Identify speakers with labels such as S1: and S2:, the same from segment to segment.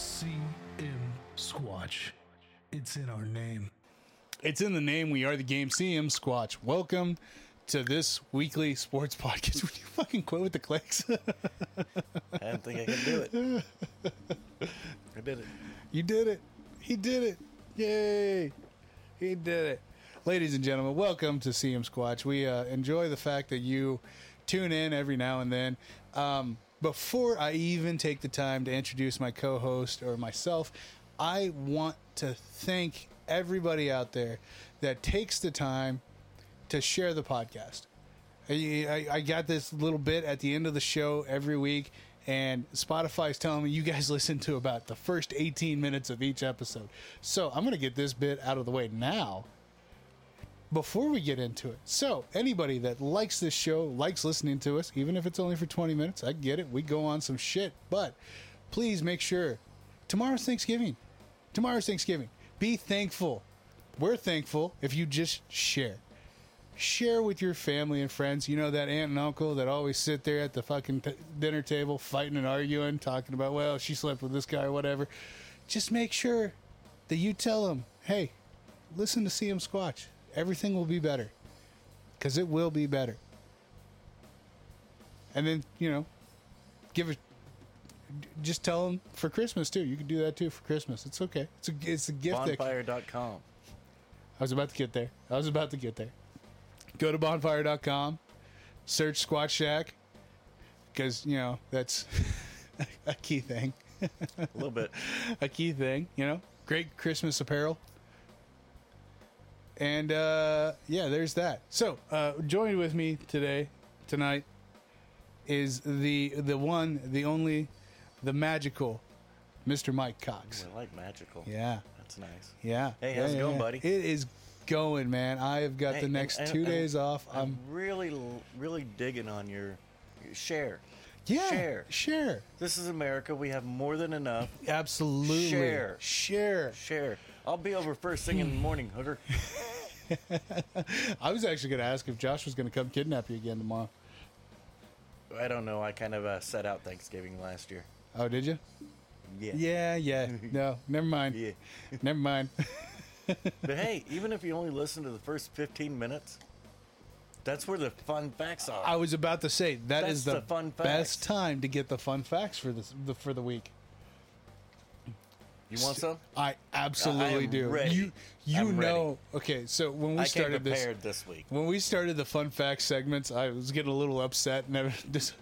S1: CM Squatch. It's in our name.
S2: It's in the name. We are the game CM Squatch. Welcome to this weekly sports podcast. Would you fucking quit with the clicks?
S3: I didn't think I could do it. I did it.
S2: you did it. He did it. Yay. He did it. Ladies and gentlemen, welcome to CM Squatch. We uh, enjoy the fact that you tune in every now and then. Um, before I even take the time to introduce my co host or myself, I want to thank everybody out there that takes the time to share the podcast. I, I, I got this little bit at the end of the show every week, and Spotify's telling me you guys listen to about the first 18 minutes of each episode. So I'm going to get this bit out of the way now before we get into it. So, anybody that likes this show, likes listening to us, even if it's only for 20 minutes, I get it. We go on some shit, but please make sure tomorrow's Thanksgiving. Tomorrow's Thanksgiving. Be thankful. We're thankful if you just share share with your family and friends. You know that aunt and uncle that always sit there at the fucking t- dinner table fighting and arguing, talking about well she slept with this guy or whatever. Just make sure that you tell them, hey, listen to CM Squatch. Everything will be better, because it will be better. And then you know, give it. Just tell them for Christmas too. You can do that too for Christmas. It's okay. It's a it's a gift. that-
S3: Bonfire.com.
S2: I was about to get there. I was about to get there. Go to bonfire.com, search Squat Shack, because, you know, that's a key thing.
S3: A little bit.
S2: A key thing, you know? Great Christmas apparel. And, uh, yeah, there's that. So, uh, joined with me today, tonight, is the the one, the only, the magical Mr. Mike Cox.
S3: I like magical.
S2: Yeah.
S3: That's nice.
S2: Yeah.
S3: Hey,
S2: Yeah,
S3: how's it
S2: yeah,
S3: going,
S2: yeah.
S3: buddy?
S2: It is going, man. I have got
S3: Hey,
S2: the
S3: and-
S2: next
S3: and-
S2: two
S3: and-
S2: days off. I'm
S3: I'm really, really digging on your, your share.
S2: yeah,
S3: Share.
S2: share,
S3: This is America. We have more than enough.
S2: absolutely,
S3: Share.
S2: share.
S3: Share. I'll be over first thing in the morning, hooker.
S2: I was actually going to ask if Josh was going to come kidnap you again tomorrow.
S3: I don't know. I kind of uh, set out Thanksgiving last year.
S2: Oh, did you?
S3: Yeah.
S2: Yeah, yeah. No, never mind.
S3: Yeah.
S2: never mind.
S3: But hey, even if you only listen to the first 15 minutes, that's where the fun facts are.
S2: I was about to say that
S3: That's
S2: is the,
S3: the fun
S2: best
S3: facts.
S2: time to get the fun facts for this the, for the week.
S3: you want some?
S2: I absolutely
S3: am
S2: do.
S3: ready.
S2: You you
S3: I'm ready.
S2: know. Okay, so when we
S3: I came
S2: started this,
S3: prepared this week.
S2: When we started the fun fact segments, I was getting a little upset and I was dis-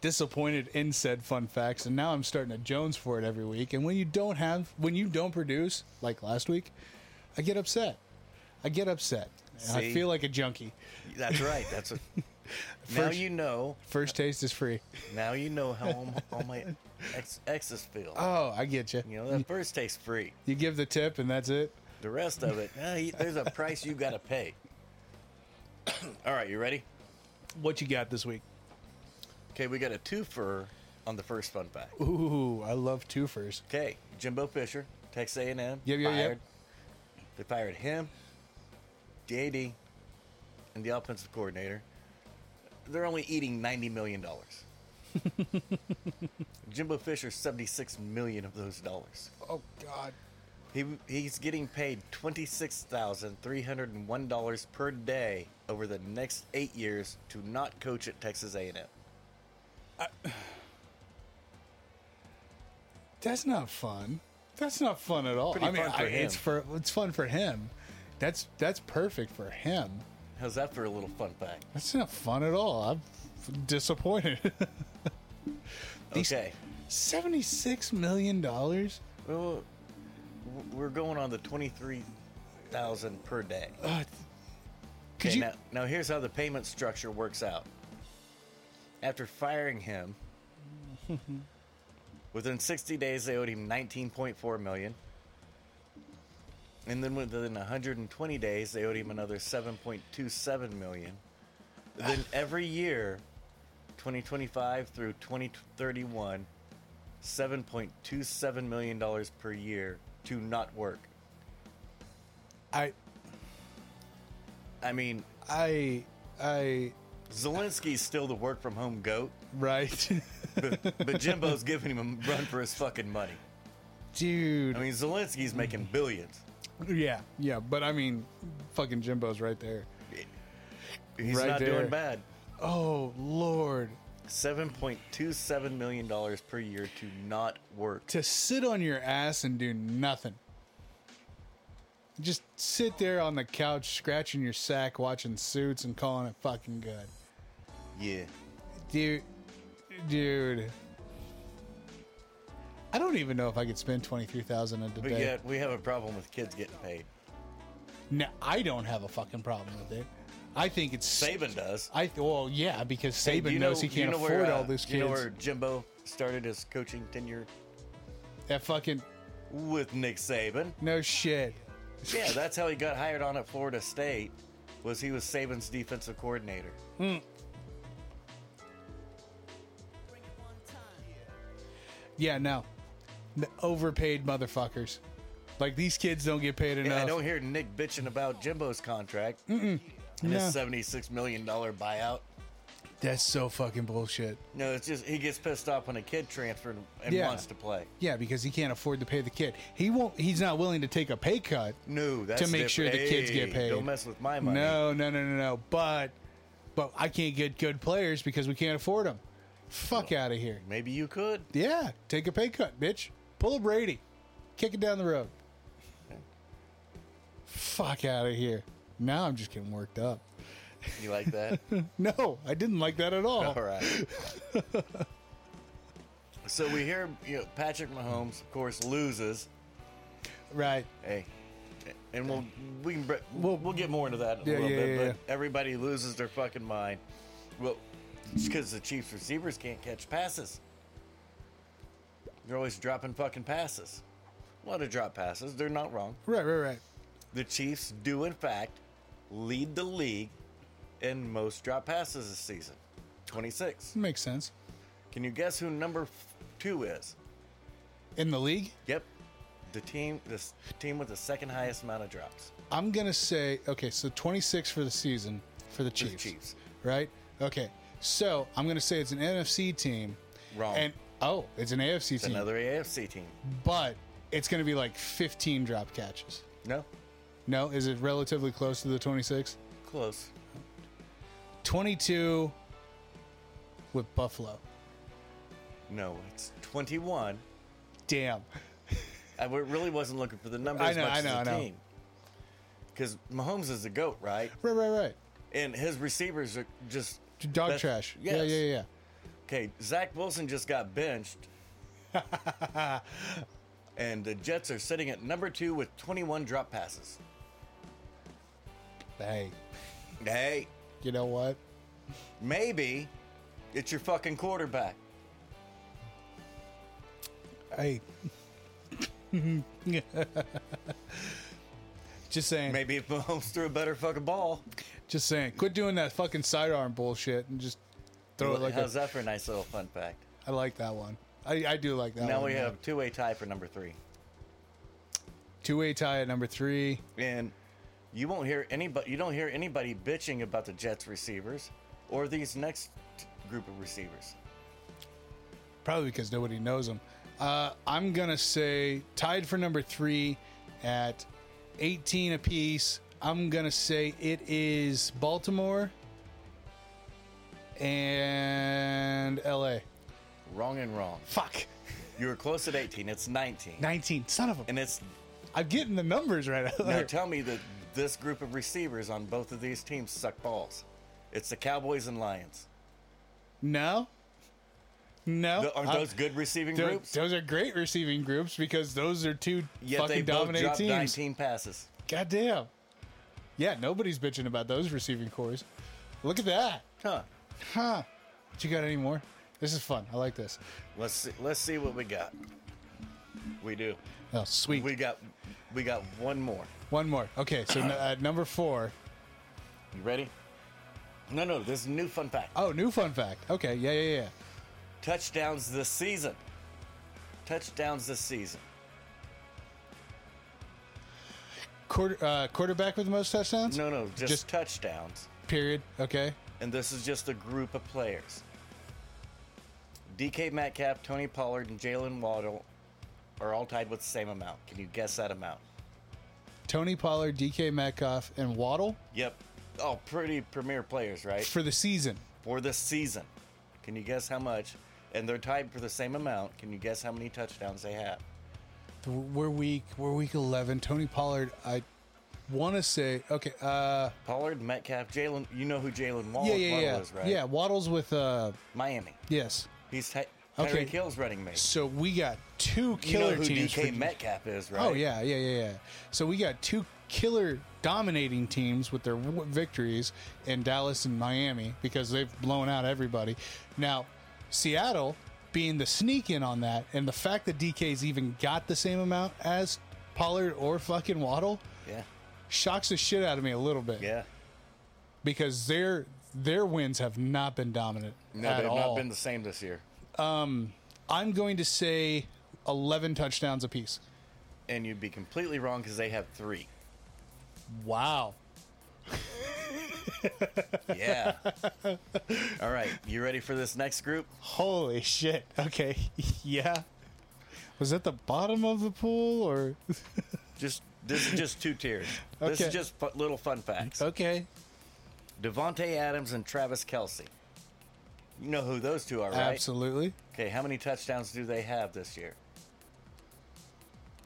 S2: disappointed in said fun facts, and now I'm starting to Jones for it every week. And when you don't have, when you don't produce, like last week, I get upset. I get upset. And I
S3: See?
S2: feel like a junkie.
S3: That's right. That's a. now
S2: First-
S3: you know.
S2: First taste is free.
S3: Now you know how all my, all my ex, exes feel.
S2: Oh, I get you.
S3: you know that first taste free.
S2: You give the tip, and that's it.
S3: The rest of it, eh, you- there's a price you got to pay. all right, you ready?
S2: What you got this week?
S3: Okay, we got a twofer on the first fun fact.
S2: Ooh, I love twofers.
S3: Okay, Jimbo Fisher, Texas A&M,
S2: Yep, yep, yep.
S3: fired. They fired him, JD, and the offensive coordinator. They're only eating ninety million dollars. Jimbo Fisher, seventy-six million of those dollars.
S2: Oh God.
S3: He he's getting paid twenty-six thousand three hundred and one dollars per day over the next eight years to not coach at Texas A&M.
S2: That's not fun. That's not fun at all.
S3: Pretty
S2: I mean,
S3: fun for
S2: I,
S3: him.
S2: it's for it's fun for him. That's that's perfect for him.
S3: How's that for a little fun fact?
S2: That's not fun at all. I'm f- disappointed. These-
S3: Okay.
S2: Seventy-six million dollars.
S3: Well, w- we're going on the twenty-three thousand per day.
S2: Uh, could
S3: Okay,
S2: you?
S3: now, now here's how the payment structure works out. After firing him, within 60 days they owed him 19.4 million, and then within 120 days they owed him another 7.27 million. Then every year, 2025 through 2031, 7.27 million dollars per year to not work.
S2: I
S3: I mean,
S2: I I
S3: Zelensky's still the work from home goat.
S2: right.
S3: but Jimbo's giving him a run for his fucking money.
S2: dude.
S3: I mean, Zelensky's making billions.
S2: yeah, yeah, but I mean, fucking Jimbo's right there.
S3: He's
S2: Right
S3: not
S2: there.
S3: doing bad.
S2: Oh lord,
S3: Seven point two seven million dollars per year to not work.
S2: to sit on your ass and do nothing. Just sit there on the couch, scratching your sack, watching suits, and calling it fucking good,
S3: Yeah.
S2: dude. Dude, I don't even know if I could spend twenty three thousand a
S3: But
S2: day.
S3: yet we have a problem with kids getting paid.
S2: No, I don't have a fucking problem with it. I think it's
S3: Saban does.
S2: I well, yeah, because
S3: Hey,
S2: Saban
S3: do you
S2: knows
S3: know-
S2: he
S3: do you
S2: can't
S3: know
S2: afford
S3: where, uh,
S2: all these
S3: do You know
S2: kids.
S3: where Jimbo started his coaching tenure
S2: that fucking
S3: with Nick Saban.
S2: no shit.
S3: Yeah, that's how he got hired on at Florida State. Was he was Saban's defensive coordinator?
S2: Yeah, no, N- overpaid motherfuckers. Like these kids don't get paid
S3: Yeah,
S2: enough.
S3: I don't hear Nick bitching about Jimbo's contract and
S2: No.
S3: his seventy-six million dollar buyout.
S2: That's so fucking bullshit.
S3: No, it's just he gets pissed off when a kid transferred and
S2: Yeah.
S3: wants to play.
S2: Yeah, because he can't afford to pay the kid. He won't. He's not willing to take a pay cut.
S3: No, that's
S2: To make sure
S3: different.
S2: the kids get
S3: Hey,
S2: paid.
S3: Don't mess with my money.
S2: No, no, no, no, no. But, but I can't get good players because we can't afford them. Fuck out of here.
S3: Maybe you could.
S2: Yeah, take a pay cut, bitch. Pull a Brady. Kick it down the road. Fuck out of here. Now I'm just getting worked up.
S3: You like that?
S2: No, I didn't like that at all.
S3: All right. so we hear you know, Patrick Mahomes, of course, loses.
S2: Right.
S3: Hey, and we'll we can bre-
S2: We'll-
S3: we'll we'll get more into that in
S2: Yeah,
S3: a little
S2: yeah,
S3: bit.
S2: yeah,
S3: but everybody loses their fucking mind. Well, because the Chiefs receivers can't catch passes. They're always dropping fucking passes. A lot of drop passes. They're not wrong.
S2: Right, right, right.
S3: The Chiefs do, in fact, lead the league in most drop passes this season. 26.
S2: Makes sense.
S3: Can you guess who number f- two is?
S2: In the league,
S3: Yep. The team, this team with the second highest amount of drops.
S2: I'm going to say, okay, so 26 for the season for the Chiefs.
S3: Chiefs.
S2: Right? Okay. So I'm going to say it's an NFC team.
S3: Wrong.
S2: And, oh, it's an AFC
S3: It's
S2: team.
S3: another AFC team.
S2: But it's going to be like 15 drop catches.
S3: No,
S2: No, is it relatively close to the 26?
S3: close.
S2: 22 with Buffalo.
S3: No, it's 21.
S2: Damn.
S3: I w- really wasn't looking for the number
S2: I
S3: as
S2: know,
S3: much
S2: I
S3: as
S2: know,
S3: the
S2: I know.
S3: team. Because Mahomes is the goat, right?
S2: Right, right, right.
S3: And his receivers are just
S2: Dog
S3: that's-
S2: trash.
S3: Yes.
S2: Yeah, yeah, yeah.
S3: Okay, Zach Wilson just got benched. and the Jets are sitting at number two with 21 drop passes.
S2: Hey,
S3: Hey,
S2: you know what?
S3: maybe it's your fucking quarterback.
S2: Hey. just saying.
S3: Maybe if Mahomes threw a better fucking ball.
S2: Just saying. Quit doing that fucking sidearm bullshit and just throw it like
S3: How's
S2: a,
S3: that for a nice little fun fact?
S2: I like that one. I, I do like that
S3: now
S2: one.
S3: we have two way tie for number three.
S2: two way tie at number three.
S3: And you won't hear anybody you don't hear anybody bitching about the Jets receivers or these next t- group of receivers.
S2: probably because nobody knows them. Uh, I'm gonna say tied for number three at 18 apiece. I'm gonna say it is Baltimore and LA.
S3: Wrong and wrong.
S2: Fuck,
S3: You were close at 18, it's 19.
S2: 19. Son of a.
S3: And it's
S2: I'm getting the numbers right.
S3: now
S2: Now,
S3: tell me that this group of receivers on both of these teams suck balls. It's the Cowboys and Lions.
S2: no, no.
S3: Th- aren't
S2: I-
S3: those good receiving
S2: tho-
S3: groups?
S2: Those are great receiving groups because those are two
S3: Yet they
S2: fucking
S3: both
S2: dominating
S3: dropped
S2: teams.
S3: 19 passes.
S2: Goddamn. Yeah, nobody's bitching about those receiving cores. Look at that.
S3: Huh.
S2: Huh. But you got any more? This is fun. I like this.
S3: Let's see, let's see what we got. We do.
S2: Oh, sweet.
S3: We got we got one more.
S2: One more. Okay, so n- at number four.
S3: You ready? No, no, this is a new fun fact.
S2: Oh, new fun fact. Okay, yeah, yeah, yeah.
S3: Touchdowns this season. Touchdowns this season.
S2: Quarter, uh, quarterback with the most touchdowns?
S3: No, no, just,
S2: Just-
S3: touchdowns.
S2: Period. Okay.
S3: And this is just a group of players. DK Metcalf, Tony Pollard, and Jalen Waddle are all tied with the same amount. Can you guess that amount?
S2: Tony Pollard, DK Metcalf, and Waddle
S3: Yep. All pretty premier players, right?
S2: for the season.
S3: For this season. Can you guess how much? And they're tied for the same amount. Can you guess how many touchdowns they have?
S2: We're week. We're week eleven. Tony Pollard. I want to say okay. Uh,
S3: Pollard, Metcalf, Jalen. You know who Jalen Wall
S2: yeah, yeah,
S3: Waddle
S2: yeah,
S3: is, right?
S2: yeah. Waddle's with uh,
S3: Miami.
S2: yes.
S3: He's Ty-
S2: Okay.
S3: Tyreek Hill's running mate.
S2: So we got two
S3: You know
S2: killer
S3: who
S2: teams.
S3: DK
S2: for-
S3: Metcalf is, right?
S2: Oh yeah, yeah, yeah, yeah. So we got two killer dominating teams with their w- victories in Dallas and Miami because they've blown out everybody. Now, Seattle being the sneak in on that, and the fact that DK's even got the same amount as Pollard or fucking Waddle
S3: Yeah.
S2: shocks the shit out of me a little bit
S3: Yeah.
S2: because their their wins have not been dominant
S3: No,
S2: at
S3: they've
S2: all.
S3: not been the same this year.
S2: I'm going to say 11 touchdowns apiece.
S3: And you'd be completely wrong because they have three.
S2: Wow.
S3: Yeah. all right. You ready for this next group?
S2: Holy shit. Okay. yeah. Was that the bottom of the pool or
S3: Just this is just two tiers. This
S2: Okay.
S3: is just fu- little fun facts.
S2: Okay.
S3: Devonte Adams and Travis Kelsey. You know who those two are, right?
S2: Absolutely.
S3: Okay, how many touchdowns do they have this year?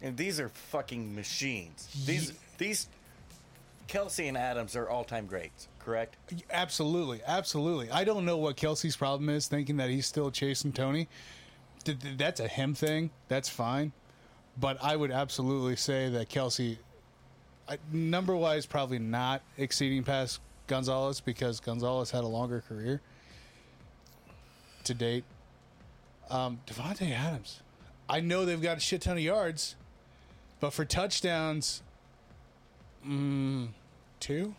S3: And these are fucking machines. These
S2: Ye-
S3: these Kelsey and Adams are all time greats, correct?
S2: Absolutely. Absolutely. I don't know what Kelsey's problem is thinking that he's still chasing Tony. Th- th- That's a him thing. That's fine. But I would absolutely say that Kelsey number wise probably not exceeding past Gonzalez because Gonzalez had a longer career to date. Um, Devontae Adams, I know they've got a shit ton of yards, but for touchdowns, mm, two,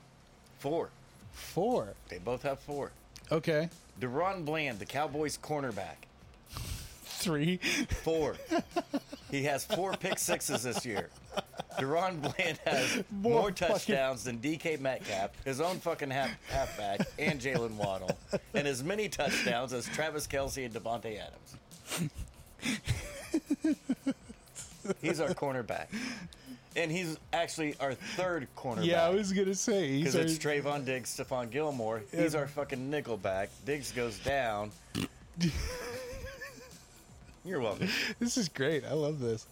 S3: Four.
S2: four.
S3: They both have four.
S2: Okay,
S3: Deron Bland, the Cowboys cornerback.
S2: three.
S3: Four. he has four pick sixes this year. Deron Bland has more,
S2: More fucking-
S3: touchdowns than DK Metcalf, his own fucking half, halfback, and Jalen Waddle, and as many touchdowns as Travis Kelsey and Devontae Adams. he's our cornerback. And he's actually our third cornerback.
S2: yeah, I was gonna say he's
S3: Because it's
S2: our,
S3: Trayvon Diggs, Stephon Gilmore. He's our fucking nickelback. Diggs goes down. You're welcome.
S2: this is great. I love this.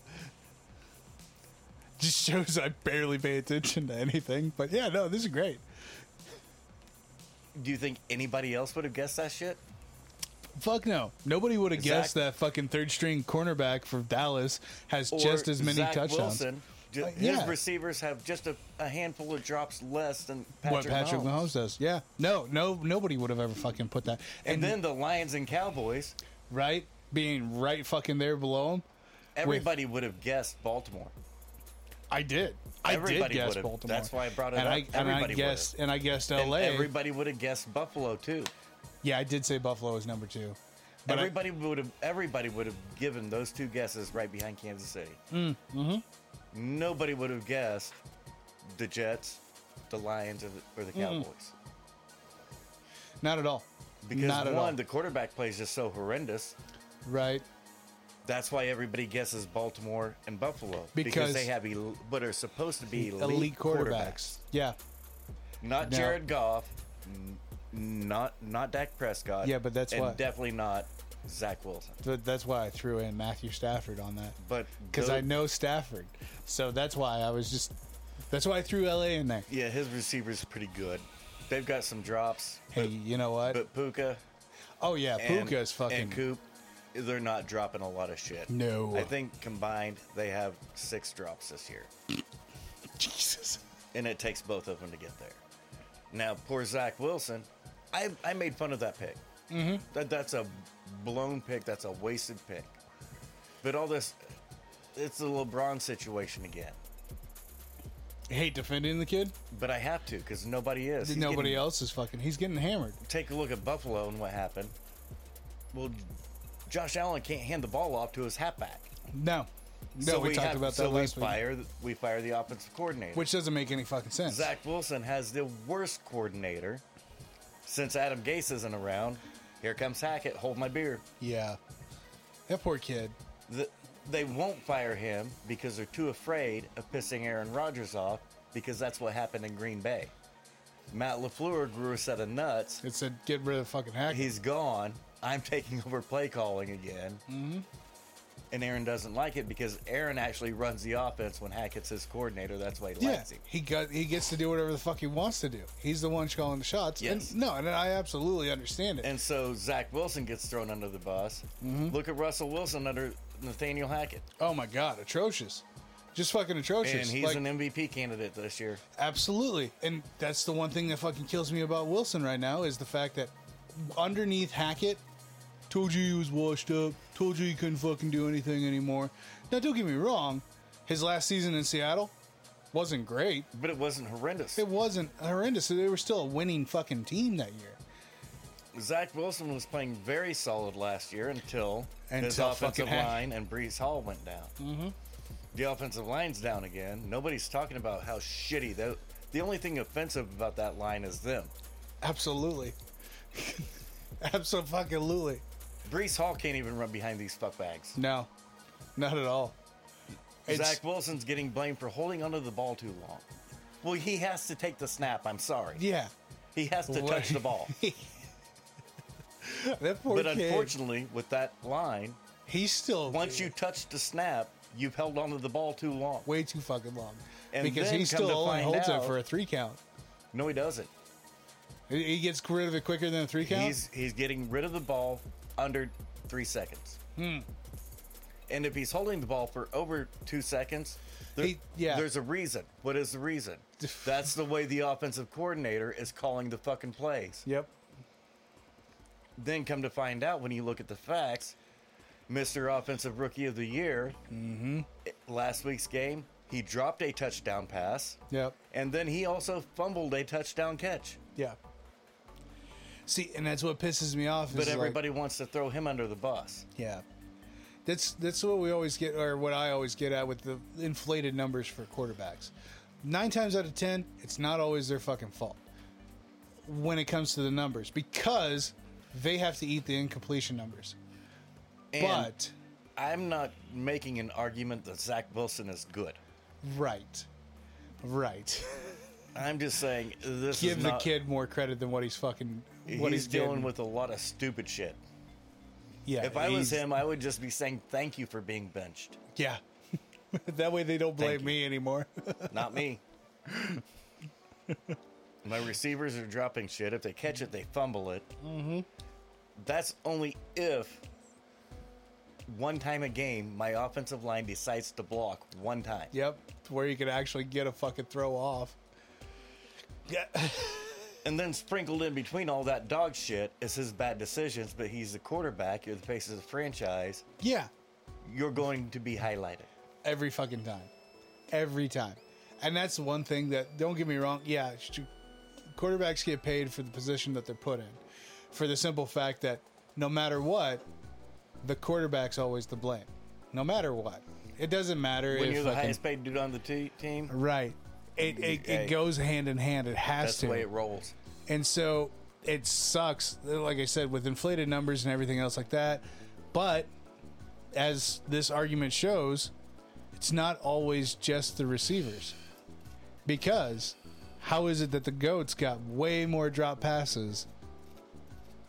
S2: Just shows I barely pay attention to anything, but yeah, no, this is great.
S3: Do you think anybody else would have guessed that shit?
S2: Fuck no. Nobody would have
S3: Zach-
S2: guessed that fucking third string cornerback for Dallas has
S3: Or
S2: just as many
S3: Zach
S2: touchdowns.
S3: Wilson, ju-
S2: Uh, yeah.
S3: His receivers have just a, a handful of drops less than
S2: what
S3: Patrick,
S2: Patrick
S3: Mahomes.
S2: Mahomes. does. Yeah. No, no nobody would have ever fucking put that.
S3: And, then the Lions and Cowboys,
S2: right being right fucking there below him.
S3: everybody would have guessed Baltimore.
S2: I did. I did
S3: Everybody
S2: guess
S3: would've.
S2: Baltimore.
S3: That's why I brought it
S2: and
S3: up.
S2: I, and I
S3: Everybody
S2: guessed and I guessed LA.
S3: And everybody would have guessed Buffalo too.
S2: yeah, I did say Buffalo is number 2. But I-
S3: everybody would have everybody would have given those two guesses right behind Kansas City.
S2: Mm,
S3: mm-hmm. Nobody would have guessed the Jets, the Lions, or the, or
S2: Mm,
S3: the Cowboys.
S2: not at all.
S3: Because
S2: not at
S3: one,
S2: all.
S3: the quarterback play is just so horrendous.
S2: right.
S3: That's why everybody guesses Baltimore and Buffalo
S2: Because-
S3: they have el- what are supposed to be elite,
S2: Elite, quarterbacks. Yeah.
S3: Not
S2: Now-
S3: Jared Goff, n- not not Dak Prescott.
S2: Yeah, but that's
S3: and
S2: why-
S3: definitely not Zach Wilson.
S2: But that's why I threw in Matthew Stafford on that.
S3: But
S2: because I
S3: tho-
S2: know Stafford. So that's why I was just. That's why I threw LA in there.
S3: yeah, his receiver's pretty good. They've got some drops,
S2: Hey, you know what?
S3: but Puka
S2: oh yeah,
S3: and,
S2: Puka is fucking.
S3: and Coop, they're not dropping a lot of shit.
S2: No.
S3: I think combined they have six drops this year,
S2: Jesus.
S3: and it takes both of them to get there. Now, poor Zach Wilson, I I made fun of that pick. Mm-hmm. That that's a blown pick. That's a wasted pick. But all this, it's the LeBron situation again.
S2: Hate defending the kid.
S3: But I have to because nobody is. He's
S2: Nobody
S3: getting-
S2: else is fucking. He's getting hammered.
S3: take a look at Buffalo and what happened. Well, Josh Allen can't hand the ball off to his halfback.
S2: No, no, we, talked
S3: have-
S2: about that
S3: so we
S2: last week.
S3: fire th- we fire the offensive coordinator.
S2: Which doesn't make any fucking sense.
S3: Zach Wilson has the worst coordinator since Adam Gase isn't around. Here comes Hackett. Hold my beer.
S2: Yeah, that poor kid.
S3: The, They won't fire him because they're too afraid of pissing Aaron Rodgers off because that's what happened in Green Bay. Matt LaFleur grew a set of nuts.
S2: It said get rid of the fucking hack.
S3: He's gone. I'm taking over play calling again.
S2: Mm-hmm.
S3: And Aaron doesn't like it because Aaron actually runs the offense when Hackett's his coordinator. That's why he
S2: Yeah,
S3: likes him.
S2: he got he gets to do whatever the fuck he wants to do. He's the one calling the shots.
S3: Yes.
S2: And, no, and I absolutely understand it.
S3: And so Zach Wilson gets thrown under the bus.
S2: Mm-hmm.
S3: Look at Russell Wilson under Nathaniel Hackett.
S2: oh my god, atrocious, just fucking atrocious.
S3: And he's
S2: Like,
S3: an MVP candidate this year.
S2: Absolutely. And that's the one thing that fucking kills me about Wilson right now is the fact that underneath Hackett, told you he was washed up, told you he couldn't fucking do anything anymore. Now, don't get me wrong, his last season in Seattle wasn't great.
S3: But it wasn't horrendous.
S2: It wasn't horrendous. They were still a winning fucking team that year.
S3: Zach Wilson was playing very solid last year until, his
S2: Until
S3: offensive
S2: fucking Hackett.
S3: line and Brees Hall went down. Mm-hmm. The offensive line's down again. Nobody's talking about how shitty. They, the only thing offensive about that line is them.
S2: Absolutely. Absolutely.
S3: Brees Hall can't even run behind these fuckbags.
S2: No, not at all. It's-
S3: Zach Wilson's getting blamed for holding onto the ball too long. Well, he has to take the snap. I'm sorry.
S2: Yeah.
S3: He has to
S2: What?
S3: touch the ball.
S2: That poor
S3: But
S2: kid.
S3: unfortunately, with that line,
S2: he's still
S3: once you touch the snap, you've held onto the ball too long.
S2: way too fucking long.
S3: And
S2: because
S3: then
S2: he
S3: come
S2: still
S3: to
S2: only
S3: find
S2: holds
S3: out-
S2: it for a three count.
S3: No, he doesn't.
S2: He he gets rid of it quicker than a three count.
S3: He's he's getting rid of the ball under three seconds.
S2: Hmm.
S3: And if he's holding the ball for over two seconds, there-
S2: He- yeah.
S3: there's a reason. What is the reason? That's the way the offensive coordinator is calling the fucking plays.
S2: yep.
S3: Then come to find out when you look at the facts, Mr. Offensive Rookie of the Year, mm-hmm. last week's game, he dropped a touchdown pass,
S2: Yep.
S3: and then he also fumbled a touchdown catch.
S2: Yeah. See, and that's what pisses me off.
S3: But
S2: is like-
S3: everybody wants to throw him under the bus.
S2: yeah. That's that's what we always get, or what I always get at with the inflated numbers for quarterbacks. Nine times out of ten, it's not always their fucking fault when it comes to the numbers because they have to eat the incompletion numbers.
S3: And
S2: but
S3: I'm not making an argument that Zach Wilson is good.
S2: right, right.
S3: I'm just saying this
S2: Give
S3: is
S2: the
S3: not-
S2: kid more credit than what he's fucking what
S3: he's,
S2: he's,
S3: dealing
S2: getting.
S3: with a lot of stupid shit.
S2: Yeah,
S3: If I was
S2: he's-
S3: him, I would just be saying thank you for being benched,
S2: Yeah. that way they don't blame
S3: you.
S2: me anymore.
S3: not me. My receivers are dropping shit. If they catch it, they fumble it. Mm-hmm. That's only if one time a game my offensive line decides to block one time.
S2: yep. Where you could actually get a fucking throw off. Yeah.
S3: And then sprinkled in between all that dog shit is his bad decisions, but he's the quarterback, you're the face of the franchise,
S2: yeah.
S3: you're going to be highlighted.
S2: Every fucking time. Every time. And that's the one thing that, don't get me wrong. Yeah. sh- Quarterbacks get paid for the position that they're put in for the simple fact that no matter what, the quarterback's always to blame. No matter what. It doesn't matter
S3: When
S2: if
S3: you're the
S2: fucking-
S3: highest paid dude on the te- team,
S2: Right. It, it,
S3: Hey.
S2: it goes hand in hand. It has
S3: that's
S2: to.
S3: the way it rolls.
S2: And so it sucks, like I said, with inflated numbers and everything else like that. But as this argument shows, it's not always just the receivers. Because how is it that the GOATs got way more drop passes?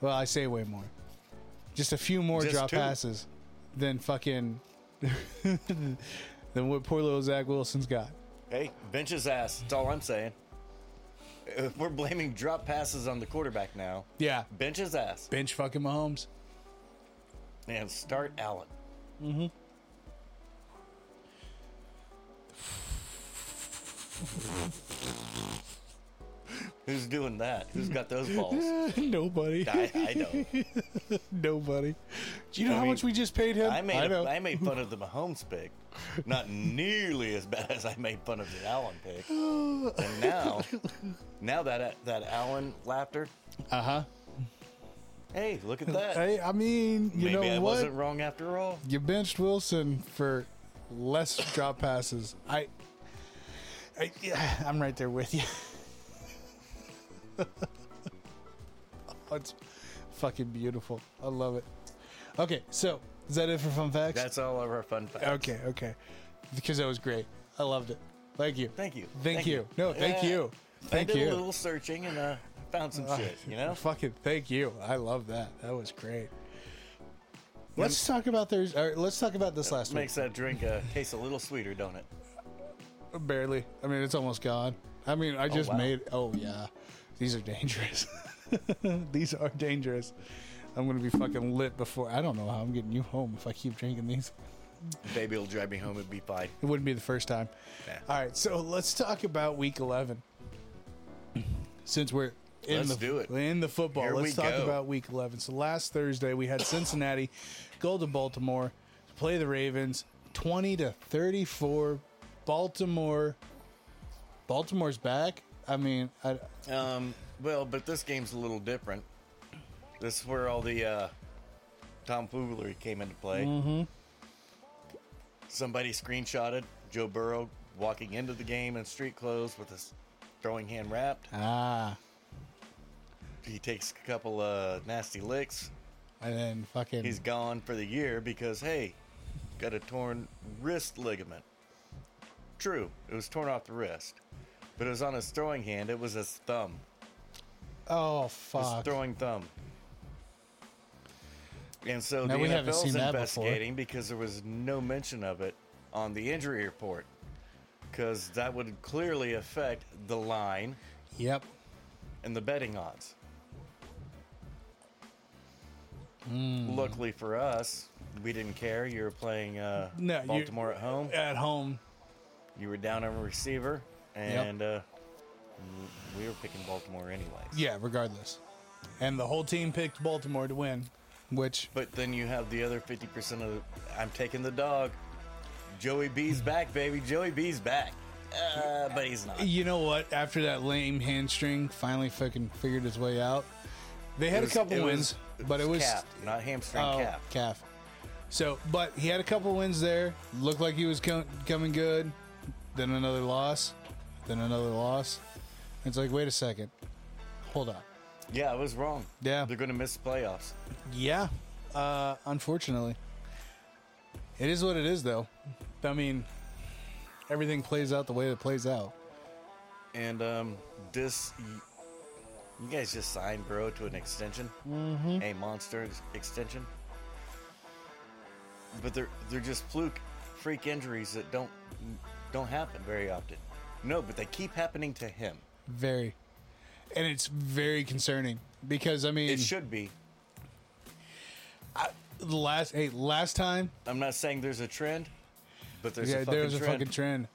S2: Well, I say way more. Just a few more
S3: Just
S2: drop
S3: two.
S2: passes than fucking. than what poor little Zach Wilson's got.
S3: Hey, bench his ass. That's all I'm saying. If we're blaming drop passes on the quarterback now,
S2: Yeah.
S3: bench his ass
S2: Bench fucking Mahomes.
S3: and start Allen. Mm-hmm. Who's doing that? Who's got those balls?
S2: Nobody.
S3: I, I don't.
S2: Nobody. Do you know
S3: I
S2: how
S3: mean,
S2: much we just paid him?
S3: I made
S2: know.
S3: a- I made fun of the Mahomes pick, not nearly as bad as I made fun of the Allen pick. And now, now that that Allen laughter,
S2: uh huh.
S3: hey, look at that.
S2: I, I mean, you
S3: Maybe
S2: know
S3: I
S2: what?
S3: wasn't wrong after all.
S2: You benched Wilson for less drop passes. I, I yeah, I'm right there with you. oh, it's fucking beautiful. I love it. Okay, so Is that it for fun facts?
S3: That's all of our fun facts.
S2: okay, okay. Because that was great. I loved it. Thank you.
S3: Thank you.
S2: Thank, you. No, thank
S3: Yeah.
S2: you. Thank
S3: I did
S2: you.
S3: a little searching and uh, found some shit, you know?
S2: Fucking thank you. I love that. That was great. Let's talk about there's. Or let's talk about this last week.
S3: Makes that drink uh, taste a little sweeter, don't it?
S2: Barely. I mean, it's almost gone. I mean, I just
S3: wow.
S2: made. Oh yeah, these are dangerous. these are dangerous. I'm gonna be fucking lit before. I don't know how I'm getting you home if I keep drinking these.
S3: Baby will drive me home and be fine.
S2: It wouldn't be the first time.
S3: Yeah.
S2: All right, so let's talk about week 11. Since we're in
S3: Let's
S2: the
S3: do it.
S2: in the football,
S3: Here
S2: let's
S3: we
S2: talk
S3: go.
S2: about week 11. So last Thursday we had Cincinnati go to Baltimore to play the Ravens 20 to 34. Baltimore Baltimore's back. I mean, I,
S3: Um, well, but this game's a little different. This is where all the uh, tomfoolery came into play. Somebody screenshotted Joe Burrow walking into the game in street clothes with his throwing hand wrapped.
S2: ah,
S3: He takes a couple uh, nasty licks.
S2: and then fucking
S3: He's gone for the year because, hey, got a torn wrist ligament. True, it was torn off the wrist, but it was on his throwing hand. It was his thumb,
S2: oh
S3: his
S2: fuck.
S3: throwing thumb. And so
S2: Now,
S3: the
S2: we
S3: NFL
S2: haven't
S3: is
S2: seen that before.
S3: investigating because there was no mention of it on the injury report, because that would clearly affect the line
S2: Yep.
S3: and the betting odds.
S2: Hmm.
S3: Luckily for us, we didn't care. You were playing uh,
S2: No, you- uh,
S3: Baltimore at home.
S2: At home.
S3: You were down a receiver, and uh, we were picking Baltimore anyways.
S2: Yeah, regardless. And the whole team picked Baltimore to win, which
S3: But then you have the other 50% of the, I'm taking the dog. Joey B's
S2: Hmm.
S3: back, baby. Joey B's back. Uh, but he's not.
S2: You know what? After that lame hamstring finally fucking figured its way out, they had
S3: It was-
S2: a couple
S3: it
S2: wins, but it was
S3: calf, not hamstring
S2: oh,
S3: calf.
S2: calf. So, but he had a couple wins there. Looked like he was com- coming good. Then another loss. Then another loss. It's like, wait a second. Hold on.
S3: Yeah, I was wrong.
S2: Yeah.
S3: They're going to miss the playoffs.
S2: Yeah. Uh, unfortunately, it is what it is, though. I mean, everything plays out the way it plays out.
S3: And um, this, you, you guys just signed Burrow to an extension,
S2: Mm-hmm.
S3: a monster ex- extension. But they're they're just fluke, freak injuries that don't don't happen very often. No, but they keep happening to him.
S2: Very. And it's very concerning because I mean,
S3: It should be.
S2: the last hey last time
S3: I'm not saying there's a trend, but there's
S2: yeah
S3: a fucking
S2: there was a
S3: trend.
S2: fucking trend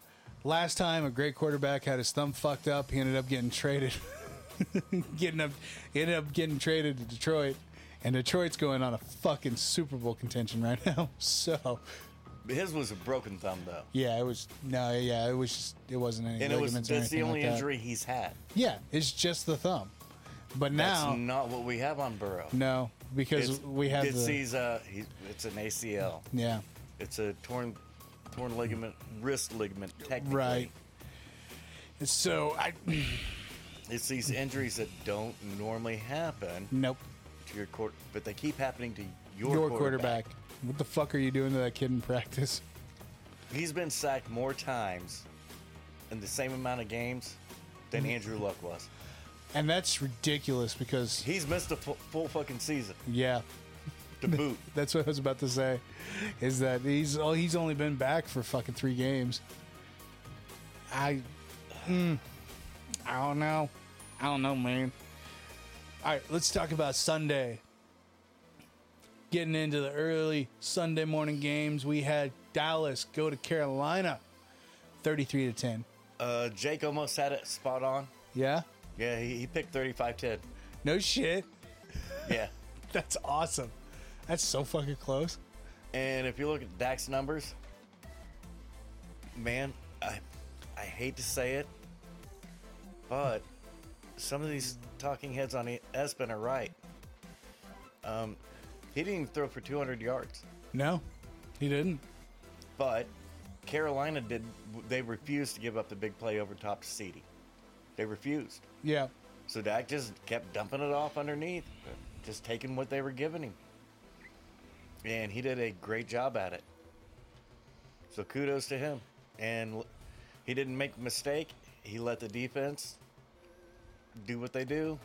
S2: last time a great quarterback had his thumb fucked up he ended up getting traded getting up he ended up getting traded to detroit and detroit's going on a fucking super bowl contention right now so
S3: His was a broken thumb though,
S2: yeah it was no yeah it was just it wasn't any
S3: and it was
S2: ligaments or
S3: that's the
S2: anything
S3: only
S2: like that.
S3: injury he's had.
S2: yeah it's just the thumb but now
S3: That's not what we have on Burrow.
S2: no because
S3: It's-
S2: we have
S3: it's,
S2: the
S3: he's, uh, he's, it's an ACL.
S2: yeah
S3: It's a torn, torn ligament, wrist ligament. Technically,
S2: right so i
S3: It's these injuries that don't normally happen
S2: nope
S3: to your court, but they keep happening to your,
S2: your quarterback.
S3: quarterback.
S2: What the fuck are you doing to that kid in practice?
S3: He's been sacked more times in the same amount of games than Andrew Luck was.
S2: And that's ridiculous because,
S3: He's missed a fu- full fucking season
S2: yeah,
S3: to boot.
S2: that's what I was about to say. Is that he's oh, he's only been back for fucking three games. I, mm, I don't know, I don't know, man. All right, let's talk about Sunday. Getting into the early Sunday morning games, we had Dallas go to Carolina, thirty-three to ten.
S3: Uh, Jake almost had it spot on.
S2: Yeah,
S3: Yeah, he, he picked 35-10.
S2: no shit.
S3: Yeah.
S2: That's awesome. That's so fucking close.
S3: And if you look at Dak's numbers, man, I I hate to say it, but some of these talking heads on E, Espen are right. Um, he didn't even throw for 200 yards,
S2: No, he didn't.
S3: but Carolina did. They refused to give up the big play over top to Ceedee. They refused.
S2: Yeah.
S3: So Dak just kept dumping it off underneath, just taking what they were giving him. and he did a great job at it. So kudos to him. And l- he didn't make a mistake. He let the defense do what they do,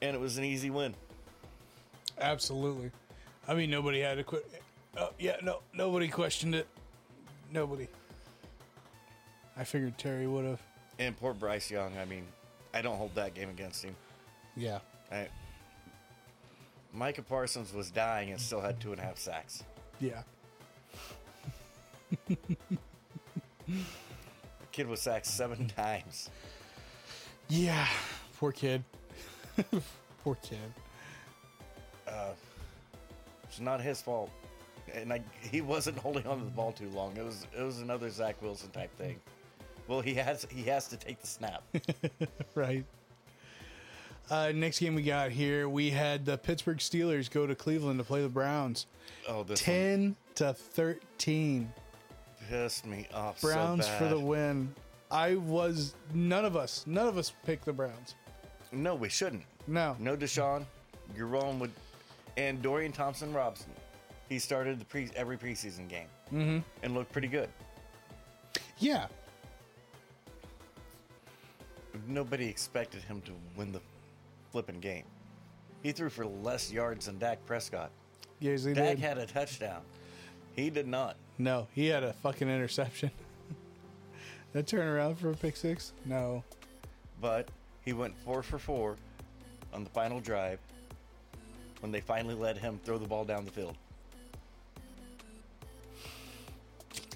S3: and it was an easy win.
S2: Absolutely. I mean, nobody had to quit. Oh, yeah, no, nobody questioned it. Nobody. I figured Terry would have.
S3: And poor Bryce Young. I mean, I don't hold that game against him.
S2: Yeah.
S3: I, Micah Parsons was dying and still had two and a half sacks.
S2: Yeah.
S3: The kid was sacked seven times.
S2: Yeah. Poor kid. Poor kid.
S3: It's not his fault. And I, he wasn't holding on to the ball too long. It was it was another Zach Wilson type thing. Well, he has he has to take the snap.
S2: Right. Uh, next game we got here, we had the Pittsburgh Steelers go to Cleveland to play the Browns.
S3: Oh, this one
S2: 10 to 13.
S3: pissed me off. so
S2: Browns for
S3: bad.
S2: the win. I was, none of us, none of us picked the Browns.
S3: No, we shouldn't.
S2: No.
S3: No, Deshaun, you're rolling with, and Dorian Thompson Robson. He started the pre every preseason game mm-hmm. and looked pretty good.
S2: Yeah.
S3: Nobody expected him to win the flipping game. He threw for less yards than Dak Prescott.
S2: Yes, they
S3: Dak
S2: did.
S3: had a touchdown. He did not.
S2: No, he had a fucking interception. that turnaround for a pick six? No.
S3: but he went four for four on the final drive when they finally let him throw the ball down the field.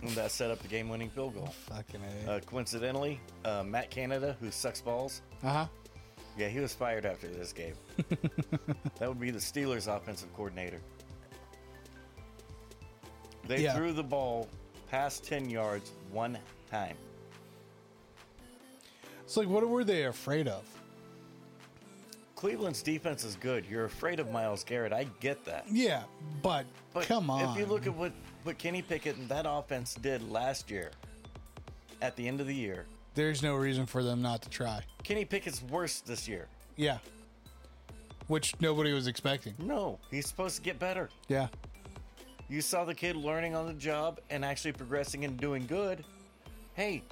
S3: And that set up the game winning field goal.
S2: Fucking A.
S3: Uh, coincidentally, uh, Matt Canada, who sucks balls,
S2: Uh huh.
S3: yeah, he was fired after this game. that would be the Steelers' offensive coordinator. They
S2: Yeah.
S3: threw the ball past 10 yards one time.
S2: It's like, what were they afraid of?
S3: Cleveland's defense is good. You're afraid of Miles Garrett. I get that.
S2: Yeah, but,
S3: But
S2: come on.
S3: If you look at what, what Kenny Pickett and that offense did last year, at the end of the year,
S2: There's no reason for them not to try.
S3: Kenny Pickett's worse this year.
S2: Yeah. Which nobody was expecting.
S3: No, he's supposed to get better.
S2: Yeah.
S3: You saw the kid learning on the job and actually progressing and doing good. Hey,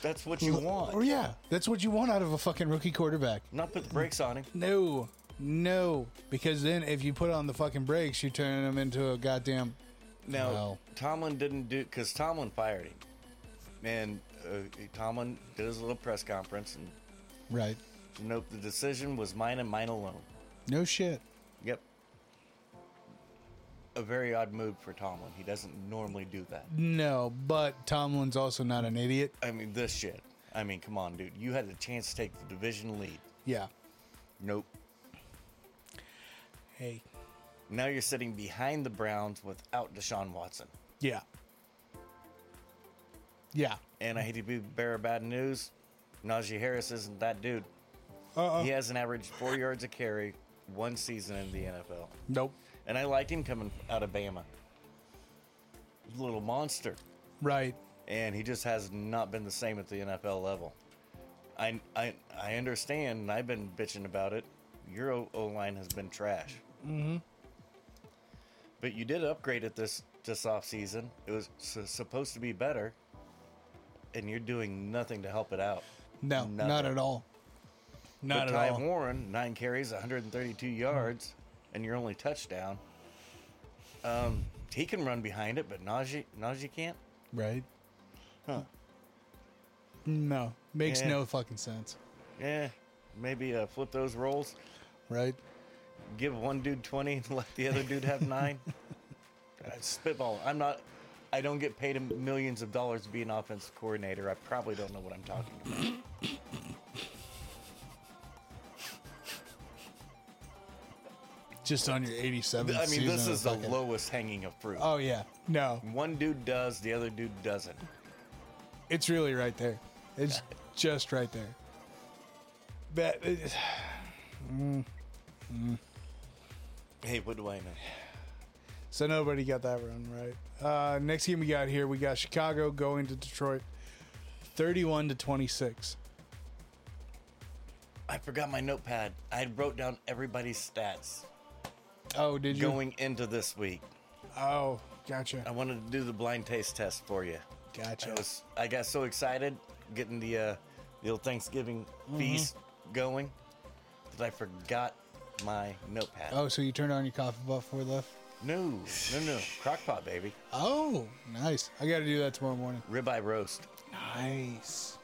S3: that's what you
S2: Or
S3: want.
S2: Oh, yeah, that's what you want out of a fucking rookie quarterback.
S3: Not put the brakes on him.
S2: No, no, because then if you put on the fucking brakes, you turn them into a goddamn.
S3: Now,
S2: Well.
S3: Tomlin didn't do because Tomlin fired him, and uh, Tomlin did his little press conference and
S2: Right.
S3: nope, the decision was mine and mine alone.
S2: No shit.
S3: Yep. A very odd move for Tomlin. He doesn't normally do that.
S2: No, but Tomlin's also not an idiot.
S3: I mean, this shit. I mean, come on, dude. You had a chance to take the division lead.
S2: Yeah.
S3: Nope.
S2: Hey.
S3: Now you're sitting behind the Browns without Deshaun Watson.
S2: Yeah. Yeah.
S3: And I hate to be the bearer of bad news. Najee Harris isn't that dude.
S2: Uh-uh.
S3: He hasn't averaged four yards a carry one season in the NFL.
S2: Nope.
S3: And I liked him coming out of Bama. Little monster.
S2: Right.
S3: and he just has not been the same at the NFL level. I I, I understand, and I've been bitching about it. Your O line has been trash. Mm-hmm. But you did upgrade it this this off season. It was su- supposed to be better, and you're doing nothing to help it out.
S2: No,
S3: Nothing.
S2: not at all. Not
S3: but
S2: at
S3: Ty
S2: all. Mm-hmm.
S3: Warren, nine carries, 132 yards, and your only touchdown. Um, he can run behind it, but Najee Najee can't.
S2: Right. Huh. No, makes
S3: Yeah.
S2: no fucking sense.
S3: Yeah, Eh, maybe uh, flip those rolls.
S2: Right.
S3: give one dude 20 and let the other dude have nine Uh, spitball i'm not i don't get paid millions of dollars to be an offensive coordinator i probably don't know what i'm talking about
S2: Just on your 87th.
S3: i mean this
S2: season of
S3: is the
S2: fucking-
S3: lowest hanging of fruit
S2: Oh yeah. No,
S3: one dude does the other dude doesn't
S2: it's really right there. It's just right there. That is-
S3: hey what do i know
S2: so nobody got that run right. Uh, next game we got here, we got Chicago going to Detroit, 31 to 26.
S3: i forgot my notepad i wrote down everybody's stats
S2: Oh, did you?
S3: going into this week.
S2: Oh, gotcha.
S3: I wanted to do the blind taste test for you.
S2: Gotcha.
S3: I was I got so excited getting the uh, the old Thanksgiving
S2: Mm-hmm.
S3: feast going that I forgot my notepad.
S2: Oh, so you turned on your coffee pot before we left?
S3: No, no, no, crockpot baby,
S2: Oh, nice. I got to do that tomorrow morning.
S3: ribeye roast,
S2: Nice.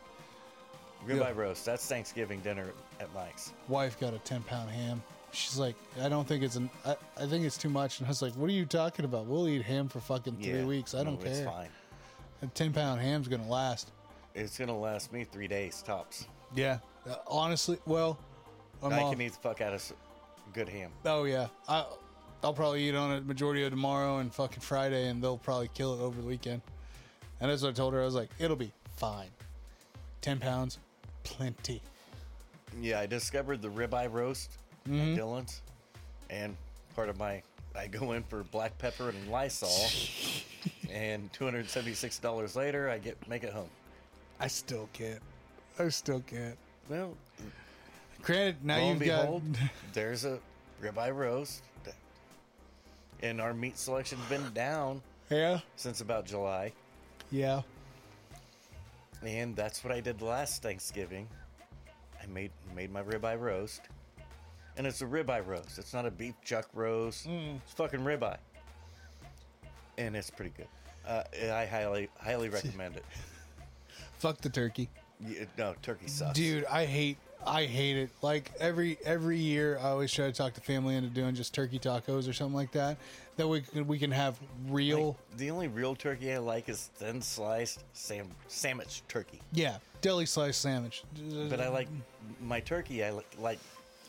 S3: ribeye
S2: Yeah.
S3: roast. That's Thanksgiving dinner at Mike's.
S2: Wife got a 10 pound ham. She's like, I don't think it's an, I, I think it's too much. And I was like, what are you talking about? We'll eat ham for fucking three weeks. I
S3: no,
S2: don't
S3: It's
S2: care.
S3: fine.
S2: A 10 pound ham's going to last.
S3: It's gonna last me three days tops.
S2: Yeah. Uh, honestly, well, I'm
S3: I
S2: off-
S3: can eat the fuck out of s- good ham.
S2: Oh yeah, I I'll probably eat on it majority of tomorrow and fucking Friday, and they'll probably kill it over the weekend. And that's what I told her. I was like, it'll be fine. Ten pounds, plenty.
S3: Yeah, I discovered the ribeye roast
S2: Mm-hmm.
S3: at Dylan's, and part of my I go in for black pepper and Lysol, and two hundred seventy six dollars later I get make it home.
S2: I still can't. I still can't.
S3: Well,
S2: Granted, now
S3: lo and
S2: you've
S3: behold,
S2: got
S3: there's a ribeye roast, that- and our meat selection's been down
S2: yeah,
S3: since about July,
S2: yeah.
S3: and that's what I did last Thanksgiving. I made made my ribeye roast, and it's a ribeye roast. It's not a beef chuck roast.
S2: Mm.
S3: It's fucking ribeye, and it's pretty good. Uh, I highly highly recommend it.
S2: Fuck the turkey,
S3: You- No, turkey sucks,
S2: dude. I hate. I hate it. Like every every year, I always try to talk the family into doing just turkey tacos or something like that. That we can, we can have real.
S3: Like, the only real turkey I like is thin sliced sam- sandwich turkey.
S2: yeah, deli slice sandwich.
S3: But I
S2: Mm.
S3: like my turkey. I li- like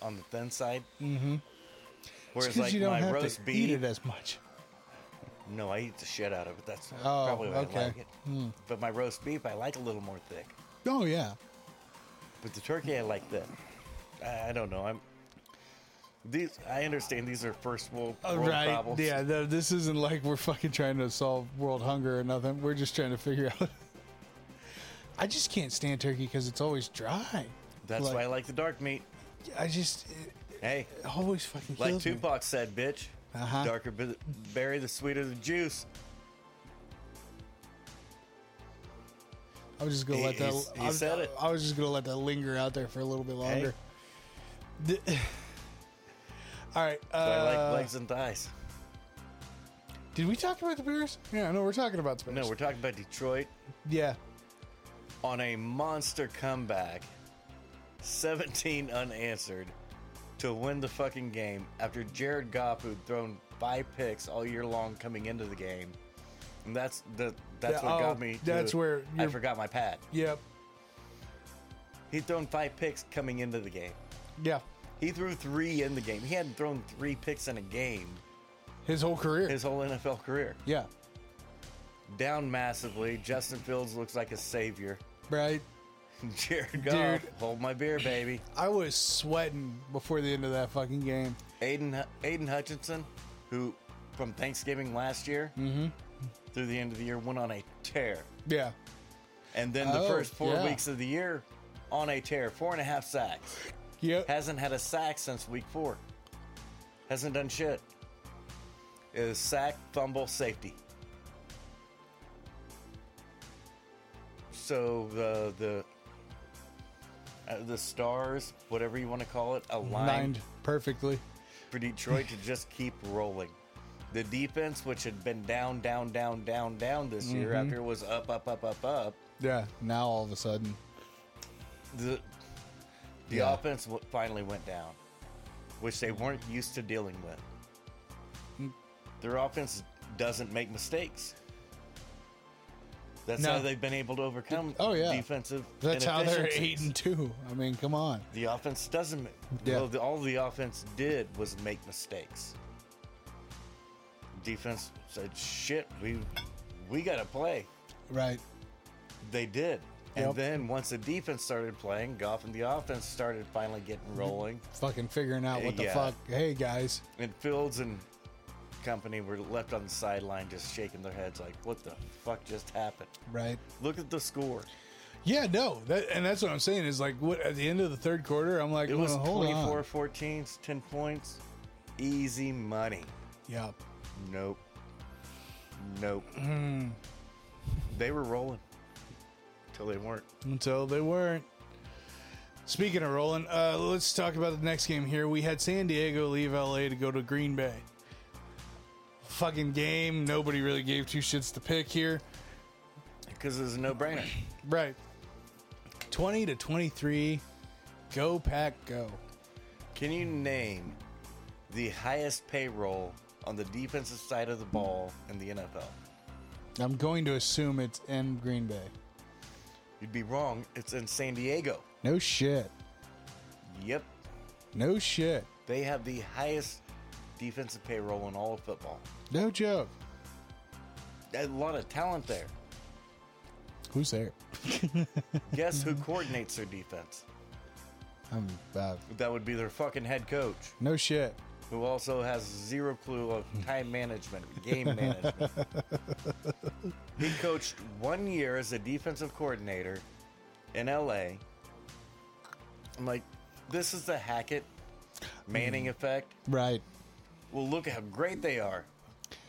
S3: on the thin side. Mm-hmm. Whereas
S2: Because
S3: like
S2: you don't
S3: my
S2: have
S3: roast
S2: to eat
S3: beef,
S2: it as much.
S3: no, I eat the shit out of it. That's
S2: Oh,
S3: probably why I
S2: okay. Hmm.
S3: like it. But my roast beef, I like a little more thick.
S2: Oh yeah,
S3: But the turkey, I like that. I, I don't know. I'm these. I understand these are first world, world problems.
S2: Oh, Yeah, no, this isn't like we're fucking trying to solve world hunger or nothing. We're just trying to figure out. I just can't stand turkey because it's always dry.
S3: That's
S2: Like,
S3: why I like the dark meat.
S2: I just it
S3: Hey,
S2: always fucking
S3: like
S2: kills me.
S3: Tupac said, bitch.
S2: Uh-huh.
S3: Darker b- berry, the sweeter the juice.
S2: I was just gonna
S3: He-
S2: let that.
S3: he's- he
S2: I was-
S3: said it.
S2: I was just gonna let that linger out there for a little bit longer. The- all right. Uh,
S3: So I like legs and thighs.
S2: did we talk about the Bears? Yeah, no, we're talking about the Bears.
S3: No, we're talking about Detroit.
S2: yeah.
S3: on a monster comeback, 17 unanswered, to win the fucking game after Jared Goff, who'd thrown five picks all year long coming into the game. And that's the that's
S2: Yeah,
S3: what
S2: oh,
S3: got me. to-
S2: that's where
S3: I
S2: you're-
S3: forgot my pad.
S2: Yep.
S3: He'd thrown five picks coming into the game.
S2: Yeah.
S3: He threw three in the game. He hadn't thrown three picks in a game
S2: His whole career.
S3: his whole NFL career.
S2: yeah.
S3: Down massively. Justin Fields looks like a savior.
S2: Right.
S3: Jared Goff, hold my beer, baby.
S2: I was sweating before the end of that fucking game.
S3: Aiden Aiden Hutchinson, who from Thanksgiving last year
S2: Mm-hmm.
S3: through the end of the year went on a tear,
S2: Yeah.
S3: and then the
S2: Oh,
S3: first four
S2: yeah.
S3: weeks of the year on a tear, four and a half sacks.
S2: Yep.
S3: Hasn't had a sack since week four. Hasn't done shit. It was sack, fumble, safety. So the the uh, the stars, whatever you want to call it, aligned
S2: Lined perfectly.
S3: for Detroit to just keep rolling. The defense, which had been down, down, down, down, down this year
S2: Mm-hmm.
S3: after it was up, up, up, up, up,
S2: Yeah. Now all of a sudden.
S3: the the
S2: Yeah.
S3: offense w- finally went down, which they weren't used to dealing with.
S2: Mm.
S3: Their offense doesn't make mistakes. That's
S2: No.
S3: how they've been able to overcome
S2: Oh, yeah.
S3: defensive.
S2: That's how they're eight
S3: inefficiencies.
S2: and two. I mean, come on.
S3: The offense doesn't. ma-
S2: Yeah.
S3: Well, the, all the offense did was make mistakes. Defense said, "Shit, we we got to play."
S2: Right.
S3: They did, and
S2: Yep.
S3: then once the defense started playing, Goff and the offense started finally
S2: Mm-hmm.
S3: getting rolling.
S2: Fucking figuring out what the
S3: Yeah.
S2: fuck. Hey guys.
S3: And Fields and company were left on the sideline, just shaking their heads, like, "What the fuck just happened?"
S2: Right.
S3: Look at the score.
S2: Yeah. No. That, and that's what I'm saying is like what at the end of the third quarter, I'm like,
S3: It was
S2: well, hold on.
S3: 24 14s, 10 points. easy money.
S2: Yep.
S3: Nope. Nope. They were rolling till they weren't.
S2: Until they weren't. Speaking of rolling, uh, let's talk about the next game here. We had San Diego leave LA to go to Green Bay. Fucking game. Nobody really gave two shits to pick here.
S3: Because it was a no-brainer.
S2: Right. 20 to 23. Go, pack, go.
S3: Can you name the highest payroll on the defensive side of the ball in the NFL?
S2: I'm going to assume it's in Green Bay.
S3: You'd be wrong. It's in San Diego.
S2: No shit.
S3: Yep.
S2: No shit.
S3: They have the highest defensive payroll in all of football.
S2: No joke.
S3: A lot of talent there.
S2: Who's there?
S3: Guess who coordinates their defense?
S2: I'm uh,
S3: That would be their fucking head coach,
S2: no shit.
S3: who also has zero clue of time management, game management. he coached one year as a defensive coordinator in LA. I'm like, this is the Hackett
S2: Mm.
S3: Manning effect.
S2: Right.
S3: Well, look how great they are.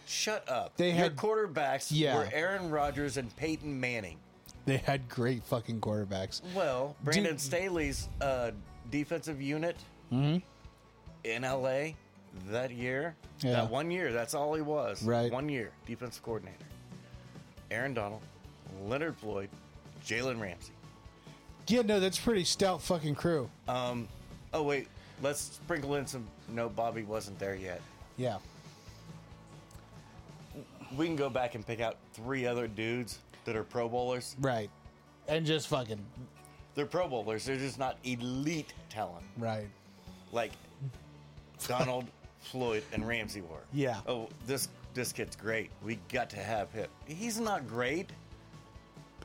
S3: Shut up.
S2: They
S3: Your
S2: had-
S3: quarterbacks
S2: Yeah.
S3: were Aaron Rodgers and Peyton Manning.
S2: They had great fucking quarterbacks.
S3: Well, Brandon Staley's uh, defensive unit
S2: Mm-hmm.
S3: in LA that year,
S2: Yeah.
S3: that one year, that's all he was.
S2: Right.
S3: One year, defensive coordinator. Aaron Donald, Leonard Floyd, Jalen Ramsey.
S2: Yeah, no, that's pretty stout fucking crew. Uh,
S3: Um, oh, wait, let's sprinkle in some. No, Bobby wasn't there yet.
S2: Yeah.
S3: We can go back and pick out three other dudes that are Pro Bowlers.
S2: Right. And just fucking
S3: They're Pro Bowlers, they're just not elite talent.
S2: right.
S3: like Donald Floyd and Ramsey were.
S2: Yeah.
S3: Oh, this this kid's great. We got to have him. He's not great.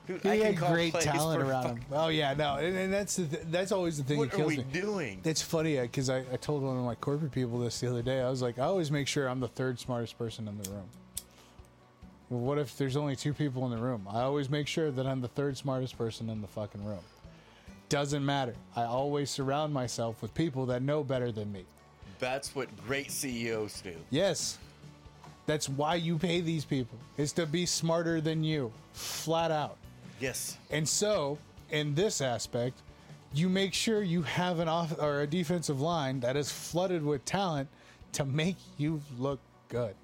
S3: Dude,
S2: He
S3: I can
S2: had
S3: call
S2: great
S3: plays
S2: talent
S3: for
S2: around
S3: fuck-
S2: him. Oh yeah, no, and, and that's the th- that's always the thing
S3: What
S2: that
S3: are
S2: kills
S3: we
S2: me.
S3: doing?
S2: It's funny because I, I told one of my corporate people this the other day. I was like, I always make sure I'm the third smartest person in the room. Well, what if there's only two people in the room? I always make sure that I'm the third smartest person in the fucking room. Doesn't matter. I always surround myself with people that know better than me.
S3: That's what great CEOs do.
S2: Yes. That's why you pay these people, is to be smarter than you, flat out.
S3: Yes.
S2: And so, in this aspect, you make sure you have an off or a defensive line that is flooded with talent to make you look good.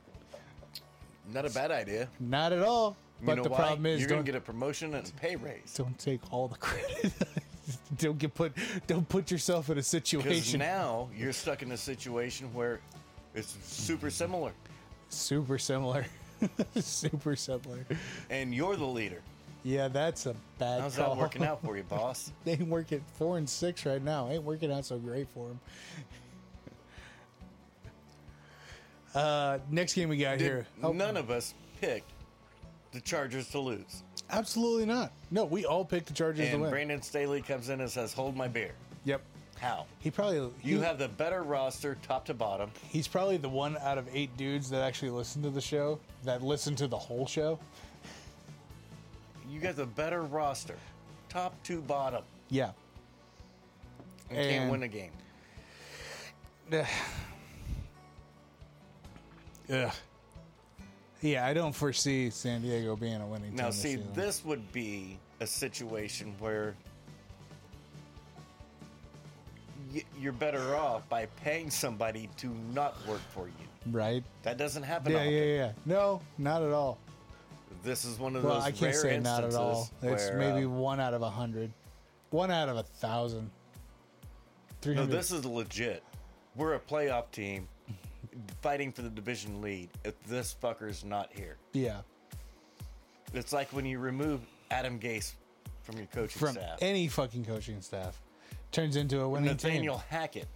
S3: Not a bad idea.
S2: Not at all.
S3: You
S2: But
S3: know
S2: the
S3: why?
S2: problem is
S3: you're gonna
S2: don't
S3: get a promotion and a pay raise.
S2: don't take all the credit. don't get put don't put yourself in a
S3: Because
S2: situation
S3: now you're stuck in a situation where it's super similar.
S2: super similar. super similar.
S3: And you're the leader.
S2: Yeah, that's a bad
S3: How's
S2: call.
S3: that working out for you, boss?
S2: They work at four and six right now. Ain't working out so great for them. Uh, next game we got
S3: Did-
S2: here. Oh,
S3: None of us picked the Chargers to lose.
S2: absolutely not. No, we all picked the Chargers to
S3: And
S2: win.
S3: Brandon Staley comes in and says, "Hold my beer."
S2: yep.
S3: How?
S2: He probably he,
S3: You have the better roster, top to bottom.
S2: He's probably the one out of eight dudes that actually listened to the show that listened to the whole show.
S3: You got the better roster, top to bottom,
S2: Yeah.
S3: and, can't
S2: And-
S3: win a game.
S2: Ugh. Yeah, I don't foresee San Diego being a winning team.
S3: Now,
S2: this
S3: see,
S2: season.
S3: this would be a situation where y- you're better off by paying somebody to not work for you.
S2: right?
S3: That doesn't happen.
S2: Yeah,
S3: often.
S2: yeah, yeah. No, not at all.
S3: This is one of
S2: Well,
S3: those
S2: I can't
S3: rare
S2: say not at all.
S3: instances
S2: It's
S3: where,
S2: maybe
S3: uh,
S2: one out of a hundred, one out of a thousand. Three
S3: No,
S2: hundred.
S3: this is legit. We're a playoff team fighting for the division lead if this fucker's not here.
S2: yeah,
S3: It's like when you remove Adam Gase from your coaching
S2: from
S3: staff.
S2: any fucking coaching staff, turns into a winning
S3: Nathaniel
S2: team.
S3: Hackett.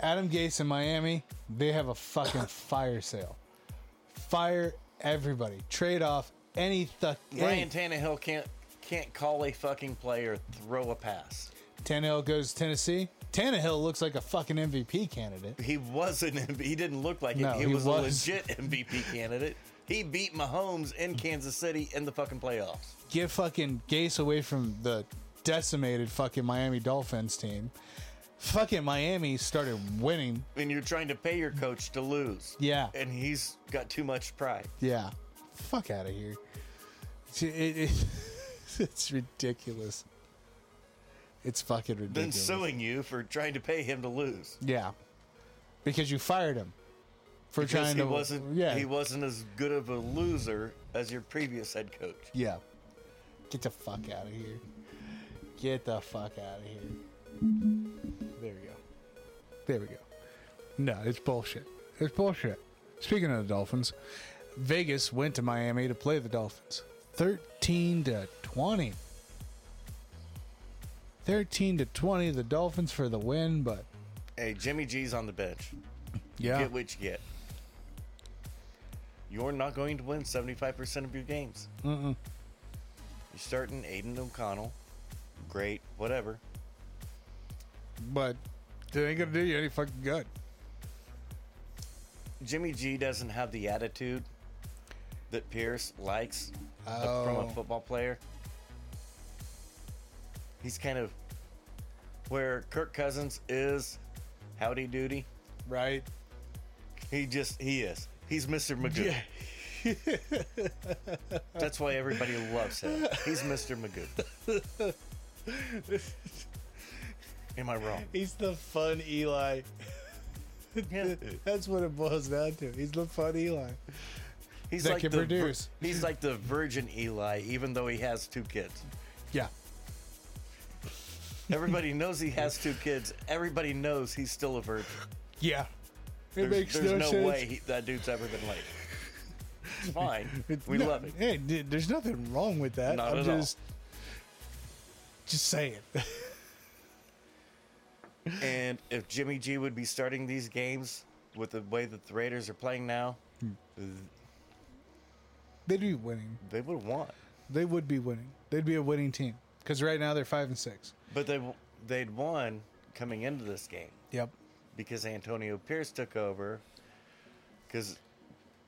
S2: Adam Gase in Miami, they have a fucking fire sale. Fire everybody. Trade off any thuck.
S3: Ryan Tannehill can't can't call a fucking play or throw a pass.
S2: Tannehill goes to Tennessee. Tannehill looks like a fucking MVP candidate.
S3: He wasn't he didn't look like
S2: No,
S3: it. He,
S2: he
S3: was, a
S2: was.
S3: legit MVP candidate. He beat Mahomes in Kansas City in the fucking playoffs.
S2: Get fucking Gase away from the decimated fucking Miami Dolphins team. fucking Miami started winning.
S3: And you're trying to pay your coach to lose.
S2: Yeah.
S3: And he's got too much pride.
S2: Yeah. Fuck out of here. It's, it- it- it's ridiculous. It's fucking
S3: Then
S2: ridiculous.
S3: suing you for trying to pay him to lose.
S2: yeah. Because you fired him for
S3: Because
S2: trying
S3: he
S2: to.
S3: wasn't
S2: Yeah.
S3: he wasn't as good of a loser as your previous head coach.
S2: yeah. Get the fuck out of here. Get the fuck out of here. There we go. There we go. No, it's bullshit. It's bullshit. Speaking of the Dolphins, Vegas went to Miami to play the Dolphins. 13 to 20. 13 to 20, the Dolphins for the win, but
S3: Hey, Jimmy G's on the bench.
S2: yeah.
S3: Get what you get. You're not going to win 75% of your games. Mm-mm. You're starting Aiden O'Connell. Great, whatever.
S2: But they ain't going to do you any fucking good.
S3: Jimmy G doesn't have the attitude that Pierce likes a- from
S2: Oh.
S3: a football player. He's kind of where Kirk Cousins is howdy doody.
S2: Right?
S3: He just he is. He's Mr. Magoo.
S2: Yeah.
S3: That's why everybody loves him. He's Mr. Magoo. Am I wrong?
S2: He's the fun Eli.
S3: Yeah.
S2: That's what it boils down to. He's the fun Eli.
S3: He's
S2: That
S3: like
S2: can
S3: the vir-
S2: produce.
S3: he's like the virgin Eli, even though he has two kids.
S2: Yeah.
S3: Everybody knows he has two kids. Everybody knows he's still a virgin.
S2: Yeah. It
S3: There's,
S2: makes
S3: there's
S2: no,
S3: no,
S2: sense.
S3: way he, that dude's ever been late. It's fine.
S2: It's-
S3: we
S2: no,
S3: love it.
S2: Hey, d- there's nothing wrong with that.
S3: Not
S2: I'm
S3: at all.
S2: just just saying.
S3: And if Jimmy G would be starting these games with the way that the Raiders are playing now,
S2: They'd be winning.
S3: they would want.
S2: They would be winning. They'd be a winning team because right now they're five and six.
S3: But they w- they'd won coming into this game
S2: Yep.
S3: because Antonio Pierce took over. Because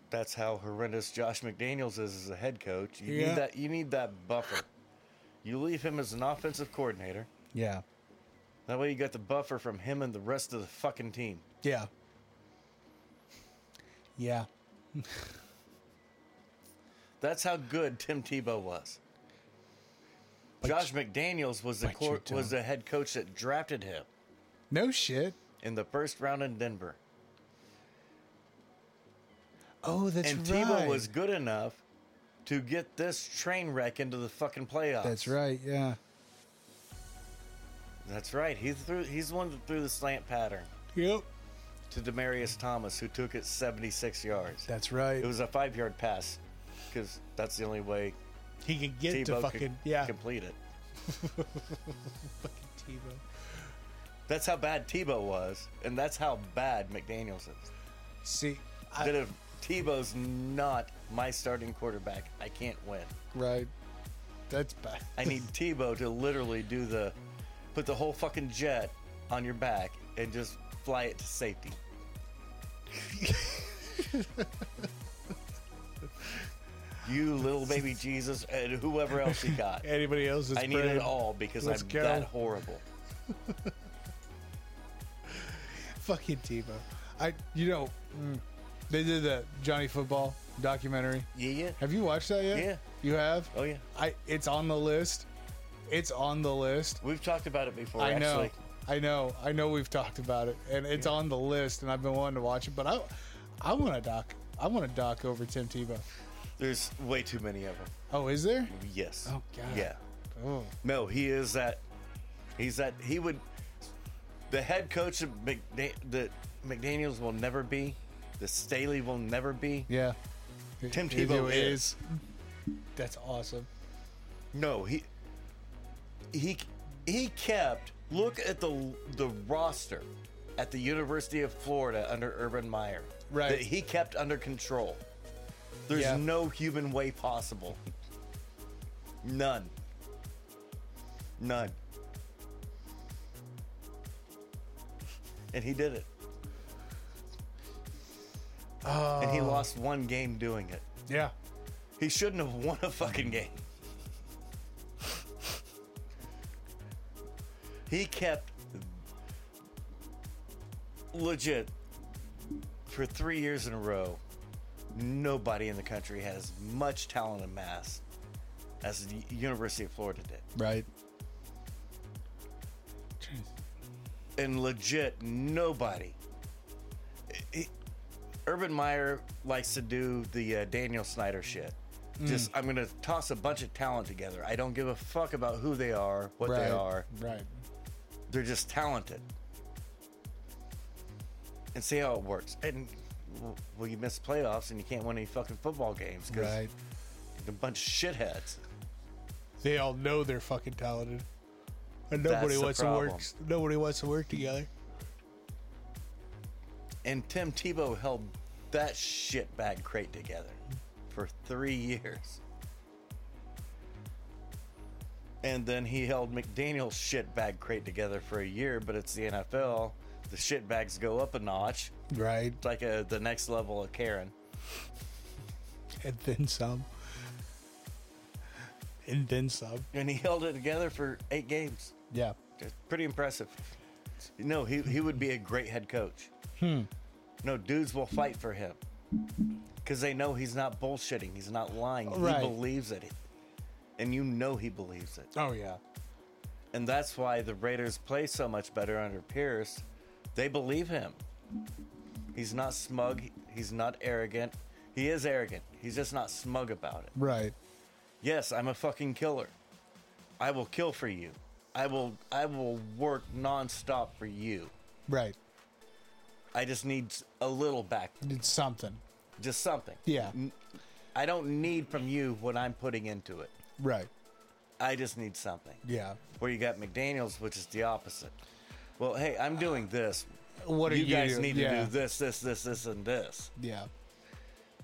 S3: that's how horrendous Josh McDaniels is as a head coach. You
S2: Yeah.
S3: need that. You need that buffer. You leave him as an offensive coordinator.
S2: Yeah.
S3: That way you got the buffer from him and the rest of the fucking team.
S2: Yeah. Yeah.
S3: That's how good Tim Tebow was. Josh McDaniels was the
S2: but you
S3: cor-
S2: don't.
S3: was the head coach that drafted him
S2: No shit.
S3: in the first round in Denver.
S2: Oh, that's
S3: and
S2: right.
S3: Tebow was good enough to get this train wreck into the fucking playoffs.
S2: That's right. Yeah.
S3: That's right. He threw he's the one that threw the slant pattern
S2: Yep.
S3: to Demarius Thomas who took it 76 yards.
S2: That's right.
S3: It was a 5-yard pass cuz that's the only way
S2: he could get to
S3: Tebow
S2: fucking
S3: could
S2: yeah.
S3: complete it.
S2: fucking Tebow.
S3: That's how bad Tebow was and that's how bad McDaniels is.
S2: See, I,
S3: that if Tebow's not my starting quarterback, I can't win.
S2: right. That's bad.
S3: I need Tebow to literally do the put the whole fucking jet on your back and just fly it to safety. you little baby Jesus and whoever else he got.
S2: Anybody else is
S3: I need it all because
S2: Let's
S3: I'm
S2: go.
S3: that horrible.
S2: Fucking Tebow. I, you know, mm, they did the Johnny Football documentary.
S3: Yeah, yeah.
S2: Have you watched that yet?
S3: Yeah.
S2: You have?
S3: Oh yeah.
S2: I. It's on the list. It's on the list.
S3: We've talked about it before
S2: I know.
S3: Oh, actually.
S2: I know. I know. We've talked about it, and it's on the list, and I've been wanting to watch it, but I, I want to doc. I want to doc over Tim Tebow.
S3: There's way too many of them.
S2: Oh, is there?
S3: Yes.
S2: Oh, God.
S3: Yeah.
S2: Oh,
S3: No, he is that. He's that. He would. The head coach of McDa- that McDaniel's will never be. The Staley will never be.
S2: yeah.
S3: Tim
S2: It- it
S3: Tebow
S2: is. That's awesome.
S3: No, he. He he kept. Look at the the roster at the University of Florida under Urban Meyer.
S2: Right.
S3: That he kept under control. There's
S2: Yeah.
S3: no human way possible. None. None. And he did it.
S2: Oh.
S3: And he lost one game doing it.
S2: Yeah.
S3: He shouldn't have won a fucking game. He kept legit, for three years in a row, nobody in the country had as much talent and mass as the University of Florida did.
S2: Right.
S3: And legit, nobody. It- Urban Meyer likes to do the uh, Daniel Snyder shit.
S2: Mm.
S3: Just, I'm going to toss a bunch of talent together. I don't give a fuck about who they are, what
S2: right.
S3: they are.
S2: Right.
S3: they're just talented and see how it works and w- well you miss playoffs and you can't win any fucking football games because
S2: Right.
S3: a bunch of shitheads
S2: They all know they're fucking talented. And nobody
S3: That's the
S2: wants to work
S3: problem.
S2: nobody wants to work together.
S3: and tim tebow held that shitbag crate together for three years and then he held mcdaniel's shitbag crate together for a year but it's the nfl the shitbags go up a notch
S2: Right.
S3: it's like a, the next level of karen
S2: And then some. And then some.
S3: and he held it together for eight games
S2: Yeah.
S3: That's pretty impressive. No, he, he would be a great head coach. No, dudes will fight for him because they know he's not bullshitting. He's not lying.
S2: Right.
S3: He believes it. And you know he believes it.
S2: Oh yeah.
S3: And that's why the Raiders play so much better under Pierce. They believe him. He's not smug. He's not arrogant. He is arrogant. He's just not smug about it.
S2: Right.
S3: Yes, I'm a fucking killer. I will kill for you. I will I will work nonstop for you.
S2: Right.
S3: I just need a little back,
S2: It's something.
S3: just something.
S2: Yeah.
S3: N- I don't need from you what I'm putting into it.
S2: Right.
S3: I just need something.
S2: Yeah.
S3: Where you got McDaniel's, which is the opposite. Well, hey, I'm doing this.
S2: What are you,
S3: guys
S2: do-
S3: need
S2: yeah.
S3: to do this, this, this, this, and this.
S2: Yeah.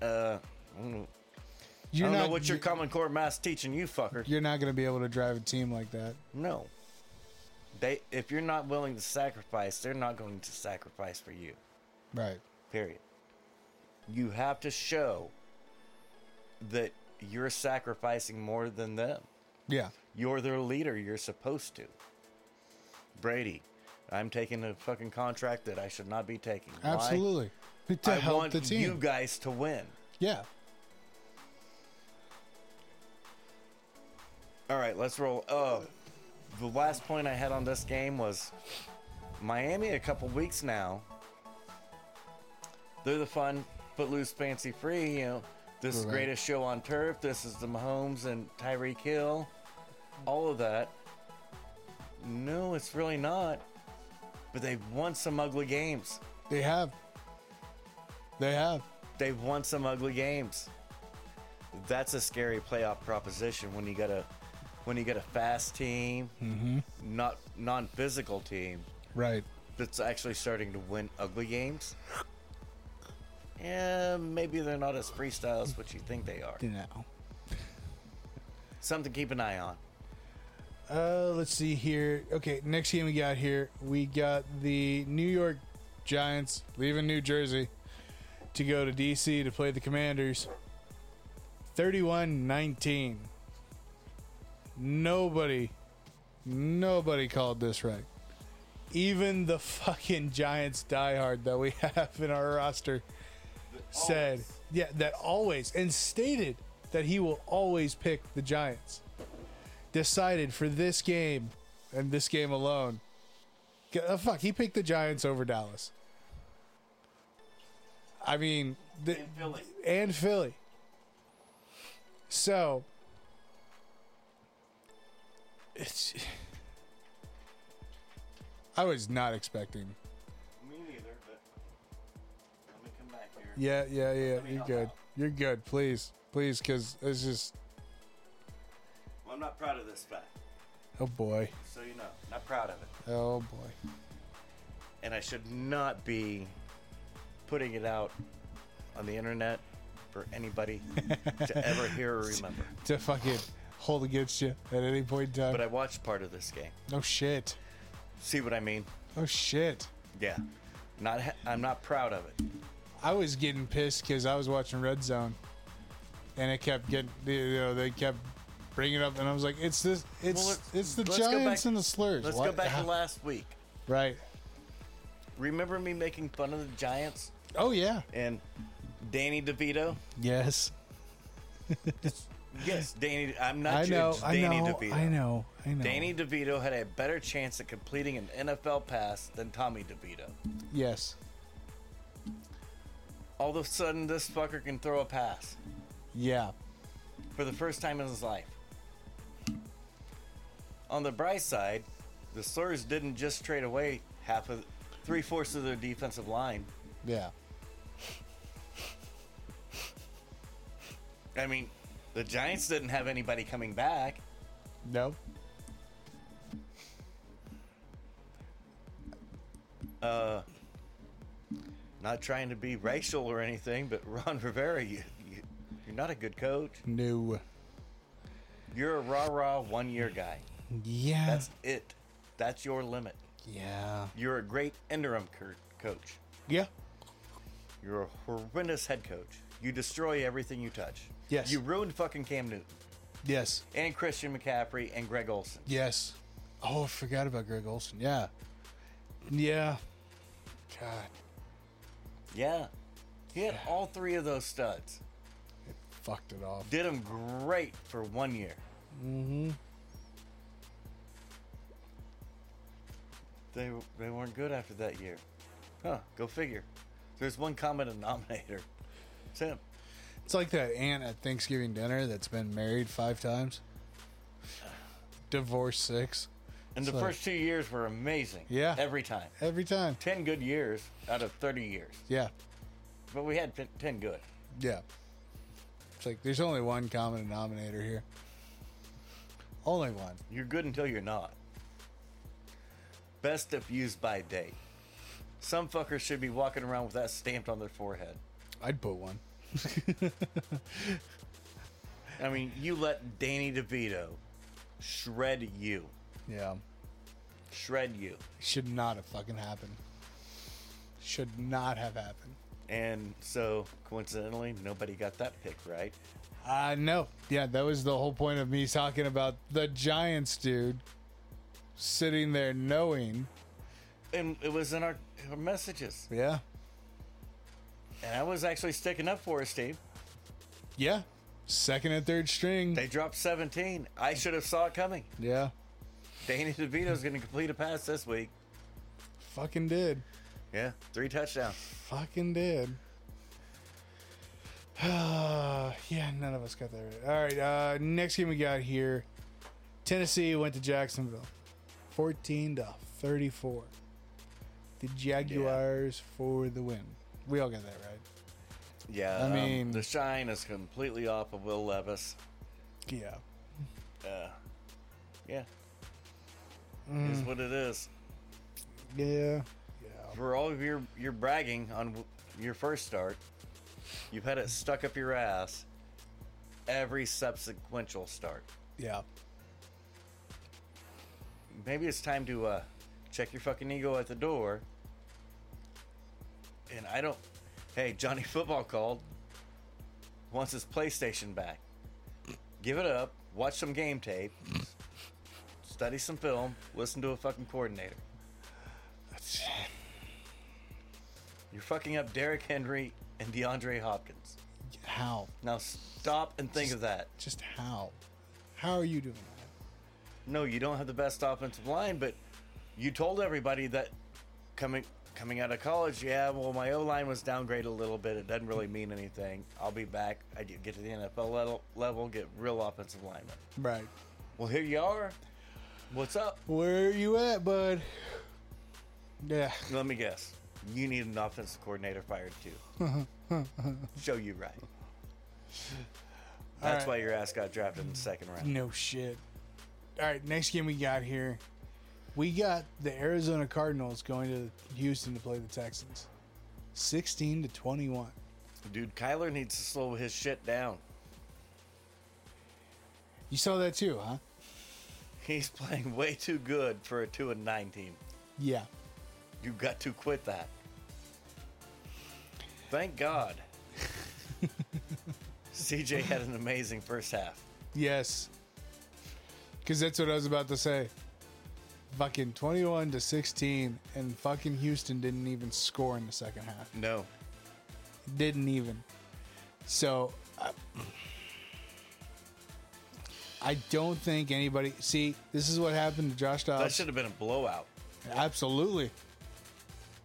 S3: Uh, I don't know- I
S2: You're
S3: don't
S2: not
S3: know what your common core mass teaching you, fucker.
S2: you're not going to be able to drive a team like that.
S3: No. They, if you're not willing to sacrifice, they're not going to sacrifice for you.
S2: Right.
S3: Period. You have to show that you're sacrificing more than them.
S2: Yeah.
S3: You're their leader. You're supposed to. Brady, I'm taking a fucking contract that I should not be taking. Why?
S2: Absolutely. To
S3: I
S2: help
S3: want
S2: the team.
S3: you guys to win.
S2: yeah.
S3: All right, let's roll. Oh, the last point I had on this game was Miami. A couple weeks now, they're the fun but loose, fancy free. You know, this is
S2: Right.
S3: greatest show on turf. This is the Mahomes and Tyreek Hill, all of that. No, it's really not. But they've won some ugly games.
S2: They have. They have.
S3: They've won some ugly games. That's a scary playoff proposition when you got a when you got a fast team, not non-physical team
S2: Right.
S3: that's actually starting to win ugly games. Yeah, maybe they're not as freestyle as what you think they are.
S2: You know.
S3: Something to keep an eye on.
S2: Uh, let's see here. Okay, next game we got here, we got the New York Giants leaving New Jersey to go to DC to play the Commanders. 31-19. Nobody nobody called this right. Even the fucking Giants diehard that we have in our roster said, yeah, that always and stated that he will always pick the Giants decided for this game and this game alone. G- oh, fuck, he picked the Giants over Dallas. I mean, the, and, Philly. So it's I was not expecting.
S3: Me neither, but let me come back here.
S2: Yeah, yeah, yeah. You're good. You're good. Please, please, because it's just
S3: Well, I'm not proud of this fact,
S2: oh boy,
S3: so you know, not proud of it.
S2: oh boy.
S3: and I should not be putting it out on the internet for anybody to ever hear or remember.
S2: To fucking hold against you at any point in time.
S3: But I watched part of this game.
S2: Oh shit.
S3: See what I mean?
S2: Oh shit.
S3: Yeah. Not ha- I'm not proud of it.
S2: I was getting pissed because I was watching Red Zone, and it kept getting you know they kept bringing it up, and I was like, it's this, it's
S3: Well, let's-
S2: it's the
S3: let's go
S2: Giants
S3: back-
S2: and the slurs.
S3: Let's
S2: Why-
S3: go back
S2: how-
S3: to last week.
S2: right.
S3: Remember me making fun of the Giants
S2: Oh yeah.
S3: and Danny DeVito?
S2: Yes.
S3: Yes, Danny. I'm not.
S2: I
S3: sure
S2: know.
S3: it's
S2: I
S3: Danny
S2: know.
S3: DeVito.
S2: I know. I know.
S3: Danny DeVito had a better chance at completing an NFL pass than Tommy DeVito.
S2: Yes.
S3: All of a sudden, this fucker can throw a pass
S2: Yeah.
S3: for the first time in his life. On the bright side, the Slurs didn't just trade away half of, three fourths of their defensive line.
S2: Yeah.
S3: I mean, the Giants didn't have anybody coming back.
S2: No.
S3: Not trying to be racial or anything, but Ron Rivera, you, you, you're not a good coach.
S2: No.
S3: You're a rah rah one year guy.
S2: Yeah.
S3: That's it. That's your limit.
S2: yeah.
S3: You're a great interim cur- coach.
S2: Yeah.
S3: You're a horrendous head coach. You destroy everything you touch.
S2: Yes.
S3: You ruined fucking Cam Newton
S2: Yes.
S3: and Christian McCaffrey and Greg Olson.
S2: Yes. Oh, I forgot about Greg Olson. Yeah. Yeah. God.
S3: Yeah. He had all three of those studs.
S2: Fucked it off.
S3: Did them great for one year. Mm-hmm. They, they weren't good after that year. Huh, go figure. There's one common denominator. It's him.
S2: It's like that aunt at Thanksgiving dinner that's been married five times, divorced six.
S3: And the
S2: So-
S3: first two years were amazing.
S2: Yeah.
S3: Every time.
S2: Every time.
S3: 10 good years out of 30 years.
S2: Yeah.
S3: But we had ten- 10 good.
S2: Yeah. It's like there's only one common denominator here. Only one.
S3: You're good until you're not. Best if used by date. Some fuckers should be walking around with that stamped on their forehead.
S2: I'd put one.
S3: I mean, you let Danny DeVito shred you.
S2: Yeah.
S3: Shred you.
S2: Should not have fucking happened. Should not have happened.
S3: And so, coincidentally, nobody got that pick right.
S2: Uh no. Yeah, that was the whole point of me talking about the Giants dude sitting there knowing.
S3: And it was in our, our messages.
S2: Yeah.
S3: And I was actually sticking up for us, Steve.
S2: Yeah. Second and third string.
S3: They dropped 17. I should have saw it coming.
S2: yeah.
S3: Danny DeVito's going to complete a pass this week.
S2: Fucking did.
S3: Yeah, three touchdowns.
S2: Fucking did. yeah, none of us got that right. All right, uh, next game we got here. Tennessee went to Jacksonville, fourteen to thirty-four. The Jaguars for the win. We all got that right.
S3: Yeah,
S2: I
S3: um,
S2: mean-
S3: the shine is completely off of Will Levis.
S2: Yeah.
S3: Uh, yeah,
S2: Mm.
S3: is what it is.
S2: Yeah. Yeah.
S3: For all of your your bragging on w- your first start, you've had it stuck up your ass every subsequential start.
S2: Yeah.
S3: Maybe it's time to uh, check your fucking ego at the door. And I don't. Hey, Johnny Football called. Wants his PlayStation back. Give it up. Watch some game tape. Study some film. Listen to a fucking coordinator. You're fucking up Derrick Henry and DeAndre Hopkins.
S2: How?
S3: Now stop and think of that.
S2: Just how? How are you doing that?
S3: No, you don't have the best offensive line, but you told everybody that coming coming out of college, yeah, well, my O line was downgraded a little bit. It doesn't really mean anything. I'll be back. I get get to the NFL level, level get real offensive lineman.
S2: Right.
S3: Well, here you are. What's up?
S2: Where are you at, bud? Yeah.
S3: Let me guess. You need an offensive coordinator fired too. Show you right. That's
S2: right.
S3: why your ass got drafted in the second round.
S2: No shit. All right, next game we got here. We got the Arizona Cardinals going to Houston to play the Texans. 16 to 21.
S3: Dude, Kyler needs to slow his shit down.
S2: You saw that too, huh?
S3: He's playing way too good for a two and nine team.
S2: Yeah.
S3: You got to quit that. Thank God. CJ had an amazing first half.
S2: Yes. Cuz that's what I was about to say. fucking 21 to 16, and fucking Houston didn't even score in the second half.
S3: No.
S2: Didn't even. So I, I don't think anybody. See, this is what happened to Josh
S3: That
S2: Dobbs.
S3: should have been a blowout.
S2: Absolutely.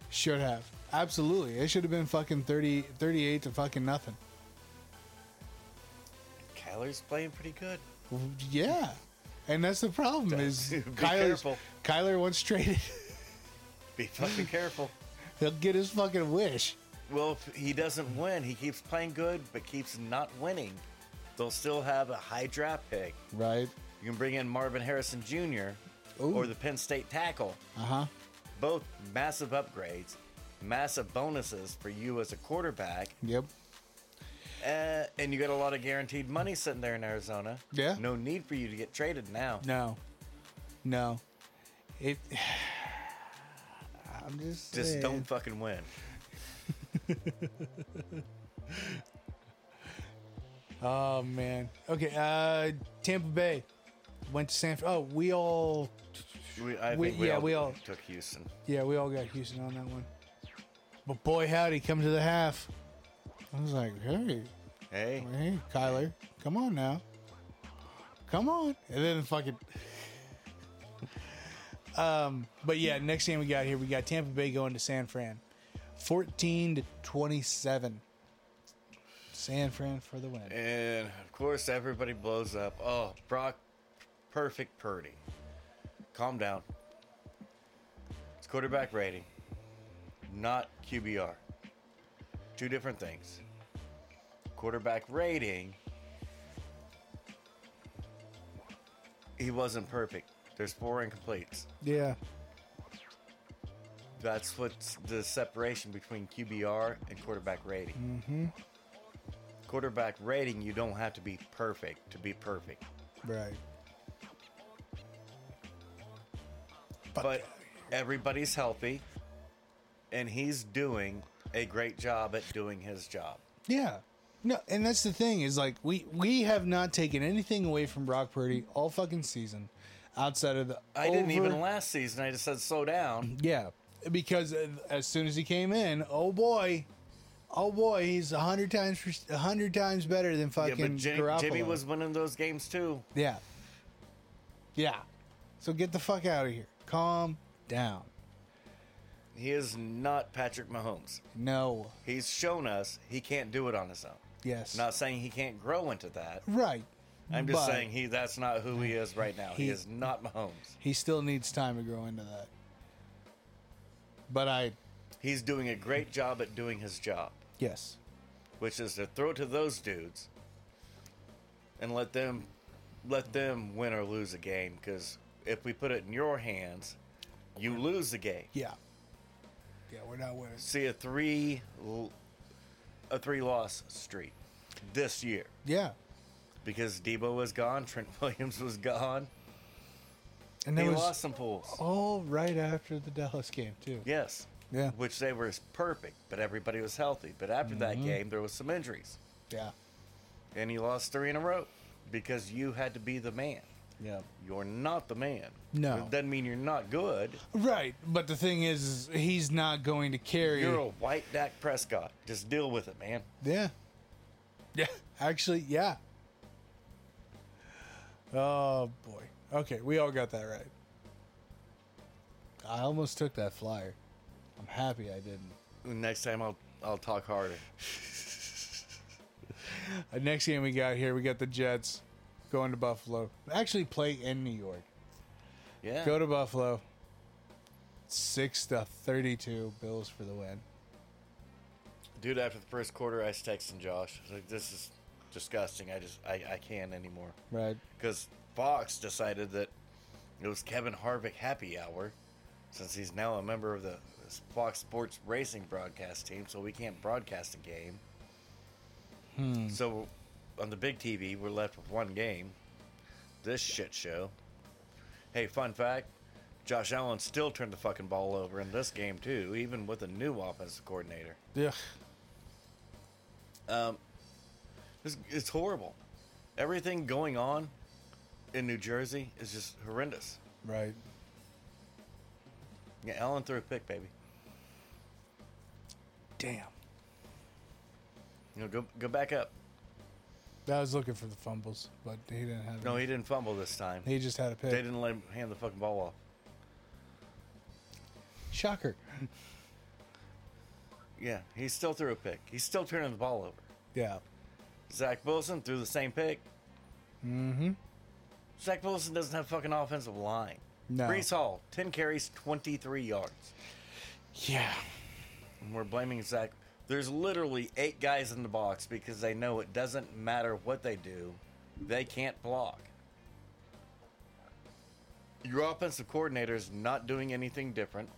S2: Should have. Absolutely. It should have been fucking 30, 38 to fucking nothing.
S3: Kyler's playing pretty good.
S2: Yeah. And that's the problem is
S3: Be
S2: Kyler's,
S3: careful.
S2: Kyler once traded,
S3: Be fucking careful.
S2: he'll get his fucking wish.
S3: Well, if he doesn't win, he keeps playing good, but keeps not winning. They'll still have a high draft pick.
S2: Right.
S3: You can bring in Marvin Harrison Jr.
S2: Ooh.
S3: or the Penn State tackle.
S2: Uh huh.
S3: Both massive upgrades, massive bonuses for you as a quarterback,
S2: Yep.
S3: uh, and you got a lot of guaranteed money sitting there in Arizona.
S2: Yeah.
S3: No need for you to get traded now.
S2: No. No. It. I'm just.
S3: Just
S2: saying.
S3: don't fucking win.
S2: Oh man. Okay. Uh, Tampa Bay went to San. Oh, we all.
S3: We, I
S2: We-
S3: think we
S2: yeah,
S3: all
S2: we all-
S3: took Houston.
S2: Yeah, we all got Houston on that one. But boy, howdy, come to the half. I was like, hey,
S3: Hey,
S2: hey, Kyler, come on now, come on, and then fucking. um, but yeah, next game we got here, we got Tampa Bay going to San Fran, fourteen to twenty-seven. San Fran for the win.
S3: and of course everybody blows up. Oh, Brock, perfect Purdy. Calm down. It's quarterback rating, not QBR. Two different things. Quarterback rating. He wasn't perfect. There's four incompletes.
S2: Yeah,
S3: That's what's the separation between QBR and quarterback rating. Mm-hmm. Quarterback rating, you don't have to be perfect to be perfect.
S2: right.
S3: But everybody's healthy, and he's doing a great job at doing his job.
S2: Yeah. No, and that's the thing is like we we have not taken anything away from Brock Purdy all fucking season, outside of the.
S3: I didn't
S2: over-
S3: even last season. I just said slow down.
S2: Yeah, because uh, as soon as he came in, oh boy, oh boy, he's a hundred times a hundred times better than
S3: Yeah,
S2: fucking
S3: but Jim-
S2: Garoppolo.
S3: Jimmy was winning those games too.
S2: Yeah. Yeah. So get the fuck out of here. Calm down.
S3: He is not Patrick Mahomes.
S2: No.
S3: He's shown us he can't do it on his own.
S2: Yes.
S3: Not saying he can't grow into that.
S2: right.
S3: I'm just
S2: But
S3: saying he that's not who he is right now. He,
S2: He-
S3: is not Mahomes.
S2: he still needs time to grow into that. But I
S3: He's doing a great job at doing his job,
S2: yes.
S3: which is to throw to those dudes and let them let them win or lose a game cuz if we put it in your hands, you lose the game.
S2: Yeah. Yeah, we're not winning.
S3: See a 3 l- a 3 loss streak this year
S2: Yeah.
S3: because Debo was gone, Trent Williams was gone.
S2: And
S3: He
S2: that was
S3: lost some pools.
S2: all right after the Dallas game, too.
S3: Yes.
S2: Yeah.
S3: Which they were perfect, but everybody was healthy. But after that game, there was some injuries,
S2: Yeah.
S3: and he lost three in a row because you had to be the man.
S2: Yeah.
S3: You're not the man.
S2: No.
S3: it doesn't mean you're not good.
S2: Right. But the thing is, is he's not going to carry.
S3: You're a white Dak Prescott. Just deal with it, man.
S2: Yeah. Yeah. Actually, yeah. Oh, boy. Okay, we all got that right. I almost took that flyer. I'm happy I didn't.
S3: Next time I'll I'll talk harder.
S2: Uh, next game we got here, we got the Jets going to Buffalo. Actually, play in New York.
S3: Yeah.
S2: Go to Buffalo. Six to thirty-two Bills for the win.
S3: Dude, after the first quarter, I was texting Josh. I was like, this is disgusting. I just I, I can't anymore.
S2: Right.
S3: because Fox decided that it was Kevin Harvick happy hour, since he's now a member of the Fox Sports Racing broadcast team, so we can't broadcast a game. So on the big TV, we're left with one game. This shit show. Hey, fun fact. Josh Allen still turned the fucking ball over in this game too, even with a new offensive coordinator.
S2: Yeah.
S3: It's, it's horrible. Everything going on in New Jersey is just horrendous.
S2: Right.
S3: Yeah, Allen threw a pick, baby.
S2: Damn.
S3: You know, go go back up.
S2: I was looking for the fumbles, but he didn't have.
S3: No,
S2: any.
S3: he didn't fumble this time.
S2: he just had a
S3: They
S2: pick.
S3: didn't let him hand the fucking ball off.
S2: Shocker.
S3: Yeah, he still threw a pick. He's still turning the ball over.
S2: Yeah.
S3: Zach Wilson threw the same pick. Mm-hmm. Zach Wilson doesn't have fucking offensive line.
S2: No.
S3: Brees Hall, 10 carries, 23 yards.
S2: Yeah.
S3: And we're blaming Zach. There's literally eight guys in the box because they know it doesn't matter what they do, they can't block. Your offensive coordinator is not doing anything different,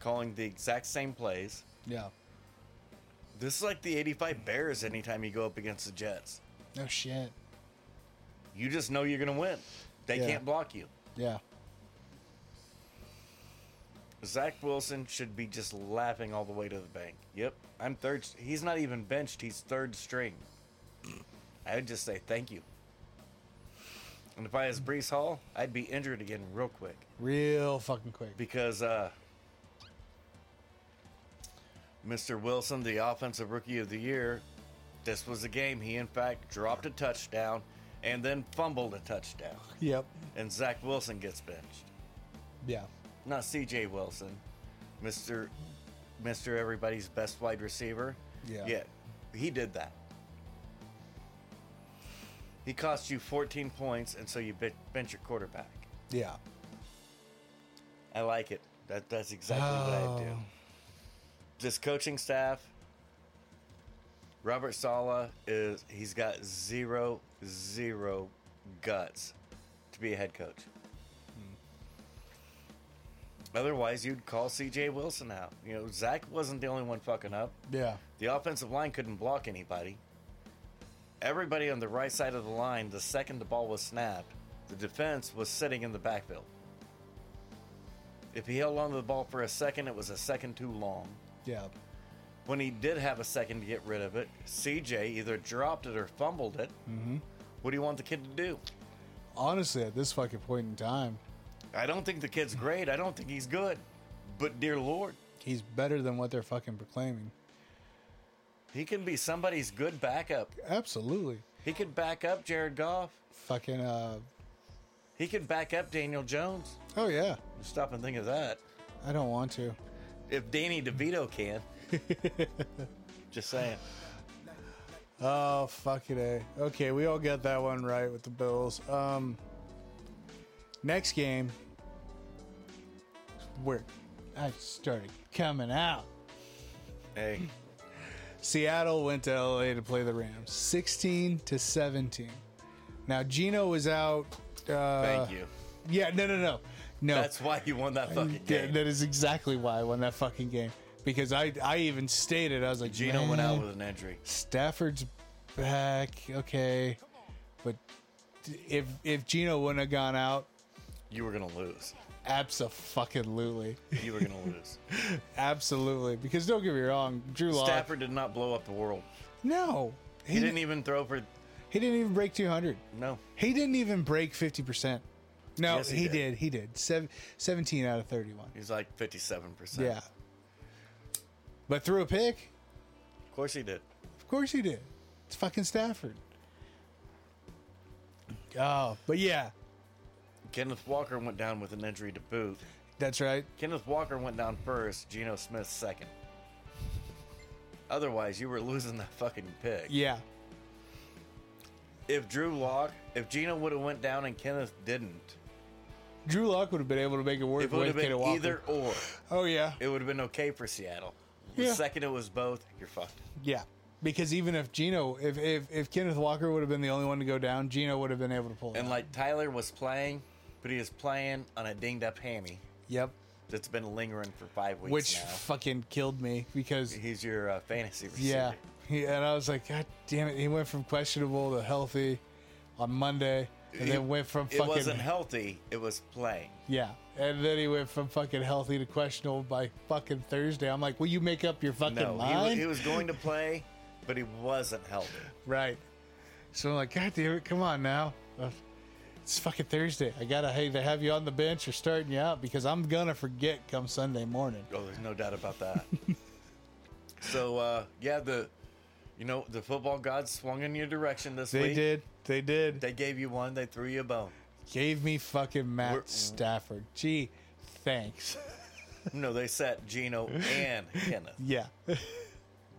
S3: calling the exact same plays.
S2: Yeah.
S3: This is like the 85 Bears anytime you go up against the Jets.
S2: No shit.
S3: You just know you're going to win. They
S2: Yeah.
S3: can't block you.
S2: Yeah.
S3: Zach Wilson should be just laughing all the way to the bank. Yep, I'm third. He's not even benched. He's third string. I would just say thank you. And if I was Brees Hall, I'd be injured again real quick
S2: Real fucking quick.
S3: because uh, Mr. Wilson, the offensive rookie of the year, this was a game he in fact dropped a touchdown and then fumbled a touchdown,
S2: Yep.
S3: and Zach Wilson gets benched.
S2: Yeah.
S3: not C.J. Wilson, Mister Mister Everybody's best wide receiver.
S2: Yeah.
S3: yeah, he did that. He cost you 14 points, and so you ben- bench your quarterback.
S2: Yeah.
S3: I like it. That that's exactly what I do.
S2: Oh.
S3: This coaching staff, Robert Sala is he's got zero zero guts to be a head coach. Otherwise, you'd call C.J. Wilson out. You know, Zach wasn't the only one fucking up.
S2: Yeah.
S3: The offensive line couldn't block anybody. Everybody on the right side of the line, the second the ball was snapped, the defense was sitting in the backfield. If he held on to the ball for a second, it was a second too long.
S2: Yeah.
S3: When he did have a second to get rid of it, CJ either dropped it or fumbled it. Mm-hmm. What do you want the kid to do?
S2: Honestly, at this fucking point in time,
S3: I don't think the kid's great. I don't think he's good. But dear Lord,
S2: he's better than what they're fucking proclaiming.
S3: he can be somebody's good backup.
S2: Absolutely.
S3: He could back up Jared Goff.
S2: Fucking. uh
S3: He could back up Daniel Jones.
S2: Oh yeah.
S3: Stop and think of that.
S2: I don't want to.
S3: If Danny DeVito can. Just saying.
S2: Oh fuck it, a. Okay, we all got that one right with the Bills. Um, next game, where I started coming out.
S3: Hey,
S2: Seattle went to LA to play the Rams, sixteen to seventeen. Now Gino was out. Uh,
S3: thank you.
S2: Yeah, no, no, no, no.
S3: That's why you won that fucking
S2: Yeah,
S3: game.
S2: that is exactly why I won that fucking game because I I even stated I was like
S3: Gino went
S2: "Man,
S3: out with an injury.
S2: Stafford's back, okay, but if if Gino wouldn't have gone out,
S3: You were gonna lose.
S2: absolutely,
S3: You were gonna lose.
S2: absolutely. Because don't get me wrong, Drew Lock.
S3: Stafford did not blow up the world.
S2: No,
S3: He didn't e- even throw for
S2: He didn't even break 200.
S3: no.
S2: He didn't even break 50 percent. No,
S3: Yes, he
S2: he,
S3: did.
S2: did. He did. Seven, 17 out of 31.
S3: He's like fifty-seven percent.
S2: Yeah, but threw a pick.
S3: of course he did.
S2: Of course he did. It's fucking Stafford. Oh, but yeah,
S3: Kenneth Walker went down with an injury to boot.
S2: that's right.
S3: Kenneth Walker went down first. Geno Smith second. Otherwise, you were losing that fucking pick.
S2: Yeah,
S3: If Drew Lock, if Gino would have went down and Kenneth didn't,
S2: Drew Lock would have been able to make it work
S3: It would
S2: with
S3: have been
S2: Kenneth Walker.
S3: either or.
S2: Oh yeah,
S3: It would have been okay for Seattle. The
S2: Yeah.
S3: second it was both, you're fucked.
S2: yeah. Because even if Gino, if, if if Kenneth Walker would have been the only one to go down, Gino would have been able to pull it.
S3: And
S2: out.
S3: like Tyler was playing, but he was playing on a dinged up hammy
S2: yep,
S3: that's been lingering for five weeks
S2: which
S3: now.
S2: fucking killed me because
S3: He's your uh, fantasy receiver.
S2: yeah, he, and I was like, God damn it, he went from questionable to healthy on Monday, and
S3: It-
S2: then went from
S3: It
S2: fucking
S3: wasn't healthy, it was playing.
S2: yeah, and then he went from fucking healthy to questionable by fucking Thursday. I'm like, will you make up your fucking
S3: No, he, wa-
S2: mind?
S3: he was going to play, but he wasn't healthy.
S2: Right. So I'm like, God damn it, come on now. Uh, It's fucking Thursday. I gotta either have you on the bench or starting you out because I'm gonna forget come Sunday morning.
S3: Oh, there's no doubt about that. so uh, yeah, the you know the football gods swung in your direction this
S2: They
S3: week.
S2: did. They did.
S3: They gave you one. They threw you a bone.
S2: Gave me fucking Matt
S3: We're-
S2: Stafford. Gee, thanks.
S3: No, they set Gino and Kenneth.
S2: yeah.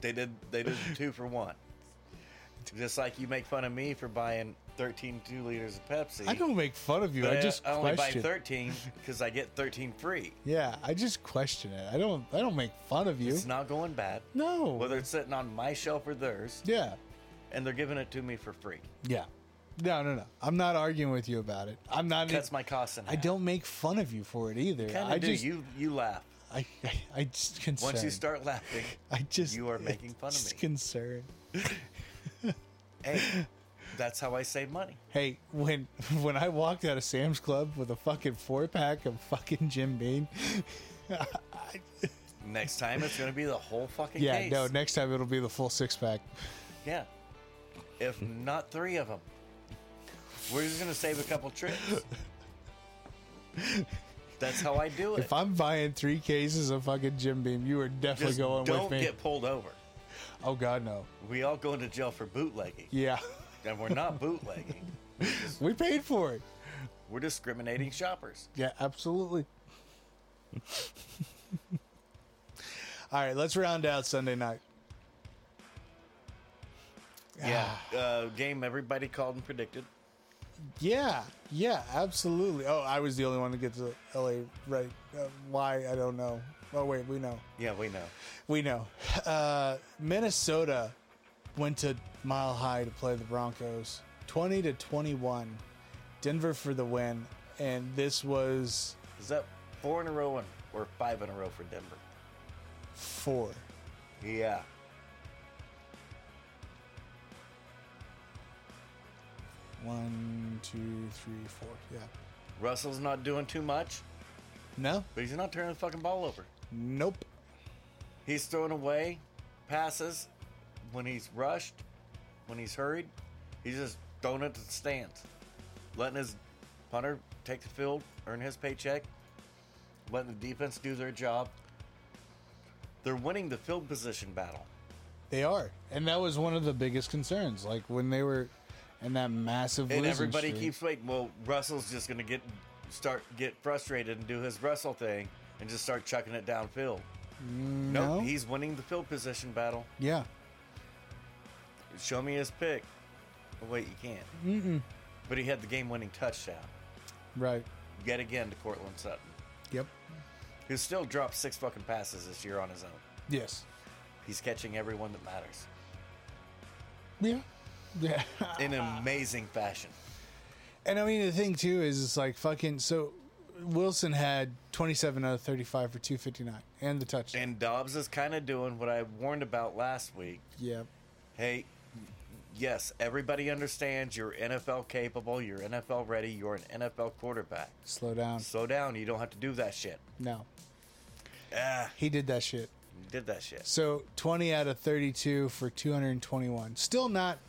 S3: They did. They did two for one. Just like you make fun of me for buying 13 two liters of Pepsi.
S2: I don't make fun of you.
S3: but
S2: I just
S3: I only buy
S2: question.
S3: 13 because I get 13 free.
S2: yeah, I just question it. I don't. I don't make fun of you.
S3: It's not going bad.
S2: no.
S3: Whether it's sitting on my shelf or theirs,
S2: yeah.
S3: and they're giving it to me for free.
S2: Yeah. No, no, no. I'm not arguing with you about it. I'm not. e-
S3: That's my cost in
S2: I
S3: half.
S2: don't make fun of you for it either.
S3: Kind
S2: I
S3: of do.
S2: just.
S3: you you laugh.
S2: I, I. I just concerned.
S3: Once you start laughing,
S2: I just.
S3: you are making fun of
S2: just
S3: me.
S2: Concerned.
S3: hey, that's how I save money.
S2: Hey, when when I walked out of Sam's Club with a fucking four pack of fucking Jim Beam, I-
S3: Next time it's gonna be the whole fucking
S2: yeah,
S3: case.
S2: no. Next time it'll be the full six pack.
S3: Yeah. If not three of them. We're just going to save a couple trips. That's how I do it.
S2: If I'm buying three cases of fucking Jim Beam, you are definitely
S3: just
S2: going
S3: don't
S2: with me.
S3: get pulled over.
S2: oh God, no.
S3: We all go into jail for bootlegging.
S2: Yeah,
S3: And we're not bootlegging.
S2: we paid for it.
S3: We're discriminating shoppers.
S2: Yeah, absolutely. All right, let's round out Sunday night.
S3: Yeah. Uh, game everybody called and predicted.
S2: Yeah, yeah, absolutely. Oh, I was the only one to get to LA right. Uh, why? I don't know. Oh, wait, we know.
S3: Yeah, we know.
S2: We know. Uh, Minnesota went to Mile High to play the Broncos, twenty to twenty-one. Denver for the win, and this was
S3: Is that four in a row and, or five in a row for Denver?
S2: four.
S3: Yeah.
S2: One, two, three, four. Yeah.
S3: Russell's not doing too much,
S2: No.
S3: but he's not turning the fucking ball over.
S2: Nope.
S3: He's throwing away passes when he's rushed, when he's hurried. He's just throwing it to the stands, letting his punter take the field, earn his paycheck, letting the defense do their job. They're winning the field position battle.
S2: They are, and that was one of the biggest concerns. Like when they were in that massive
S3: And
S2: losing
S3: everybody
S2: streak.
S3: keeps waiting. Well, Russell's just going to get start get frustrated and do his Russell thing and just start chucking it downfield. Mm, No,
S2: No.
S3: nope, he's winning the field position battle.
S2: Yeah.
S3: Show me his pick. Oh, wait, you can't. Mm-mm. But he had the game-winning touchdown
S2: Right.
S3: yet again to Cortland Sutton,
S2: Yep.
S3: who still dropped six fucking passes this year on his own.
S2: Yes.
S3: He's catching everyone that matters
S2: Yeah. Yeah.
S3: in amazing fashion.
S2: and I mean, the thing too is, it's like fucking. So Wilson had 27 out of 35 for 259 and the touchdown.
S3: And Dobbs is kind of doing what I warned about last week.
S2: yeah.
S3: Hey, yes, everybody understands you're NFL capable, you're NFL ready, you're an NFL quarterback.
S2: Slow down.
S3: Slow down. You don't have to do that shit.
S2: No.
S3: Ah,
S2: He did that shit.
S3: you did that shit.
S2: So 20 out of 32 for 221. Still not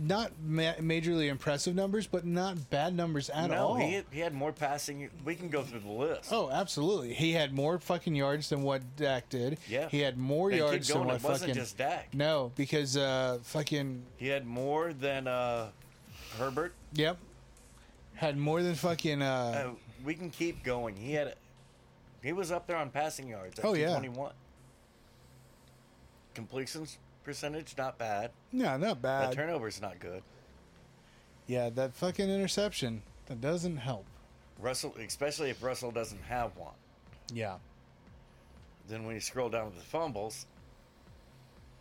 S2: not ma- majorly impressive numbers, but not bad numbers at
S3: No,
S2: all.
S3: he, he had more passing. We can go through the list.
S2: Oh, absolutely. He had more fucking yards than what Dak did.
S3: Yeah.
S2: He had more
S3: And keep
S2: yards than
S3: going,
S2: what
S3: it wasn't
S2: fucking
S3: just Dak.
S2: No, because uh fucking
S3: He had more than uh, Herbert.
S2: yep. Had more than fucking uh,
S3: Uh, we can keep going. He had, he was up there on passing yards. At
S2: Oh, yeah.
S3: 221. Completions percentage not bad.
S2: No, not
S3: That
S2: bad.
S3: turnover's not good.
S2: yeah, that fucking interception that doesn't help.
S3: Russell, especially if Russell doesn't have one.
S2: Yeah.
S3: Then when you scroll down to the fumbles,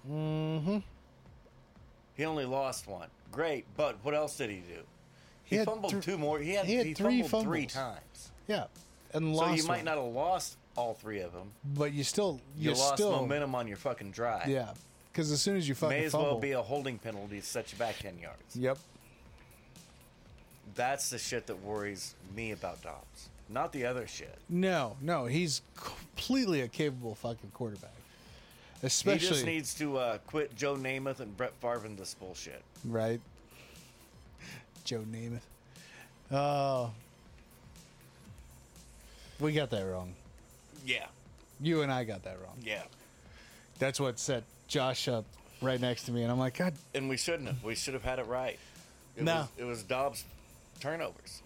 S2: Mhm.
S3: he only lost one. Great, but what else did he do?
S2: He
S3: He,
S2: had
S3: fumbled
S2: thr-
S3: two more. He had,
S2: he
S3: he
S2: had three
S3: fumbled three
S2: fumbles.
S3: times.
S2: Yeah. And
S3: So
S2: lost
S3: you might
S2: one.
S3: not have lost all three of them.
S2: but you still
S3: You lost
S2: still
S3: momentum on your fucking drive.
S2: Yeah. Cuz as soon as you fucking
S3: May as
S2: fumble,
S3: well be a holding penalty to set you back 10 yards.
S2: Yep.
S3: That's the shit that worries me about Dobbs, not the other shit.
S2: No, no, he's completely a capable fucking quarterback. Especially
S3: he just needs to uh, quit Joe Namath and Brett Favre and this bullshit.
S2: Right. Joe Namath. Oh. We got that wrong.
S3: Yeah.
S2: You and I got that wrong.
S3: Yeah.
S2: That's what set Josh up right next to me. And I'm like, God,
S3: And we shouldn't have. We should have had it right. It
S2: No.
S3: Was, it was Dobbs' turnovers.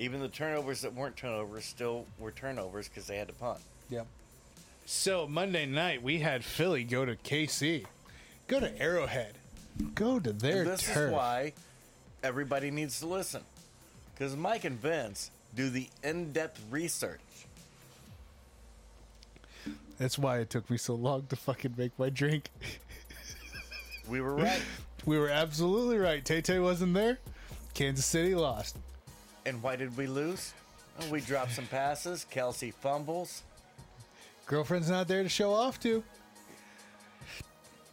S3: Even the turnovers that weren't turnovers still were turnovers because they had to punt.
S2: Yep. So Monday night we had Philly go to KC, go to Arrowhead, go to their
S3: this
S2: turf.
S3: is why everybody needs to listen because mike and vince do the in-depth research
S2: That's why it took me so long to fucking make my drink.
S3: we were right
S2: We were absolutely right. Tay Tay wasn't there. Kansas City lost.
S3: and why did we lose Oh, we dropped some passes kelsey fumbles
S2: Girlfriend's not there to show off to.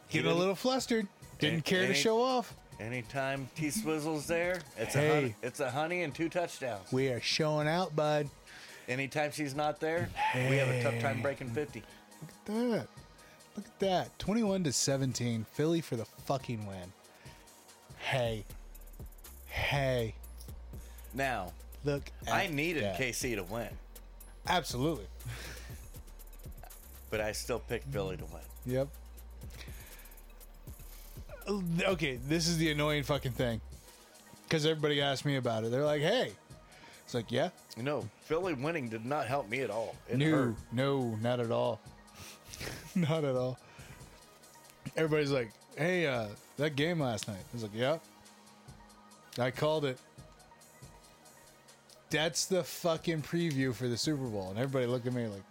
S2: Getting a
S3: didn't-
S2: little flustered. Didn't
S3: Ain't-
S2: care to
S3: ain't-
S2: show off.
S3: anytime t swizzle's there it's a
S2: Hey.
S3: honey, it's a honey and two touchdowns
S2: We are showing out, bud.
S3: anytime she's not there we have a tough time breaking 50
S2: Look at that. Look at that. 21 to 17. Philly for the fucking win. Hey. Hey.
S3: now
S2: Look.
S3: i
S2: at
S3: needed
S2: that.
S3: kc to win
S2: Absolutely.
S3: but i still picked philly to win
S2: Yep. Okay, this is the annoying fucking thing. Because everybody asked me about it. They're like, hey. It's like, yeah.
S3: you know philly winning did not help me at all it
S2: no,
S3: hurt.
S2: no, not at all. not at all. Everybody's like, hey, uh, that game last night. I was like, yep. I called it. That's the fucking preview for the Super Bowl. And everybody looked at me like,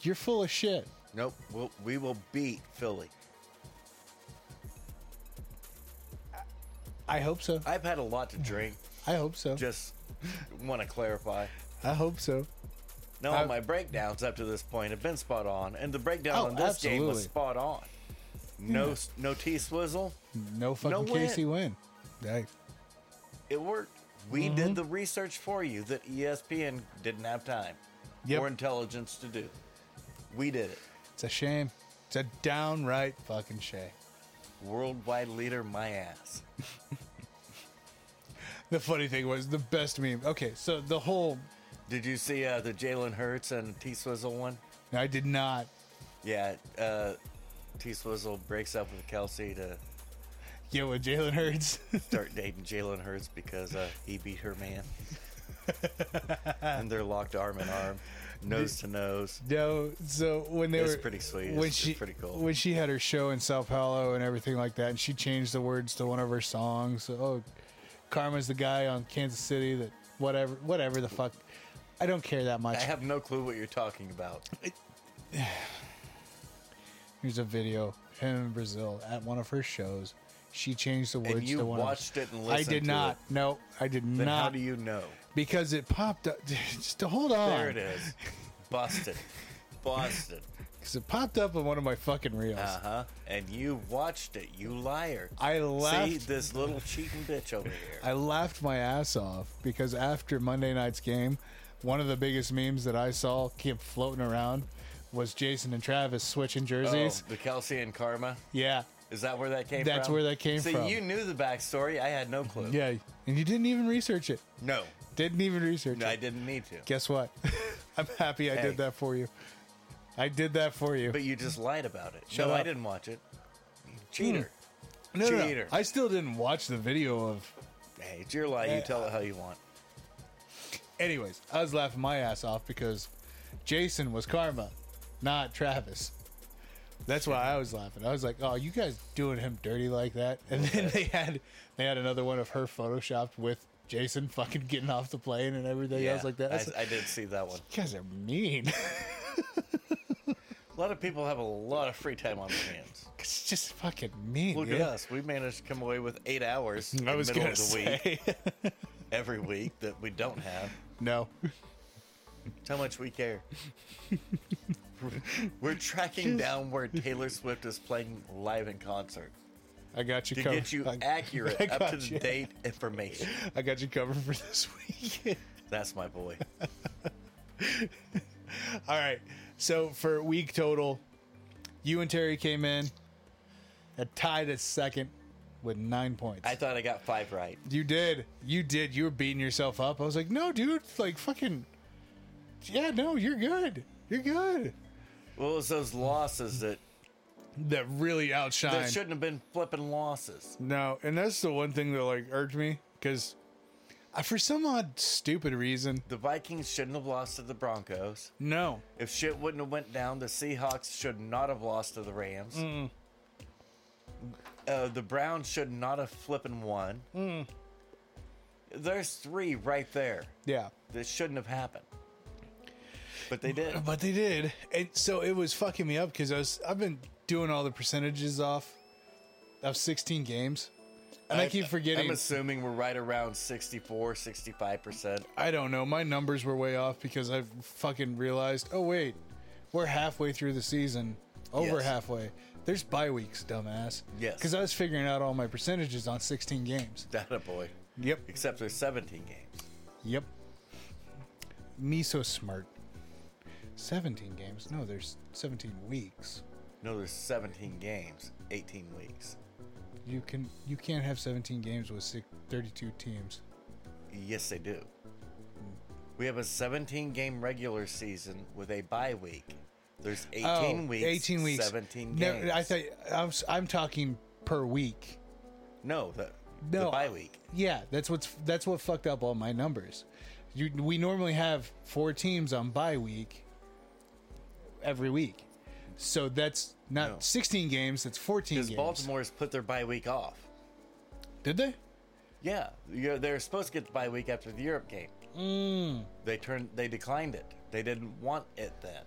S2: you're full of shit.
S3: Nope. We'll, we will beat Philly.
S2: I hope so.
S3: I've had a lot to drink.
S2: I hope so.
S3: Just want to clarify.
S2: I hope so.
S3: No,
S2: I've-
S3: my breakdowns up to this point have been spot on, and the breakdown
S2: Oh,
S3: on this game was
S2: absolutely.
S3: spot on. No, s no T swizzle.
S2: No fucking
S3: win.
S2: Casey win. Hey,
S3: It worked. We
S2: Mm-hmm.
S3: did the research for you that E ESPN didn't have time
S2: Yep.
S3: or intelligence to do. We did it.
S2: it's a shame. It's a downright fucking shame.
S3: Worldwide leader, my ass.
S2: The funny thing was the best meme. Okay, so the whole
S3: Did you see uh, the Jalen Hurts and T Swizzle one?
S2: I did not.
S3: Yeah, uh, T Swizzle breaks up with Kelsey to
S2: Yeah, with Jalen Hurts.
S3: start dating Jalen Hurts because uh, he beat her man. and they're locked arm in arm, nose to nose.
S2: no, so when they
S3: It's
S2: were
S3: pretty sweet.
S2: When
S3: It's-
S2: she
S3: it's pretty cool.
S2: when she had her show in Sao Paulo and everything like that, and she changed the words to one of her songs. Oh, Karma's the guy on Kansas City that whatever whatever the fuck. I don't care that much.
S3: I have no clue what you're talking about.
S2: Here's a video him in Brazil at one of her shows. She changed the words
S3: you
S2: to one
S3: watched
S2: of
S3: it and
S2: I
S3: listened
S2: did
S3: to
S2: not.
S3: it.
S2: No, I did
S3: Then
S2: not.
S3: how do you know?
S2: because it popped up. Just hold on.
S3: There it is. Busted. Busted.
S2: Because it popped up on one of my fucking reels.
S3: Uh huh. And you watched it, you liar.
S2: I
S3: See
S2: laughed.
S3: this little cheating bitch over here.
S2: I laughed my ass off because after Monday night's game, one of the biggest memes that I saw kept floating around was Jason and Travis switching
S3: Oh,
S2: jerseys.
S3: the Kelsey and Karma.
S2: Yeah,
S3: Is that where that came from?
S2: That's where that came
S3: See,
S2: from.
S3: you knew the backstory. I had no clue.
S2: yeah. And you didn't even research it.
S3: No,
S2: Didn't even research
S3: no,
S2: it.
S3: I didn't need to.
S2: Guess what? I'm happy I
S3: Hey.
S2: did that for you. I did that for you.
S3: But you just lied about it.
S2: Shut
S3: no, I
S2: up.
S3: didn't watch it. Cheater.
S2: No, no, no.
S3: cheater.
S2: I still didn't watch the video of.
S3: Hey, it's your lie. You tell it how you want.
S2: Anyways, I was laughing my ass off because Jason was karma, not Travis. That's why I was laughing. I was like, "Oh, you guys doing him dirty like that?" And then they had they had another one of her photoshopped with Jason fucking getting off the plane and everything else like that. I said,
S3: I, I did see that one.
S2: you guys are mean.
S3: A lot of people have a lot of free time on their hands.
S2: it's just fucking mean.
S3: Look at
S2: yeah.
S3: us. We managed to come away with eight hours in
S2: I
S3: the
S2: was
S3: middle
S2: gonna
S3: of the week
S2: say
S3: every week that we don't have.
S2: no.
S3: It's how much we care. We're tracking down where Taylor Swift is playing live in concert
S2: I got you
S3: to
S2: covered.
S3: get you
S2: I,
S3: accurate,
S2: I
S3: up to
S2: got
S3: the
S2: you.
S3: date information.
S2: I got you covered for this week.
S3: That's my boy.
S2: All right. So for week total, you and Terry came in, had tied at second. with nine points.
S3: I thought I got five right.
S2: you did. You did. You were beating yourself up. I was like, no, dude, like fucking. Yeah, no, you're good. You're good.
S3: Well, it was those losses that
S2: That really
S3: that
S2: outshined.
S3: shouldn't have been flipping losses.
S2: No, and that's the one thing that like irked me because, for some odd stupid reason,
S3: The Vikings shouldn't have lost to the Broncos.
S2: no,
S3: If shit wouldn't have went down, the Seahawks should not have lost to the Rams. Uh, the Browns should not have flipping won. There's three right there
S2: yeah,
S3: that shouldn't have happened, but they did.
S2: but they did, and so it was fucking me up because I was I've been doing all the percentages off of sixteen games, and I, keep forgetting.
S3: I'm assuming we're right around 64, 65 percent.
S2: I don't know. My numbers were way off because I fucking realized. Oh wait, we're halfway through the season. Over
S3: Yes.
S2: halfway. There's bye weeks, dumbass.
S3: Yes.
S2: Because I was figuring out all my percentages on 16 games.
S3: Data boy.
S2: Yep.
S3: Except there's 17 games.
S2: Yep. Me so smart. 17 games. No, there's 17 weeks.
S3: No, there's 17 games, 18 weeks.
S2: You can you can't have 17 games with six, 32 teams.
S3: Yes, they do. We have a 17 game regular season with a bye week. There's 18 weeks.
S2: 18 Oh, weeks.
S3: 17
S2: No,
S3: games.
S2: I thought I was, I'm talking per week.
S3: no, the,
S2: No,
S3: the bye week.
S2: Yeah, that's what's that's what fucked up all my numbers. You we normally have four teams on bye week every week. So that's not
S3: No.
S2: 16 games, that's 14
S3: Because
S2: games.
S3: Baltimore's put their bye week off.
S2: Did they?
S3: Yeah, you know, they were supposed to get the bye week after the Europe game.
S2: Mm.
S3: They turned. They declined it. They didn't want it then.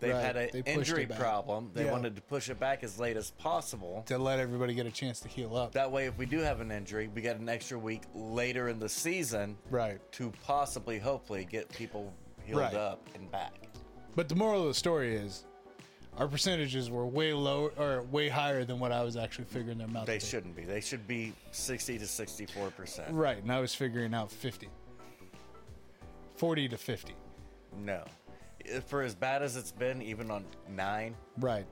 S3: They
S2: Right,
S3: had an
S2: they pushed
S3: injury
S2: it back.
S3: problem. They
S2: Yeah.
S3: wanted to push it back as late as possible.
S2: To let everybody get a chance to heal up.
S3: That way, if we do have an injury, we got an extra week later in the season
S2: Right.
S3: to possibly, hopefully, get people healed
S2: Right.
S3: up and back.
S2: But the moral of the story is our percentages were way lower or way higher than what I was actually figuring them out.
S3: They
S2: to be.
S3: shouldn't be. They should be 60 to 64 percent.
S2: Right, and I was figuring out 50. 40 to 50.
S3: No, If- for as bad as it's been, even on nine.
S2: Right.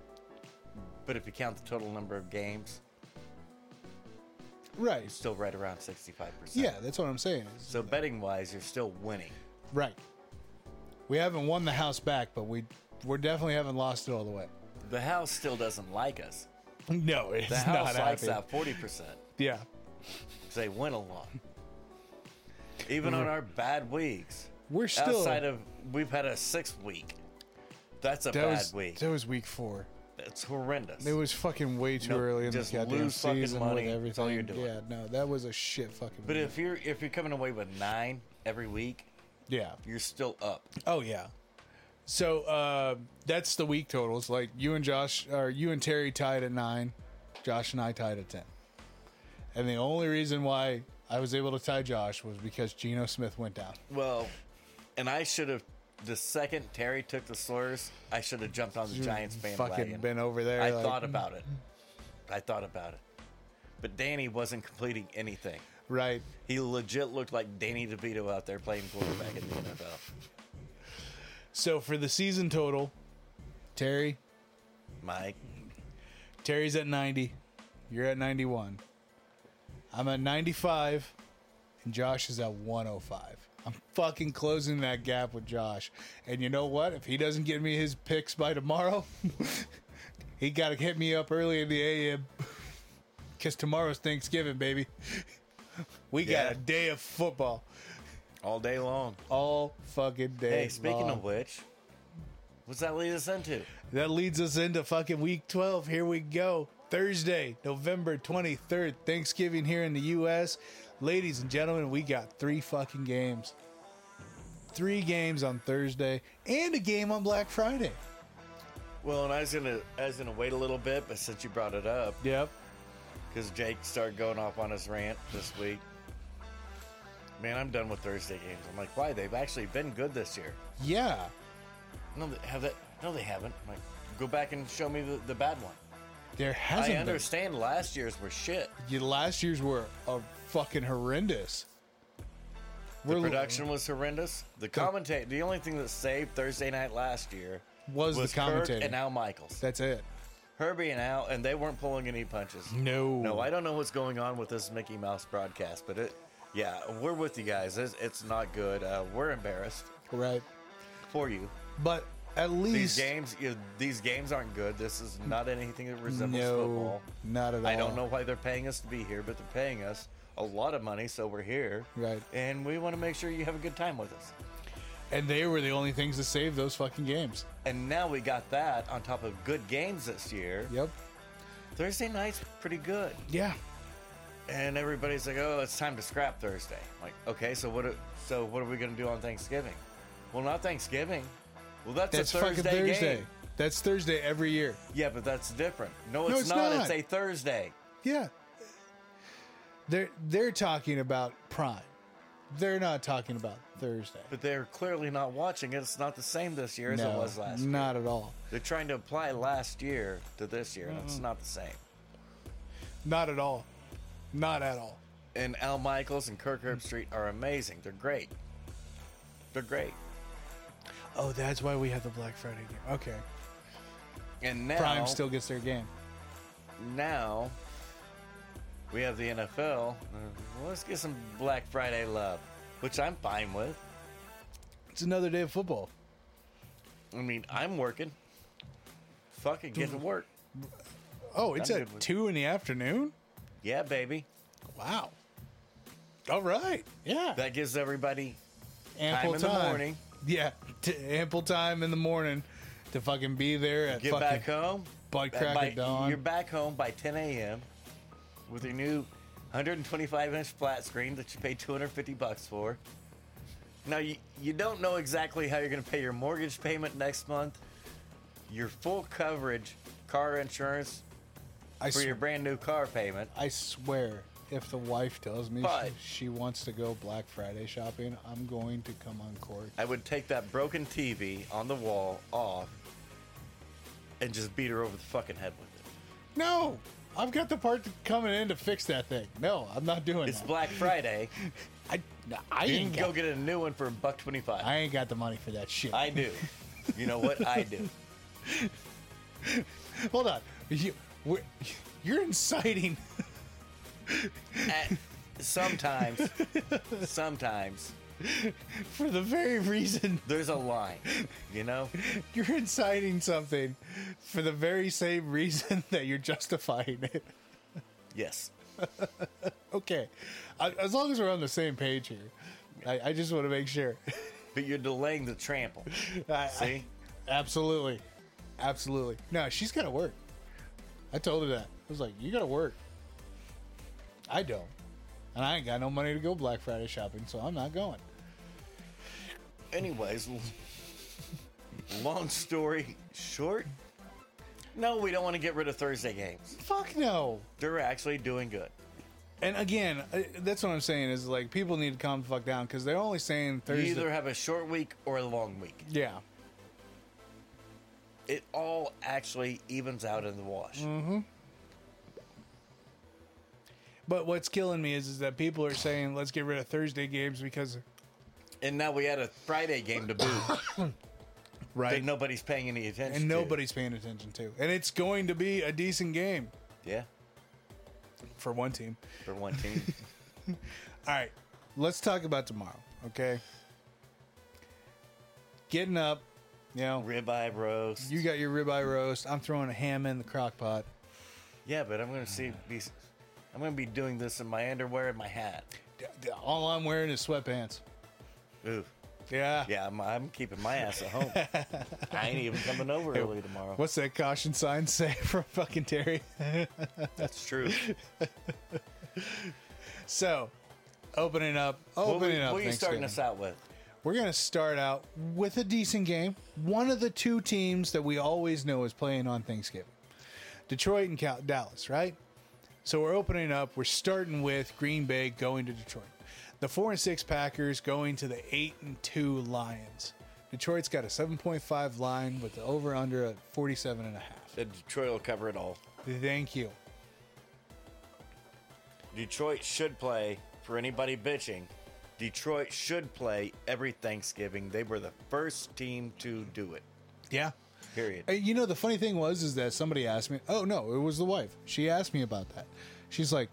S3: But if you count the total number of games,
S2: Right.
S3: still right around 65 percent.
S2: Yeah, that's what I'm saying. is-
S3: So betting wise, you're still winning.
S2: Right. We haven't won the house back, but we we definitely haven't lost it all the way.
S3: The house still doesn't like us.
S2: No, it's
S3: The house likes that 40 percent.
S2: Yeah.
S3: They win a lot. Even on our bad weeks.
S2: We're still-
S3: outside of we've had a six week. That's a
S2: That
S3: bad
S2: was
S3: week.
S2: that was week 4.
S3: That's horrendous.
S2: It was fucking way too
S3: Nope,
S2: early in
S3: just
S2: this goddamn
S3: lose fucking
S2: season
S3: money.
S2: with everything.
S3: That's all you're doing.
S2: Yeah, no, that was a shit fucking.
S3: but
S2: week.
S3: if you're if you're coming away with nine every week,
S2: yeah,
S3: you're still up.
S2: Oh yeah. So uh, that's the week totals. Like you and Josh, or you and Terry tied at nine. Josh and I tied at ten. And the only reason why I was able to tie Josh was because Geno Smith went down.
S3: Well, and I should have the second Terry took the slurs, I should have jumped on the Giants
S2: Fucking
S3: bandwagon.
S2: been over there.
S3: I
S2: like, mm.
S3: thought about it. I thought about it. But Danny wasn't completing anything.
S2: right.
S3: He legit looked like Danny DeVito out there playing quarterback in the NFL.
S2: So for the season total, Terry,
S3: Mike,
S2: Terry's at ninety. You're at ninety-one. I'm at ninety-five, and Josh is at one hundred five. I'm fucking closing that gap with Josh. And you know what? If he doesn't get me his picks by tomorrow, he got to hit me up early in the AM because tomorrow's Thanksgiving, baby. We
S3: Yeah.
S2: got a day of football
S3: all day long.
S2: all fucking day.
S3: Hey, speaking
S2: long.
S3: of which, what's that lead us into?
S2: That leads us into fucking week 12. Here we go. Thursday, November 23rd, Thanksgiving here in the U.S. Ladies and gentlemen, we got three fucking games. Three games on Thursday and a game on Black Friday.
S3: Well, and I was gonna, I was gonna wait a little bit, but since you brought it up,
S2: Yep.
S3: because Jake started going off on his rant this week. Man, I'm done with Thursday games. I'm like, why? They've actually been good this year.
S2: Yeah.
S3: No, they have that. No, they haven't. I'm like, go back and show me the, the bad one.
S2: There
S3: I
S2: hasn't
S3: understand last year's were shit.
S2: been. Yeah, Last year's were uh, fucking horrendous.
S3: The production was horrendous. The commentator, the only thing that saved Thursday night last year
S2: Was the
S3: Kirk
S2: commentator.
S3: and Al Michaels.
S2: That's it.
S3: Herbie and Al, and they weren't pulling any punches.
S2: No.
S3: No, I don't know what's going on with this Mickey Mouse broadcast, but it, yeah, we're with you guys. It's, it's not good. Uh, we're embarrassed
S2: Right.
S3: for you.
S2: But at
S3: These
S2: least
S3: games, you, these games aren't good. This is not anything that resembles
S2: no,
S3: football.
S2: not at all.
S3: I don't know why they're paying us to be here, but they're paying us a lot of money, so we're here.
S2: Right.
S3: And we want to make sure you have a good time with us.
S2: And they were the only things that saved those fucking games.
S3: And now we got that on top of good games this year.
S2: Yep.
S3: Thursday night's pretty good.
S2: Yeah.
S3: And everybody's like, "Oh, it's time to scrap Thursday." I'm like, "Okay, so what? Are, so what are we going to do on Thanksgiving?" Well, not Thanksgiving. Well, that's,
S2: That's
S3: a Thursday,
S2: fucking Thursday.
S3: game.
S2: That's Thursday every year.
S3: Yeah, but that's different. No, it's,
S2: it's
S3: not.
S2: not.
S3: It's a Thursday.
S2: Yeah. They're they're talking about Prime. They're not talking about Thursday.
S3: But they're clearly not watching it. It's not the same this year as it was last. year.
S2: not at all.
S3: They're trying to apply last year to this year, and it's not the same.
S2: Not at all. Not at all.
S3: And Al Michaels and Kirk Herbstreit are amazing. They're great. They're great.
S2: Oh, that's why we have the Black Friday game. Okay.
S3: And now,
S2: Prime still gets their game.
S3: now we have the NFL. Uh, let's get some Black Friday love, which I'm fine with.
S2: It's another day of football.
S3: I mean, I'm working. Fucking get
S2: Mm-hmm.
S3: to work.
S2: Oh, it's
S3: I'm
S2: at
S3: good with-
S2: two in the afternoon.
S3: Yeah, baby.
S2: Wow. All right. Yeah.
S3: That gives everybody
S2: ample
S3: in the
S2: time.
S3: morning.
S2: Yeah, t- ample time in the morning to fucking be there at
S3: get
S2: fucking
S3: back home.
S2: butt
S3: Ba-
S2: crack
S3: by-
S2: of dawn.
S3: You're back home by 10 a.m. with your new 125 inch flat screen that you paid 250 bucks for. Now you you don't know exactly how you're going to pay your mortgage payment next month. Your full coverage car insurance
S2: I,
S3: for
S2: sw-
S3: your brand new car payment.
S2: I swear, if the wife tells me
S3: But-
S2: she, she wants to go Black Friday shopping, I'm going to come on court.
S3: I would take that broken TV on the wall off and just beat her over the fucking head with it.
S2: No, I've got the part to- coming in to fix that thing. No, I'm not doing
S3: It's
S2: that.
S3: Black Friday.
S2: I, I
S3: You
S2: ain't
S3: can go
S2: got,
S3: get a new one for a buck 25.
S2: I ain't got the money for that shit.
S3: I do. You know what? I do.
S2: Hold on, you, we're, you're inciting.
S3: At- sometimes, sometimes
S2: For the very reason
S3: there's a line, you know?
S2: you're inciting something for the very same reason that you're justifying it.
S3: Yes.
S2: Okay, I, as long as we're on the same page here, I, I just want to make sure.
S3: But you're delaying the trample.
S2: I,
S3: See?
S2: I- absolutely, absolutely. No, she's got to work. I told her that. I was like, you got to work. I don't, and I ain't got no money to go Black Friday shopping, so I'm not going.
S3: Anyways, l- long story short, no, we don't want to get rid of Thursday games.
S2: Fuck no.
S3: They're actually doing good.
S2: And again, I- that's what I'm saying is like people need to calm the fuck down because they're only saying
S3: You
S2: Thursday.
S3: either have a short week or a long week.
S2: yeah.
S3: It all actually evens out in the wash.
S2: Mm-hmm. But what's killing me is, is that people are saying let's get rid of Thursday games because
S3: And now we had a Friday game to boot that
S2: right
S3: nobody's paying any attention
S2: and
S3: to.
S2: nobody's paying attention to, and it's going to be a decent game
S3: Yeah,
S2: for one team.
S3: for one team.
S2: All right, let's talk about tomorrow, okay? Getting up, you know,
S3: Ribeye roast.
S2: you got your ribeye roast. I'm throwing a ham in the crock pot.
S3: Yeah, but I'm gonna see. Be, I'm gonna be doing this in my underwear and my hat.
S2: D- d- All I'm wearing is sweatpants.
S3: Ooh,
S2: Yeah.
S3: yeah, I'm, I'm keeping my ass at home. I ain't even coming over early tomorrow.
S2: What's that caution sign say from fucking Terry?
S3: That's true.
S2: so, opening up,
S3: What,
S2: opening
S3: we-
S2: up.
S3: what are you starting
S2: Thanksgiving.
S3: us out with?
S2: We're going to start out with a decent game. One of the two teams that we always know is playing on Thanksgiving Detroit and Cal- Dallas, right? So we're opening up. We're starting with Green Bay going to Detroit. The four and six Packers going to the eight and two Lions. Detroit's got a 7.5 line with the over under at 47 and a half.
S3: Uh, Detroit will cover it all.
S2: Thank you.
S3: Detroit should play for anybody bitching. Detroit should play every Thanksgiving. They were the first team to do it.
S2: Yeah.
S3: Period.
S2: Uh, You know, the funny thing was is that somebody asked me. Oh no, it was the wife. She asked me about that. She's like,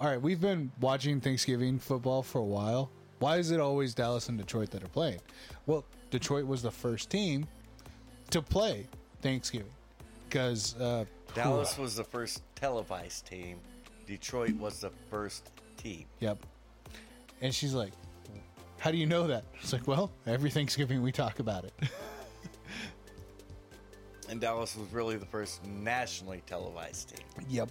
S2: "All right, we've been watching Thanksgiving football for a while. Why is it always Dallas and Detroit that are playing?" Well, Detroit was the first team to play Thanksgiving because uh,
S3: Dallas was the first televised team. Detroit was the first team.
S2: Yep. And she's like, How do you know that? It's like, Well, every Thanksgiving we talk about it.
S3: And Dallas was really the first nationally televised team.
S2: yep.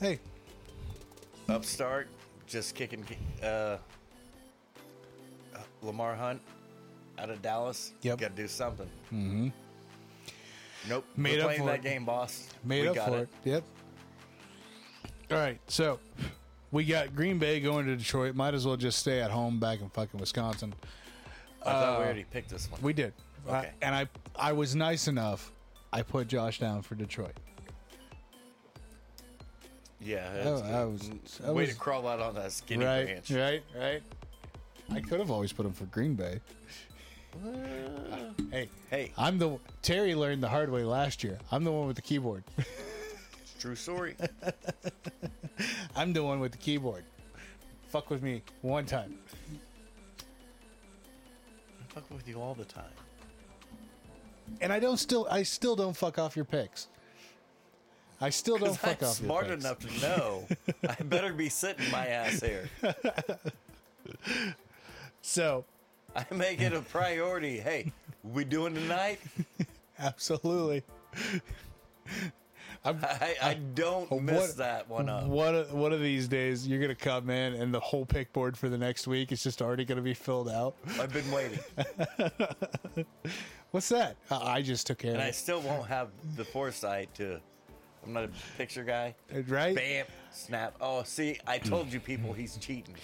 S2: Hey,
S3: Upstart, just kicking uh, uh, Lamar Hunt out of Dallas.
S2: Yep.
S3: Got to do something. Mm-hmm. Nope.
S2: Made
S3: We're
S2: up
S3: playing
S2: for
S3: that
S2: it.
S3: game, boss.
S2: made
S3: we
S2: up
S3: got
S2: for it. Yep. All right, so we got Green Bay going to Detroit. Might as well just stay at home back in fucking Wisconsin.
S3: I thought we already picked this one.
S2: Uh, We did. I-
S3: Okay.
S2: and I I was nice enough. I put Josh down for Detroit.
S3: yeah.
S2: Oh,
S3: that's
S2: I
S3: good.
S2: was, I
S3: Way
S2: was-
S3: to crawl out on that skinny
S2: right,
S3: branch.
S2: right, right. I could have always put him for Green Bay. hey,
S3: Hey,
S2: I'm the Terry learned the hard way last year. I'm the one with the keyboard.
S3: true story.
S2: I'm the one with the keyboard. Fuck with me one time.
S3: fuck with you all the time.
S2: And I don't still I still don't fuck off your picks. I still don't
S3: 'Cause
S2: fuck
S3: I'm
S2: off
S3: smart
S2: your picks.
S3: enough to know. I better be sitting my ass here.
S2: So,
S3: I make it a priority. Hey, we doing tonight?
S2: absolutely. I'm,
S3: I, I don't miss that one up.
S2: One of, one of these days, you're gonna come in, and the whole pick board for the next week is just already gonna be filled out.
S3: I've been waiting,
S2: What's that? Uh, I just took care of
S3: and I
S2: it,
S3: still won't have the foresight to. I'm not a picture guy.
S2: right?
S3: Bam, snap. Oh, see, I told you people he's cheating.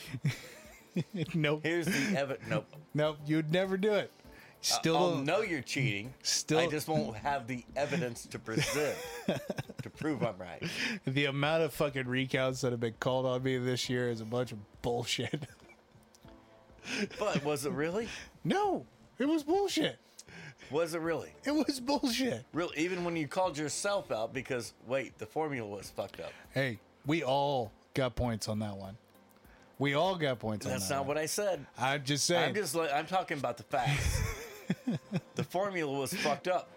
S2: nope,
S3: Here's the evidence. Nope.
S2: nope. You'd never do it. Still,
S3: I'll
S2: don't-
S3: know you're cheating.
S2: Still-
S3: I just won't have the evidence to present to prove I'm right.
S2: the amount of fucking recounts that have been called on me this year is a bunch of bullshit.
S3: But was it really?
S2: no, it was bullshit.
S3: Was it really?
S2: It was bullshit.
S3: Real, even when you called yourself out because wait, the formula was fucked up.
S2: Hey, we all got points on that one. We all got points
S3: That's
S2: on
S3: not
S2: that.
S3: what I said.
S2: not what I'm just saying.
S3: I'm just like I'm talking about the facts. the formula was fucked up,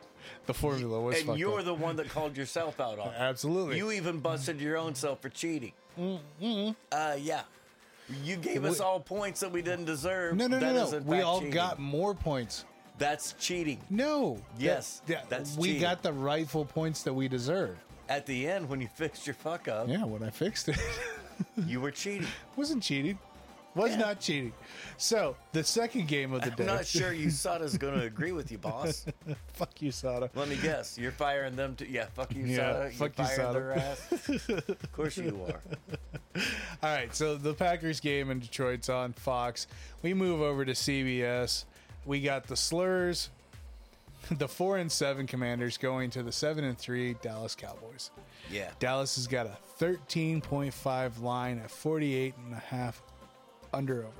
S2: the formula was
S3: and
S2: fucked
S3: you're
S2: up.
S3: the one that called yourself out on. it.
S2: Absolutely. Mm-hmm.
S3: You even busted your own self for cheating. Uh, yeah. You gave us all points that we didn't deserve.
S2: no, no,
S3: That
S2: no,
S3: is
S2: no.
S3: in
S2: We
S3: fact
S2: all
S3: cheating.
S2: got more points.
S3: That's cheating.
S2: No.
S3: Yes, that's
S2: we
S3: cheating.
S2: got the rightful points that we deserve.
S3: At the end, when you fixed your fuck up,
S2: Yeah, when I fixed it.
S3: you were cheating.
S2: Wasn't cheating. Was not cheating. So the second game of the day.
S3: I'm not sure Usada's going to agree with you, boss.
S2: Fuck you, Sada.
S3: Let me guess. You're firing them too. Yeah, fuck you,
S2: Yeah,
S3: Sada.
S2: fuck you,
S3: you're firing
S2: Sada.
S3: their ass. of course you are.
S2: All right, so the Packers game in Detroit's on Fox. We move over to CBS. We got the slurs, the four and seven Commanders going to the seven and three Dallas Cowboys.
S3: Yeah.
S2: Dallas has got a 13.5 line at 48 and a half under over.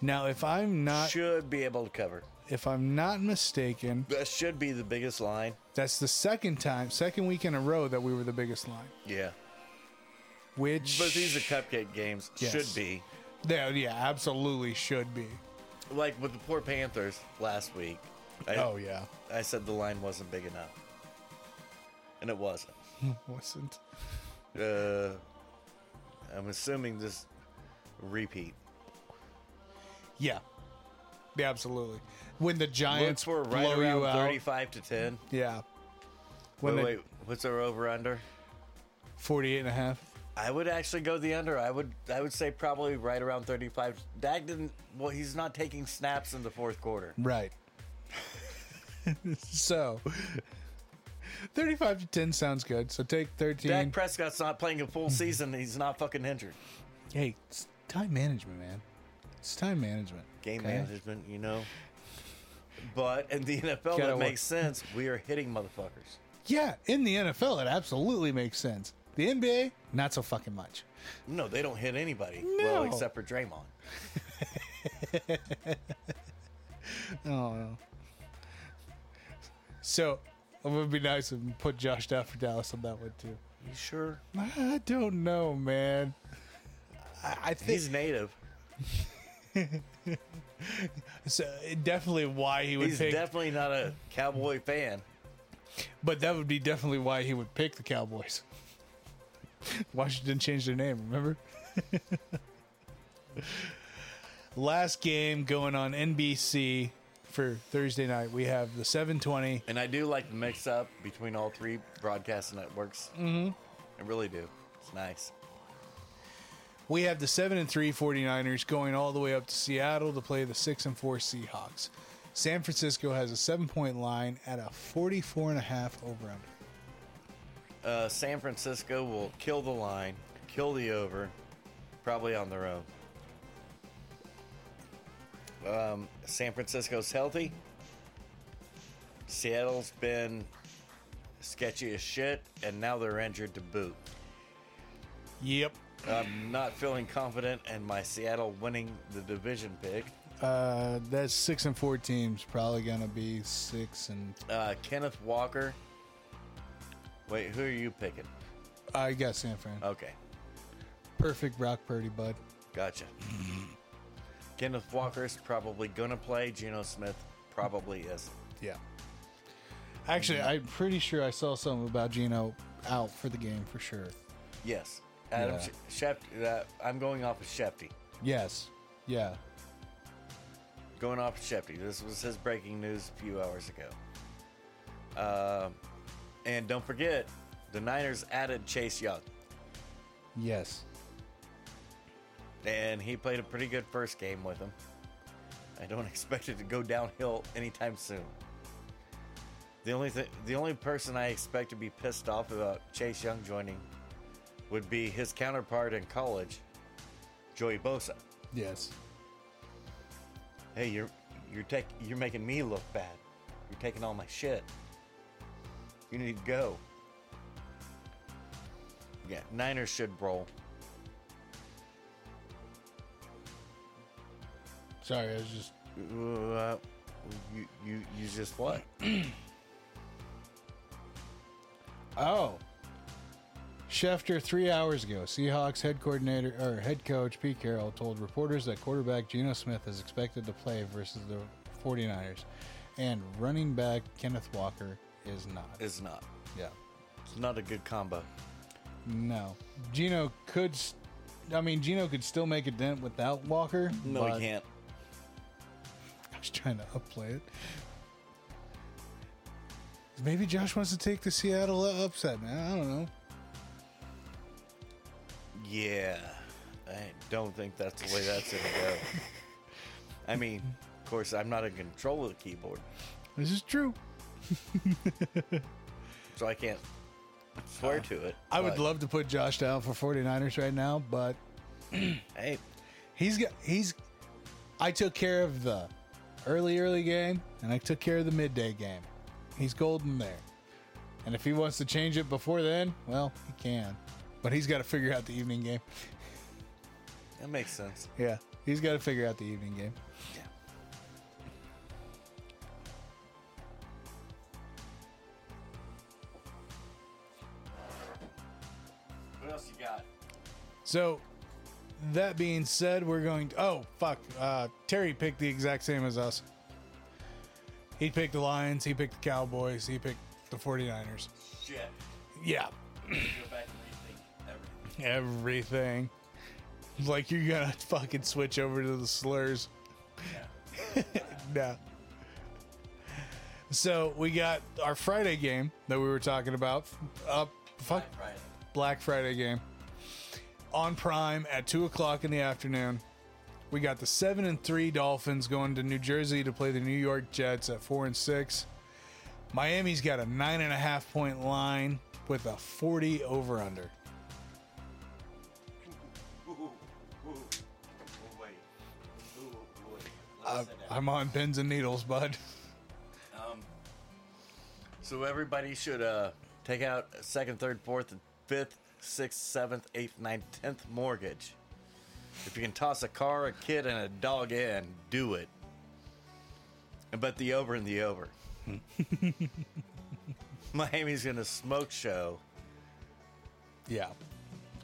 S2: Now, if I'm not
S3: Should be able to cover.
S2: if I'm not mistaken,
S3: That should be the biggest line.
S2: that's the second time, second week in a row that we were the biggest line.
S3: Yeah.
S2: Which
S3: But these are cupcake games.
S2: Yes.
S3: Should be.
S2: yeah, yeah, absolutely should be.
S3: Like with the poor Panthers last week. I,
S2: Oh yeah.
S3: I said the line wasn't big enough. And it wasn't.
S2: Wasn't
S3: Uh, I'm assuming this repeat.
S2: Yeah. Yeah, absolutely. When the Giants
S3: Once we're
S2: were
S3: right
S2: blow
S3: around
S2: you out.
S3: 35 to 10.
S2: Yeah.
S3: Wait,
S2: When they,
S3: wait, what's our over under?
S2: 48 and a half.
S3: I would actually go the under. I would I would say probably right around 35. Dak didn't well, he's not taking snaps in the fourth quarter.
S2: Right. so 35 to 10 sounds good. So take 13.
S3: Dak Prescott's not playing a full season. He's not fucking injured.
S2: hey, it's time management, man. It's time management.
S3: Game
S2: okay?
S3: management, you know. But in the NFL,
S2: Gotta
S3: that
S2: work.
S3: makes sense. We are hitting motherfuckers.
S2: Yeah, in the NFL it absolutely makes sense. The NBA, not so fucking much.
S3: No, they don't hit anybody.
S2: No.
S3: Well, except for Draymond.
S2: Oh no. So it would be nice if we put Josh down for Dallas on that one too.
S3: You sure?
S2: I don't know, man. I, I think
S3: He's native.
S2: it's, uh, definitely why he would
S3: He's
S2: pick,
S3: definitely not a cowboy fan.
S2: but that would be definitely why he would pick the Cowboys. Washington changed their name, remember? Last game going on NBC for Thursday night. We have the 720
S3: And I do like the mix up between all three broadcast networks. Mm-hmm. I really do. It's nice.
S2: We have the 7 and 3 49ers going all the way up to Seattle to play the 6 and 4 Seahawks. San Francisco has a 7-point line at a 44 and a half over under.
S3: Uh, San Francisco will kill the line, kill the over, probably on their own. Um, San Francisco's healthy. Seattle's been sketchy as shit, and now they're injured to boot.
S2: Yep.
S3: I'm not feeling confident in my Seattle winning the division pick.
S2: Uh, that 6 and 4 team's probably going to be 6 and
S3: Uh, Kenneth Walker. Wait, who are you picking?
S2: I got San Fran.
S3: Okay,
S2: Perfect Brock Purdy, bud.
S3: gotcha. Kenneth Walker's probably gonna play. Geno Smith probably is.
S2: Yeah. Actually, I'm pretty sure I saw something about Geno out for the game for sure.
S3: Yes, Adam
S2: Yeah.
S3: Sh- Shef- uh, I'm going off of Shefty.
S2: Yes. Yeah.
S3: Going off of Shefty. This was his breaking news a few hours ago. Uh, and don't forget, the Niners added Chase Young,
S2: Yes.
S3: and he played a pretty good first game with him. I don't expect it to go downhill anytime soon. The only th- the only person I expect to be pissed off about Chase Young joining would be his counterpart in college, Joey Bosa.
S2: Yes.
S3: Hey, you're you're take you're making me look bad. You're taking all my shit. You need to go. Yeah, Niners should roll.
S2: Sorry, I was just
S3: Uh, you you you just what?
S2: Oh. Schefter, three hours ago, Seahawks head coordinator or head coach Pete Carroll told reporters that quarterback Geno Smith is expected to play versus the 49ers, and running back Kenneth Walker is not.
S3: It's not.
S2: Yeah,
S3: It's not a good combo.
S2: no. Geno could, s- I mean, Geno could still make a dent without Walker.
S3: No,
S2: but-
S3: he can't.
S2: I was trying to upplay it. Maybe Josh wants to take the Seattle upset, man. I don't know.
S3: Yeah, I don't think that's the way that's gonna go. I mean, of course, I'm not in control of the keyboard,
S2: This is true.
S3: so I can't swear to it.
S2: I would
S3: but,
S2: love to put Josh down for 49ers right now, but
S3: Hey,
S2: he's got he's I took care of the early early game and I took care of the midday game. He's golden there. And if he wants to change it before then, well, he can. But he's got to figure out the evening game.
S3: that makes sense.
S2: Yeah, he's got to figure out the evening game.
S3: Yeah. What else you got?
S2: So, that being said, we're going to. Oh, fuck. Uh, Terry picked the exact same as us. He picked the Lions, he picked the Cowboys, he picked the 49ers.
S3: Shit.
S2: Yeah,
S3: Go back and rethink everything.
S2: everything. Like you're gonna fucking switch over to the slurs. nah. So we got our Friday game that we were talking about. Up fuck
S3: Friday.
S2: Black Friday game. On Prime at two o'clock in the afternoon. We got the seven and three Dolphins going to New Jersey to play the New York Jets at four and six. Miami's got a nine and a half point line with a forty over under. I- I'm on pins and needles, bud.
S3: So everybody should uh, take out a second, third, fourth, and fifth, sixth, seventh, eighth, ninth, tenth mortgage. If you can toss a car, a kid, and a dog in, do it. And bet the over and the over. Miami's going to smoke show
S2: Yeah.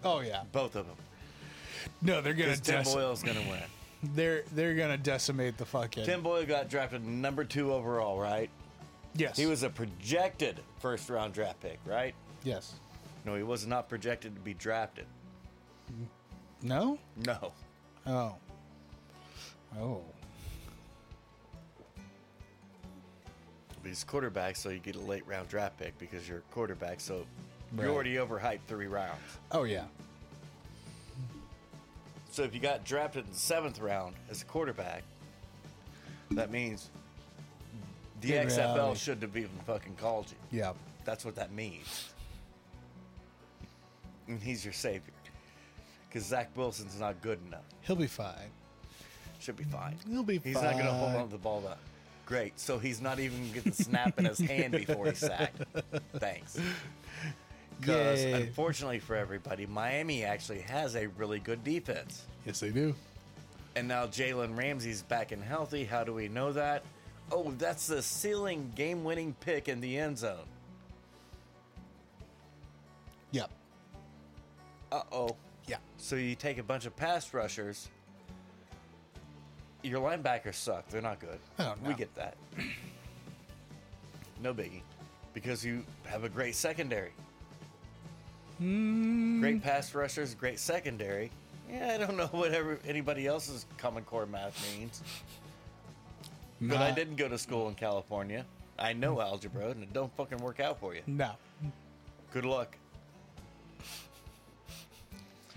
S2: Oh yeah.
S3: both of them.
S2: No, they're gonna
S3: Because Tim
S2: deci-
S3: Boyle's going to win.
S2: they're they're gonna decimate the fucking.
S3: Tim Boyle got drafted number two overall, right?
S2: yes.
S3: He was a projected first round draft pick, right?
S2: Yes.
S3: No, he was not projected to be drafted.
S2: No.
S3: No.
S2: Oh. Oh.
S3: But he's quarterback, so you get a late round draft pick because you're a quarterback, so
S2: Right.
S3: you're already overhyped three rounds.
S2: Oh yeah.
S3: So if you got drafted in the seventh round as a quarterback, that means the
S2: In
S3: XFL
S2: reality.
S3: shouldn't have even fucking called you.
S2: Yeah.
S3: That's what that means. And he's your savior. Because Zach Wilson's not good enough.
S2: He'll be fine.
S3: Should be fine.
S2: He'll be
S3: He's not going to hold
S2: fine.
S3: on to the ball that great. So he's not even going to get the snap in his hand before he's sacked. Thanks. Because
S2: Yay.
S3: unfortunately for everybody, Miami actually has a really good defense.
S2: Yes, they do.
S3: And now Jalen Ramsey's back and healthy. How do we know that? Oh, that's the ceiling game winning pick in the end zone.
S2: Yep.
S3: Uh oh.
S2: Yeah.
S3: So you take a bunch of pass rushers. Your linebackers suck. They're not good.
S2: Oh, no.
S3: We get that. no biggie. Because you have a great secondary.
S2: Hmm.
S3: Great pass rushers, great secondary. Yeah, I don't know whatever anybody else's common core math means. But I
S2: Nah.
S3: didn't go to school in California. I
S2: Hmm.
S3: know algebra, and it don't fucking work out for you.
S2: No.
S3: Good luck.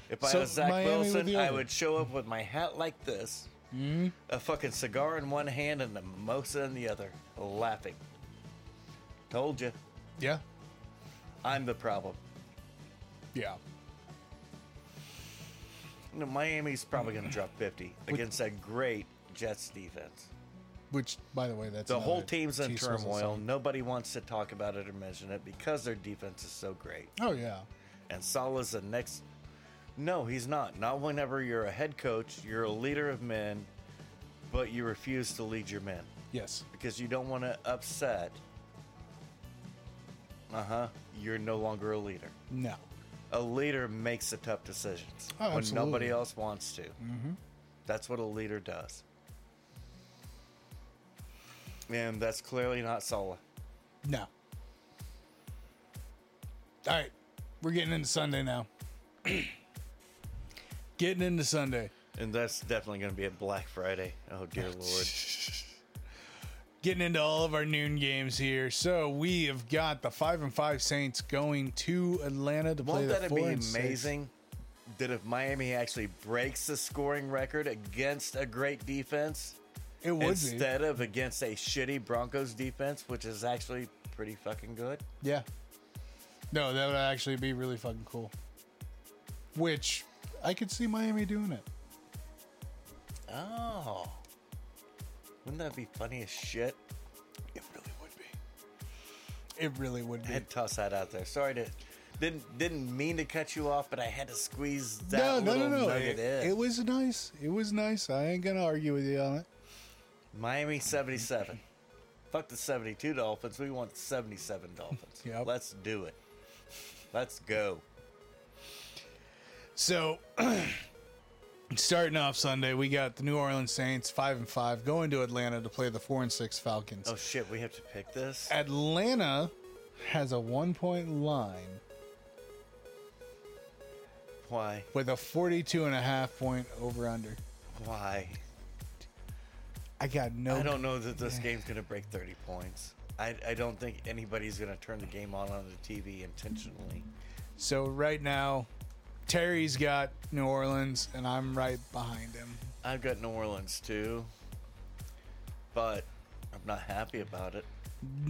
S3: If I
S2: So,
S3: was Zach
S2: Miami with
S3: Wilson,
S2: the Hmm?
S3: I
S2: over.
S3: would show up with my hat like this, a fucking cigar in one hand and a mimosa in the other, laughing. Told you,
S2: Yeah.
S3: I'm the problem.
S2: Yeah.
S3: You know, Miami's probably going to drop 50 against a great Jets defense.
S2: Which, by the way, that's
S3: The whole
S2: another
S3: team's in
S2: Chiefs whistle
S3: turmoil.
S2: song.
S3: Nobody wants to talk about it or mention it because their defense is so great.
S2: Oh yeah.
S3: and Salah's the next. No, he's not. Not whenever you're a head coach, you're a leader of men, but you refuse to lead your men
S2: Yes.
S3: because you don't want to upset. Uh huh. You're no longer a leader.
S2: No.
S3: A leader makes the tough decisions
S2: Oh,
S3: when nobody
S2: absolutely.
S3: else wants to. Mm-hmm. That's what a leader does. And that's clearly not Salah.
S2: No. All right. We're getting into Sunday now. getting into Sunday.
S3: And that's definitely going to be a Black Friday. Oh, dear Lord.
S2: Getting into all of our noon games here. So we have got the five and five Saints going to Atlanta to play
S3: Won't
S2: the
S3: that be
S2: four and six.
S3: amazing that if Miami actually breaks the scoring record against a great defense
S2: It would
S3: instead of against a shitty Broncos defense, which is actually pretty fucking good?
S2: be. Yeah. No, that would actually be really fucking cool. Which I could see Miami doing it.
S3: Oh. Wouldn't that be funny as shit?
S2: It really would be. It really would
S3: I
S2: be.
S3: had to toss that out there. Sorry to didn't didn't mean to cut you off, but I had to squeeze that
S2: No, no,
S3: little
S2: no, no.
S3: nugget
S2: It,
S3: in.
S2: it was nice. It was nice. I ain't gonna argue with you on it.
S3: Miami 77. Fuck the 72 Dolphins. We want the 77 Dolphins.
S2: Yep.
S3: Let's do it. Let's go.
S2: So, starting off Sunday, we got the New Orleans Saints five and five going to Atlanta to play the four and six Falcons.
S3: Oh shit, we have to pick this.
S2: Atlanta has a one point line
S3: Why?
S2: with a 42 and a half point over under.
S3: Why?
S2: I got no.
S3: I don't know that this game's gonna break 30 points. I, I don't think anybody's gonna turn the game on on the TV intentionally.
S2: So right now, Terry's got New Orleans, and I'm right behind him.
S3: I've got New Orleans too, but I'm not happy about it.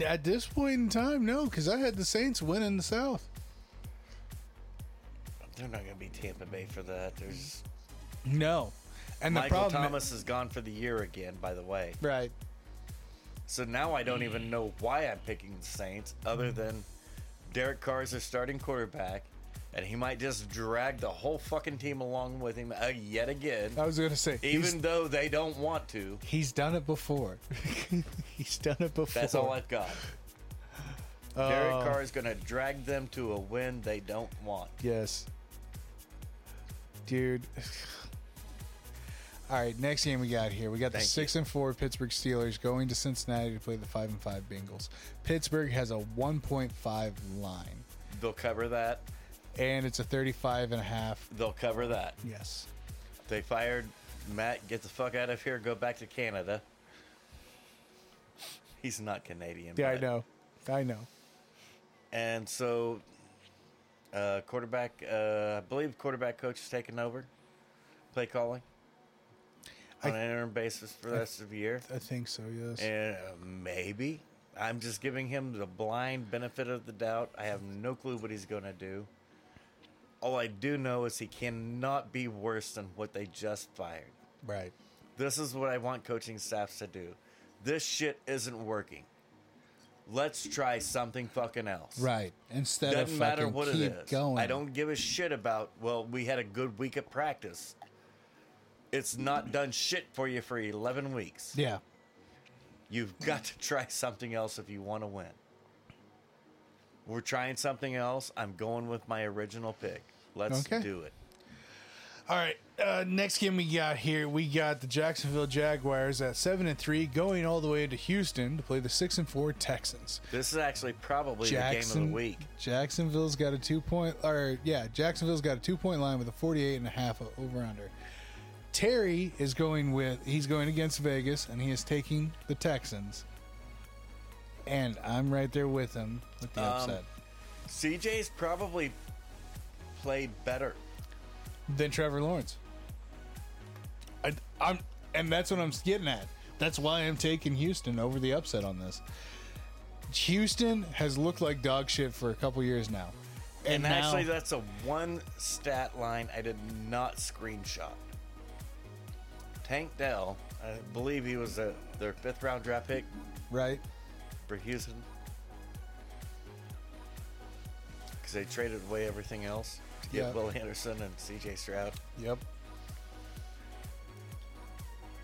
S2: At this point in time, no, because I had the Saints winning the South.
S3: They're not gonna be Tampa Bay for that. There's
S2: No, and the
S3: Michael
S2: problem,
S3: Thomas is gone for the year again, by the way.
S2: right?
S3: So now I don't even know why I'm picking the Saints, other than Derek Carr is their starting quarterback. and he might just drag the whole fucking team along with him uh, yet again,
S2: I was going to say,
S3: even
S2: he's,
S3: though they don't want to.
S2: he's done it before. he's done it before.
S3: That's all I've got. Derek
S2: Um,
S3: Carr is going to drag them to a win they don't want.
S2: Yes. Dude. All right, next game we got here. We got the
S3: Thank
S2: six and four Pittsburgh Steelers going to Cincinnati to play the five and five Bengals. Pittsburgh has a one point five line,
S3: They'll cover that.
S2: and it's a 35 and a half.
S3: They'll cover that.
S2: Yes.
S3: They fired Matt. Get the fuck out of here. Go back to Canada. He's not Canadian.
S2: Yeah, I
S3: but-
S2: know. I know.
S3: And so, uh, quarterback, uh, I believe quarterback coach is taking over play calling on an interim basis for the rest of the year.
S2: I think so. Yes.
S3: And uh, maybe I'm just giving him the blind benefit of the doubt. I have no clue what he's going to do. All I do know is he cannot be worse than what they just fired.
S2: right.
S3: This is what I want coaching staffs to do. This shit isn't working. Let's try something fucking else.
S2: Right. Instead
S3: Doesn't
S2: of
S3: matter
S2: fucking
S3: what it
S2: keep
S3: is.
S2: going.
S3: I don't give a shit about. Well, we had a good week of practice. It's not done shit for you for eleven weeks.
S2: Yeah.
S3: You've got to try something else if you want to win. We're trying something else. I'm going with my original pick. Let's
S2: Okay.
S3: do it.
S2: All right. Uh, next game we got here, we got the Jacksonville Jaguars at seven and three, going all the way to Houston to play the six and four Texans.
S3: This is actually probably the game of the week.
S2: Jacksonville's got a two point, or yeah, Jacksonville's got a two point line with a 48 and a half over under. Terry is going with, he's going against Vegas and he is taking the Texans. And I'm right there with him with the
S3: Um,
S2: upset.
S3: CJ's probably played better.
S2: Then Trevor Lawrence. I, I'm, and that's what I'm getting at. That's why I'm taking Houston over the upset on this. Houston has looked like dog shit for a couple years now.
S3: And,
S2: now-
S3: actually, that's a one stat line I did not screenshot. Tank Dell, I believe he was a, their fifth round draft pick
S2: right?
S3: for Houston. Because they traded away everything else to get
S2: Yeah.
S3: Will Anderson and CJ Stroud.
S2: Yep.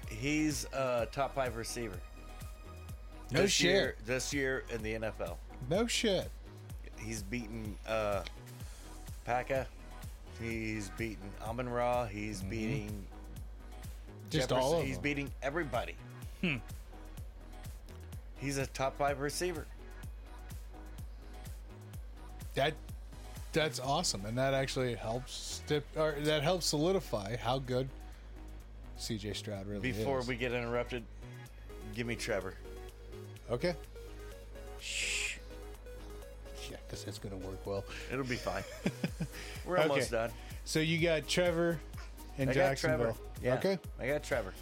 S3: He's a top five receiver.
S2: No
S3: this
S2: shit.
S3: Year, this year in the NFL.
S2: No shit.
S3: He's beaten uh, Paca. He's beaten Amon Ra. He's
S2: Mm-hmm.
S3: beating
S2: Just
S3: Jefferson.
S2: all of
S3: he's
S2: them. Hmm.
S3: beating everybody. He's a top five receiver.
S2: that that's awesome, and that actually helps stip, or that helps solidify how good CJ Stroud really
S3: Before
S2: is.
S3: we get interrupted, give me Trevor.
S2: okay. Shh. Yeah, because that's gonna work well.
S3: It'll be fine. We're
S2: Okay.
S3: almost done.
S2: So you got Trevor and
S3: I got
S2: Jacksonville.
S3: Trevor. Yeah.
S2: Okay.
S3: I got Trevor.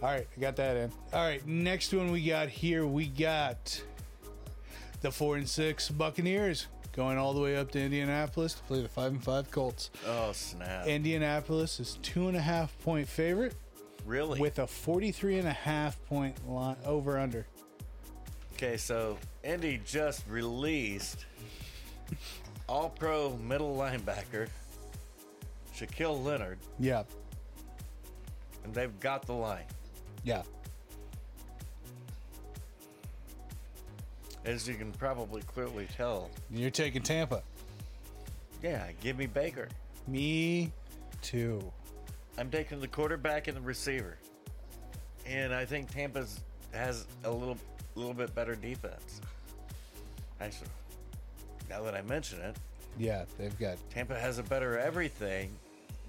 S2: All right, I got that in. All right, next one we got here, we got the four and six Buccaneers going all the way up to Indianapolis to play the five and five Colts.
S3: Oh snap!
S2: Indianapolis is two and a half point favorite
S3: really?
S2: with a 43 and a half point line over under.
S3: okay, so Indy just released All-Pro middle linebacker Shaquille Leonard,
S2: Yeah.
S3: and they've got the line.
S2: Yeah.
S3: As you can probably clearly tell.
S2: You're taking Tampa.
S3: Yeah, give me Baker.
S2: Me too.
S3: I'm taking the quarterback and the receiver, and I think Tampa's has a little little bit better defense. Actually, now that I mention it,
S2: Yeah, they've got
S3: Tampa has a better everything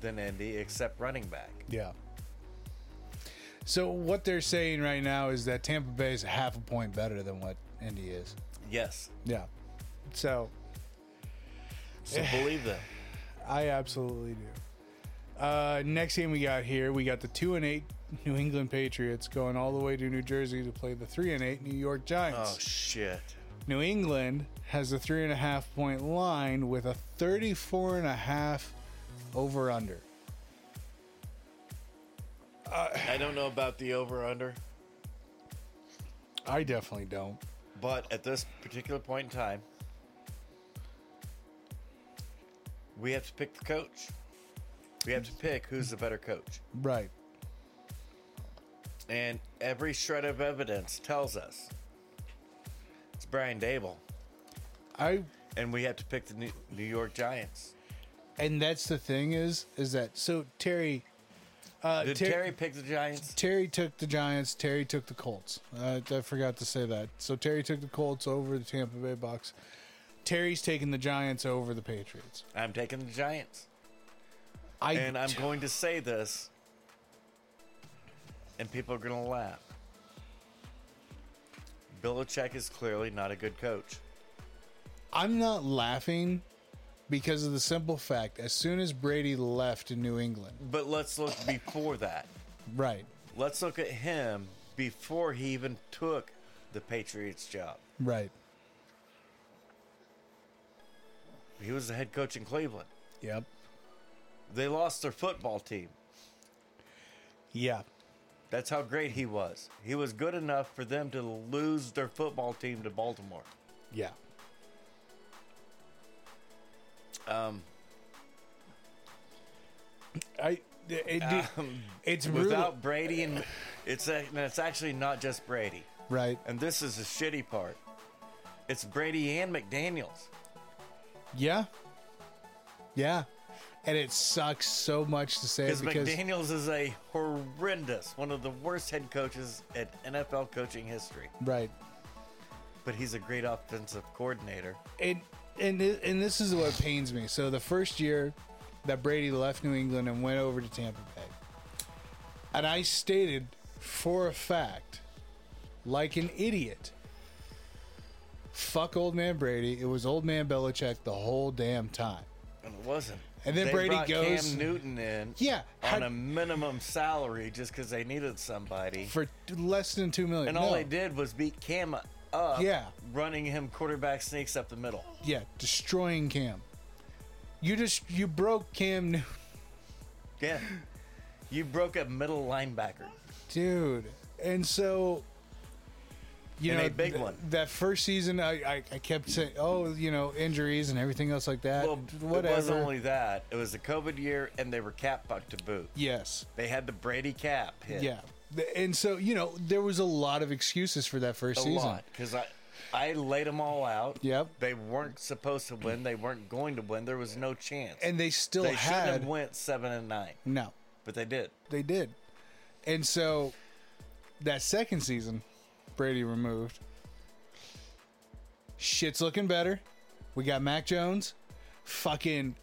S3: than Indy except running back.
S2: yeah. So what they're saying right now is that Tampa Bay is half a point better than what Indy is.
S3: Yes,
S2: Yeah. So
S3: so believe them.
S2: I absolutely do. Uh, next game we got here, we got the two and eight New England Patriots going all the way to New Jersey to play the three and eight New York Giants.
S3: Oh shit!
S2: New England has a three and a half point line with a 34 and a half over under.
S3: I don't know about the over under,
S2: I definitely don't.
S3: but at this particular point in time, We have to pick the coach. We have to pick who's the better coach.
S2: Right.
S3: And every shred of evidence tells us it's Brian Dable.
S2: I
S3: And we have to pick the New New York Giants.
S2: and that's the thing is is that so Terry uh,
S3: Did
S2: Ter-
S3: Terry pick the Giants?
S2: Terry took the Giants. Terry took the Colts. Uh, I forgot to say that. So Terry took the Colts over the Tampa Bay Bucks. Terry's taking the Giants over the Patriots.
S3: I'm taking the Giants.
S2: I
S3: And I'm going to say this, and people are going to laugh. Belichick is clearly not a good coach.
S2: I'm not laughing because of the simple fact as soon as Brady left in New England,
S3: But let's look before that.
S2: right,
S3: Let's look at him before he even took the Patriots job.
S2: right,
S3: He was the head coach in Cleveland.
S2: yep,
S3: They lost their football team.
S2: yeah,
S3: That's how great he was. He was good enough for them to lose their football team to Baltimore.
S2: yeah,
S3: Um,
S2: I. It, it- it's
S3: Ah,
S2: brutal,
S3: without Brady, and it's a- and it's actually not just Brady.
S2: right?
S3: And this is the shitty part. It's Brady and McDaniels.
S2: Yeah, yeah, and it sucks so much to say it
S3: Because
S2: because
S3: McDaniels is a horrendous, one of the worst head coaches in NFL coaching history.
S2: right.
S3: But he's a great offensive coordinator.
S2: and and thi- and this is what pains me. So the first year that Brady left New England and went over to Tampa Bay, and I stated for a fact, like an idiot, fuck old man Brady. It was old man Belichick the whole damn time.
S3: And it wasn't.
S2: And then
S3: They
S2: Brady
S3: brought
S2: goes-
S3: Cam Newton in.
S2: Yeah,
S3: On
S2: how-
S3: a minimum salary just because they needed somebody.
S2: For t- less than two million,
S3: and all
S2: No.
S3: they did was beat Cam up.
S2: Yeah.
S3: Running him quarterback sneaks up the middle.
S2: yeah, destroying Cam. You just you broke Cam Newton,
S3: Yeah. You broke a middle linebacker.
S2: dude, and so you
S3: And
S2: know
S3: a big
S2: th-
S3: one.
S2: that first season I, I, I kept saying oh you know injuries and everything else like that
S3: Well,
S2: Uh, whatever
S3: it was only that. It was the COVID year, and they were cap fucked to boot.
S2: yes
S3: They had the Brady cap hit.
S2: yeah Th- and so you know there was a lot of excuses for that
S3: a
S2: first season
S3: lot because I, I laid them all out.
S2: Yep.
S3: They weren't supposed to win. They weren't going to win. There was no chance.
S2: and they still
S3: they shouldn't
S2: had
S3: have went seven and nine,
S2: no
S3: but they did.
S2: they did and so that second season Brady removed shit's looking better we got Mac Jones fucking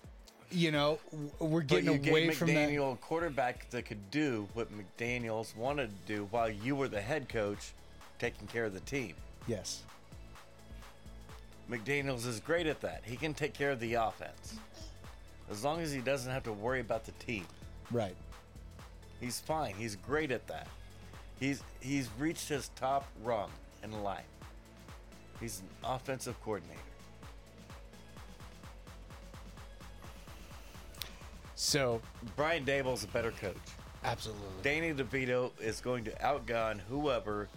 S2: you know w- we're
S3: But
S2: getting
S3: you gave
S2: away from that
S3: McDaniel a quarterback that could do what McDaniel's wanted to do while you were the head coach, taking care of the team.
S2: yes
S3: McDaniels is great at that. He can take care of the offense. As long as he doesn't have to worry about the team.
S2: right
S3: He's fine. He's great at that. He's he's reached his top rung in life. He's an offensive coordinator.
S2: so
S3: Brian Dable's a better coach.
S2: Absolutely.
S3: Danny DeVito is going to outgun whoever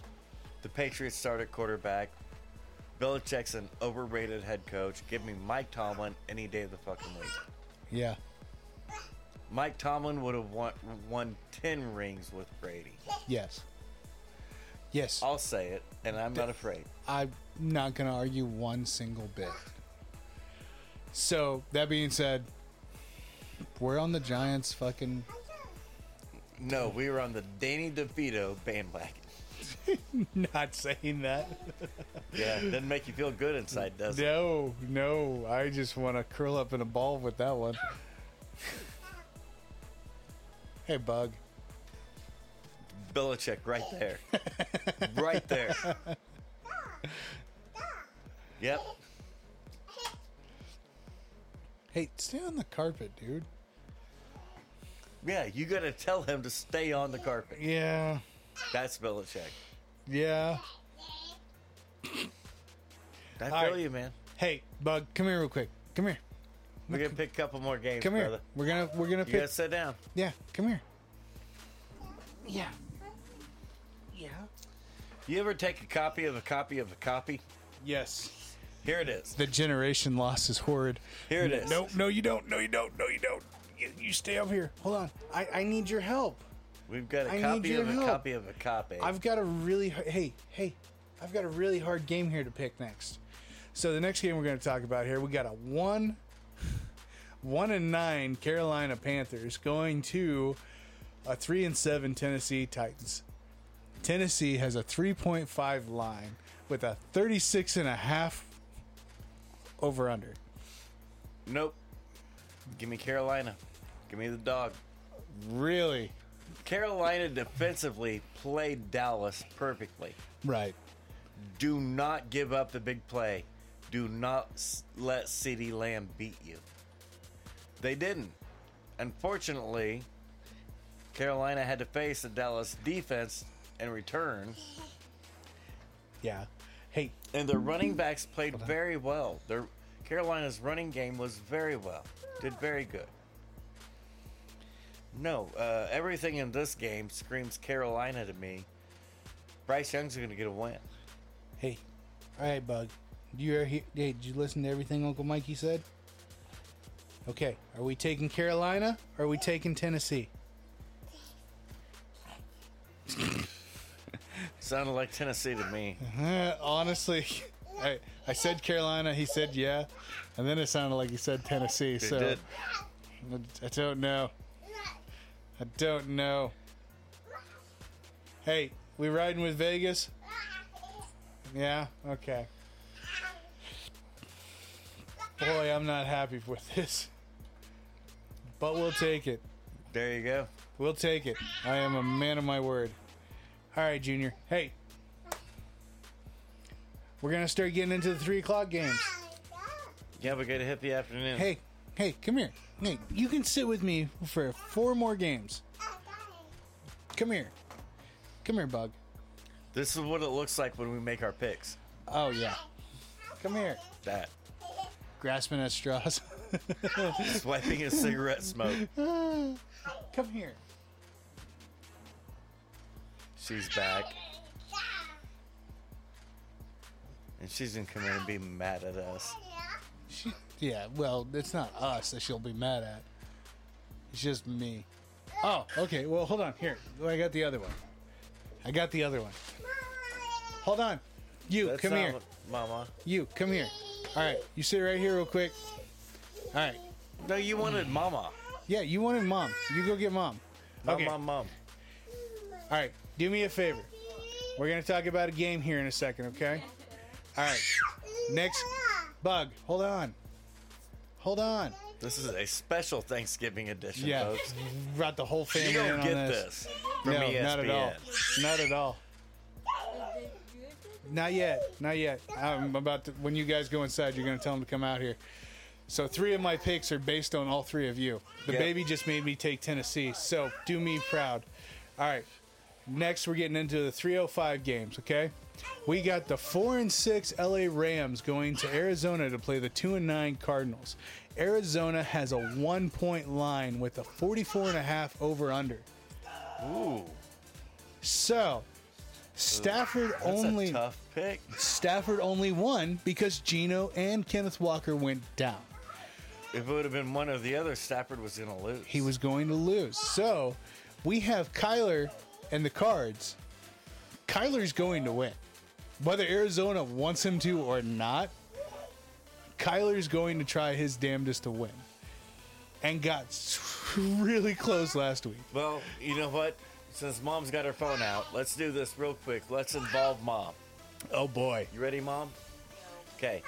S3: the Patriots start at quarterback. Belichick's an overrated head coach. Give me Mike Tomlin any day of the fucking week.
S2: yeah.
S3: Mike Tomlin would have won, won 10 rings with Brady.
S2: Yes. Yes.
S3: I'll say it, and I'm not afraid.
S2: I'm not going to argue one single bit. So, that being said, we're on the Giants fucking.
S3: No, we were on the Danny DeVito bandwagon.
S2: Not saying that.
S3: Yeah, doesn't make you feel good inside, does it?
S2: No, no. I just want to curl up in a ball with that one. hey, Bug.
S3: Belichick right there. right there. Yep.
S2: Hey, stay on the carpet, dude.
S3: Yeah, you gotta tell him to stay on the carpet.
S2: Yeah.
S3: That's Belichick.
S2: Yeah.
S3: I feel
S2: All right.
S3: you, man.
S2: Hey, Bug, come here real quick. Come here.
S3: We're gonna pick a couple more games,
S2: Come here.
S3: brother.
S2: We're going to we're going to
S3: You
S2: pick
S3: gotta sit down.
S2: Yeah, come here. Yeah.
S3: You ever take a copy of a copy of a copy?
S2: Yes.
S3: Here it is.
S2: The generation loss is horrid.
S3: Here it is.
S2: No, no, you don't. No, you don't. No, you don't. You, you stay up here. Hold on. I, I need your help.
S3: We've got a
S2: I need
S3: copy
S2: your
S3: of a
S2: help.
S3: copy of a copy.
S2: I've got a really h- hey hey, I've got a really hard game here to pick next. So the next game we're going to talk about here, we got a one, one and nine Carolina Panthers going to a three and seven Tennessee Titans. Tennessee has a three point five line with a thirty six and a half over under.
S3: nope. Give me Carolina. Give me the dog.
S2: Really,
S3: Carolina defensively played Dallas perfectly.
S2: right?
S3: Do not give up the big play. Do not s- let CeeDee Lamb beat you. They didn't. Unfortunately, Carolina had to face the Dallas defense in return,
S2: Yeah. Hey,
S3: and their running backs played very well. Their Carolina's running game was very well, did very good. No, uh, everything in this game screams Carolina to me. Bryce Young's going to get a win.
S2: hey, all right, bug. You are here. Hey, did you listen to everything Uncle Mikey said? Okay, are we taking Carolina or are we taking Tennessee?
S3: Sounded like Tennessee to me.
S2: Uh, honestly, I, I said Carolina. He said yeah, and then it sounded like he said Tennessee.
S3: It
S2: so
S3: did.
S2: I, I don't know. I don't know. Hey, we riding with Vegas? Yeah. Okay. Boy, I'm not happy with this, but we'll take it.
S3: There you go.
S2: We'll take it. I am a man of my word. All right, Junior. Hey, we're gonna start getting into the three o'clock games.
S3: You have a good hippie afternoon.
S2: Hey, hey, come here. Hey, you can sit with me for four more games. Come here. Come here, Bug.
S3: This is what it looks like when we make our picks.
S2: Oh yeah. Come here.
S3: That.
S2: Grasping at straws.
S3: Swiping a cigarette smoke.
S2: come here.
S3: She's back. And she's gonna come in and be mad at us.
S2: She, yeah, well, it's not us that she'll be mad at. It's just me. Oh, okay. Well, hold on. Here, Well, I got the other one. I got the other one. Hold on. You
S3: That's
S2: come
S3: not
S2: here.
S3: what- Mama.
S2: You come here. All right, you sit right here real quick. All right.
S3: No, you wanted Mama.
S2: Yeah, you wanted mom. You go get mom.
S3: Not
S2: Okay.
S3: my mom.
S2: All right. Do me a favor. We're gonna talk about a game here in a second, okay? All right. Next bug. Hold on. Hold on.
S3: This is a special Thanksgiving edition,
S2: Yeah,
S3: folks.
S2: brought the whole family
S3: You
S2: in
S3: don't
S2: on
S3: get
S2: this.
S3: this from E
S2: no,
S3: ESPN.
S2: not at all. Not at all. Not yet. Not yet. I'm about to. When you guys go inside, you're going to tell them to come out here. So three of my picks are based on all three of you. The
S3: Yep.
S2: baby just made me take Tennessee, so do me proud. All right. Next, we're getting into the 305 games. Okay, we got the four and six LA Rams going to Arizona to play the two and nine Cardinals. Arizona has a one point line with a 44 and a half over under.
S3: Ooh,
S2: So Stafford
S3: that's
S2: only
S3: a tough pick.
S2: Stafford only won because Gino and Kenneth Walker went down.
S3: If it would have been one or the other, Stafford was gonna lose.
S2: He was going to lose. So we have Kyler and the cards. Kyler's going to win. Whether Arizona wants him to or not, Kyler's going to try his damnedest to win. And got really close last week.
S3: Well, you know what? Since mom's got her phone out, let's do this real quick. Let's involve mom.
S2: Oh boy.
S3: You ready, mom? Okay.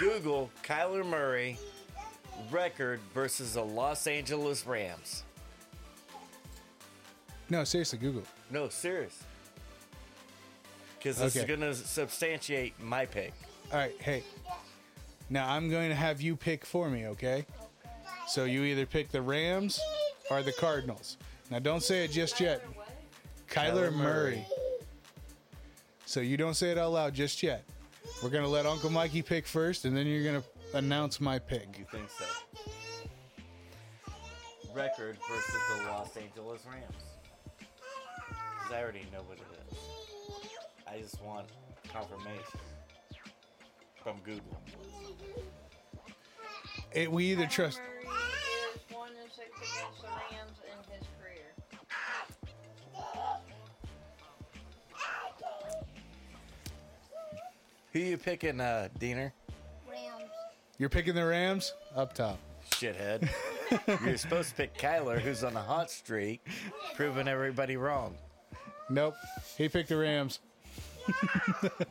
S3: Google Kyler Murray record versus the Los Angeles Rams.
S2: No, seriously, Google. it.
S3: No, serious. Because this
S2: Okay.
S3: is going to substantiate my pick.
S2: All right, hey. Now I'm going to have you pick for me, okay? So you either pick the Rams or the Cardinals. Now don't say it just yet. Kyler
S3: Kyler
S2: Murray.
S3: Murray.
S2: So you don't say it out loud just yet. We're going to let Uncle Mikey pick first and then you're going to announce my pick.
S3: You think so? Record versus the Los Angeles Rams. 'Cause I already know what it is. I just want confirmation. I'm Googling.
S2: It, we either trust.
S4: Murray is one in six against the Rams in his career.
S3: Who you picking, uh, Diener?
S4: Rams.
S2: You're picking the Rams up top.
S3: Shithead. You're supposed to pick Kyler, who's on a hot streak, proving everybody wrong.
S2: Nope. He picked the Rams.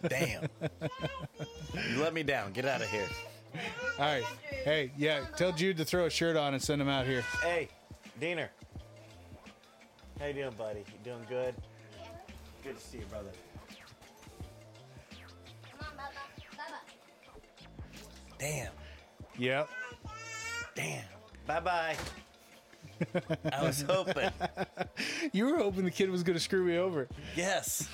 S3: Damn. you let me down. Get out of here.
S2: All right. Hey, yeah. Tell Jude to throw a shirt on and send him out here.
S3: Hey, Diener. How you doing, buddy? You doing good? Good to see you, brother.
S4: Come on, Bubba. Bubba.
S3: Damn.
S2: Yep.
S3: Damn. Bye bye. I was hoping.
S2: You were hoping the kid was going to screw me over.
S3: Yes,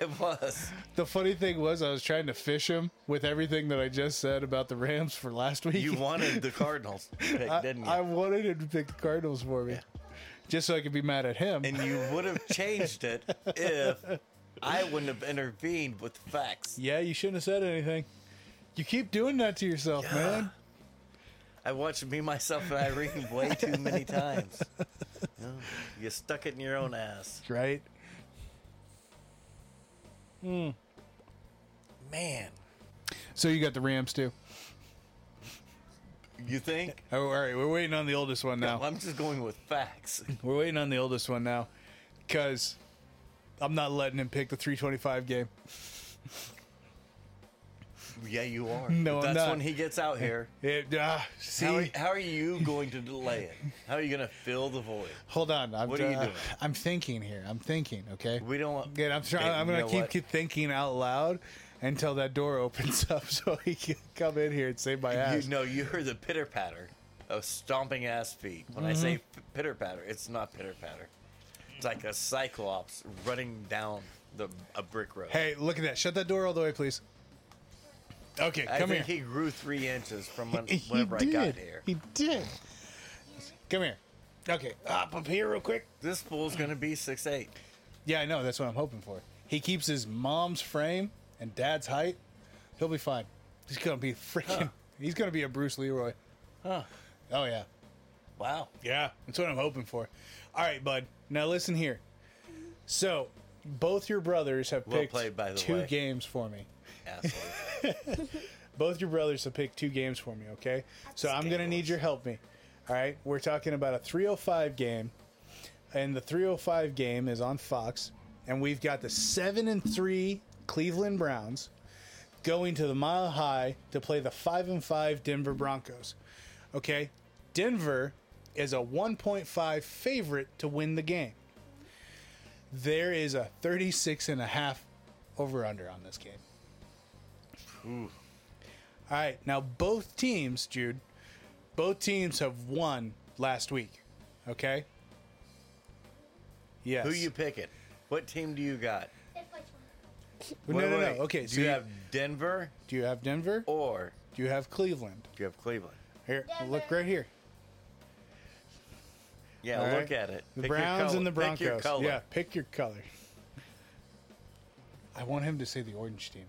S3: I was.
S2: The funny thing was, I was trying to fish him with everything that I just said about the Rams for last week.
S3: You wanted the Cardinals pick,
S2: I,
S3: didn't you?
S2: I wanted him to pick the Cardinals for me, just so I could be mad at him.
S3: and you would have changed it if I wouldn't have intervened with facts.
S2: yeah, you shouldn't have said anything. You keep doing that to yourself,
S3: Yeah.
S2: man.
S3: I watched me, myself, and Irene way too many times. No, you stuck it in your own ass.
S2: Right?
S3: Man.
S2: So you got the Rams too.
S3: You think?
S2: Oh, all right. We're waiting on the oldest one now.
S3: I'm just going with facts.
S2: We're waiting on the oldest one now, because I'm not letting him pick the 325 game.
S3: Yeah, you are.
S2: No, I'm
S3: That's
S2: not.
S3: when he gets out here.
S2: It, ah, see,
S3: How are, how are you going to delay it? How are you going to fill the void?
S2: hold on. I'm,
S3: What are you
S2: uh,
S3: doing?
S2: I'm thinking here. I'm thinking. Okay.
S3: We don't want.
S2: Good. I'm trying.
S3: Okay,
S2: I'm
S3: you
S2: gonna
S3: know
S2: keep,
S3: what?
S2: keep thinking out loud until that door opens up, so he can come in here and save my ass.
S3: You know, you heard the pitter patter of stomping ass feet. When
S2: Mm-hmm.
S3: I say pitter patter, it's not pitter patter. It's like a cyclops running down the a brick road.
S2: hey, look at that! Shut that door all the way, please. Okay,
S3: I
S2: come here.
S3: think he grew three inches from when,
S2: He
S3: whenever I got here.
S2: He did. Come here. Okay, up up here real quick.
S3: This fool's gonna be six eight.
S2: Yeah, I know. That's what I'm hoping for. He keeps his mom's frame and dad's height. He'll be fine. He's gonna be freaking. He's gonna be a Bruce Leroy.
S3: Huh.
S2: Oh yeah.
S3: Wow.
S2: Yeah, that's what I'm hoping for. All right, bud. Now listen here. So, both your brothers have
S3: Well
S2: picked
S3: played, by the
S2: two
S3: way.
S2: games for me.
S3: Asshole.
S2: Both your brothers have picked two games for me, okay? So, I'm going to need your help me. All right? We're talking about a 305 game, and the 305 game is on Fox, and we've got the 7 and 3 Cleveland Browns going to the Mile High to play the 5 and 5 Denver Broncos. Okay? Denver is a 1.5 favorite to win the game. There is a 36 and a half over under on this game. All right, now both teams, Jude, both teams have won last week. Okay? Yes.
S3: Who you picking? What team do you got?
S2: No,
S3: Wait,
S2: no,
S3: wait.
S2: no. Okay,
S3: Do
S2: so
S3: you
S2: you-
S3: have Denver
S2: Do you have Denver?
S3: or
S2: Do you have Cleveland?
S3: do you have Cleveland?
S2: Here, look
S4: Denver.
S2: right here.
S3: Yeah,
S2: All right.
S3: look at it.
S2: The
S3: Pick your
S2: Browns
S3: color-
S2: and the Broncos.
S3: Pick your color.
S2: Yeah, pick your color. I want him to say the orange team.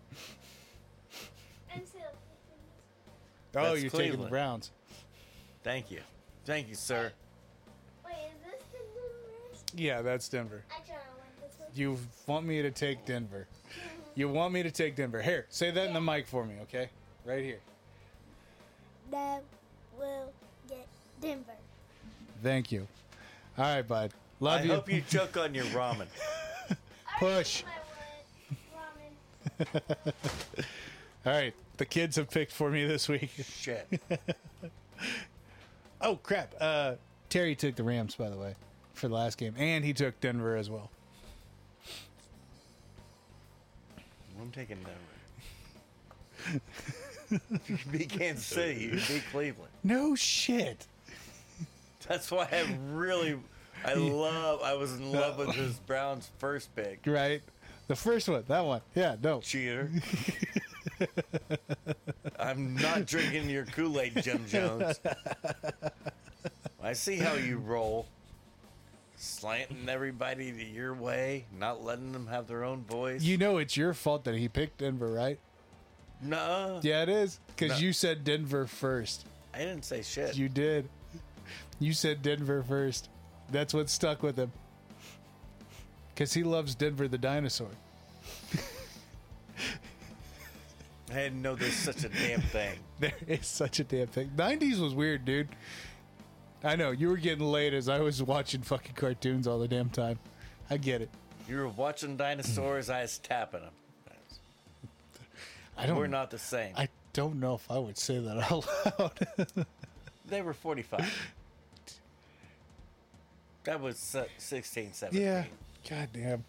S2: Oh,
S3: That's
S2: you're taking the
S3: Cleveland.
S2: Browns.
S3: Thank you. Thank you, sir.
S5: Wait, is this the numbers?
S2: Yeah, that's Denver.
S5: I try to win this one.
S2: You want me to take Denver. You want me to take Denver. Here, say that in the mic for me, okay? Right here.
S5: That will get Denver.
S2: Thank you. All right, bud. Love
S3: I
S2: you.
S3: hope you choke on your ramen.
S2: Push.
S5: My one ramen.
S2: All right. The kids have picked for me this week.
S3: Shit.
S2: Oh, crap. Uh, Terry took the Rams, by the way, for the last game, and he took Denver as well.
S3: I'm taking Denver. you beat Kansas City. You beat Cleveland.
S2: No shit.
S3: That's why I really, I love. I was in love with this Browns first pick.
S2: Right? The first one, that one. Yeah, no.
S3: Cheater. I'm not drinking your Kool Aid, Jim Jones. I see how you roll. Slanting everybody to your way, not letting them have their own voice.
S2: You know it's your fault that he picked Denver, right?
S3: Nuh-uh.
S2: Yeah, it is. Because
S3: No.
S2: you said Denver first.
S3: I didn't say shit.
S2: You did. You said Denver first. That's what stuck with him. Because he loves Denver the dinosaur.
S3: I didn't know there's such a damn thing.
S2: There is such a damn thing. 90s was weird, dude. I know. You were getting late as I was watching fucking cartoons all the damn time. I get it.
S3: You were watching dinosaurs, I was tapping them.
S2: I don't,
S3: We're not the same.
S2: I don't know if I would say that out loud.
S3: They were 45. That was se- 16, 17.
S2: yeah. God damn.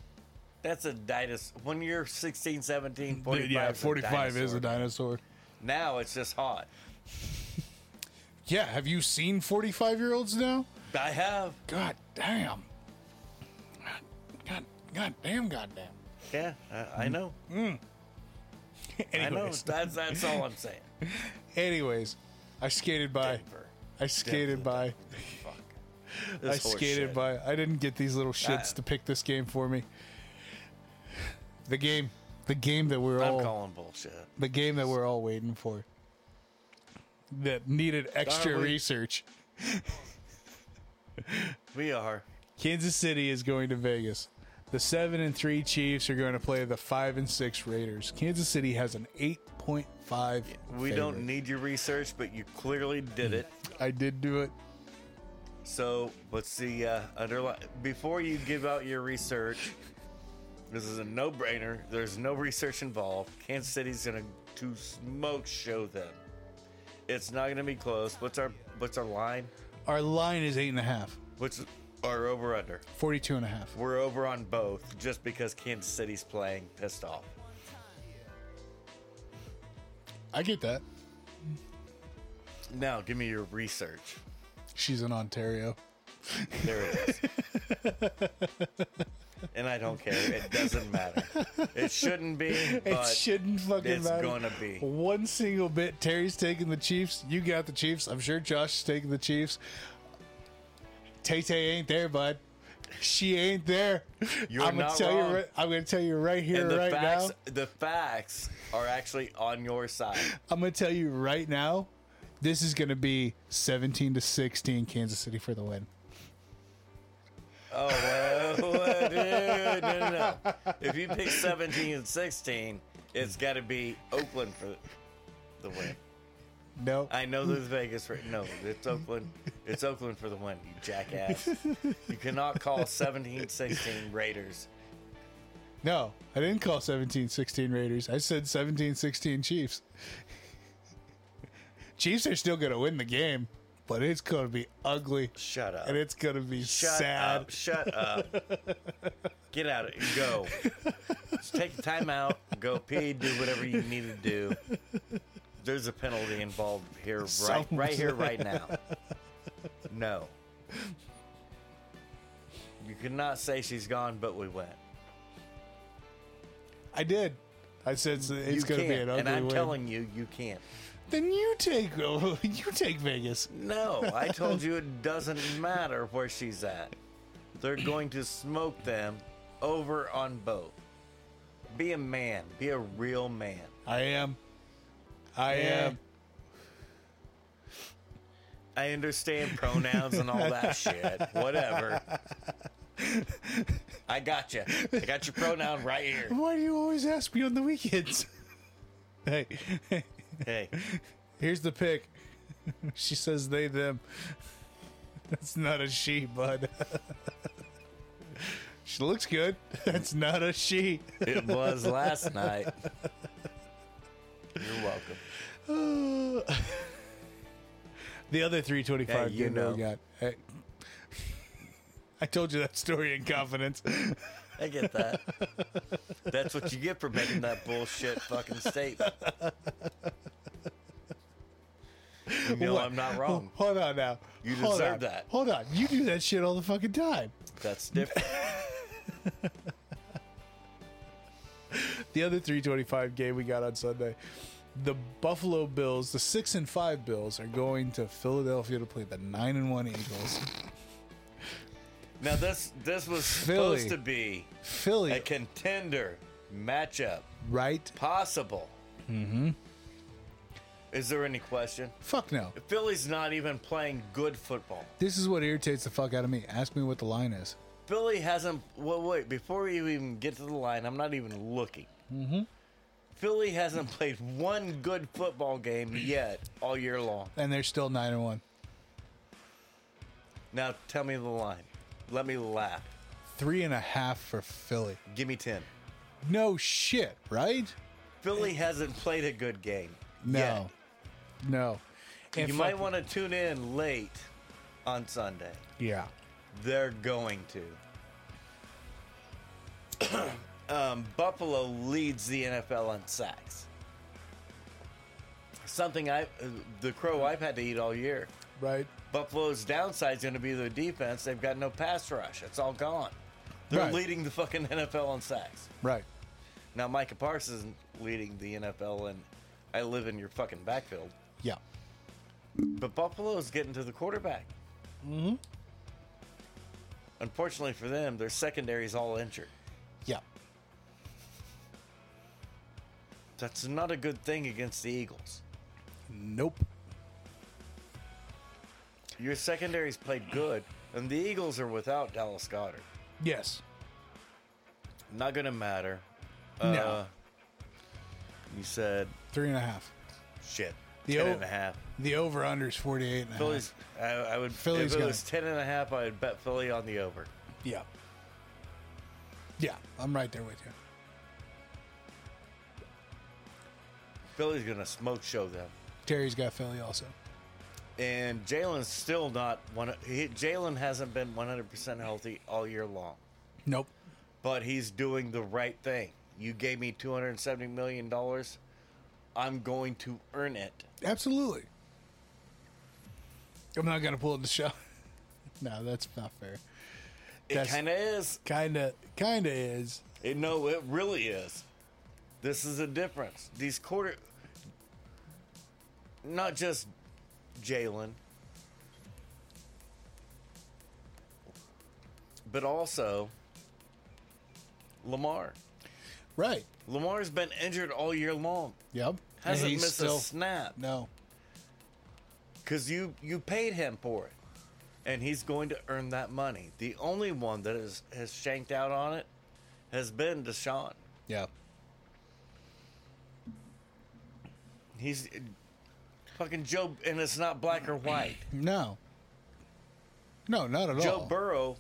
S3: That's a dinosaur. When you're 16, 17, 45
S2: yeah,
S3: is a
S2: 45 is
S3: dinosaur.
S2: a dinosaur.
S3: Now it's just hot.
S2: Yeah, have you seen 45 year olds now?
S3: I have.
S2: God damn. God, God, God damn, God damn.
S3: Yeah, I, I know. I know.
S2: Anyways,
S3: That's, that's all I'm saying.
S2: anyways, I skated by.
S3: Denver.
S2: I skated
S3: Denver,
S2: by.
S3: Fuck.
S2: I
S3: This horse
S2: skated
S3: shit.
S2: by. I didn't get these little shits
S3: Ah.
S2: to pick this game for me. The game, the game that we're
S3: I'm
S2: all,
S3: calling bullshit.
S2: the game that we're all waiting for. That needed extra
S3: we-
S2: research.
S3: We are.
S2: Kansas City is going to Vegas. The seven and three Chiefs are going to play the five and six Raiders. Kansas City has an eight point five.
S3: We don't need your research, but you clearly did it.
S2: I did do it.
S3: So what's the uh, underline? Before you give out your research, this is a no-brainer. There's no research involved. Kansas City's gonna to smoke show them. It's not gonna be close. What's our what's our line?
S2: Our line is eight and a half.
S3: What's our over under?
S2: 42 and a half.
S3: We're over on both just because Kansas City's playing pissed off.
S2: I get that.
S3: Now give me your research.
S2: She's in Ontario.
S3: There it is. and I don't care. It doesn't matter. It shouldn't be.
S2: It
S3: But
S2: shouldn't fucking
S3: it's
S2: matter.
S3: gonna be.
S2: one single bit. Terry's taking the Chiefs. You got the Chiefs. I'm sure Josh is taking the Chiefs. Tay Tay ain't there, bud. She ain't there.
S3: You're
S2: I'm gonna
S3: not
S2: tell
S3: wrong.
S2: you. Right, I'm gonna tell you right here,
S3: and the
S2: right
S3: facts,
S2: now.
S3: the facts are actually on your side.
S2: I'm gonna tell you right now. This is gonna be 17 to 16, Kansas City for the win.
S3: Oh well, well, dude, no, no, no. If you pick 17 and 16, it's got to be Oakland for the win.
S2: No,
S3: I know there's Vegas. Right? No, it's Oakland. It's Oakland for the win. You jackass. You cannot call 17-16 Raiders.
S2: no, I didn't call 17-16 Raiders. I said 17-16 Chiefs. Chiefs are still gonna win the game, but it's gonna be ugly.
S3: Shut up.
S2: and it's gonna be
S3: Shut
S2: sad.
S3: up. Shut up. Get out of it. Go. Just take the time out. Go pee. Do whatever you need to do. There's a penalty involved here, right,
S2: Something.
S3: right here, right now. No. You cannot say she's gone, but we went.
S2: I did. I said it's, it's
S3: you
S2: gonna be
S3: can't,
S2: an ugly
S3: and I'm
S2: win.
S3: telling you, you can't.
S2: then you take you take Vegas.
S3: No, I told you it doesn't matter where she's at. They're going to smoke them over on both. Be a man. Be a real man.
S2: I am. I am.
S3: I understand pronouns and all that shit. Whatever. I got you. I got your pronoun right here.
S2: Why do you always ask me on the weekends? hey,
S3: Hey,
S2: here's the pick. she says they them. That's not a she, bud. she looks good. That's not a she.
S3: it was last night. You're welcome.
S2: The other 325
S3: Hey, you
S2: game that we
S3: know.
S2: got. Hey. I told you that story in confidence.
S3: I get that. That's what you get for making that bullshit fucking statement. You know
S2: What?
S3: I'm not wrong.
S2: Oh, Hold on now.
S3: You
S2: Hold
S3: deserve
S2: on.
S3: that.
S2: Hold on. You do that shit all the fucking time.
S3: That's different.
S2: The other 325 game we got on Sunday, the Buffalo Bills, the 6 and 5 Bills are going to Philadelphia to play the 9 and 1 Eagles.
S3: Now this this was
S2: Philly.
S3: supposed to be
S2: Philly
S3: a contender matchup,
S2: right
S3: possible.
S2: Mm-hmm.
S3: Is there any question?
S2: Fuck no.
S3: Philly's not even playing good football.
S2: This is what irritates the fuck out of me. Ask me what the line is.
S3: Philly hasn't. Well, wait. Before you even get to the line, I'm not even looking. Mm-hmm. Philly hasn't played one good football game yet all year long.
S2: And they're still nine and one.
S3: Now tell me the line. Let me laugh.
S2: Three and a half for Philly.
S3: Give me ten.
S2: No shit, right?
S3: Philly hasn't played a good game.
S2: Eh. No.
S3: yet.
S2: No. And
S3: you might
S2: fuck-
S3: want to tune in late on Sunday.
S2: Yeah.
S3: They're going to. um, Buffalo leads the NFL on sacks. Something I, uh, the crow I've had to eat all year.
S2: Right.
S3: Buffalo's downside is going to be their defense. They've got no pass rush. It's all gone. They're
S2: Right.
S3: leading the fucking NFL on sacks.
S2: Right.
S3: Now Micah Parsons isn't leading the NFL, and I live in your fucking backfield.
S2: Yeah.
S3: But Buffalo's getting to the quarterback. Mm-hmm. Unfortunately for them, their secondary's all injured.
S2: Yeah.
S3: That's not a good thing against the Eagles.
S2: Nope.
S3: Your secondary's played good, and the Eagles are without Dallas Goddard.
S2: Yes.
S3: Not gonna matter. Uh,
S2: No.
S3: You said
S2: Three and a half.
S3: shit.
S2: The
S3: ten
S2: o-
S3: and a half.
S2: The over under is 48 and a
S3: Philly's. I, I would.
S2: Philly's
S3: if it
S2: gonna-
S3: was ten and a half, I would bet Philly on the over.
S2: half. Yeah. Yeah. I'm right there with you.
S3: Philly's gonna smoke show them.
S2: Terry's got Philly also.
S3: and Jalen's still not one. he- Jalen hasn't been 100% healthy all year long,
S2: Nope.
S3: but he's doing the right thing. You gave me 270 million dollars. I'm going to earn it.
S2: Absolutely. I'm not gonna pull the show. no, that's not fair.
S3: It
S2: That's-
S3: kind of is.
S2: Kinda, kinda is.
S3: It, no, it really is. This is a difference. These quarter, not just Jalen, but also Lamar.
S2: Right.
S3: Lamar's been injured all year long.
S2: Yep.
S3: Hasn't
S2: And he's
S3: missed
S2: still-
S3: a snap
S2: No.
S3: because you you paid him for it, and he's going to earn that money. The only one that is, has shanked out on it has been Deshaun.
S2: Yeah.
S3: He's fucking Joe, and it's not black or white.
S2: No. No, not at all.
S3: Joe Burrow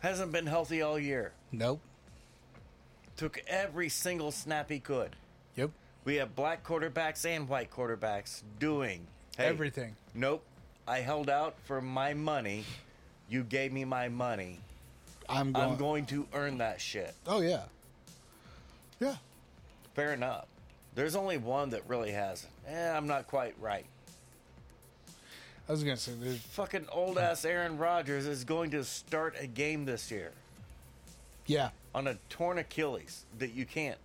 S3: hasn't been healthy all year.
S2: Nope.
S3: Took every single snap he could.
S2: Yep.
S3: We have black quarterbacks and white quarterbacks doing hey,
S2: Everything.
S3: Nope. I held out for my money. You gave me my money.
S2: I'm going.
S3: I'm going to earn that shit.
S2: Oh yeah. Yeah.
S3: Fair enough. There's only one that really hasn't. Eh, I'm not quite right.
S2: I was gonna say there's
S3: Fucking old ass Aaron Rodgers is going to start a game this year
S2: yeah.
S3: on a torn Achilles that you can't.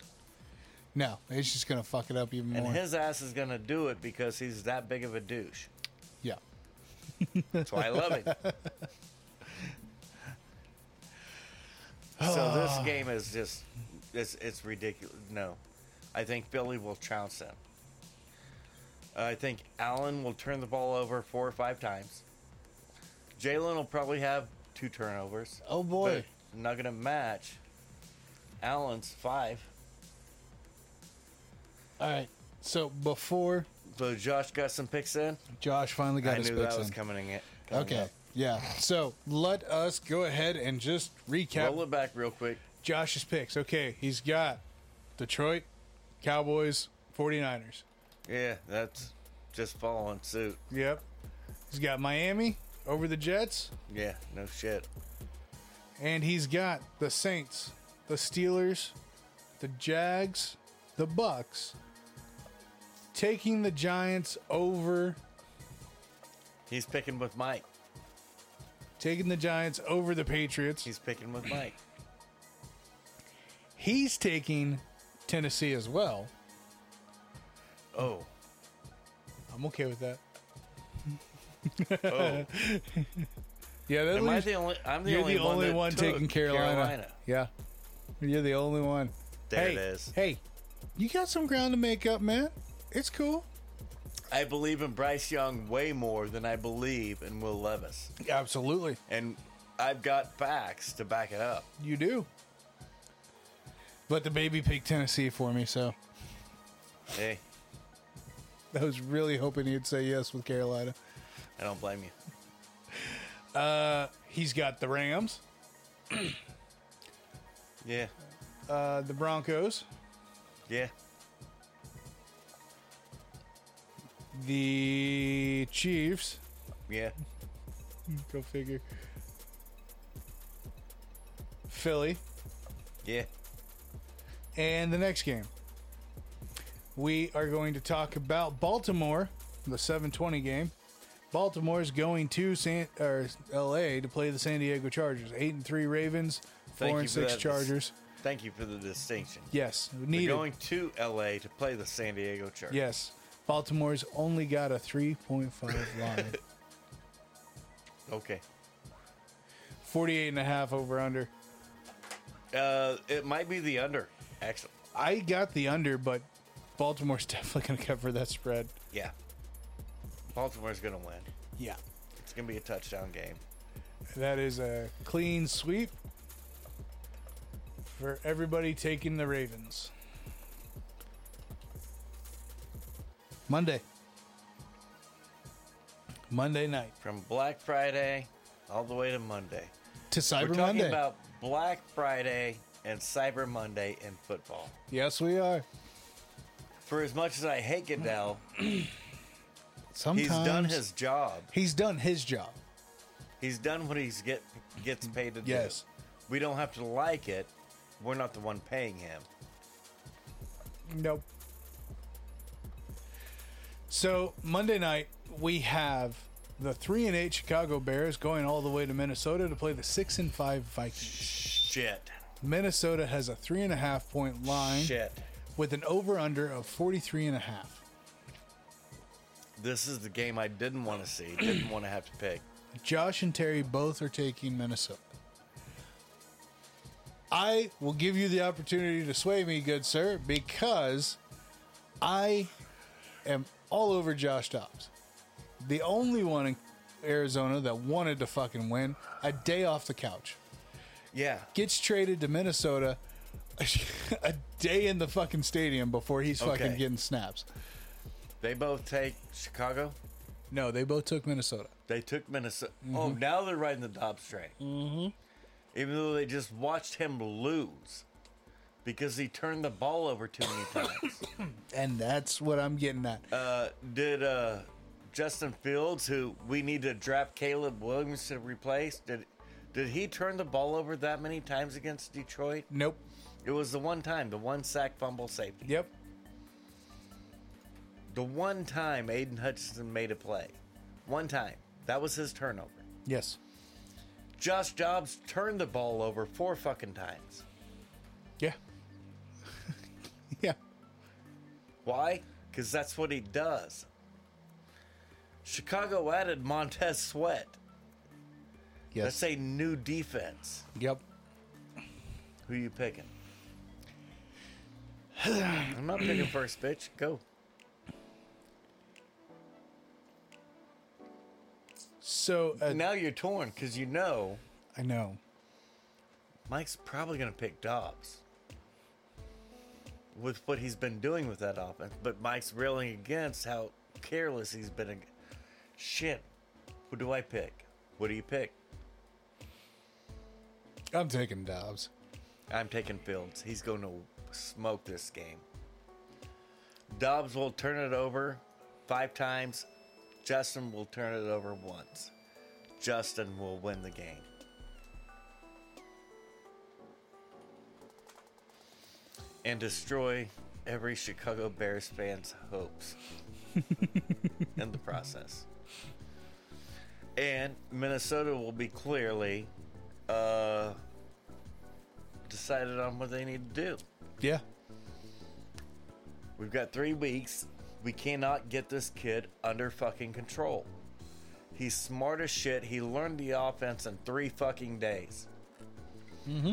S2: No, it's just gonna fuck it up even
S3: And
S2: more.
S3: his ass is going to do it because he's that big of a douche.
S2: yeah.
S3: That's why I love it. so this
S2: Ah.
S3: game is just it's it's ridiculous. No, I think Philly will trounce them. I think Allen will turn the ball over four or five times. Jalen will probably have two turnovers.
S2: Oh, boy.
S3: but not gonna match Allen's five.
S2: All right. So before
S3: So Josh got some picks in.
S2: Josh finally got
S3: I
S2: his
S3: knew
S2: picks
S3: that was
S2: in.
S3: coming in. coming
S2: Okay.
S3: up.
S2: Yeah. So let us go ahead and just recap
S3: Roll it back real quick.
S2: Josh's picks. Okay, he's got Detroit, Cowboys, 49ers.
S3: Yeah, that's just following suit.
S2: Yep. He's got Miami over the Jets,
S3: Yeah, no shit.
S2: and he's got the Saints, the Steelers, the Jags, the Bucks taking the Giants over
S3: He's picking with Mike.
S2: taking the Giants over the Patriots.
S3: He's picking with Mike.
S2: He's taking Tennessee as well.
S3: Oh,
S2: I'm okay with that.
S3: oh.
S2: Yeah, that
S3: Am I
S2: leaves-
S3: the only? I'm the
S2: You're
S3: only
S2: the
S3: one,
S2: only
S3: that
S2: one
S3: took
S2: taking Carolina.
S3: Carolina.
S2: Yeah. You're the only one.
S3: There
S2: hey,
S3: it is.
S2: Hey, You got some ground to make up, man. It's cool.
S3: I believe in Bryce Young way more than I believe in Will Levis.
S2: Absolutely.
S3: And I've got facts to back it up.
S2: You do. But the baby picked Tennessee for me, so
S3: Hey,
S2: I was really hoping he'd say yes with Carolina.
S3: I don't blame you.
S2: He's got the Rams,
S3: Yeah.
S2: uh, the Broncos,
S3: Yeah.
S2: the Chiefs.
S3: Yeah.
S2: Go figure. Philly.
S3: Yeah.
S2: And the next game, we are going to talk about Baltimore, the 720 game. Baltimore is going to San or LA to play the San Diego Chargers. Eight and three Ravens,
S3: Thank
S2: four
S3: you
S2: and
S3: for
S2: six
S3: that.
S2: Chargers.
S3: Thank you for the distinction.
S2: Yes,
S3: They're
S2: needed.
S3: going to LA to play the San Diego Chargers.
S2: yes, Baltimore's only got a 3.5 line,
S3: Okay.
S2: 48 and a half over under.
S3: Uh, it might be the under, actually.
S2: I got the under, but Baltimore's definitely going to cover that spread.
S3: Yeah. Baltimore's going to win.
S2: Yeah,
S3: It's going to be a touchdown game.
S2: that is a clean sweep for everybody taking the Ravens. Monday. Monday night
S3: From Black Friday all the way to Monday.
S2: to Cyber
S3: We're talking
S2: Monday.
S3: about Black Friday and Cyber Monday in football.
S2: yes, we are.
S3: For as much as I hate Goodell, he's
S2: Sometimes
S3: done his job.
S2: he's done his job.
S3: He's done what he's get gets paid to do.
S2: Yes.
S3: We don't have to like it. We're not the one paying him.
S2: Nope. So Monday night we have the three and eight Chicago Bears going all the way to Minnesota to play the six and five Vikings.
S3: Shit.
S2: Minnesota has a three and a half point line
S3: Shit.
S2: with an over under of 43 and a half.
S3: This is the game I didn't want to see. Didn't want to have to pick.
S2: Josh and Terry both are taking Minnesota. I will give you the opportunity to sway me, good sir, because I am all over Josh Dobbs. The only one in Arizona that wanted to fucking win a day off the couch
S3: Yeah.
S2: gets traded to Minnesota a day in the fucking stadium before he's fucking
S3: Okay.
S2: getting snaps.
S3: They both take Chicago.
S2: No, they both took Minnesota.
S3: They took Minnesota. Oh, now they're riding the Dobbs train. Mm-hmm. Even though they just watched him lose because he turned the ball over too many times.
S2: And that's what I'm getting at.
S3: uh, did uh, Justin Fields, who we need to draft Caleb Williams to replace, did did he turn the ball over that many times against Detroit?
S2: Nope.
S3: It was the one time, the one sack fumble safety.
S2: Yep.
S3: The one time Aiden Hutchinson made a play. One time. That was his turnover.
S2: Yes.
S3: Josh Jobs turned the ball over four fucking times.
S2: Yeah. yeah.
S3: Why? Because that's what he does. Chicago added Montez Sweat. That's a new defense.
S2: yep.
S3: Who you picking? I'm not picking first, bitch. Go.
S2: So uh,
S3: Now you're torn because you know
S2: I know.
S3: Mike's probably going to pick Dobbs with what he's been doing with that offense. But Mike's railing against how careless he's been. ag- Shit. Who do I pick? What do you pick?
S2: I'm taking Dobbs.
S3: I'm taking Fields. He's going to smoke this game. Dobbs will turn it over five times. Justin will turn it over once. Justin will win the game. And destroy every Chicago Bears fan's hopes in the process. And Minnesota will be clearly uh, decided on what they need to do.
S2: Yeah.
S3: We've got three weeks. We cannot get this kid under fucking control. He's smart as shit. He learned the offense in three fucking days.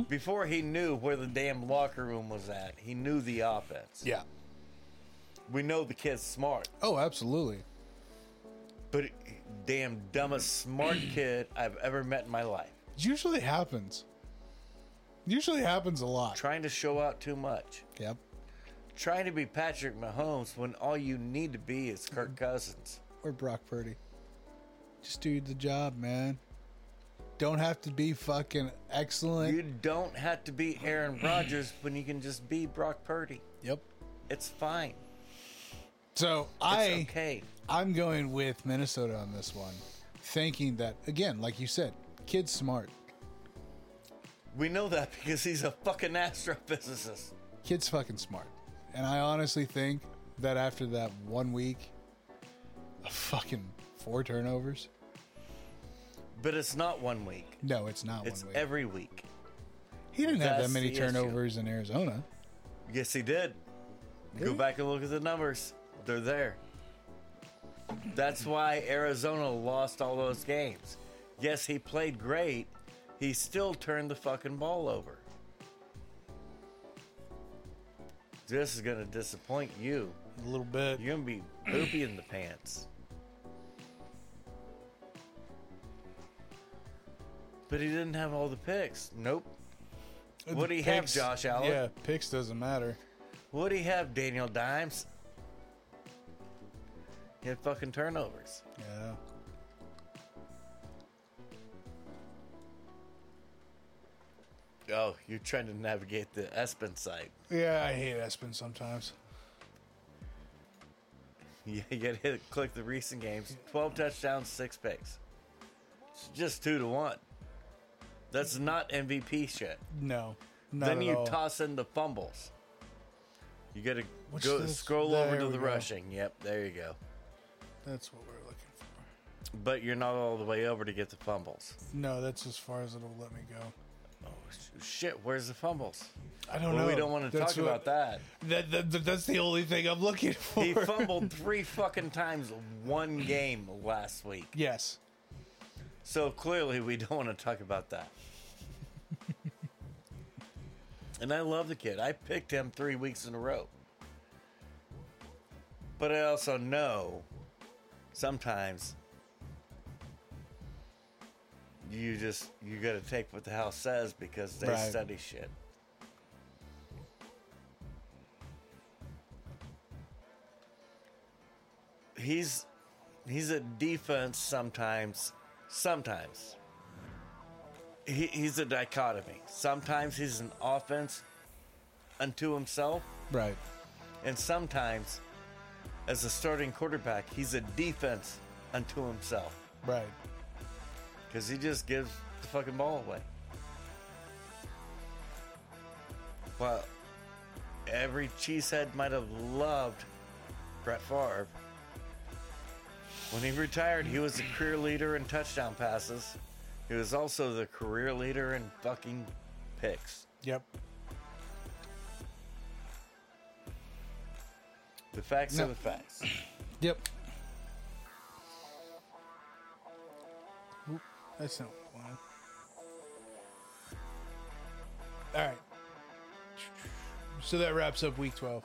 S3: Before he knew where the damn locker room was at, he knew the offense.
S2: Yeah.
S3: We know the kid's smart,
S2: Oh, absolutely.
S3: but he- damn dumbest smart kid I've ever met in my life.
S2: It usually happens. Usually happens a lot.
S3: Trying to show out too much.
S2: Yep.
S3: Trying to be Patrick Mahomes when all you need to be is Kirk Cousins.
S2: Or Brock Purdy. Just do the job, man. Don't have to be fucking excellent.
S3: You don't have to be Aaron Rodgers when you can just be Brock Purdy.
S2: yep.
S3: It's fine.
S2: So
S3: It's
S2: I
S3: okay.
S2: I'm going with Minnesota on this one, thinking that again, like you said, kid's smart,
S3: We know that because he's a fucking astrophysicist.
S2: kid's fucking smart, and I honestly think that after that one week, of fucking four turnovers.
S3: But it's not one week.
S2: No, it's not
S3: It's
S2: one week.
S3: every week.
S2: he didn't have that
S3: that's
S2: many
S3: the issue.
S2: turnovers in Arizona.
S3: Yes, he did. Go back and look at the numbers. They're there. That's why Arizona lost all those games. Yes, he played great. He still turned the fucking ball over. This is going to disappoint you.
S2: A little bit.
S3: You're going to be poopy in the pants. But he didn't have all the picks. Nope. What do you have, Josh Allen?
S2: Uh, Yeah, picks doesn't matter.
S3: What do you have, Daniel Dimes? He had fucking turnovers.
S2: Yeah.
S3: Oh, you're trying to navigate the Espen side.
S2: Yeah, I hate Espen sometimes.
S3: Yeah, you gotta hit, click the recent games. 12 touchdowns, 6 picks. It's just 2 to 1. That's not MVP shit.
S2: No, not
S3: then
S2: at
S3: you
S2: all.
S3: toss in the fumbles. You gotta
S2: What's
S3: go
S2: this?
S3: scroll
S2: There
S3: over to
S2: we
S3: the
S2: go.
S3: rushing. Yep, there you go.
S2: That's what we're looking for.
S3: But you're not all the way over to get the fumbles.
S2: No, that's as far as it'll let me go.
S3: Oh, sh- shit, where's the fumbles?
S2: I don't
S3: Well,
S2: know.
S3: we don't want to
S2: Oh, That's
S3: talk
S2: what-
S3: about that.
S2: That, that, that- That's the only thing I'm looking for.
S3: He fumbled three fucking times one game last week.
S2: Yes.
S3: So clearly we don't want to talk about that. and I love the kid. I picked him three weeks in a row. But I also know sometimes you just you gotta take what the house says because they
S2: Right.
S3: study shit. He's he's a defense sometimes. Sometimes. He, he's a dichotomy. Sometimes he's an offense unto himself,
S2: Right.
S3: and sometimes, as a starting quarterback, he's a defense unto himself
S2: Right.
S3: because he just gives the fucking ball away. Well, every cheesehead might have loved Brett Favre. When he retired, he was the career leader in touchdown passes. He was also the career leader in fucking picks.
S2: Yep.
S3: The facts
S2: No.
S3: are the facts.
S2: Yep. Oop, that's not one. All right. So that wraps up week 12.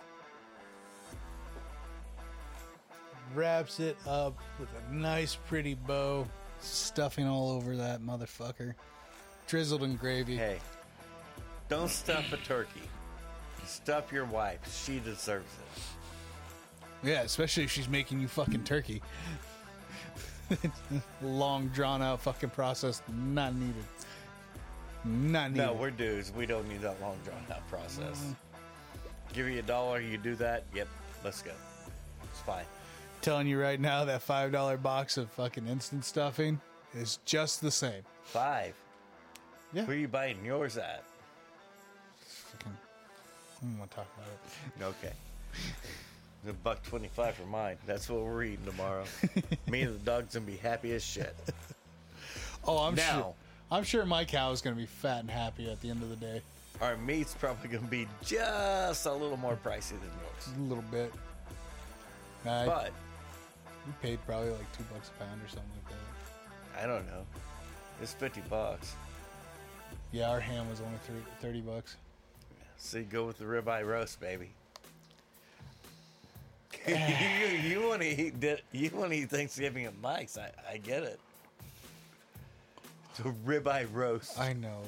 S2: Wraps it up with a nice, pretty bow. Stuffing all over that motherfucker. Drizzled in gravy.
S3: Hey, don't stuff a turkey. Stuff your wife. She deserves it.
S2: Yeah, especially if she's making you fucking turkey. Long, drawn out fucking process. Not needed. Not needed.
S3: No, we're dudes. We don't need that long drawn out process.
S2: Mm-hmm.
S3: Give you a dollar, you do that. Yep, let's go. It's fine.
S2: telling you right now that $5 box of fucking instant stuffing is just the same.
S3: Five.
S2: Yeah.
S3: Where you buying yours at?
S2: Fucking, I don't want to talk about it.
S3: Okay. A buck twenty-five for mine. That's what we're eating tomorrow. Me and the dog's gonna be happy as shit.
S2: Oh, I'm sure.
S3: Now-
S2: I'm sure my cow is going to be fat and happy at the end of the day.
S3: Our meat's probably gonna be just a little more pricey than yours,
S2: A little bit. I
S3: but
S2: we paid probably like two bucks a pound or something like that.
S3: I don't know. It's fifty bucks.
S2: Yeah, our ham was only three, 30 bucks.
S3: See, go with the ribeye roast, baby. you you want to eat di- you want to eat Thanksgiving at Mike's? I, I get it. The ribeye roast.
S2: I know.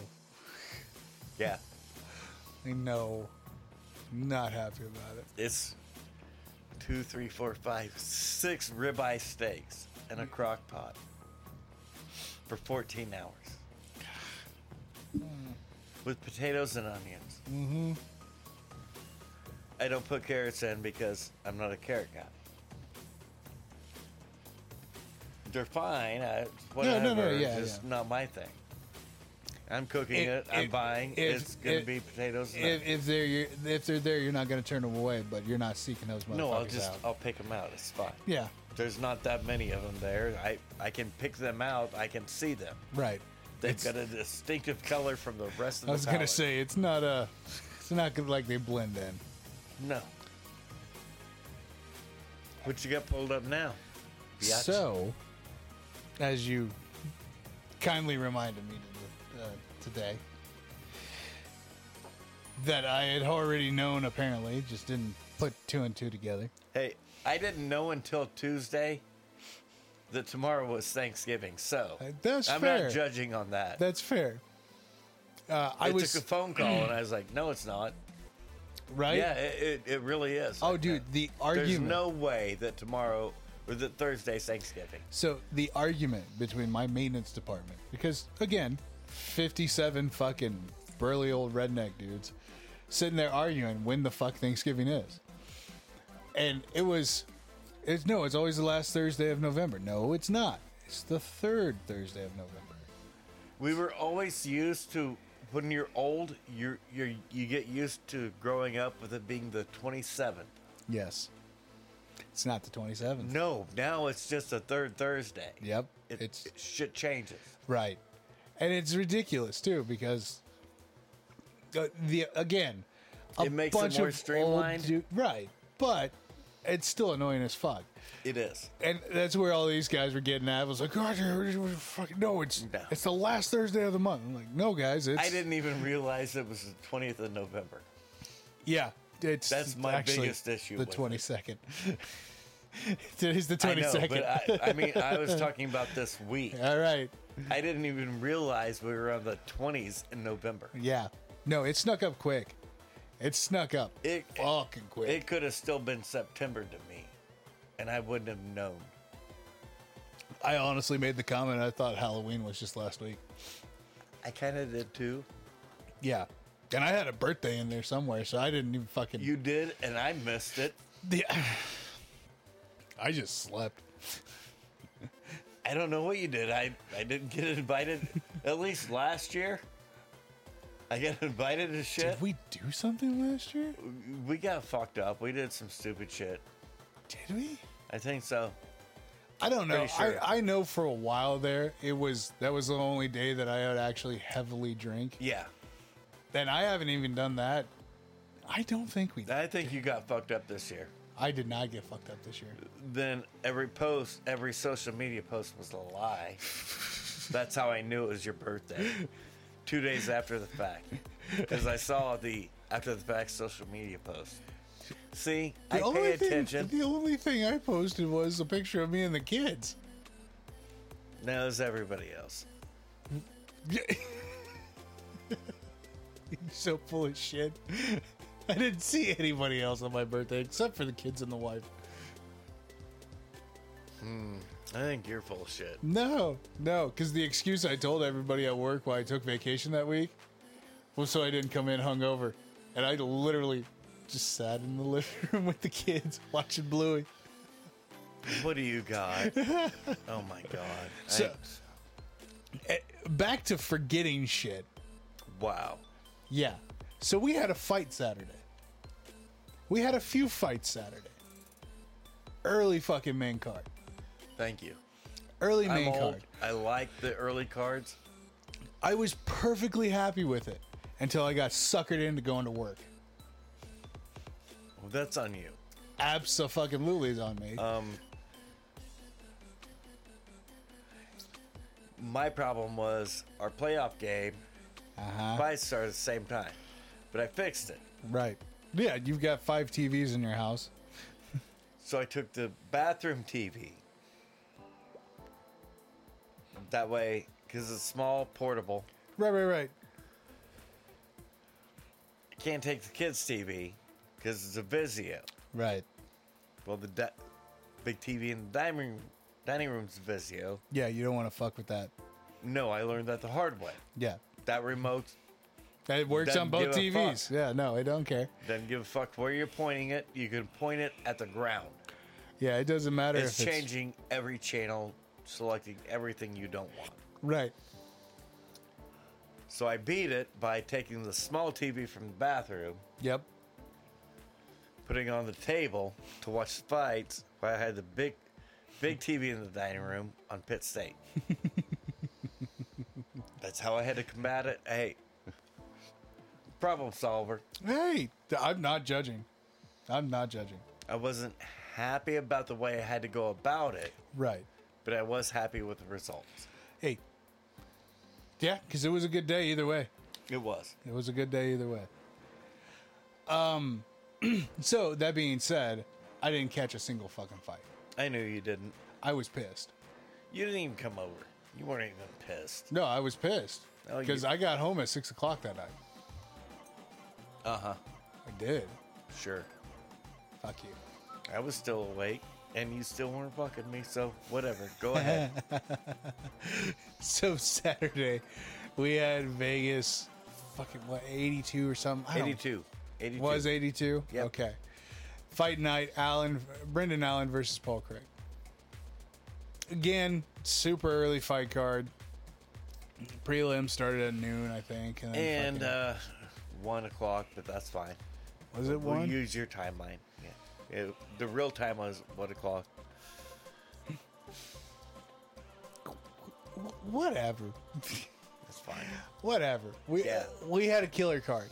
S3: yeah,
S2: I know. I'm not happy about it.
S3: it's two, three, four, five, six ribeye steaks and a crock pot for 14 hours with potatoes and onions. Mm-hmm. I don't put carrots in because I'm not a carrot guy. They're fine. I,
S2: no,
S3: whatever.
S2: no, yeah,
S3: It's just
S2: yeah.
S3: not my thing. I'm cooking it.
S2: If-
S3: I'm
S2: if-
S3: buying.
S2: if-
S3: it's gonna
S2: if-
S3: be potatoes. And
S2: If,
S3: onions.
S2: if they're your, if they're there, you're not going to turn them away, but you're not seeking those motherfuckers
S3: no, I'll just
S2: out.
S3: I'll pick them out. It's fine.
S2: yeah,
S3: There's not that many of them there. I, I can pick them out. I can see them.
S2: right.
S3: They've
S2: It's-
S3: got a distinctive color from the rest of
S2: I was
S3: the
S2: going to
S3: palette.
S2: say it's not uh it's not good like they blend in.
S3: No. What you got pulled up now? Biatch?
S2: So, as you kindly reminded me to, uh, today, that I had already known apparently, just didn't put two and two together.
S3: Hey, I didn't know until Tuesday that tomorrow was Thanksgiving, so
S2: Uh, that's
S3: I'm
S2: fair.
S3: not judging on that.
S2: That's fair. Uh,
S3: I,
S2: I was
S3: took a phone call and I was like, no, it's not.
S2: right.
S3: yeah, it, it, it really is.
S2: Oh,
S3: Like,
S2: dude,
S3: no.
S2: the
S3: There's
S2: argument.
S3: no way that tomorrow or that Thursday's Thanksgiving.
S2: So the argument between my maintenance department, because again, fifty-seven fucking burly old redneck dudes sitting there arguing when the fuck Thanksgiving is, and it was, it's no, it's always the last Thursday of November. No, it's not. It's the third Thursday of November.
S3: We were always used to when you're old, you you you get used to growing up with it being the 27th.
S2: Yes, it's not the twenty-seventh.
S3: No, now it's just the third Thursday.
S2: Yep,
S3: It,
S2: it's
S3: it- shit changes.
S2: Right. And it's ridiculous too because uh, the again, a
S3: It makes it
S2: bunch
S3: more
S2: of old
S3: streamlined.
S2: du- right, but it's still annoying as fuck.
S3: It is.
S2: And that's where all these guys were getting at. I was like, God, you're- you're fucking no, it's
S3: No.
S2: it's the last Thursday of the month. I'm like, no, guys, it's
S3: I didn't even realize it was the 20th of November.
S2: Yeah, it's
S3: That's my
S2: actually
S3: biggest issue
S2: The
S3: with it.
S2: twenty second. Today's the
S3: I
S2: twenty
S3: know,
S2: second.
S3: but I, I mean, I was talking about this week.
S2: all right,
S3: I didn't even realize we were on the 20s in November.
S2: yeah, no, it snuck up quick. It snuck up
S3: It-
S2: fucking quick.
S3: It could have still been September to me, and I wouldn't have known.
S2: I honestly made the comment. I thought Halloween was just last week.
S3: I kind of did too.
S2: Yeah, and I had a birthday in there somewhere, so I didn't even fucking.
S3: You did, and I missed it.
S2: the, I just slept.
S3: I don't know what you did. I, I didn't get invited. At least last year, I got invited to shit.
S2: Did we do something last year?
S3: We-, got fucked up. We did some stupid shit.
S2: Did we?
S3: I think so.
S2: I don't know.
S3: Pretty sure.
S2: I, I know for a while there, it was that was the only day that I would actually heavily drink.
S3: Yeah.
S2: Then I haven't even done that. I don't think we.
S3: I think you got fucked up this year.
S2: I did not get fucked up this year.
S3: Then every post, every social media post was a lie. That's how I knew it was your birthday. Two days after the fact. Because I saw the after the fact social media post. See,
S2: The
S3: I pay
S2: only
S3: attention.
S2: thing, the only thing I posted was a picture of me and the kids.
S3: Now is everybody else.
S2: Yeah. You're so full of shit. I didn't see anybody else on my birthday except for the kids and the wife.
S3: I think you're full of shit.
S2: No, no, because the excuse I told everybody at work why I took vacation that week was so I didn't come in hungover. And I literally just sat in the living room with the kids watching Bluey.
S3: What do you got? oh my god. I-
S2: So- Eh, Back to forgetting shit.
S3: wow.
S2: Yeah. So we had a fight Saturday. We had a few fights Saturday. Early fucking main card.
S3: Thank you.
S2: Early
S3: I'm
S2: main
S3: old.
S2: card.
S3: I like the early cards.
S2: I was perfectly happy with it until I got suckered into going to work.
S3: Well, that's on you.
S2: Absolutely is on me.
S3: Um, my problem was our playoff game
S2: Uh-huh.
S3: Fights start at the same time. But I fixed it.
S2: Right. Yeah, you've got five TVs in your house.
S3: So I took the bathroom TV. That way, because it's small, portable.
S2: Right, right, right.
S3: I can't take the kids' TV because it's a Vizio.
S2: Right.
S3: Well, the di- big TV in the dining room, dining room's Vizio.
S2: Yeah, you don't want to fuck with that.
S3: No, I learned that the hard way.
S2: Yeah.
S3: That remote
S2: And It works
S3: Doesn't
S2: on both
S3: give a fuck.
S2: TVs. Yeah, no, I don't care.
S3: doesn't give a fuck where you're pointing it. You can point it at the ground.
S2: Yeah, it doesn't matter
S3: It's
S2: if
S3: changing every channel, selecting everything you don't want.
S2: Right.
S3: So I beat it by taking the small TV from the bathroom,
S2: Yep.
S3: putting it on the table to watch the fights. While I had the big, big TV in the dining room on Pitt State. That's how I had to combat it. Hey, problem solver.
S2: Hey, th- I'm not judging. I'm not judging.
S3: I wasn't happy about the way I had to go about it,
S2: Right.
S3: but I was happy with the results.
S2: Hey. Yeah, because it was a good day either way.
S3: It was.
S2: It was a good day either way. Um, so that being said, I didn't catch a single fucking fight.
S3: I knew you didn't.
S2: I was pissed.
S3: You didn't even come over. You weren't even pissed.
S2: No, I was pissed
S3: Oh, you-
S2: because I got home at six o'clock that night.
S3: Uh
S2: Uh-huh.
S3: huh.
S2: I did.
S3: Sure.
S2: Fuck you.
S3: I was still awake, and you still weren't fucking me, so whatever. Go ahead.
S2: So Saturday, we had Vegas, fucking what, eighty-two or something. I don't-
S3: 82. 82.
S2: was eighty-two.
S3: Yep.
S2: Okay. Fight night, Allen, Brendan Allen versus Paul Craig. Again, super early fight card. Prelim started at noon, I think, and, then
S3: And
S2: fucking-
S3: uh, 1 o'clock, but that's fine.
S2: was it
S3: We'll
S2: one?
S3: use your timeline. Yeah. It, the real time was 1 o'clock.
S2: Wh- Whatever,
S3: That's fine.
S2: whatever. We
S3: Yeah.
S2: we had a killer card,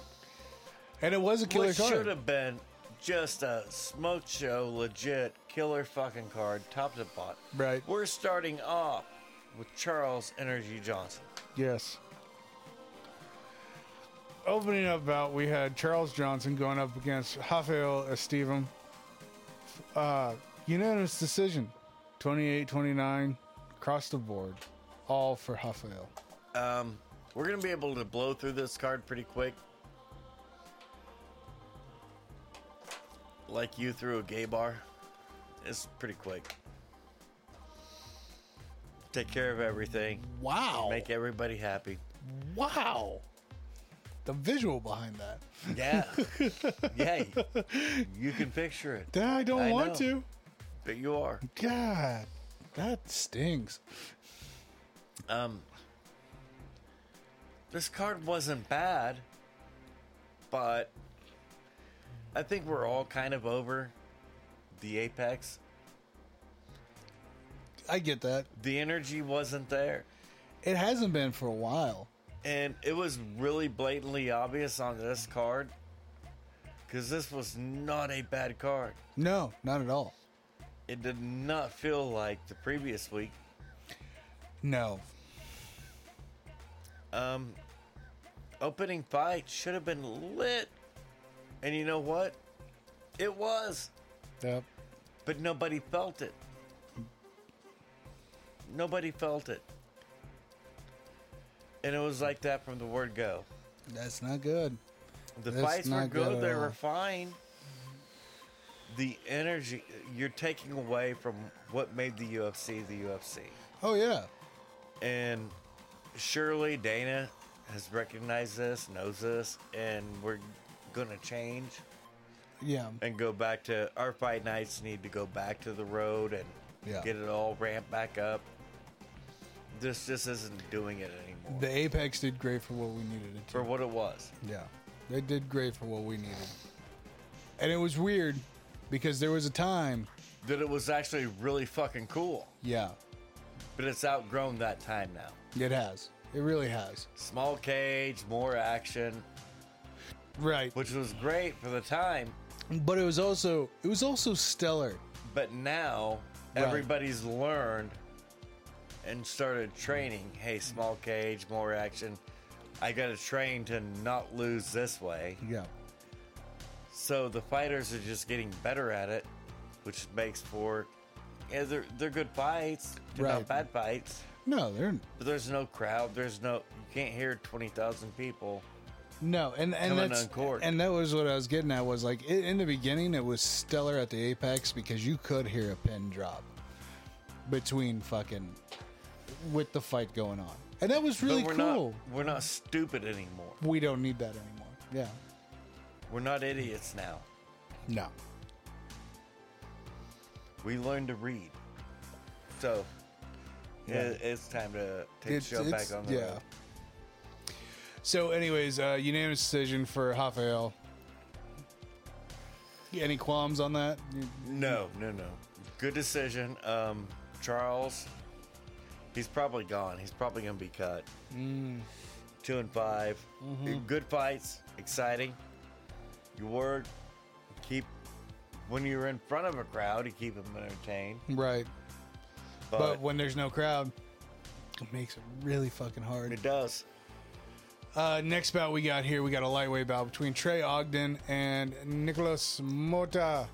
S2: and it was a killer
S3: Which should
S2: card.
S3: have been just a smoke show, legit killer fucking card, top to bottom.
S2: Right.
S3: We're starting off with Charles Energy Johnson.
S2: Yes. Opening up bout, we had Charles Johnson going up against Rafael Estevam. Uh, unanimous decision 28 29, across the board, all for Rafael.
S3: Um, we're gonna be able to blow through this card pretty quick, like you through a gay bar. It's pretty quick. Take care of everything.
S2: Wow.
S3: Make everybody happy.
S2: wow. The visual behind that.
S3: Yeah, yeah. you- You can picture it,
S2: That I don't
S3: I
S2: want
S3: know. but you are.
S2: to. God, that stings.
S3: Um, this card wasn't bad, but I think we're all kind of over the apex.
S2: I get that.
S3: The energy wasn't there,
S2: It hasn't been for a while.
S3: and it was really blatantly obvious on this card because this was not a bad card.
S2: No, not at all.
S3: It did not feel like the previous week.
S2: No.
S3: Um, opening fight should have been lit, and you know what? It was.
S2: Yep.
S3: but nobody felt it. Nobody felt it. And it was like that from the word go.
S2: That's not good.
S3: The
S2: That's
S3: fights were
S2: not good
S3: good,
S2: at
S3: they
S2: all.
S3: were fine. The energy you're taking away from what made the UFC the UFC.
S2: Oh yeah.
S3: And surely Dana has recognized this, knows this, and we're gonna change.
S2: Yeah.
S3: and go back to our fight nights need to go back to the road and
S2: Yeah.
S3: get it all ramped back up. This just isn't doing it anymore
S2: The Apex did great for what we needed it to.
S3: for what it was.
S2: yeah. They did great for what we needed. And it was weird because there was a time,
S3: That it was actually really fucking cool,
S2: yeah,
S3: but it's outgrown that time now.
S2: it has. It really has.
S3: Small cage, more action,
S2: Right.
S3: which was great for the time,
S2: But it was also it was also stellar.
S3: but now
S2: Right.
S3: everybody's learned and started training. Hey, small cage, more action. I got to train to not lose this way.
S2: Yeah.
S3: So the fighters are just getting better at it, which makes for yeah, they're they're good fights, they're
S2: Right.
S3: not bad fights.
S2: No, they're
S3: But there's no crowd. There's no you can't hear twenty thousand people.
S2: no, and and
S3: Coming
S2: that's
S3: on court.
S2: and that was what I was getting at was like i in the beginning it was stellar at the apex because you could hear a pin drop between fucking with the fight going on, and that was really
S3: but we're
S2: cool.
S3: not we're not stupid anymore.
S2: We don't need that anymore. Yeah.
S3: We're not idiots now.
S2: No.
S3: We learn to read. So
S2: Yeah.
S3: it, it's time to take
S2: It's-
S3: the show
S2: it's-
S3: back on the
S2: yeah.
S3: road.
S2: So, anyways, uh, unanimous decision for Rafael. Any qualms on that? You-
S3: No, no, no. Good decision. Um, Charles, he's probably gone. He's probably going to be cut. Two and 5 Good fights. Exciting. You work. Keep. When you're in front of a crowd, you keep them entertained.
S2: Right.
S3: But,
S2: but when there's no crowd, it makes it really fucking hard.
S3: it does.
S2: Uh, next bout we got here, we got a lightweight bout between Trey Ogden and Nicholas Mota.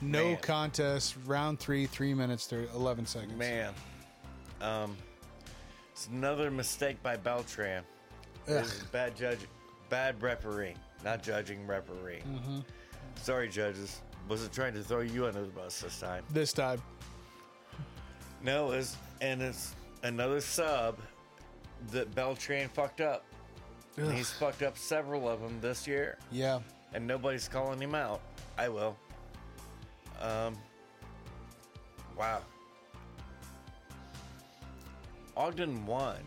S2: No
S3: Man.
S2: contest, round three, three minutes, thir- 11 seconds.
S3: Man. Um, it's another mistake by Beltran.
S2: Ugh.
S3: Bad judge, bad refereeing, not judging, refereeing. Sorry, judges. Wasn't trying to throw you under the bus this time.
S2: This time.
S3: No, it's and it's another sub that Beltran fucked up. And He's fucked up several of them this year,
S2: Yeah.
S3: and nobody's calling him out. I will. Um. Wow. Ogden won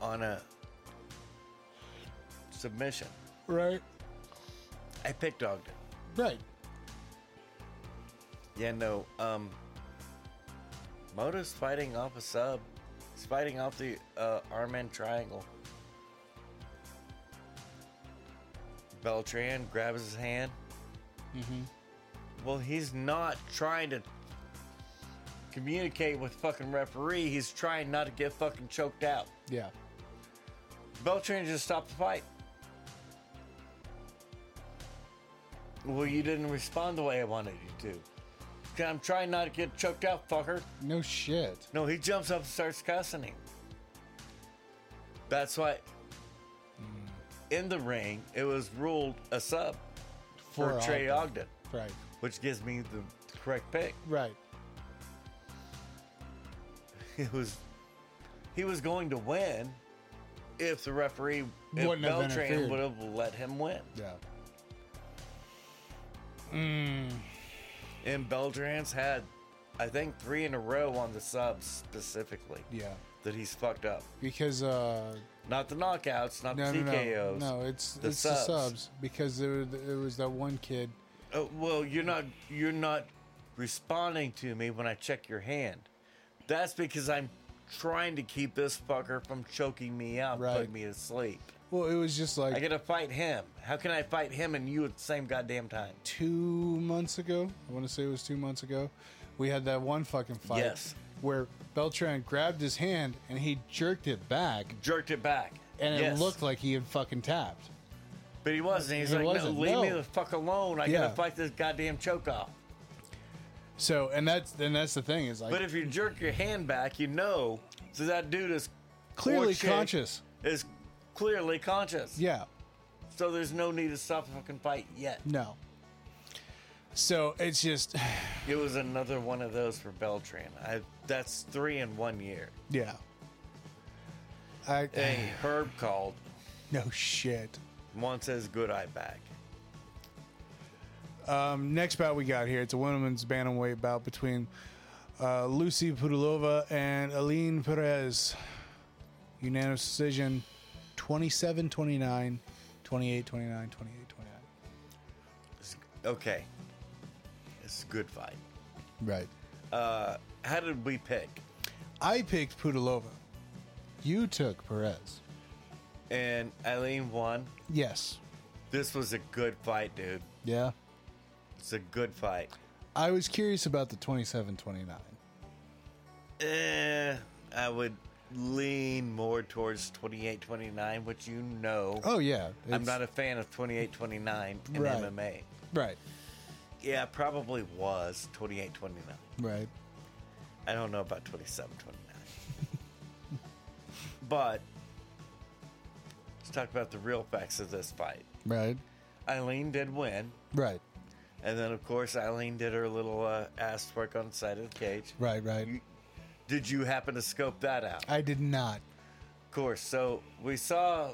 S3: on a submission.
S2: Right.
S3: I picked Ogden.
S2: Right.
S3: Yeah, no. Um, Moto's fighting off a sub. He's fighting off the uh, Armand Triangle. Beltran grabs his hand. Mm-hmm. Well, he's not trying to communicate with fucking referee. He's trying not to get fucking choked out.
S2: Yeah.
S3: Beltran just stopped the fight. Well, you didn't respond the way I wanted you to. Okay, I'm trying not to get choked out, fucker.
S2: No shit.
S3: No, he jumps up and starts cussing him. That's why in the ring, it was ruled a sub for, Trey Ogden,
S2: Right.
S3: which gives me the correct pick.
S2: Right.
S3: It was he was going to win if the referee if
S2: Wouldn't have
S3: Beltran
S2: interfered.
S3: would have let him win.
S2: Yeah.
S3: And Beltran's had, I think, three in a row on the subs specifically
S2: Yeah.
S3: that he's fucked up.
S2: Because uh
S3: Not the knockouts, not
S2: no
S3: the
S2: no no,
S3: TKOs.
S2: no it's
S3: The
S2: it's
S3: subs.
S2: the subs because there was- it was that one kid
S3: Uh, well, you're not you're not responding to me when I check your hand. That's because I'm trying to keep this fucker from choking me out,
S2: Right.
S3: putting me to sleep.
S2: well it was just
S3: I
S2: like
S3: gotta fight him. How can I fight him and you at the same goddamn time?
S2: two months ago I want to say it was two months ago we had that one fucking fight
S3: Yes.
S2: where Beltran grabbed his hand and he jerked it back
S3: Jerked it back,
S2: and
S3: Yes.
S2: it looked like he had fucking tapped
S3: but he wasn't. He's
S2: He
S3: like,
S2: wasn't,
S3: no, leave me
S2: no.
S3: the fuck alone. I
S2: Yeah.
S3: gotta fight this goddamn choke off.
S2: so and that's and that's the thing is like
S3: But if you jerk your hand back, you know that that dude is
S2: clearly
S3: or chick
S2: conscious
S3: Is clearly conscious.
S2: yeah
S3: So there's no need to stop the fucking fight yet.
S2: no so it's just
S3: It was another one of those for Beltran. I, that's three in one year.
S2: yeah I
S3: Hey, Herb called.
S2: no shit
S3: Wants his good eye back.
S2: Um, next bout we got here, it's a women's bantamweight bout between uh, Lucy Pudulova and Aline Perez. Unanimous decision 27 29, 28 29, 28
S3: It's- okay. It's a good fight.
S2: 29. Right.
S3: Uh, how did we pick?
S2: I picked Pudulova. You took Perez.
S3: And Eileen won.
S2: Yes.
S3: This was a good fight, dude.
S2: Yeah.
S3: It's a good fight.
S2: I was curious about the 27 29.
S3: Eh, I would. lean more towards 28 29, which you know.
S2: Oh yeah,
S3: I'm
S2: it's-
S3: not a fan of 28 29 in
S2: Right.
S3: MMA.
S2: right,
S3: Yeah, probably was 28 29.
S2: right.
S3: I don't know about 27 29. but let's talk about the real facts of this fight.
S2: Right.
S3: Eileen did win.
S2: Right.
S3: And then, of course, Eileen did her little uh, ass work on the side of the cage.
S2: Right.
S3: Mm.
S2: Right.
S3: Did you happen to scope that out?
S2: I did not.
S3: Of course. So we saw,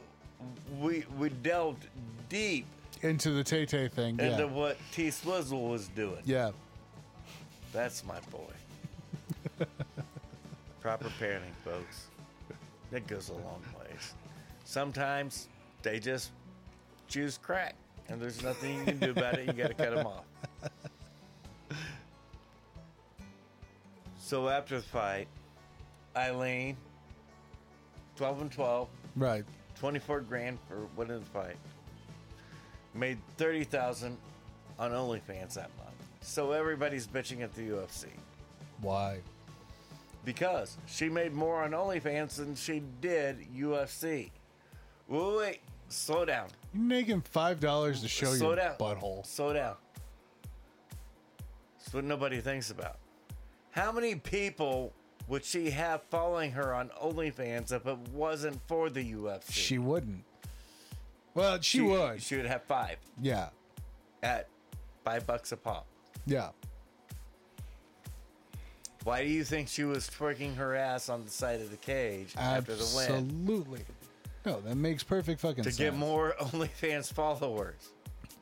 S3: we we delved deep
S2: Into the Tay Tay thing. Yeah.
S3: into what T Swizzle was doing.
S2: yeah.
S3: That's my boy. Proper parenting, folks. That goes a long ways. Sometimes they just choose crack, and there's nothing you can do about it. You got to cut them off. So after the fight, Eileen, 12 and 12,
S2: Right.
S3: 24 grand for winning the fight. Made 30,000 on OnlyFans that month. So everybody's bitching at the UFC
S2: Why?
S3: because she made more on OnlyFans than she did UFC. Wait, wait, slow down.
S2: You're making five dollars to show
S3: slow
S2: your
S3: down.
S2: butthole.
S3: Slow down. It's what nobody thinks about. How many people would she have following her on OnlyFans if it wasn't for the UFC?
S2: She wouldn't. Well, she, would.
S3: She would have five.
S2: yeah.
S3: at five bucks a pop.
S2: Yeah.
S3: Why do you think she was twerking her ass on the side of the cage after the win
S2: Absolutely. No, that makes perfect fucking
S3: to
S2: sense.
S3: get more OnlyFans followers?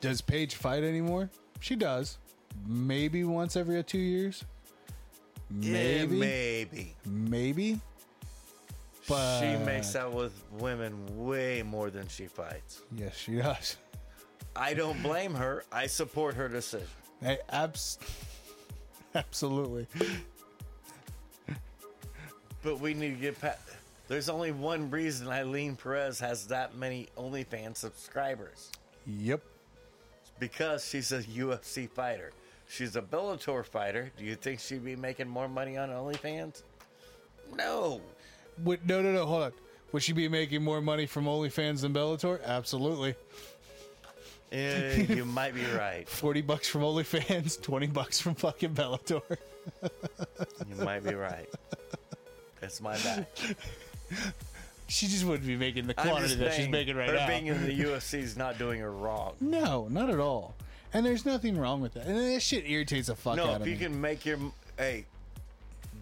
S2: Does Paige fight anymore? She does. Maybe once every uh, two years.
S3: Yeah,
S2: Maybe.
S3: maybe.
S2: Maybe. But
S3: she makes out with women way more than she fights.
S2: Yes, she does.
S3: I don't blame her. I support her decision.
S2: Hey, abs- absolutely.
S3: But we need to get past. There's only one reason Eileen Perez has that many OnlyFans subscribers.
S2: Yep.
S3: because she's a UFC fighter. She's a Bellator fighter. Do you think she'd be making more money on OnlyFans? No.
S2: Would, no, no, no. Hold on. Would she be making more money from OnlyFans than Bellator? Absolutely.
S3: Eh, you might be right.
S2: Forty bucks from OnlyFans, twenty bucks from fucking Bellator.
S3: You might be right. That's my bad.
S2: She just wouldn't be making the
S3: I'm
S2: quantity
S3: just
S2: that she's
S3: saying,
S2: making right
S3: her
S2: now.
S3: being in the UFC is not doing her wrong.
S2: no, not at all. And there's nothing wrong with that. And that shit irritates the fuck
S3: No,
S2: out
S3: if
S2: of
S3: you
S2: me.
S3: can make your hey,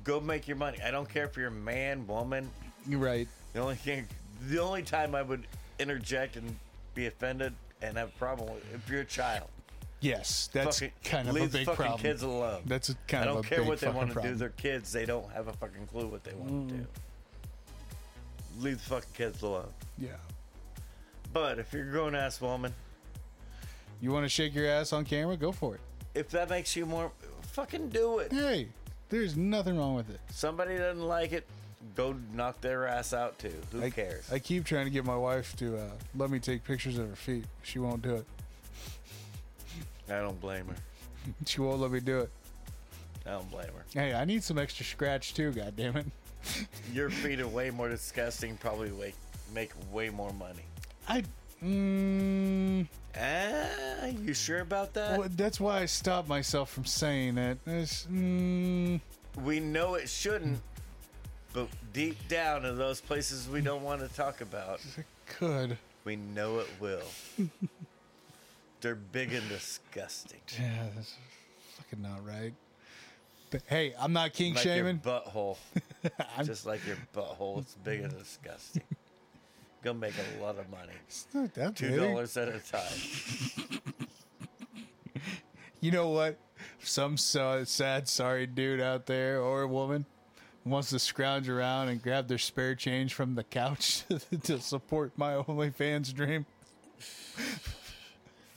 S3: go make your money. I don't care if you're a man, woman.
S2: You're right.
S3: The only thing, the only time I would interject and be offended and have a problem with, if you're a child.
S2: Yes, that's
S3: fucking-
S2: kind of
S3: leave
S2: a
S3: the
S2: big
S3: fucking
S2: problem.
S3: Kids alone.
S2: That's a- kind
S3: I
S2: of
S3: don't
S2: a
S3: care
S2: big
S3: what they
S2: fucking
S3: want to do.
S2: problem. Mm.
S3: Their kids, they don't have a fucking clue what they want to do. Leave the fucking kids alone.
S2: yeah.
S3: But if you're a grown ass woman,
S2: You want to shake your ass on camera? Go for it.
S3: if that makes you more, fucking do it.
S2: Hey, there's nothing wrong with it.
S3: Somebody doesn't like it, go knock their ass out too. Who
S2: I,
S3: cares?
S2: I keep trying to get my wife to uh, let me take pictures of her feet. She won't do it.
S3: I don't blame her.
S2: She won't let me do it.
S3: I don't blame her.
S2: Hey, I need some extra scratch too. God damn it.
S3: Your feet are way more disgusting. Probably way, make way more money.
S2: I. Mm,
S3: Ah, you sure about that?
S2: well, that's why I stopped myself from saying it. It's, mm,
S3: we know it shouldn't, but deep down in those places we don't want to talk about,
S2: it could.
S3: we know it will. They're big and disgusting.
S2: Yeah, that's fucking not right. But hey, I'm not kink
S3: Like
S2: shaming.
S3: your butthole.
S2: I'm-
S3: Just like your butthole, it's big and disgusting. Gonna make a lot of money.
S2: It's not that
S3: Two
S2: big.
S3: dollars at a time.
S2: You know what? Some so, sad, sorry dude out there or woman wants to scrounge around and grab their spare change from the couch to support my OnlyFans dream.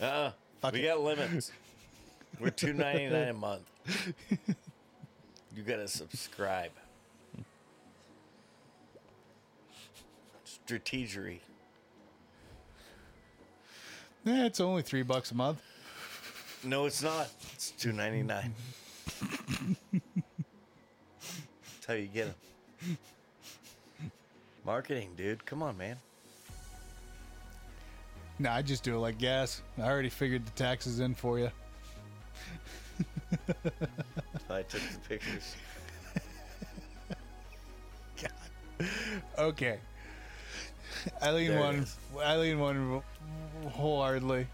S3: Uh uh
S2: Fuck
S3: We
S2: it.
S3: got limits. We're two ninety nine a month. You gotta subscribe. Strategery.
S2: Eh, it's only three bucks a month.
S3: No, it's not. It's two ninety nine. That's how you get them. Marketing, dude. Come on, man.
S2: No, I just do it like gas. I already figured the taxes in for you.
S3: I took the pictures.
S2: Okay. Eileen
S3: There it
S2: won.
S3: is.
S2: Eileen won wholeheartedly.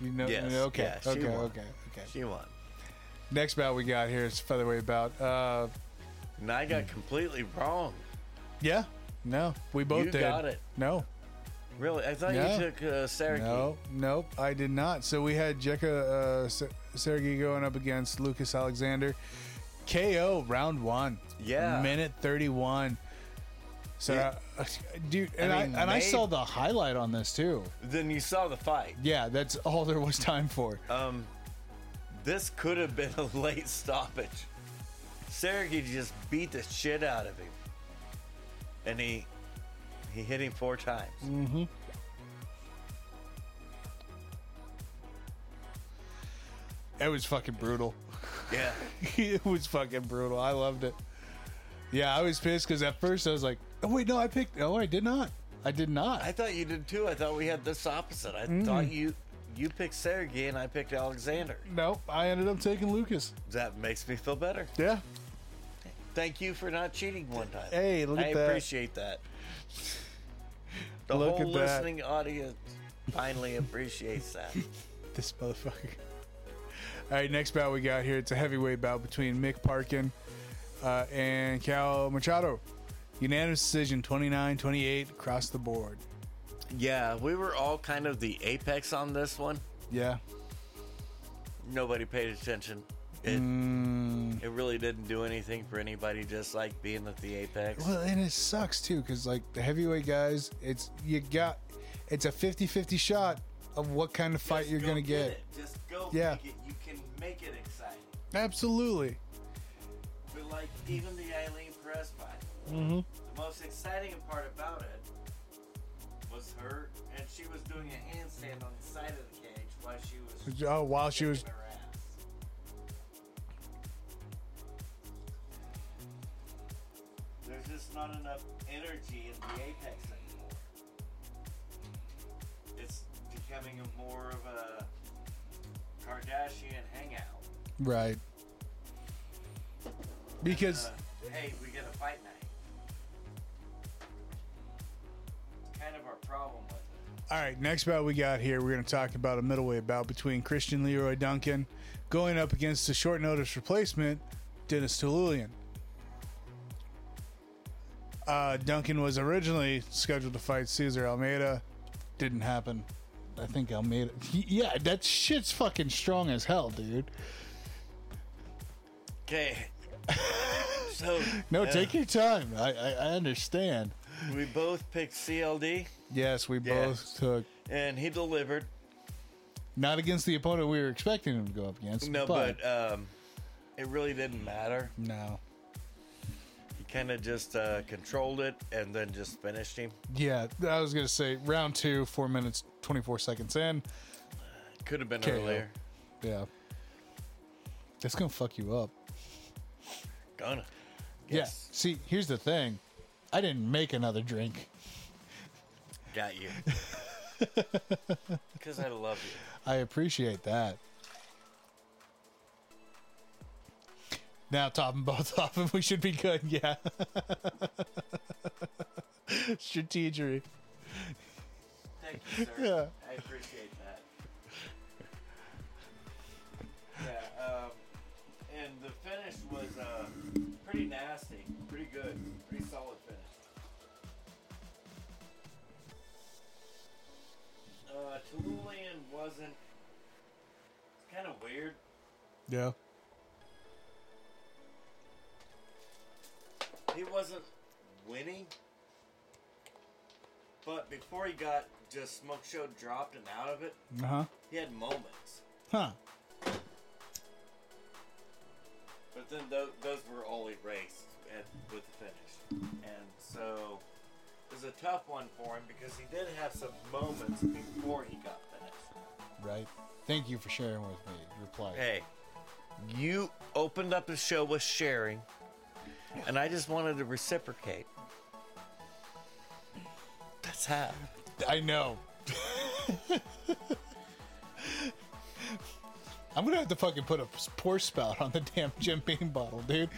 S2: You know.
S3: Yes,
S2: Okay.
S3: yeah, she
S2: okay.
S3: won.
S2: Okay. Okay.
S3: She won.
S2: Next bout we got here is featherweight bout. Uh,
S3: And I got completely wrong.
S2: yeah. No, we both
S3: You
S2: did.
S3: got it.
S2: No.
S3: Really? I thought
S2: Yeah.
S3: you took uh, Sarah.
S2: No, nope, I did not. So we had Jekka uh, Se- Sergey going up against Lucas Alexander. KO round one.
S3: Yeah.
S2: Minute 31. So,
S3: Yeah.
S2: uh, dude, and I,
S3: mean,
S2: and I
S3: they-
S2: saw the highlight on this too.
S3: Then you saw the fight.
S2: Yeah, that's all there was time for.
S3: Um, this could have been a late stoppage. Sergey just beat the shit out of him, and he he hit him four times.
S2: It was fucking brutal.
S3: Yeah,
S2: it was fucking brutal. I loved it. Yeah, I was pissed because at first I was like, oh, wait, no, I picked. Oh, I did not. I did not.
S3: I thought you did too. I thought we had this opposite. I thought you you picked Sergey and I picked Alexander.
S2: nope, I ended up taking Lucas.
S3: That makes me feel better.
S2: Yeah.
S3: Thank you for not cheating one time.
S2: Hey, look at
S3: I
S2: that.
S3: appreciate that. The
S2: Look
S3: whole
S2: at that.
S3: listening audience finally appreciates that.
S2: This motherfucker. All right, next bout we got here. It's a heavyweight bout between Mick Parkin uh, and Cal Machado. Unanimous decision 29 28 across the board.
S3: Yeah, we were all kind of the apex on this one.
S2: Yeah.
S3: Nobody paid attention. It,
S2: Mm.
S3: it really didn't do anything for anybody just like being at the apex.
S2: Well, and it sucks too because, like, the heavyweight guys, it's you got it's a 50 50 shot of what kind of fight
S3: Just
S2: you're
S3: go
S2: going to get.
S3: it. Just go
S2: Yeah.
S3: make it. You can make it exciting.
S2: Absolutely.
S3: But like even the Eileen Perez fight,
S2: Mm-hmm.
S3: the most exciting part about it was her, and she was doing a handstand on the side of the cage while she was
S2: Oh, while she was.
S3: kicking her ass. There's just not enough energy in the apex anymore. It's becoming a more of a Kardashian hangout.
S2: Right. Because.
S3: Uh, hey, we get a fight night. Kind of our problem with it.
S2: All right, next bout we got here, we're going to talk about a middleweight bout between Christian Leroy Duncan going up against the short notice replacement, Dennis Tululian. Uh, Duncan was originally scheduled to fight Cesar Almeida. Didn't happen. I think Almeida. Yeah, that shit's fucking strong as hell, dude.
S3: Okay. so
S2: No, take your time. I, I, I understand.
S3: we both picked CLD,
S2: Yes, we
S3: Yeah.
S2: both took.
S3: and he delivered.
S2: Not against the opponent we were expecting him to go up against.
S3: No, but, um, it really didn't matter.
S2: no.
S3: He kind of just uh, controlled it and then just finished him.
S2: Yeah, I was gonna say round two, four minutes twenty four seconds in.
S3: Could have been
S2: KO.
S3: earlier.
S2: Yeah, that's gonna fuck you up.
S3: Gonna.
S2: Yeah. See, here's the thing, I didn't make another drink.
S3: Got you. Because I love you.
S2: I appreciate that. Now top them both off, and we should be good. Yeah. Strategery.
S3: Thank you, sir.
S2: Yeah.
S3: I appreciate that. Yeah, um, and the finish was uh, pretty nasty, pretty good, pretty solid finish. Uh, Tululian wasn't. It's kind of weird.
S2: Yeah.
S3: He wasn't winning, but before he got just smoke show dropped and out of it,
S2: Uh huh.
S3: he had moments.
S2: Huh.
S3: But then th- those were all erased at, with the finish. And so it was a tough one for him because he did have some moments before he got finished.
S2: Right. Thank you for sharing with me. Your plight.
S3: Hey, you opened up the show with sharing, and I just wanted to reciprocate. hat.
S2: I know. I'm gonna have to fucking put a pour spout on the damn Jim Beam bottle, dude.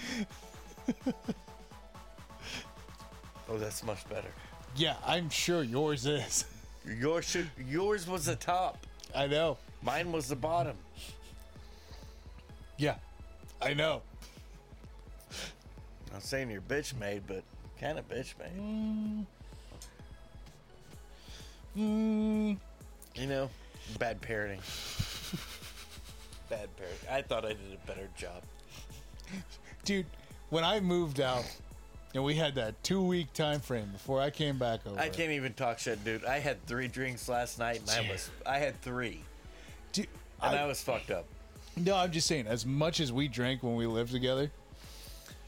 S3: Oh, that's much better.
S2: Yeah, I'm sure yours is.
S3: Yours should. Yours was the top.
S2: I know.
S3: Mine was the bottom.
S2: Yeah, I know.
S3: I'm not saying you're bitch made, but kind of bitch made.
S2: Mm,
S3: You know, bad parenting. bad parenting. I thought I did a better job.
S2: dude, when I moved out, and we had that two week time frame before I came back over.
S3: I can't even talk shit, dude. I had three drinks last night, and I was I had three,
S2: Dude,
S3: and
S2: I-
S3: I was fucked up.
S2: No, I'm just saying, as much as we drank when we lived together,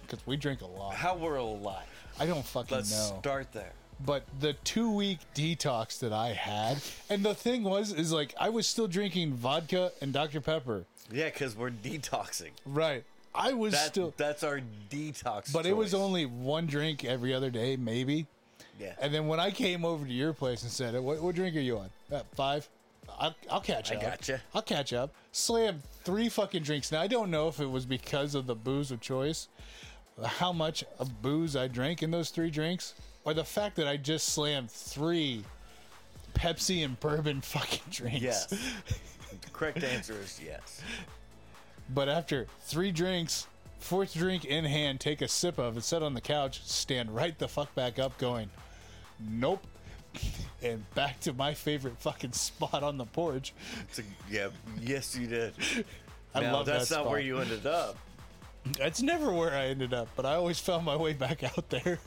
S2: because we drink a lot.
S3: How we're alive?
S2: I don't fucking
S3: Let's
S2: know.
S3: start there.
S2: but the two week detox that I had, and the thing was, is like I was still drinking vodka and Dr. Pepper.
S3: Yeah, because we're detoxing.
S2: Right. I was
S3: That,
S2: still,
S3: that's our detox.
S2: but it was
S3: choice.
S2: only one drink every other day, maybe.
S3: Yeah.
S2: And then when I came over to your place and said, "What, what drink are you on? Uh, five? I'll, I'll catch
S3: I
S2: up.
S3: gotcha.
S2: I'll catch up." Slam three fucking drinks. Now I don't know if it was because of the booze of choice, how much of booze I drank in those three drinks, or the fact that I just slammed three Pepsi and bourbon fucking drinks.
S3: Yes. the correct answer is yes.
S2: But after three drinks, fourth drink in hand, take a sip of it, sit on the couch, stand right the fuck back up, going, nope. And back to my favorite fucking spot on the porch.
S3: It's a, yeah. Yes, you did.
S2: I
S3: now,
S2: love that
S3: that's not where
S2: spot.
S3: you ended up.
S2: That's never where I ended up, but I always found my way back out there.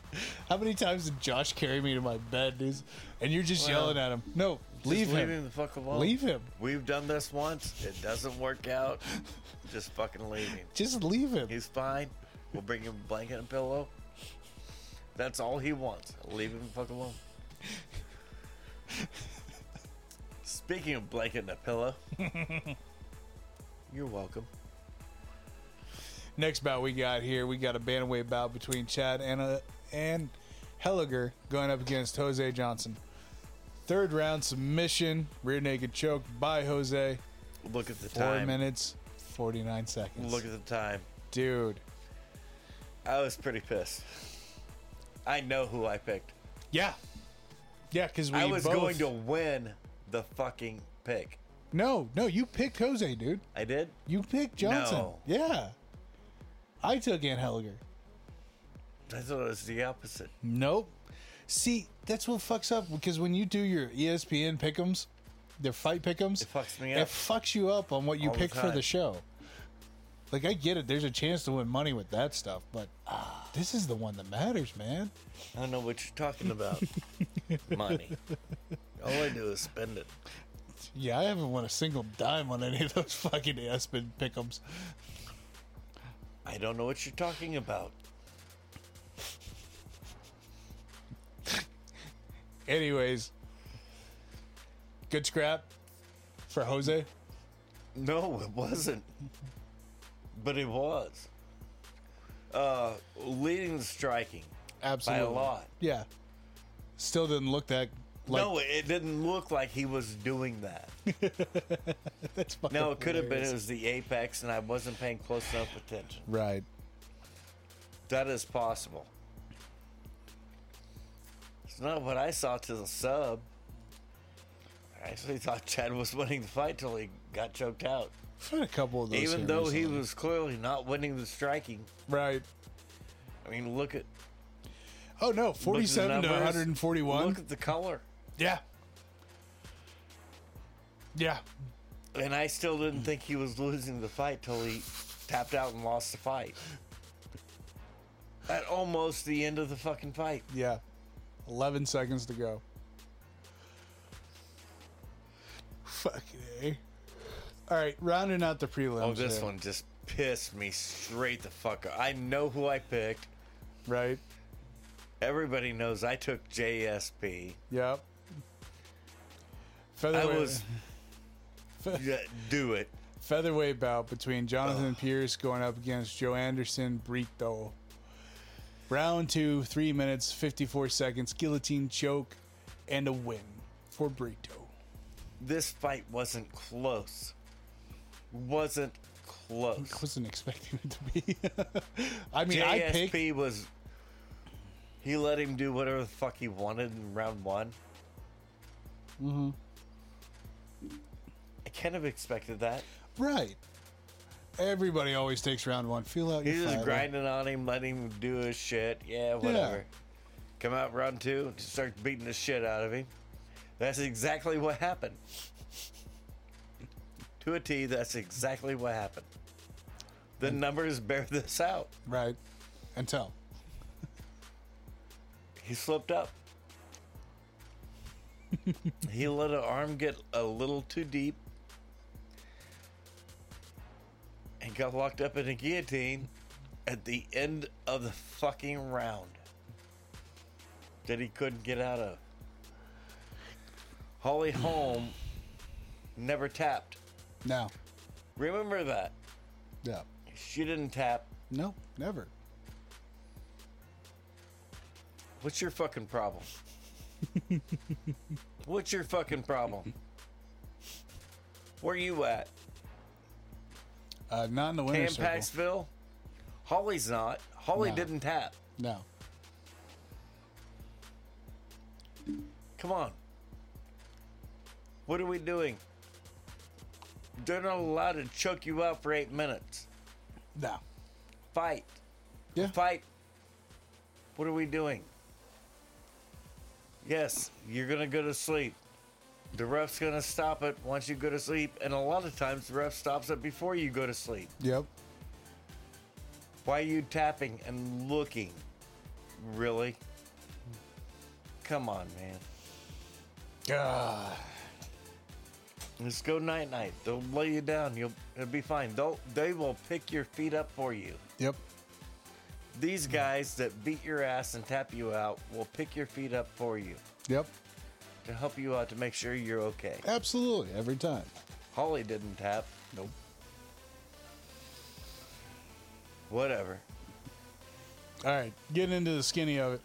S2: How many times did Josh carry me to my bed, dude? And you're just
S3: Well,
S2: yelling at him. No, leave
S3: Just
S2: him.
S3: leave him the fuck alone.
S2: Leave him.
S3: We've done this once. It doesn't work out. Just fucking leave him.
S2: Just leave him.
S3: He's fine. We'll bring him a blanket and pillow. That's all he wants. Leave him the fuck alone. Speaking of blanket and a pillow, you're welcome.
S2: Next bout we got here, we got a bandweight bout between Chad and and Helliger going up against Jose Johnson. Third round submission, rear naked choke by Jose.
S3: Look at the
S2: Four
S3: time.
S2: minutes, forty nine seconds.
S3: Look at the time.
S2: dude.
S3: I was pretty pissed. I know who I picked.
S2: Yeah, yeah, because we
S3: I was
S2: both-
S3: going to win the fucking pick.
S2: No, no, you picked Jose, dude.
S3: I did.
S2: You picked Johnson.
S3: No.
S2: Yeah, I took Ann Helliger.
S3: I thought it was the opposite.
S2: Nope. See, that's what fucks up because when you do your E ESPN pickems, their fight pickems,
S3: It fucks me
S2: It
S3: up.
S2: fucks you up on what you
S3: All the
S2: pick for
S3: time.
S2: the show. Like I get it, there's a chance to win money with that stuff, but this is the one that matters, man.
S3: I don't know what you're talking about. Money. All I do is spend it.
S2: Yeah, I haven't won a single dime on any of those fucking E Espen pickems.
S3: I don't know what you're talking about.
S2: Anyways, good scrap for Jose.
S3: No, it wasn't. But it was. Uh, leading the striking.
S2: Absolutely,
S3: lot.
S2: Yeah, still didn't look that. Like,
S3: no, it didn't look like he was doing that.
S2: that's fucking
S3: No, it could have been it
S2: hilarious.
S3: was the apex, and I wasn't paying close enough attention.
S2: Right.
S3: That is possible. It's not what I saw to the sub. I actually thought Chad was winning the fight till he got choked out.
S2: I've had a couple of those.
S3: Even
S2: here
S3: though he
S2: recently.
S3: was clearly not winning the striking.
S2: right.
S3: I mean, look at
S2: Oh no, forty-seven
S3: Look at the
S2: to one
S3: numbers.
S2: hundred and forty-one.
S3: Look at the color.
S2: Yeah. Yeah.
S3: And I still didn't think he was losing the fight till he tapped out and lost the fight. At almost the end of the fucking fight.
S2: Yeah. 11 seconds to go. Fucking A. All right, rounding out the prelims.
S3: Oh, this
S2: here,
S3: one just pissed me straight the fuck up. I know who I picked.
S2: Right.
S3: Everybody knows I took JSP.
S2: Yep.
S3: I
S2: Featherweight,
S3: was. Yeah, do it.
S2: featherweight bout between Jonathan Pierce going up against Joe Anderson Brito. Round two, three minutes, 54 seconds. Guillotine choke. and a win for Brito.
S3: This fight wasn't close. Wasn't
S2: I
S3: close.
S2: wasn't expecting it to be. I mean, I
S3: JSP
S2: picked.
S3: was. He let him do whatever the fuck he wanted in round one. Mm-hmm.
S2: Mm-hmm.
S3: I kind of expected that.
S2: Right. Everybody always takes round one. Feel out your
S3: He's just
S2: fiber.
S3: grinding on him, letting him do his shit. Yeah, whatever. Come out round two, just start beating the shit out of him. That's exactly what happened. to a T, that's exactly what happened. The numbers bear this out.
S2: Right. Until.
S3: He slipped up. he let an arm get a little too deep and got locked up in a guillotine at the end of the fucking round that he couldn't get out of. Holly Holm never tapped.
S2: No.
S3: Remember that.
S2: Yeah.
S3: She didn't tap.
S2: No. Never.
S3: What's your fucking problem? What's your fucking problem? Where you at?
S2: Uh, not in the winner's circle.
S3: Tam Paxville? Holly's not. Holly
S2: No.
S3: didn't tap.
S2: No.
S3: Come on. What are we doing? They're not allowed to choke you out for eight minutes.
S2: No.
S3: Fight.
S2: Yeah.
S3: Fight. What are we doing? Yes, you're going to go to sleep. The ref's going to stop it once you go to sleep. And a lot of times the ref stops it before you go to sleep.
S2: Yep.
S3: Why are you tapping and looking? Really? Come on, man.
S2: Ah.
S3: Let's go night night. They'll lay you down. You'll it'll be fine. They'll they will pick your feet up for you.
S2: Yep.
S3: These guys that beat your ass and tap you out will pick your feet up for you
S2: Yep.
S3: to help you out to make sure you're okay.
S2: Absolutely. Every time.
S3: Holly didn't tap.
S2: Nope.
S3: Whatever.
S2: All right, getting into the skinny of it.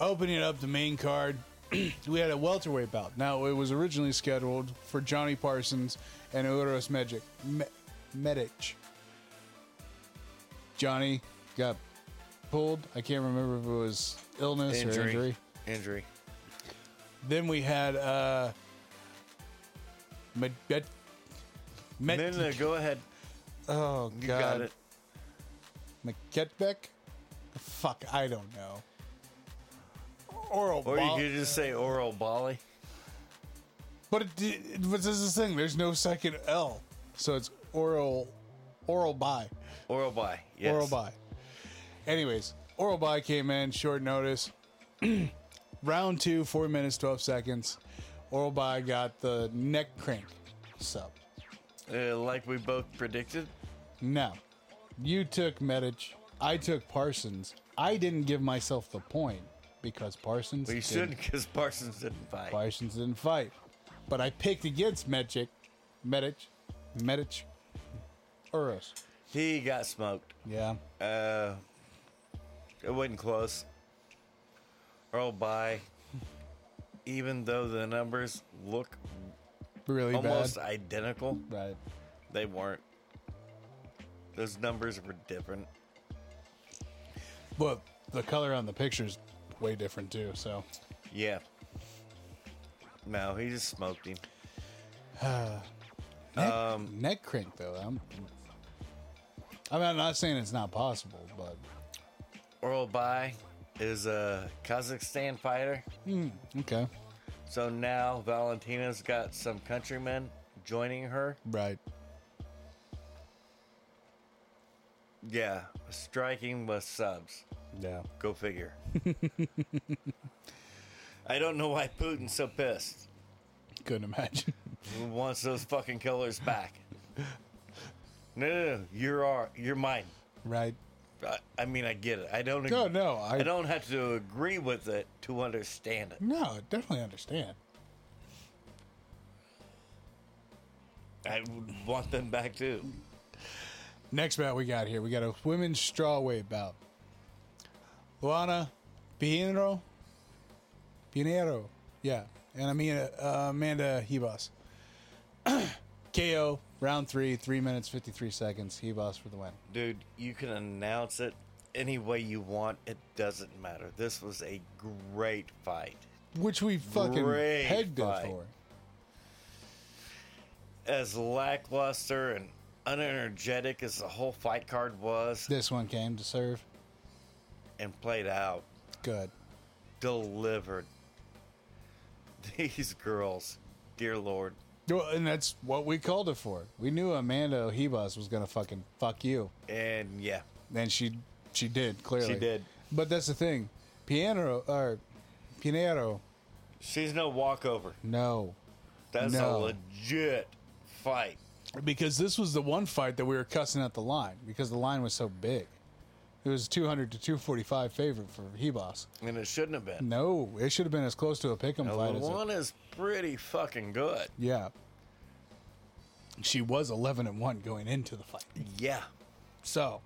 S2: Opening it up the main card, we had a welterweight bout. Now it was originally scheduled for Johnny Parsons and Uros Medic. Me- Medic. Johnny got pulled. I can't remember if it was illness or injury.
S3: Injury.
S2: Then we had uh, Med- Med- Med-
S3: No, no, no, go ahead.
S2: oh
S3: You
S2: god,
S3: got it.
S2: McKetbeck? Fuck, I don't know. Oral
S3: Or
S2: Bol-
S3: you could just say oral Bolly.
S2: But it, it, but this is the thing. There's no second L, so it's oral, oral by,
S3: Oral by. Yes.
S2: oral by. Anyways, oral by came in short notice. Round two, four minutes twelve seconds. Oral by got the neck crank sub.
S3: Uh, like we both predicted.
S2: Now, you took Medich. I took Parsons. I didn't give myself the point because Parsons.
S3: Well, you
S2: didn't-
S3: shouldn't because Parsons didn't fight.
S2: Parsons didn't fight. But I picked against Medic, Medic, Medic, Uros.
S3: He got smoked.
S2: Yeah.
S3: Uh, it wasn't close. Earl by, even though the numbers look
S2: Really
S3: almost
S2: bad.
S3: identical,
S2: Right.
S3: they weren't. Those numbers were different.
S2: But the color on the picture's way different too, so
S3: Yeah. No, he just smoked him.
S2: neck, neck crank though. I'm I mean, I'm not saying it's not possible, but
S3: Earl by is a Kazakhstan fighter.
S2: okay.
S3: So now Valentina's got some countrymen joining her.
S2: Right.
S3: Yeah, striking with subs.
S2: Yeah.
S3: Go figure. I don't know why Putin's so pissed.
S2: Couldn't imagine.
S3: He wants those fucking colors back. No, no, no. You're our, you're mine.
S2: right.
S3: I, I mean, I get it. I don't. ag-
S2: No, no, I-
S3: I don't have to agree with it to understand it.
S2: No, I definitely understand.
S3: I would want them back too.
S2: Next bout we got here, we got a women's strawweight bout. Luana Pinheiro. Pinheiro. Yeah, and I mean uh, Amanda Hebos. KO round three, three minutes fifty three seconds. Hebos for the win.
S3: Dude, you can announce it any way you want. It doesn't matter. This was a great fight.
S2: Which we fucking
S3: Great
S2: pegged it
S3: fight.
S2: for.
S3: As lackluster and unenergetic as the whole fight card was
S2: This one came to serve.
S3: and played out,
S2: Good.
S3: delivered. These girls, dear Lord.
S2: Well, and that's what we called it for. We knew Amanda Hebos was gonna fucking fuck you,
S3: And yeah,
S2: and she she did clearly.
S3: did.
S2: But that's the thing, Piano or Pinero.
S3: she's no walkover.
S2: No,
S3: That's
S2: No.
S3: a legit fight.
S2: because this was the one fight that we were cussing at the line because the line was so big. It was 200 to 245 favorite for Hebos.
S3: And it shouldn't have been.
S2: No, it should have been as close to a pick'em
S3: Now,
S2: fight as it.
S3: Luana is pretty fucking good.
S2: Yeah. She was 11 and 1 going into the fight.
S3: Yeah.
S2: So,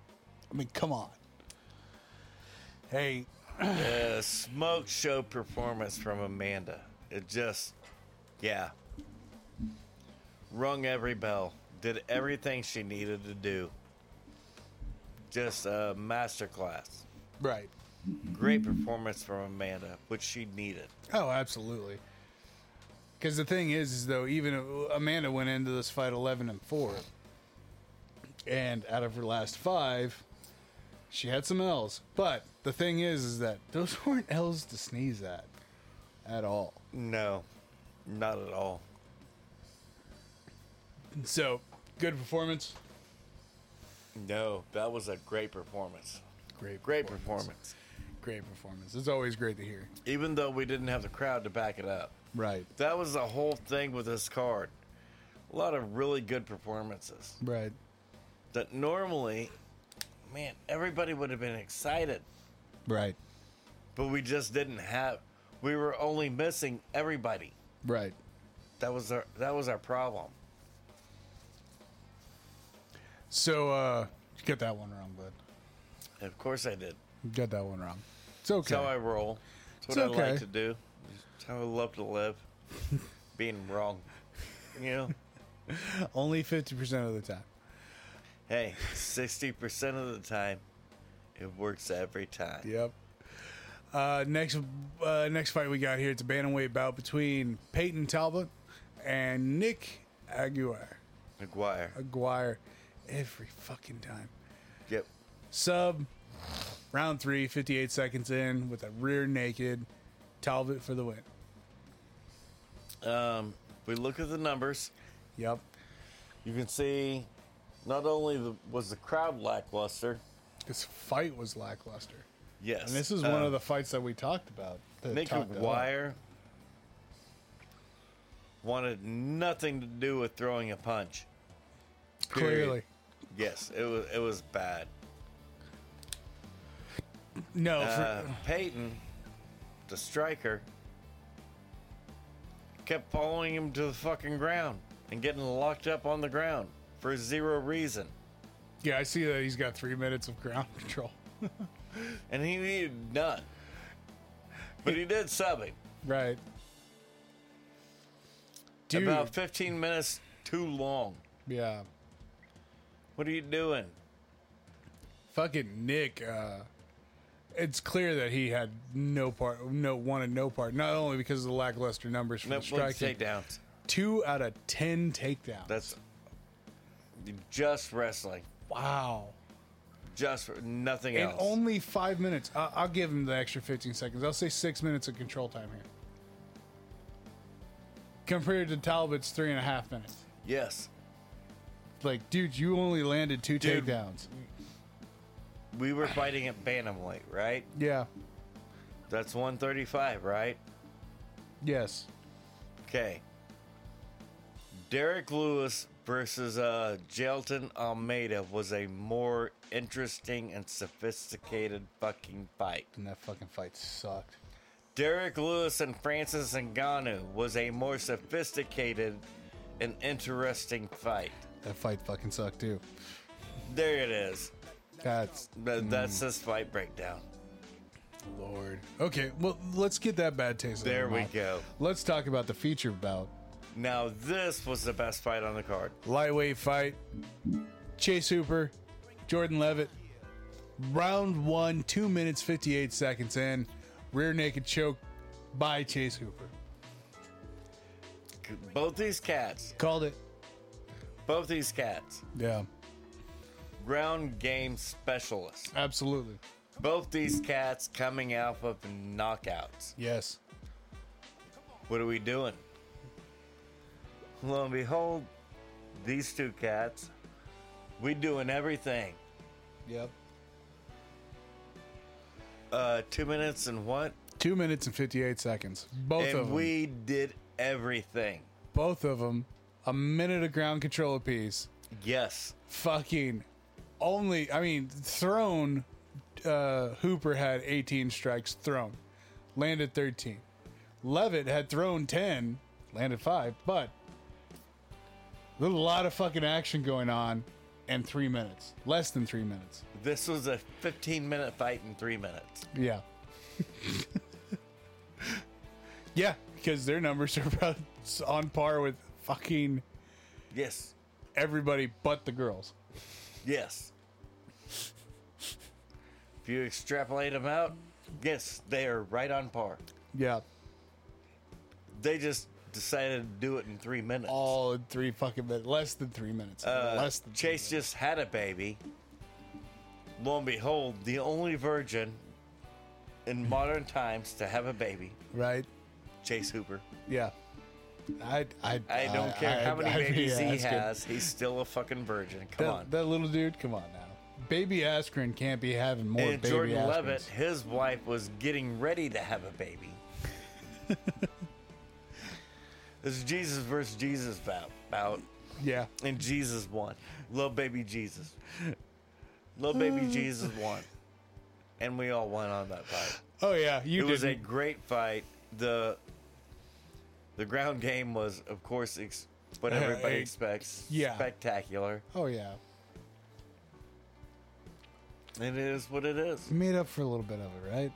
S2: I mean, come on. Hey,
S3: A smoke show performance from Amanda. It just, yeah. Rung every bell. Did everything she needed to do. Just a masterclass.
S2: right.
S3: Great performance from Amanda, which she needed.
S2: Oh, absolutely. Because the thing is, is though, even if- Amanda went into this fight eleven and four, and out of her last five, she had some L's. But the thing is, is that those weren't L's to sneeze at, at all.
S3: No, not at all.
S2: So good performance.
S3: No, that was a great performance.
S2: Great,
S3: Great performance.
S2: Great performance. It's always great to hear.
S3: Even though we didn't have the crowd to back it up.
S2: Right.
S3: That was the whole thing with this card. A lot of really good performances
S2: Right.
S3: that normally, man, everybody would have been excited,
S2: Right.
S3: but we just didn't have. We were only missing everybody.
S2: Right.
S3: That was our that was our problem.
S2: So uh, you got that one wrong, bud.
S3: And of course, I did.
S2: You got that one wrong. It's okay.
S3: That's how I roll. That's what
S2: It's
S3: I
S2: okay.
S3: like to do. That's how I love to live. Being wrong, you know.
S2: Only fifty percent of the time.
S3: Hey, sixty percent of the time, it works every time.
S2: Yep. Uh, next uh, next fight we got here, it's a bantamweight bout between Peyton Talbot and Nick Aguirre.
S3: McGuire.
S2: Aguirre, every fucking time.
S3: Yep.
S2: Sub, round three, 58 seconds in with a rear naked Talbot for the win.
S3: Um, if we look at the numbers.
S2: Yep.
S3: You can see not only the, was the crowd lackluster,
S2: This fight was lackluster.
S3: yes.
S2: And this is
S3: uh,
S2: one of the fights that we talked about. uh, that
S3: Nick
S2: talked up.
S3: McGuire wanted nothing to do with throwing a punch. Period.
S2: Clearly.
S3: Yes, it was it was bad.
S2: No,
S3: Uh,
S2: for,
S3: Peyton, the striker, kept following him to the fucking ground and getting locked up on the ground for zero reason.
S2: yeah, I see that he's got three minutes of ground control.
S3: And he needed none. But he did sub him.
S2: Right. Dude.
S3: About 15 minutes too long.
S2: Yeah.
S3: What are you doing?
S2: Fucking Nick, uh it's clear that he had no part no wanted no part, not only because of the lackluster numbers from
S3: No
S2: the
S3: points
S2: striking.
S3: takedowns.
S2: Two out of ten takedowns.
S3: That's just wrestling.
S2: wow.
S3: Just nothing
S2: And
S3: else.
S2: only five minutes. I- I'll give him the extra 15 seconds. I'll say six minutes of control time here. Compared to Talbot's three and a half minutes.
S3: yes.
S2: Like, dude, you only landed two
S3: Dude.
S2: takedowns.
S3: We were fighting at Bantamweight, right?
S2: Yeah.
S3: That's 135, right?
S2: Yes.
S3: Okay. Derek Lewis versus uh, Jelton Almeida was a more interesting and sophisticated fucking fight.
S2: And that fucking fight sucked.
S3: Derek Lewis and Francis Ngannou was a more sophisticated and interesting fight.
S2: That fight fucking sucked too.
S3: There it is.
S2: That's
S3: Th- That's this fight breakdown.
S2: Lord. Okay, well, let's get that bad taste. out of
S3: There
S2: our
S3: we
S2: mouth.
S3: go.
S2: Let's talk about the feature bout.
S3: Now this was the best fight on the card.
S2: Lightweight fight. Chase Hooper, Jordan Levitt. Round one, two minutes, 58 seconds in. Rear naked choke by Chase Hooper.
S3: Both these cats,
S2: Called it.
S3: both these cats,
S2: Yeah,
S3: ground game specialists.
S2: Uh. absolutely.
S3: Both these cats coming off of knockouts.
S2: Yes.
S3: What are we doing? Lo and behold, these two cats, we doing everything.
S2: Yep.
S3: Uh, two minutes and what?
S2: Two minutes and 58 seconds. Both of
S3: and
S2: them.
S3: we did everything.
S2: both of them, a minute of ground control apiece.
S3: Yes.
S2: Fucking only, I mean, thrown. Uh, Hooper had 18 strikes thrown, landed 13. Levitt had thrown 10, landed 5, but there's a lot of fucking action going on in three minutes, less than three minutes.
S3: This was a 15 minute fight in three minutes.
S2: Yeah. yeah, because their numbers are about on par with fucking
S3: Yes.
S2: everybody but the girls.
S3: Yes. If you extrapolate them out, yes, they are right on par.
S2: Yeah.
S3: They just decided to do it in three minutes.
S2: All in three fucking minutes. Less than three minutes.
S3: Uh,
S2: less than three
S3: Chase just had a baby. Lo and behold, the only virgin in modern times to have a baby,
S2: minutes, Right?
S3: Chase Hooper.
S2: Yeah. I, I, uh,
S3: I don't care how many
S2: I- I-
S3: babies
S2: yeah,
S3: he
S2: that's good.
S3: has, he's still a fucking virgin. Come
S2: That,
S3: on.
S2: that little dude, come on now. Baby Askren can't be having more
S3: and
S2: baby
S3: Jordan
S2: Askrens.
S3: Levitt, his wife was getting ready to have a baby. this is Jesus versus Jesus bout, bout,
S2: Yeah.
S3: and Jesus won. Little baby Jesus, little
S2: Mm.
S3: baby Jesus won, and we all won on that fight.
S2: Oh, yeah. You
S3: it
S2: did.
S3: was a great fight. the The ground game was, of course, ex- what
S2: Uh,
S3: everybody
S2: eh,
S3: expects.
S2: yeah.
S3: spectacular.
S2: oh, yeah.
S3: It is what it is.
S2: You made up for a little bit of it, right?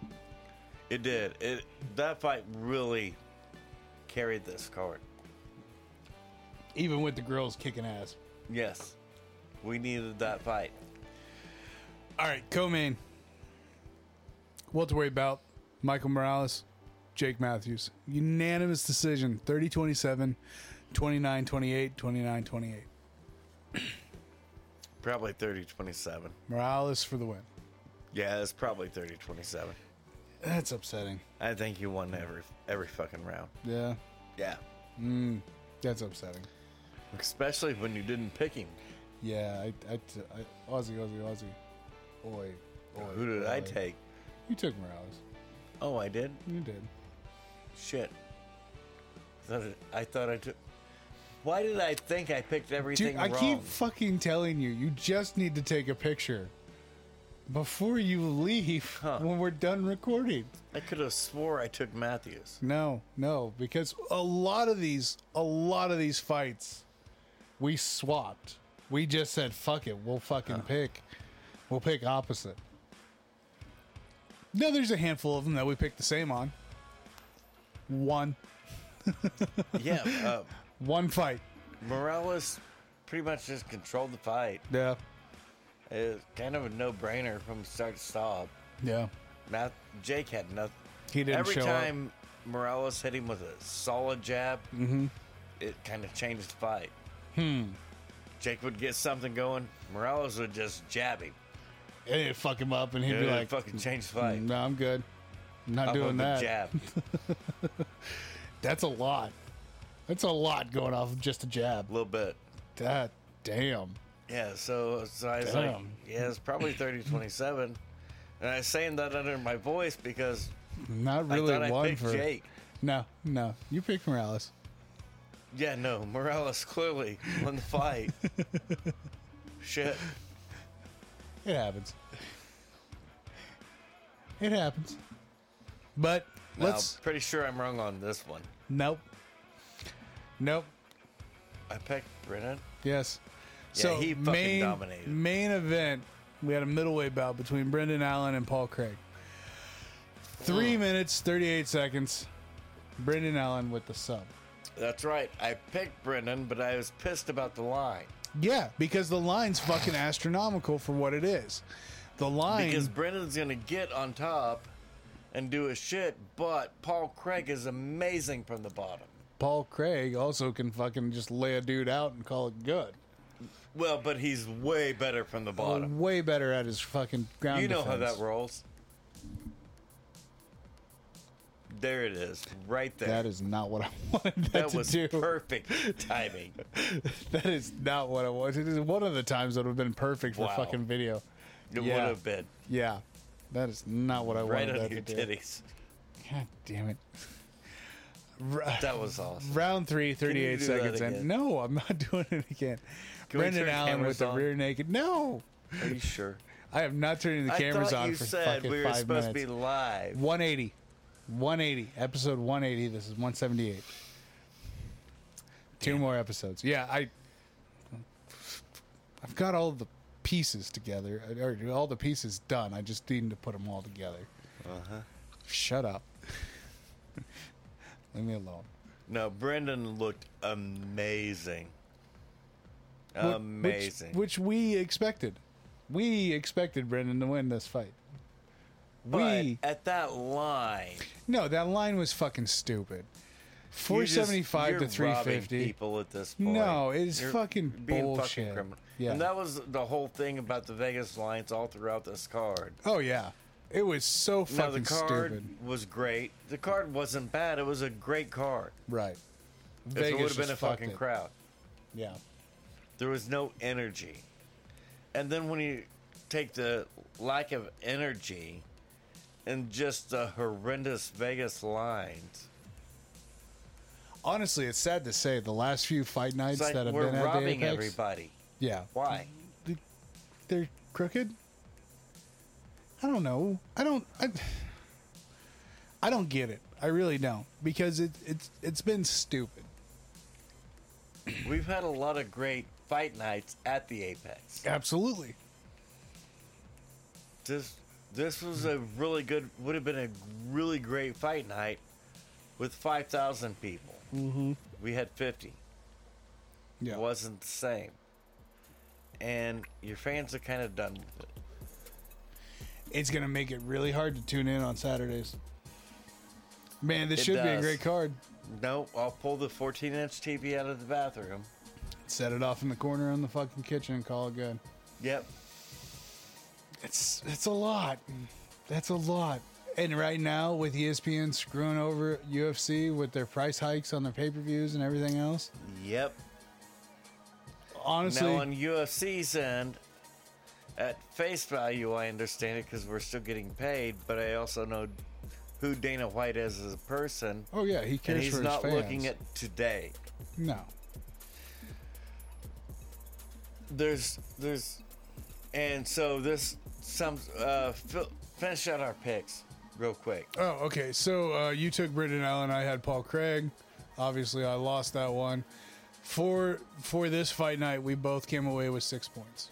S3: It did. It that fight really carried this card.
S2: Even with the girls kicking ass.
S3: Yes, we needed that fight.
S2: All right, co-main. What to worry about? Michael Morales, Jake Matthews. Unanimous decision 30 27, 29 28, 29 28.
S3: Probably 30-27.
S2: Morales for the win.
S3: Yeah, it's probably 30-27.
S2: That's upsetting.
S3: I think you won every every fucking round.
S2: Yeah,
S3: Yeah,
S2: that's upsetting.
S3: especially when you didn't pick him.
S2: Yeah, I, I, I Aussie, Aussie, Aussie. Oi, oi.
S3: Who did I
S2: oi.
S3: take?
S2: You took Morales.
S3: Oh, I did.
S2: You did.
S3: Shit. Thought it, I thought I took. Why did I think I picked everything
S2: Dude, I
S3: wrong?
S2: keep fucking telling you, you just need to take a picture before you leave
S3: Huh.
S2: when we're done recording.
S3: I could have swore I took Matthews.
S2: No, no, because a lot of these, a lot of these fights, we swapped. We just said, "Fuck it, we'll fucking
S3: Uh.
S2: pick, we'll pick opposite." No, there's a handful of them that we picked the same on. One,
S3: Yeah, uh,
S2: one fight.
S3: Morales pretty much just controlled the fight.
S2: Yeah,
S3: It's kind of a no-brainer from start to stop.
S2: yeah.
S3: Matt, Jake had nothing.
S2: He didn't
S3: Every
S2: show up.
S3: time Morales hit him with a solid jab,
S2: Mm-hmm.
S3: it kind of changed the fight. Hmm. Jake would get something going. Morales would just jab him.
S2: And it fuck him up, and he'd
S3: It
S2: be
S3: would
S2: like,
S3: fucking change the fight.
S2: "No, I'm good. I'm not
S3: Off of
S2: doing
S3: the
S2: that."
S3: jab.
S2: That's a lot. That's a lot going off of just a
S3: a
S2: jab.
S3: little bit.
S2: That damn.
S3: Yeah, so, so I was like,
S2: Damn.
S3: yeah, it's probably 30 27. And I was saying that under my voice because
S2: Not really
S3: I thought
S2: one
S3: I picked
S2: for
S3: Jake.
S2: No, no. You picked Morales.
S3: Yeah, no, Morales clearly won the fight. Shit.
S2: It happens. It happens. But let's
S3: I'm pretty sure I'm wrong on this one.
S2: nope. Nope.
S3: I picked Brennan.
S2: Yes.
S3: Yeah,
S2: so
S3: he fucking
S2: main,
S3: dominated.
S2: Main event. We had a middleweight bout between Brendan Allen and Paul Craig. Three minutes, 38 seconds. Brendan Allen with the sub.
S3: That's right. I picked Brendan, but I was pissed about the line
S2: Yeah, because the line's fucking astronomical for what it is. The line.
S3: because Brendan's gonna get on top and do his shit, but Paul Craig is amazing from the bottom.
S2: Paul Craig also can fucking just lay a dude out and call it good.
S3: Well, but he's way better from the bottom.
S2: Way better at his fucking ground.
S3: you know how
S2: defense.
S3: that rolls. There it is, right there.
S2: That is not what I wanted that,
S3: That
S2: to
S3: was
S2: do.
S3: perfect timing.
S2: that is not what I wanted. It is one of the times that would have been perfect for
S3: Wow.
S2: fucking video.
S3: It
S2: Yeah.
S3: would have been
S2: Yeah, that is not what I
S3: right
S2: wanted
S3: on
S2: that
S3: your
S2: to do.
S3: titties.
S2: God damn it. Ra-
S3: That was awesome.
S2: Round three, 38
S3: do that
S2: seconds in.
S3: again?
S2: No, I'm not doing it again.
S3: Can we
S2: Brendan
S3: turn
S2: Allen
S3: cameras
S2: with the
S3: on?
S2: rear naked. No,
S3: Are you sure?
S2: I am not turning the cameras
S3: I thought
S2: on
S3: you
S2: for
S3: said
S2: fucking
S3: we were
S2: five
S3: supposed
S2: minutes.
S3: to be live.
S2: 180. 180. Episode 180. This is 178. Two more episodes. Yeah, I I've got all the pieces together. Or all the pieces done. I just need to put them all together. Uh-huh. Shut up. Leave me alone.
S3: No, Brendan looked amazing.
S2: Wh- which-
S3: Amazing.
S2: Which, we expected. We expected Brendan to win this fight.
S3: but
S2: We
S3: at that line,
S2: No, that line was fucking stupid.
S3: you're just-
S2: 475
S3: you're
S2: to
S3: robbing
S2: 350.
S3: People at this point.
S2: No, it is
S3: You're
S2: fucking
S3: being
S2: bullshit.
S3: Fucking criminal.
S2: Yeah.
S3: And that was the whole thing about the Vegas lines all throughout this card.
S2: Oh yeah, it was so
S3: Now the
S2: fucking
S3: card
S2: stupid.
S3: was great. The card wasn't bad. It was a great card.
S2: Right.
S3: If it would have been
S2: just
S3: a
S2: fucked
S3: fucking
S2: it.
S3: crowd.
S2: Yeah.
S3: There was no energy. And then when you take the lack of energy and just the horrendous Vegas lines,
S2: Honestly, it's sad to say the last few fight nights
S3: it's like
S2: that have
S3: we're
S2: been at the
S3: robbing
S2: Apex,
S3: everybody.
S2: yeah,
S3: Why?
S2: they're crooked. I don't know. I don't. I, I don't get it. I really don't because it, it's it's been stupid.
S3: We've had a lot of great fight nights at the Apex.
S2: Absolutely.
S3: This this was a really good would have been a really great fight night with 5,000 people. Mm-hmm. We had 50.
S2: Yeah.
S3: wasn't the same. And your fans are kind of done with it.
S2: It's gonna make it really hard to tune in on Saturdays. Man, this
S3: It
S2: should be a
S3: does.
S2: great card.
S3: Nope, I'll pull the 14 inch TV out of the bathroom.
S2: Set it off in the corner in the fucking kitchen and call it good.
S3: Yep.
S2: It's it's a lot. That's a lot. And right now, with E ESPN screwing over UFC with their price hikes on their pay per views and everything else,
S3: Yep.
S2: honestly,
S3: now, on UFC's end, at face value, I understand it because we're still getting paid, but I also know who Dana White is as a person.
S2: oh yeah, he cares
S3: And he's
S2: for
S3: not
S2: his fans.
S3: looking at today.
S2: no.
S3: There's, there's, and so this, some, uh, fi- finish out our picks real quick.
S2: Oh, okay. So uh, you took Brendan Allen. I had Paul Craig. Obviously, I lost that one. For for this fight night, we both came away with six points.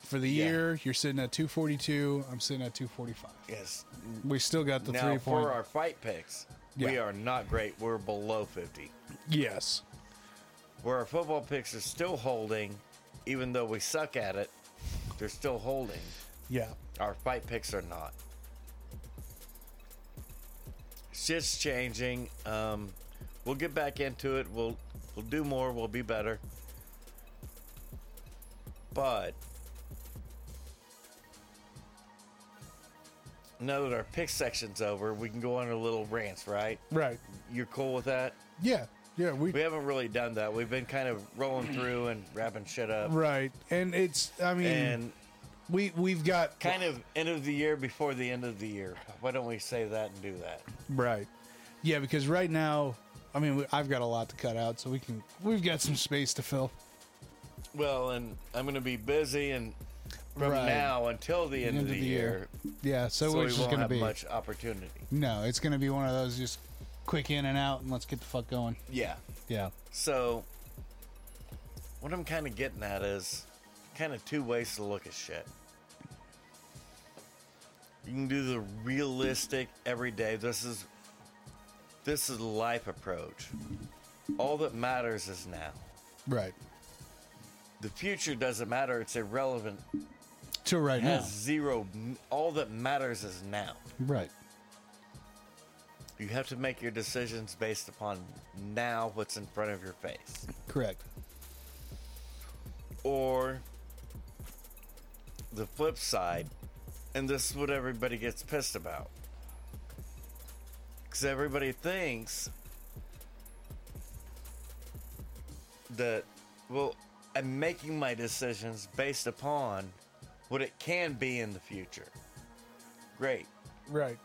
S2: For the
S3: Yeah.
S2: year, you're sitting at 242. I'm sitting at 245.
S3: Yes.
S2: We still got the
S3: now
S2: three
S3: for
S2: point.
S3: our fight picks, we
S2: Yeah.
S3: are not great. We're below 50.
S2: yes.
S3: Where our football picks are still holding, even though we suck at it, they're still holding.
S2: Yeah.
S3: Our fight picks are not. Shit's changing. Um, we'll get back into it. We'll we'll do more. We'll be better. But now that our pick section's over, we can go on a little rants, right?
S2: Right.
S3: You're cool with that?
S2: Yeah. Yeah. We,
S3: We haven't really done that. We've been kind of rolling through and wrapping shit up.
S2: right. And it's. I mean,
S3: And
S2: we we've got
S3: kind of end of the year before the end of the year. Why don't we say that and do that?
S2: right. Yeah, because right now, I mean, we, I've got a lot to cut out, so we can. We've got some space to fill.
S3: Well, and I'm going to be busy and from
S2: Right.
S3: now until the end, of the, year,
S2: Yeah. So,
S3: so we
S2: it's just
S3: won't
S2: going to be.
S3: have much opportunity.
S2: No, it's going to be one of those just quick in and out, and let's get the fuck going.
S3: Yeah.
S2: Yeah.
S3: So what I'm kind of getting at is kind of two ways to look at shit. You can do the realistic everyday. This is this is life approach. All that matters is now.
S2: Right.
S3: The future doesn't matter. It's irrelevant.
S2: To right
S3: It
S2: now.
S3: has zero. All that matters is now.
S2: Right.
S3: You have to make your decisions based upon now what's in front of your face.
S2: Correct.
S3: Or the flip side, and this is what everybody gets pissed about. Because everybody thinks that, well, I'm making my decisions based upon what it can be in the future. Great.
S2: Right.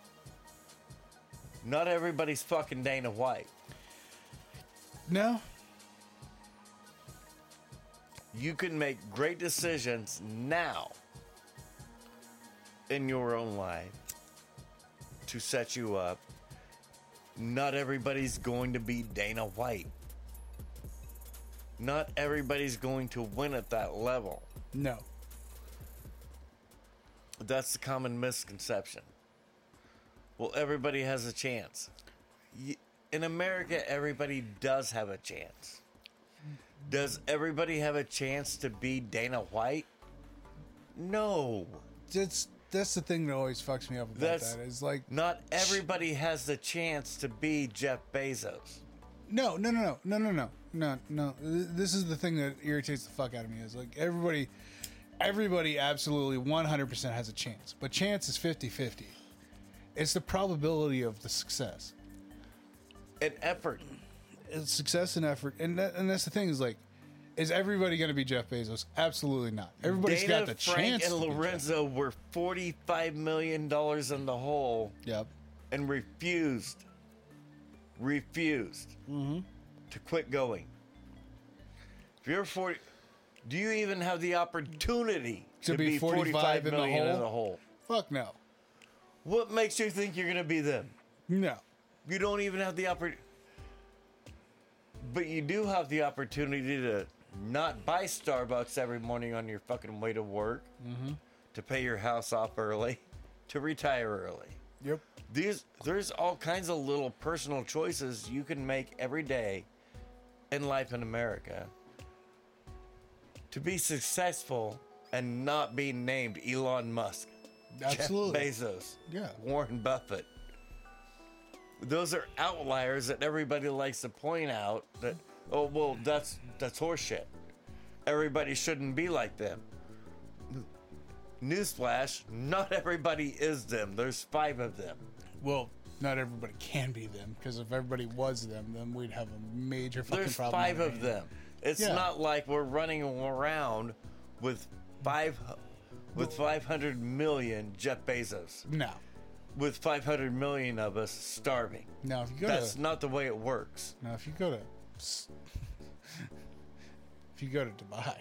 S3: Not everybody's fucking Dana White.
S2: No.
S3: you can make great decisions now in your own life to set you up. Not everybody's going to be Dana White. Not everybody's going to win at that level.
S2: No.
S3: That's the common misconception. Well, everybody has a chance. Y- In America, everybody does have a chance. Does everybody have a chance to be Dana White? No.
S2: That's that's the thing that always fucks me up about
S3: That's-
S2: that is like
S3: Not everybody has the chance to be Jeff Bezos.
S2: No, no, no, no, no, no, no, no, no. Th- This is the thing that irritates the fuck out of me is like everybody, everybody absolutely 100% has a chance, but chance is 50 50. It's the probability of the success,
S3: An effort.
S2: it's success and effort. And, that, and that's the thing is like, is everybody going to be Jeff Bezos? Absolutely not. Everybody's got
S3: Dana,
S2: the
S3: Frank,
S2: chance.
S3: and
S2: to be Jeff.
S3: Lorenzo were $45 million in the hole
S2: Yep.
S3: and refused, refused
S2: Mm-hmm.
S3: to quit going. If you're 40, do you even have the opportunity
S2: To be 45 in the
S3: million
S2: hole? Fuck no.
S3: What makes you think you're going to be them?
S2: No.
S3: You don't even have the opportunity. But you do have the opportunity to not buy Starbucks every morning on your fucking way to work,
S2: Mm-hmm.
S3: to pay your house off early, to retire early
S2: Yep.
S3: these there's all kinds of little personal choices you can make every day in life in America to be successful and not be named Elon Musk,
S2: Absolutely.
S3: Jeff Bezos,
S2: Yeah.
S3: Warren Buffett. Those are outliers that everybody likes to point out that oh well that's that's horseshit. Everybody shouldn't be like them. Newsflash, not everybody is them. There's five of them.
S2: Well, not everybody can be them because if everybody was them, then we'd have a major fucking
S3: There's
S2: problem.
S3: five
S2: with
S3: of them. It's
S2: Yeah.
S3: not like we're running around with five with 500 million Jeff Bezos,
S2: No.
S3: with 500 million of us starving.
S2: No, if you go
S3: That's
S2: to
S3: not the way it works.
S2: no, if you go to s- if you go to Dubai,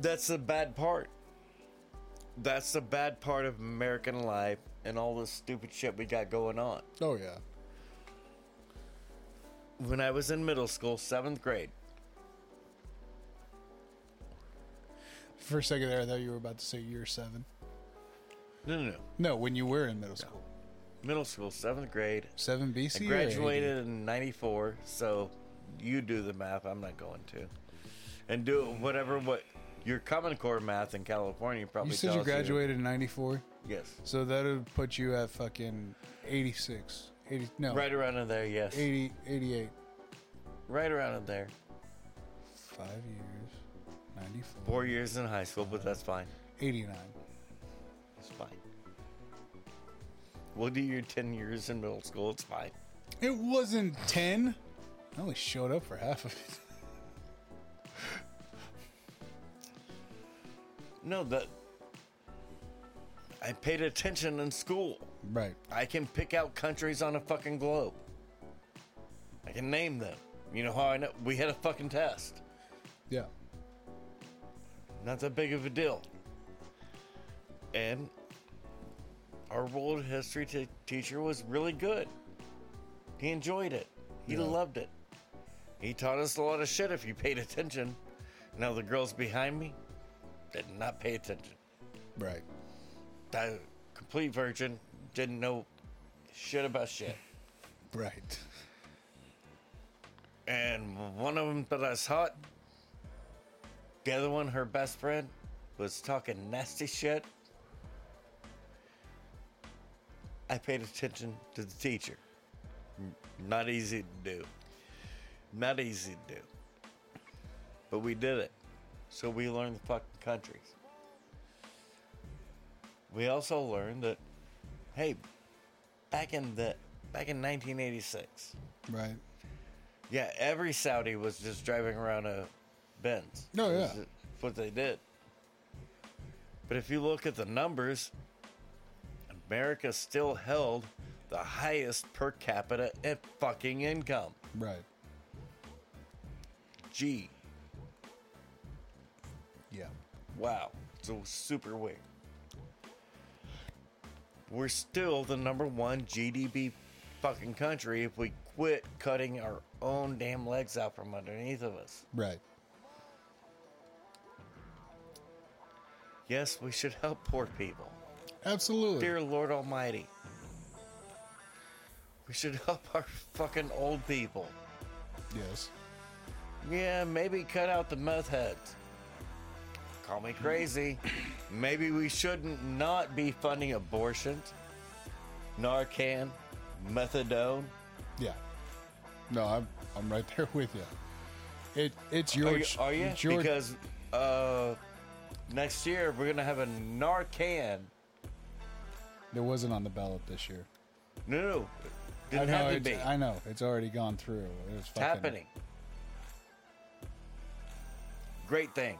S3: That's the bad part. That's the bad part of American life and all this stupid shit we got going on.
S2: oh yeah,
S3: when I was in middle school, seventh grade.
S2: for a second there, I thought you were about to say year seven.
S3: No, no, no.
S2: No, when you were in middle school,
S3: Middle school, seventh grade.
S2: seven BC.
S3: I
S2: or
S3: graduated in 94, so you do the math. I'm not going to. And do whatever what your Common Core math in California
S2: 80?
S3: probably
S2: You said
S3: tells
S2: you graduated in '94,
S3: Yes.
S2: so that would put you at fucking 86, 80, no,
S3: Right around in there, yes.
S2: 80, 88.
S3: Right around in there.
S2: Five years, 94,
S3: Four years in high school, but that's fine.
S2: 89.
S3: It's fine. We'll do your 10 years in middle school. It's fine.
S2: It wasn't 10. I only showed up for half of it.
S3: No, that. I paid attention in school.
S2: Right.
S3: I can pick out countries on a fucking globe. I can name them. You know how I know? We had a fucking test.
S2: Yeah.
S3: Not that big of a deal. And our world history t- teacher was really good. He enjoyed it. He
S2: Yeah.
S3: loved it. He taught us a lot of shit if you paid attention. Now the girls behind me did not pay attention.
S2: Right.
S3: That complete virgin didn't know shit about shit.
S2: Right.
S3: And one of them that I was hot. The other one, her best friend, was talking nasty shit. I paid attention to the teacher. N- Not easy to do. Not easy to do. But we did it. So we learned the fucking countries. We also learned that, hey, back in the back in 1986,
S2: Right.
S3: yeah, every Saudi was just driving around a Benz.
S2: Oh, yeah.
S3: That's what they did. But if you look at the numbers, America still held the highest per capita in fucking income.
S2: Right.
S3: Gee,
S2: Yeah.
S3: wow. So super weird. We're still the number one GDP fucking country if we quit cutting our own damn legs out from underneath of us.
S2: Right.
S3: Yes, we should help poor people.
S2: Absolutely.
S3: Dear Lord Almighty. We should help our fucking old people.
S2: Yes.
S3: Yeah, maybe cut out the meth heads. Call me crazy. maybe we shouldn't not be funding abortions, Narcan, methadone.
S2: Yeah. No, I'm I'm right there with you. It it's your
S3: Are you?
S2: ch-
S3: Are you?
S2: it's your-
S3: Because uh, next year we're gonna have a Narcan.
S2: it wasn't on the ballot this year.
S3: No, no, no. didn't
S2: I know.
S3: have to
S2: it's,
S3: be.
S2: I know. It's already gone through. It's
S3: It's happening. Great thing.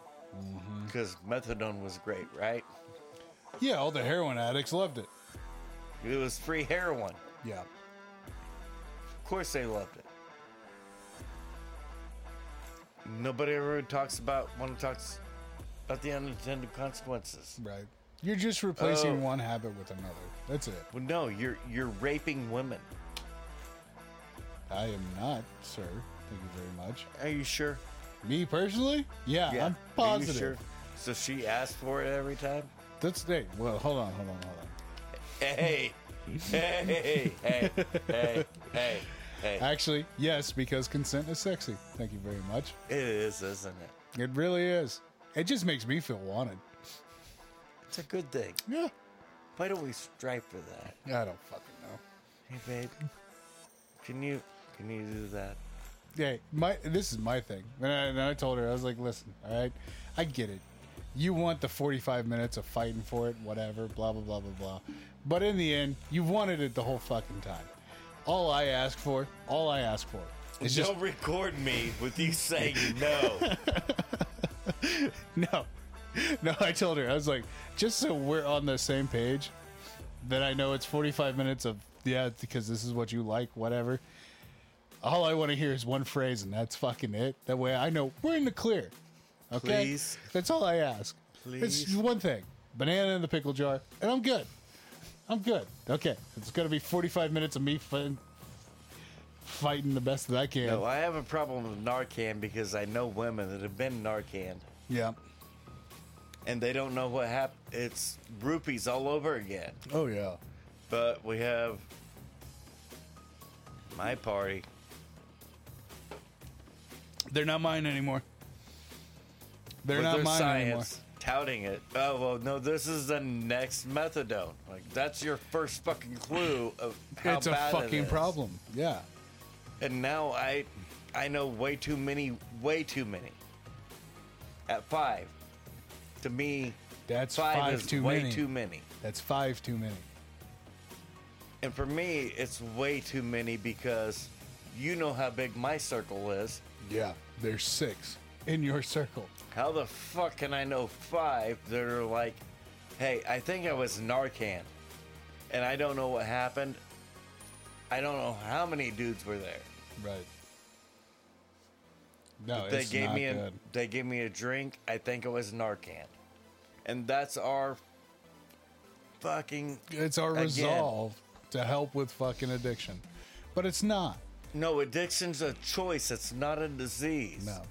S3: Because methadone was great, right?
S2: Yeah, all the heroin addicts loved it.
S3: It was free heroin.
S2: Yeah.
S3: Of course they loved it. Nobody ever talks about one talks about the unintended consequences.
S2: Right. You're just replacing
S3: Oh.
S2: one habit with another. That's it.
S3: Well, no, you're you're raping women.
S2: I am not, sir. Thank you very much.
S3: Are you sure?
S2: Me personally? Yeah, I'm
S3: Are you
S2: positive.
S3: sure? So she asked for it every time.
S2: That's hey, well, hold on, hold on, hold on.
S3: Hey, hey, hey, hey, hey, hey.
S2: Actually, yes, because consent is sexy. Thank you very much.
S3: It is, isn't it?
S2: It really is. It just makes me feel wanted.
S3: It's a good thing.
S2: Yeah.
S3: Why don't we strive for that?
S2: I don't fucking know.
S3: Hey, babe, can you can you do that?
S2: Hey, my this is my thing. And I, and I told her I was like, listen, all right, I get it. You want the 45 minutes of fighting for it, whatever, blah blah blah blah blah. But in the end, you wanted it the whole fucking time. All I ask for, all I ask for, is just
S3: don't record me with you saying no.
S2: no, no. I told her I was like, just so we're on the same page, that I know it's 45 minutes of yeah, because this is what you like, whatever. All I want to hear is one phrase, and that's fucking it. That way, I know we're in the clear. Okay,
S3: Please.
S2: that's all I ask. It's
S3: Please.
S2: just one thing: banana in the pickle jar, and I'm good. I'm good. Okay, it's gonna be 45 minutes of me fin- fighting the best that I can.
S3: no, I have a problem with Narcan because I know women that have been Narcan
S2: yeah.
S3: and they don't know what happened. It's rupees all over again.
S2: Oh yeah.
S3: But we have my party.
S2: They're not mine anymore. They're
S3: with
S2: not
S3: their
S2: mine
S3: science touting it. Oh well, no, this is the next methadone. Like that's your first fucking clue of how
S2: anymore. It's a
S3: bad it
S2: fucking
S3: is.
S2: problem. Yeah.
S3: And now I, I know way too many, way too many. At five, to me,
S2: That's
S3: five,
S2: five
S3: is
S2: too
S3: way
S2: many.
S3: too many.
S2: That's five too many.
S3: And for me, it's way too many because you know how big my circle is.
S2: Yeah. There's six in your circle.
S3: How the fuck can I know five that are like, hey, I think I was Narcan, and I don't know what happened. I don't know how many dudes were there.
S2: Right. No,
S3: they
S2: it's
S3: gave
S2: not
S3: me a
S2: good.
S3: they gave me a drink. I think it was Narcan, and that's our fucking
S2: It's our
S3: again.
S2: resolve to help with fucking addiction, but it's not.
S3: no. Addiction's a choice. It's not a disease.
S2: No.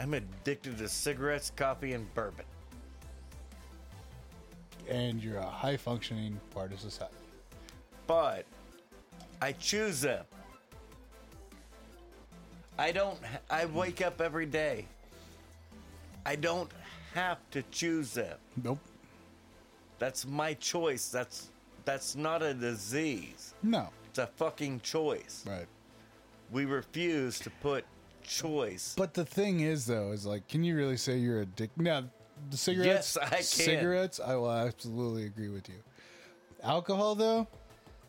S3: I'm addicted to cigarettes, coffee, and bourbon.
S2: and you're a high functioning part of society.
S3: but I choose them. I don't. I wake up every day. I don't have to choose them.
S2: Nope.
S3: That's my choice. That's that's not a disease.
S2: No.
S3: It's a fucking choice.
S2: Right.
S3: We refuse to put choice.
S2: But the thing is, though, is like, can you really say you're addicted? Now, the cigarettes.
S3: Yes, I can.
S2: Cigarettes, I will absolutely agree with you. Alcohol, though,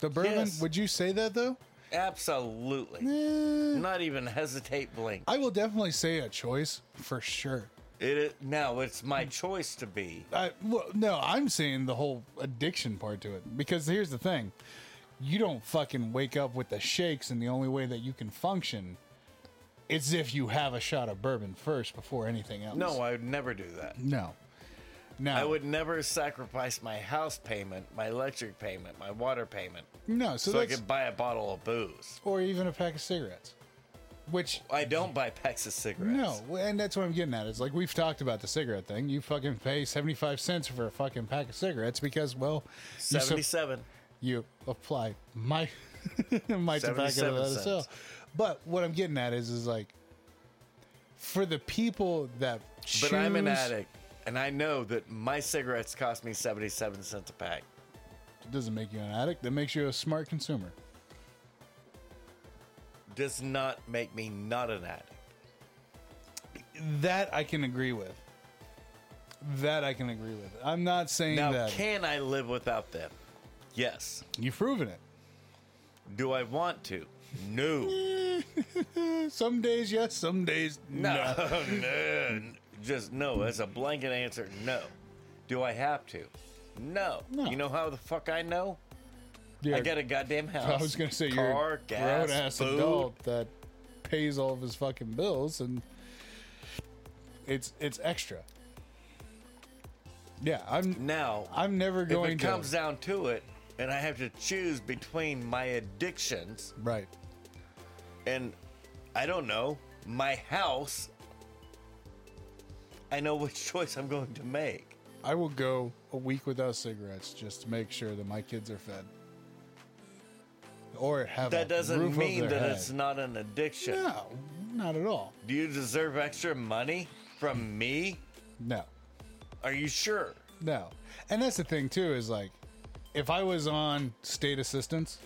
S2: the bourbon.
S3: Yes.
S2: Would you say that though?
S3: Absolutely.
S2: Eh,
S3: Not even hesitate, blink.
S2: I will definitely say a choice for sure.
S3: It is, no, it's my choice to be.
S2: I, well, no, I'm saying the whole addiction part to it because here's the thing: you don't fucking wake up with the shakes, and the only way that you can function is if you have a shot of bourbon first before anything else.
S3: No, I would never do that.
S2: no, no,
S3: I would never sacrifice my house payment, my electric payment, my water payment,
S2: no. So,
S3: so I
S2: that's,
S3: could buy a bottle of booze.
S2: or even a pack of cigarettes, which.
S3: I don't buy packs of cigarettes.
S2: No, and that's what I'm getting at. Is like we've talked about the cigarette thing. You fucking pay 75 cents for a fucking pack of cigarettes because, well, you sup-
S3: seventy-seven.
S2: you apply my my tobacco to
S3: 77
S2: that
S3: cents.
S2: itself. But what I'm getting at is is like for the people that choose,
S3: But I'm an addict, and I know that my cigarettes cost me seventy-seven cents a pack.
S2: It doesn't make you an addict. That makes you a smart consumer.
S3: Does not make me not an addict.
S2: That I can agree with. That I can agree with. I'm not saying
S3: Now,
S2: that
S3: can I live without them? Yes.
S2: you've proven it.
S3: Do I want to? No.
S2: Some days yes, some days no.
S3: No, no, just no. That's a blanket answer. No. Do I have to? No.
S2: No.
S3: You know how the fuck I know?
S2: You're-
S3: I got a goddamn
S2: I
S3: house.
S2: was gonna say you're
S3: car,
S2: a
S3: gas,
S2: grown ass
S3: food.
S2: adult that pays all of his fucking bills and it's it's extra. Yeah, I'm
S3: Now,
S2: I'm never
S3: if
S2: going
S3: it comes
S2: to
S3: down to it, and I have to choose between my addictions
S2: right.
S3: and I don't know my house, I know which choice I'm going to make.
S2: I will go a week without cigarettes just to make sure that my kids are fed. Or have
S3: That
S2: a
S3: doesn't
S2: roof over
S3: mean
S2: their
S3: that
S2: head.
S3: it's not an addiction.
S2: no, not at all.
S3: Do you deserve extra money from me?
S2: No.
S3: Are you sure?
S2: No. And that's the thing too, is like if I was on state assistance,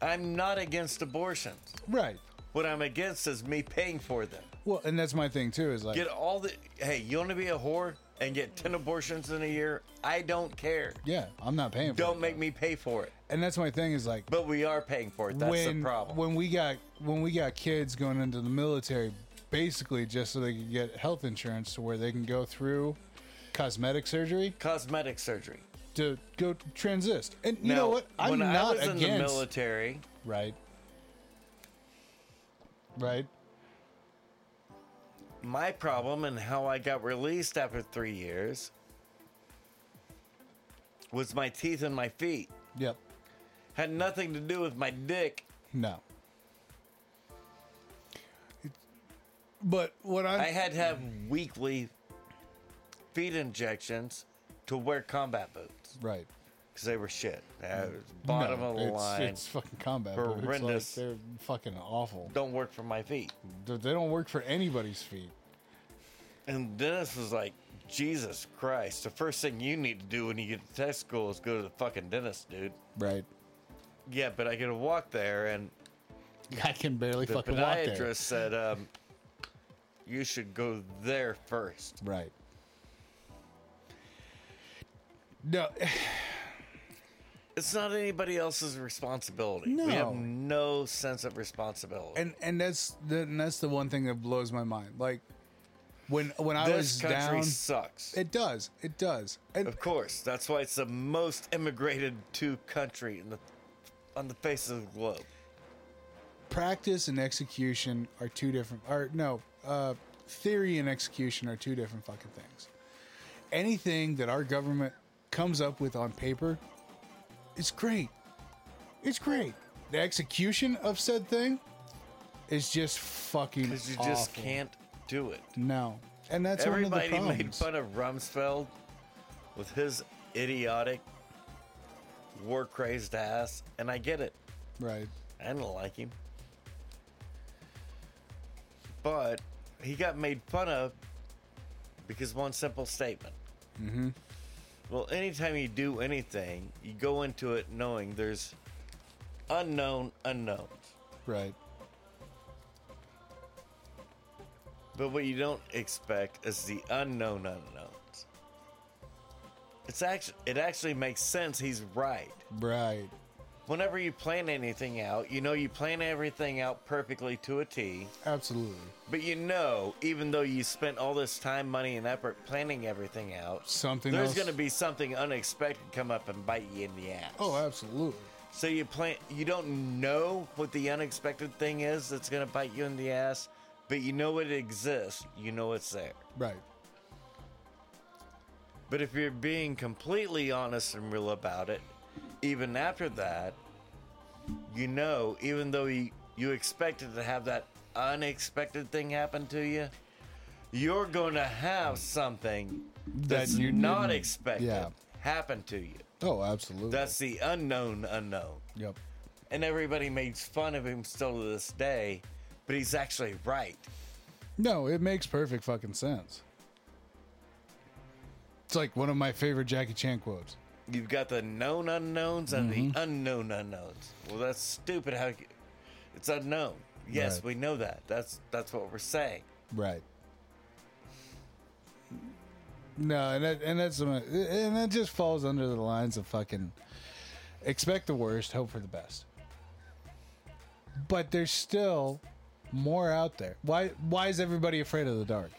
S3: I'm not against abortions.
S2: right.
S3: What I'm against is me paying for them.
S2: Well, and that's my thing too. Is like,
S3: Get all the hey, you want to be a whore and get 10 abortions in a year? I don't care.
S2: yeah, I'm not paying. For
S3: Don't
S2: it,
S3: make
S2: though.
S3: me pay for it.
S2: And that's my thing. Is like,
S3: But we are paying for it. That's
S2: when
S3: the problem.
S2: when we got when we got kids going into the military, basically just so they could get health insurance to where they can go through cosmetic surgery
S3: Cosmetic surgery.
S2: to go transist. And you know what? I'm
S3: when I
S2: not
S3: was
S2: against
S3: in the military,
S2: right, right.
S3: my problem and how I got released after 3 years was my teeth and my feet.
S2: Yep.
S3: Had nothing to do with my dick.
S2: No. But what I'm
S3: I had to have weekly feet injections to wear combat boots
S2: right.
S3: because they were shit. Uh, bottom
S2: No,
S3: of the
S2: it's,
S3: line.
S2: It's fucking combat. boots. Like,
S3: Horrendous.
S2: they're fucking awful.
S3: Don't work for my feet.
S2: They they don't work for anybody's feet.
S3: And Dennis was like, Jesus Christ, the first thing you need to do when you get to tech school is go to the fucking dentist, dude.
S2: Right.
S3: Yeah, but I could walk there, and
S2: I can barely
S3: the
S2: fucking walk
S3: podiatrist
S2: there.
S3: said, um, you should go there first.
S2: Right. No,
S3: It's not anybody else's responsibility. We
S2: No.
S3: have no sense of responsibility.
S2: and and that's the and that's the one thing that blows my mind. Like when when I was
S3: this country
S2: down,
S3: sucks.
S2: it does, it does, and
S3: Of course, that's why it's the most immigrated to country in the on the face of the globe.
S2: practice and execution are two different or no uh, theory and execution are two different fucking things anything that our government comes up with on paper is great it's great the execution of said thing is just fucking
S3: Because you just
S2: awful.
S3: can't do it.
S2: No. And that's one of
S3: Everybody
S2: the problems.
S3: made fun of Rumsfeld with his idiotic, war crazed ass, and I get it.
S2: Right.
S3: I don't like him. But he got made fun of because one simple statement. Mm-hmm. Well, anytime you do anything, you go into it knowing there's unknown unknowns.
S2: Right.
S3: But what you don't expect is the unknown unknowns. It's actually it actually makes sense. He's right.
S2: Right.
S3: Whenever you plan anything out, you know you plan everything out perfectly to a T.
S2: Absolutely.
S3: But you know, even though you spent all this time, money, and effort planning everything out,
S2: Something
S3: there's
S2: else.
S3: going to be something unexpected come up and bite you in the ass.
S2: Oh, absolutely.
S3: so you plan, you don't know what the unexpected thing is that's going to bite you in the ass, but you know it exists. You know it's there.
S2: Right.
S3: But if you're being completely honest and real about it, even after that, you know, even though you, you expected to have that unexpected thing happen to you, you're going to have something that's
S2: you
S3: not
S2: didn't-
S3: expected
S2: yeah.
S3: happen to you.
S2: Oh, absolutely.
S3: That's the unknown unknown.
S2: yep.
S3: And everybody makes fun of him still to this day, but he's actually right.
S2: No, it makes perfect fucking sense. It's like one of my favorite Jackie Chan quotes.
S3: You've got the known unknowns and
S2: Mm-hmm.
S3: the unknown unknowns. Well, that's stupid. How you- it's unknown. Yes,
S2: Right.
S3: we know that. That's that's what we're saying.
S2: Right. No, and that, and that's and that just falls under the lines of fucking expect the worst, hope for the best. But there's still more out there. Why why is everybody afraid of the dark?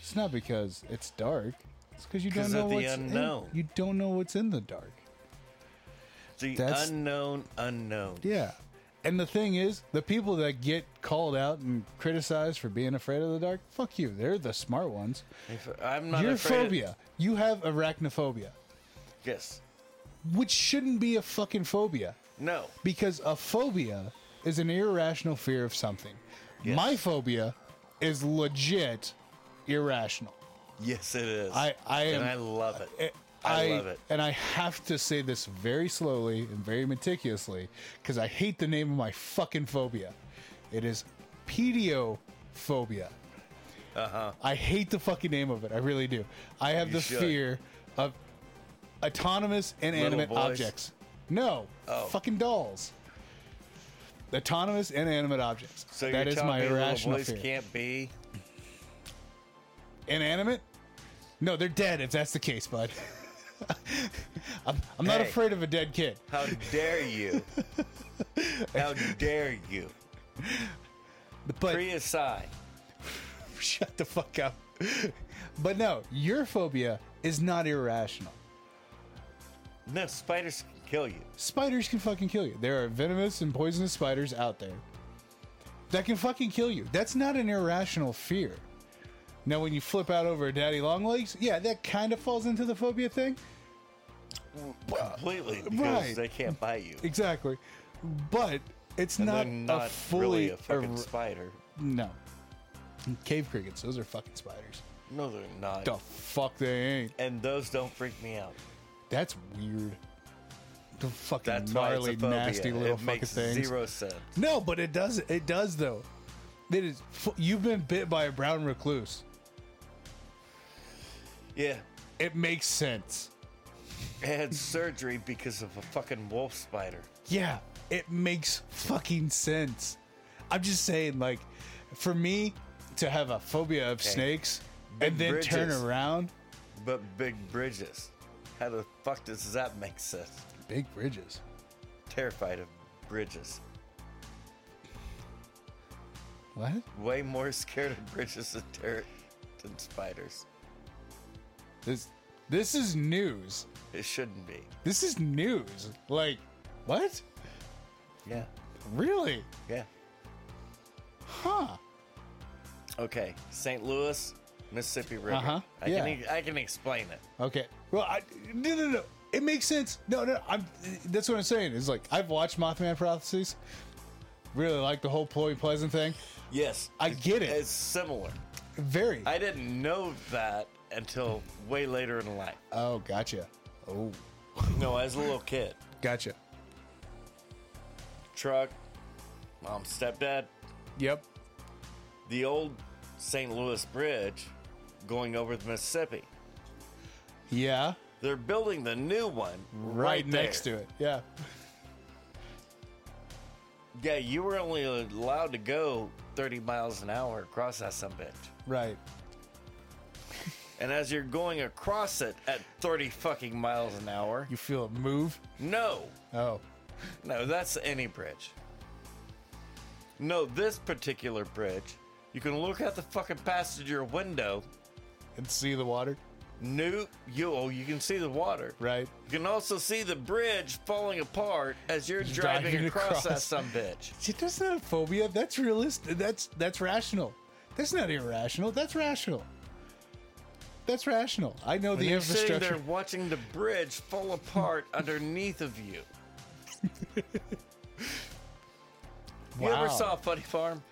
S2: It's not because it's dark. It's because you don't
S3: Because
S2: know
S3: of the
S2: what's
S3: unknown.
S2: In, you don't know what's in the dark.
S3: The
S2: That's-
S3: unknown unknown.
S2: Yeah. And the thing is, the people that get called out and criticized for being afraid of the dark, fuck you. They're the smart ones.
S3: If I'm not
S2: Your
S3: afraid of-
S2: phobia. you have arachnophobia,
S3: yes.
S2: which shouldn't be a fucking phobia
S3: No.
S2: because a phobia is an irrational fear of something.
S3: Yes.
S2: My phobia is legit irrational.
S3: Yes, it is.
S2: I- I
S3: and
S2: am-
S3: I love it.
S2: I,
S3: I love it.
S2: And I have to say this very slowly and very meticulously because I hate the name of my fucking phobia. It is pediophobia. Uh huh. I hate the fucking name of it. I really do. I have
S3: Uh-huh. You
S2: the
S3: should.
S2: fear of autonomous inanimate
S3: boys?
S2: objects. No,
S3: Oh.
S2: fucking dolls. Autonomous inanimate objects.
S3: So
S2: that
S3: you're
S2: is
S3: telling
S2: my
S3: me little
S2: irrational
S3: boys
S2: fear.
S3: can't be
S2: Inanimate? No, they're dead if that's the case, bud. I'm, I'm not
S3: Hey.
S2: afraid of a dead kid.
S3: How dare you? How dare you?
S2: But
S3: Free aside.
S2: shut the fuck up. but no, your phobia is not irrational.
S3: No, spiders can kill you.
S2: Spiders can fucking kill you. There are venomous and poisonous spiders out there that can fucking kill you. That's not an irrational fear. Now, when you flip out over a daddy long legs, yeah, that kind of falls into the phobia thing.
S3: Completely because
S2: Uh, right.
S3: they can't bite you.
S2: Exactly. But it's not,
S3: They're
S2: a
S3: not
S2: fully
S3: really a fucking
S2: ir-
S3: spider.
S2: No. Cave crickets, those are fucking spiders.
S3: No, they're not.
S2: The fuck they ain't.
S3: And those don't freak me out.
S2: That's weird. The fucking
S3: That's why
S2: gnarly,
S3: it's a phobia.
S2: nasty little
S3: it
S2: fucking
S3: makes
S2: things.
S3: zero sense.
S2: No, but it does. It does though. It is. fu- You've been bit by a brown recluse.
S3: Yeah,
S2: It makes sense.
S3: I had surgery because of a fucking wolf spider.
S2: Yeah, it makes fucking sense. I'm just saying, like, for me to have a phobia of snakes and then turn
S3: bridges.
S2: around,
S3: But big bridges. How the fuck does that make sense?
S2: big bridges.
S3: Terrified of bridges.
S2: What?
S3: Way more scared of bridges than, ter- than spiders.
S2: This this is news.
S3: It shouldn't be.
S2: This is news. Like, what?
S3: Yeah.
S2: Really?
S3: Yeah.
S2: Huh?
S3: Okay. St. Louis, Mississippi River.
S2: Uh-huh.
S3: I
S2: Yeah.
S3: can e- I can explain it.
S2: Okay. Well, I, no, no, no. It makes sense. No, no. I'm. That's what I'm saying. Is like I've watched Mothman Prophecies. Really like the whole Chloe Pleasant thing.
S3: Yes.
S2: I
S3: It's-
S2: get it.
S3: It's similar.
S2: Very.
S3: I didn't know that until way later in life.
S2: oh, gotcha. Oh,
S3: No, as a little kid,
S2: gotcha.
S3: truck, mom, stepdad,
S2: Yep.
S3: the old St. Louis Bridge going over the Mississippi.
S2: Yeah.
S3: They're building the new one
S2: Right, next to it. Yeah.
S3: Yeah, you were only allowed to go 30 miles an hour across that some bitch.
S2: Right.
S3: And as you're going across it at 30 fucking miles an hour,
S2: You feel it move?
S3: no,
S2: Oh.
S3: no, that's any bridge. No, this particular bridge, you can look out the fucking passenger window.
S2: And see the water?
S3: New, you, oh, you can see the water.
S2: Right.
S3: You can also see the bridge falling apart as you're driving,
S2: driving
S3: across, that
S2: across.
S3: some bitch.
S2: See, that's not a phobia. That's realistic. That's that's rational. That's not irrational. That's rational. That's rational. I know the
S3: you're sitting there
S2: infrastructure.
S3: watching the bridge fall apart underneath of you. You ever saw Funny Farm?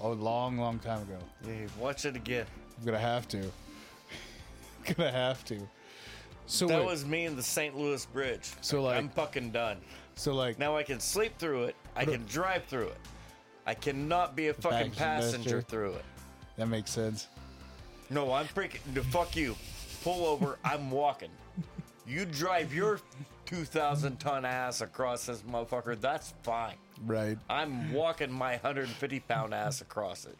S2: Oh, long, long time ago.
S3: Yeah, watch it again.
S2: I'm gonna have to. gonna have to. So
S3: That
S2: wait,
S3: was me and the St. Louis Bridge.
S2: So, like-
S3: I'm fucking done.
S2: so like
S3: Now I can sleep through it. I can drive through it. I cannot be a fucking
S2: passenger
S3: passenger
S2: messenger.
S3: through it.
S2: that makes sense.
S3: No, I'm freaking. No, fuck you. Pull over. I'm walking. You drive your 2,000 ton ass across this motherfucker. That's fine.
S2: Right.
S3: I'm walking my 150 pound ass across it.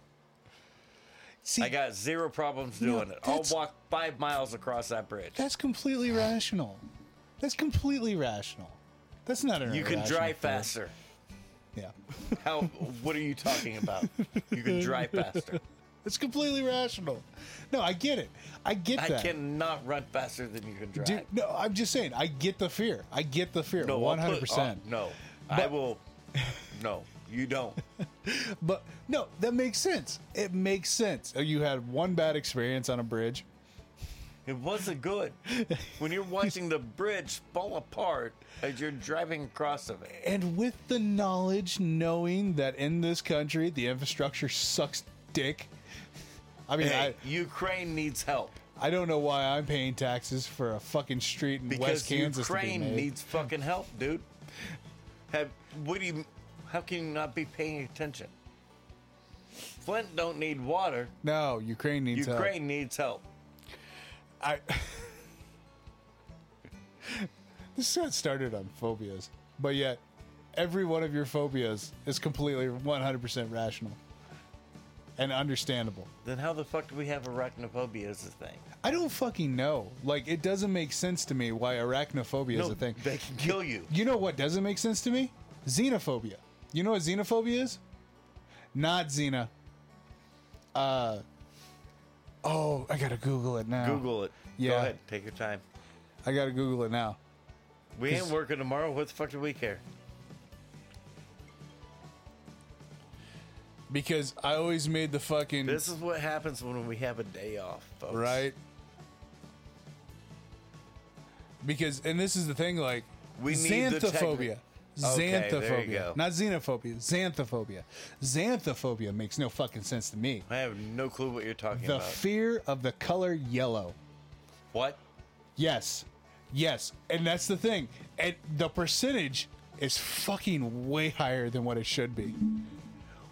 S2: See,
S3: I got zero problems
S2: No,
S3: doing it. I'll
S2: that's-
S3: walk five miles across that bridge.
S2: that's completely rational. That's completely rational. That's not an
S3: You can
S2: irrational
S3: drive
S2: fear.
S3: faster.
S2: Yeah.
S3: How? What are you talking about? You can drive faster.
S2: It's completely rational. No, I get it. I get
S3: I
S2: that.
S3: cannot run faster than you can drive.
S2: Dude, no, I'm just saying. I get the fear. I get the fear.
S3: no, I'll
S2: One
S3: put- uh,
S2: hundred percent.
S3: I'll- No, I
S2: But-
S3: will. No, you don't.
S2: But no, that makes sense. It makes sense. Oh, You had one bad experience on a bridge.
S3: It wasn't good. When you're watching the bridge fall apart as you're driving across of it.
S2: And with the knowledge, knowing that in this country the infrastructure sucks dick. I mean,
S3: Hey, Ukraine needs help
S2: I, I don't know why I'm paying taxes for a fucking street in West
S3: because
S2: Kansas
S3: Ukraine
S2: to be made.
S3: needs fucking help, dude. Have what do you? How can you not be paying attention? Flint don't need water.
S2: no, Ukraine needs help.
S3: Ukraine needs help.
S2: I this got started on phobias, but yet every one of your phobias is completely 100% rational and understandable.
S3: Then how the fuck do we have arachnophobia as a thing?
S2: I don't fucking know. Like it doesn't make sense to me why arachnophobia is
S3: No,
S2: a thing.
S3: They can kill you.
S2: You know what doesn't make sense to me? Xenophobia. You know what xenophobia is? Not xena. Uh Oh, I got to Google it now.
S3: Google it. Go
S2: Yeah.
S3: ahead. Take your time.
S2: I got to Google it now.
S3: We ain't
S2: 'Cause-
S3: working tomorrow. What the fuck do we care?
S2: Because I always made the fucking
S3: This is what happens when we have a day off, folks.
S2: right? Because and this is the thing, like
S3: We need the
S2: xanthophobia.
S3: techni- Okay,
S2: xanthophobia,
S3: there you go.
S2: not xenophobia. Xanthophobia. Xanthophobia makes no fucking sense to me.
S3: I have no clue what you're talking
S2: The
S3: about.
S2: fear of the color yellow.
S3: what?
S2: Yes, yes, and that's the thing. And the percentage is fucking way higher than what it should be.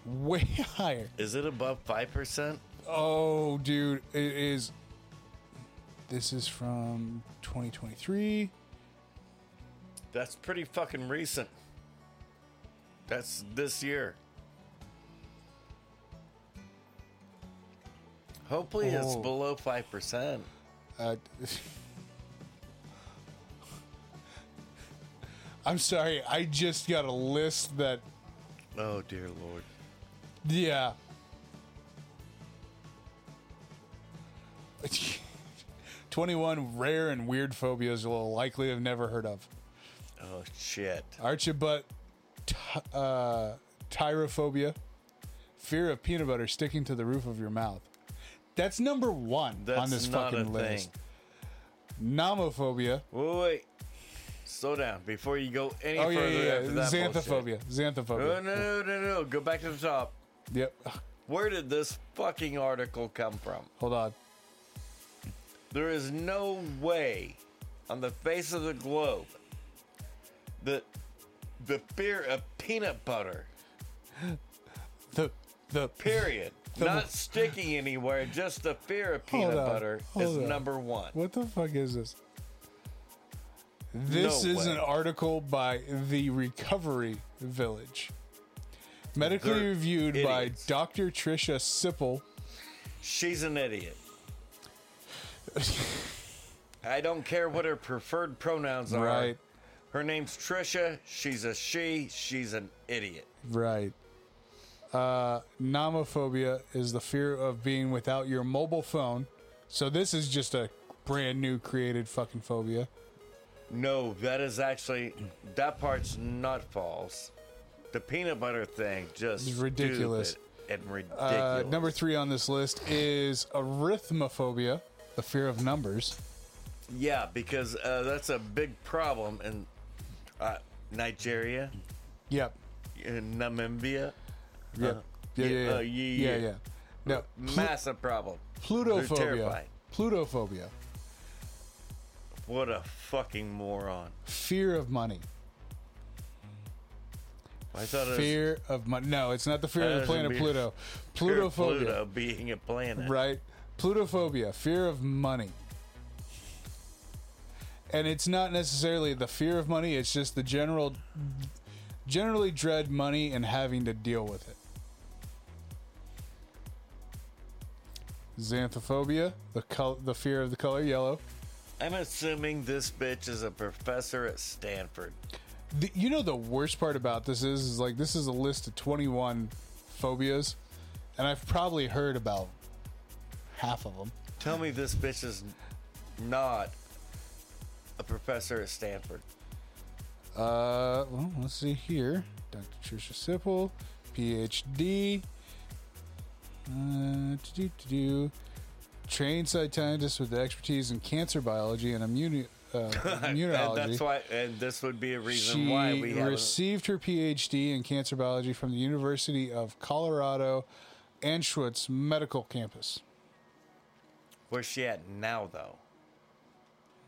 S2: Way higher.
S3: Is it above five percent?
S2: Oh, dude, it is. This is from 2023.
S3: That's pretty fucking recent. That's this year. Hopefully, it's
S2: Oh.
S3: below five percent.
S2: Uh, I'm sorry, I just got a list that.
S3: Oh dear lord.
S2: Yeah. Twenty-one rare and weird phobias you'll likely have never heard of:
S3: Oh shit.
S2: Archibut, ty- uh, tyrophobia, fear of peanut butter sticking to the roof of your mouth. That's number one
S3: That's
S2: on this
S3: not
S2: fucking
S3: a
S2: list.
S3: thing.
S2: Nomophobia.
S3: Wait, wait. Slow down before you go any
S2: Oh yeah,
S3: further
S2: yeah, yeah.
S3: after that. bullshit.
S2: Xanthophobia. Xanthophobia.
S3: Oh, no, no, no, no, no. Go back to the top.
S2: Yep. Ugh,
S3: Where did this fucking article come from?
S2: Hold on.
S3: There is no way on the face of the globe that the fear of peanut butter,
S2: The the
S3: period, not sticking anywhere, just the fear of peanut
S2: on,
S3: butter is
S2: hold on.
S3: number one.
S2: What the fuck is this? This
S3: No
S2: is
S3: way.
S2: an article by the Recovery Village. Medically
S3: They're
S2: reviewed by
S3: idiots.
S2: Dr. Trisha Sipple.
S3: She's an idiot. I don't care what her preferred pronouns are.
S2: Right,
S3: Her name's Trisha. She's a she. She's an idiot.
S2: right. Uh, nomophobia is the fear of being without your mobile phone. So this is just a brand new created fucking phobia.
S3: No, that is actually that part's not false. The peanut butter thing just
S2: It's ridiculous.
S3: stupid and ridiculous.
S2: Uh, number three on this list is arithmophobia, the fear of numbers.
S3: yeah, because uh, that's a big problem in uh, Nigeria,
S2: Yep.
S3: in Namibia,
S2: Yep. yeah, yeah,
S3: yeah,
S2: yeah.
S3: uh, yeah,
S2: yeah,
S3: yeah.
S2: yeah. No,
S3: massive problem. They're
S2: Plutophobia.
S3: terrified.
S2: Plutophobia.
S3: What a fucking moron!
S2: Fear of money.
S3: I thought it was
S2: Fear of money. No, it's not the fear of the
S3: That doesn't
S2: planet
S3: mean-
S2: Pluto.
S3: fear
S2: Plutophobia.
S3: of Pluto being a planet.
S2: Right? Plutophobia. Fear of money. And it's not necessarily the fear of money, it's just the general generally dread money and having to deal with it. Xanthophobia, the col- the fear of the color yellow.
S3: I'm assuming this bitch is a professor at Stanford.
S2: The, you know the worst part about this is, is like this is a list of 21 phobias, and I've probably heard about half of them.
S3: Tell me this bitch is not a professor at Stanford.
S2: Uh, well, let's see here. Dr. Trisha Sipple, PhD. Uh, do Trained scientist with expertise in cancer biology and immune, uh, immunology.
S3: And that's why, and this would be a reason
S2: She
S3: why we have.
S2: received her PhD in cancer biology from the University of Colorado Anschutz Medical Campus.
S3: Where's she at now, though?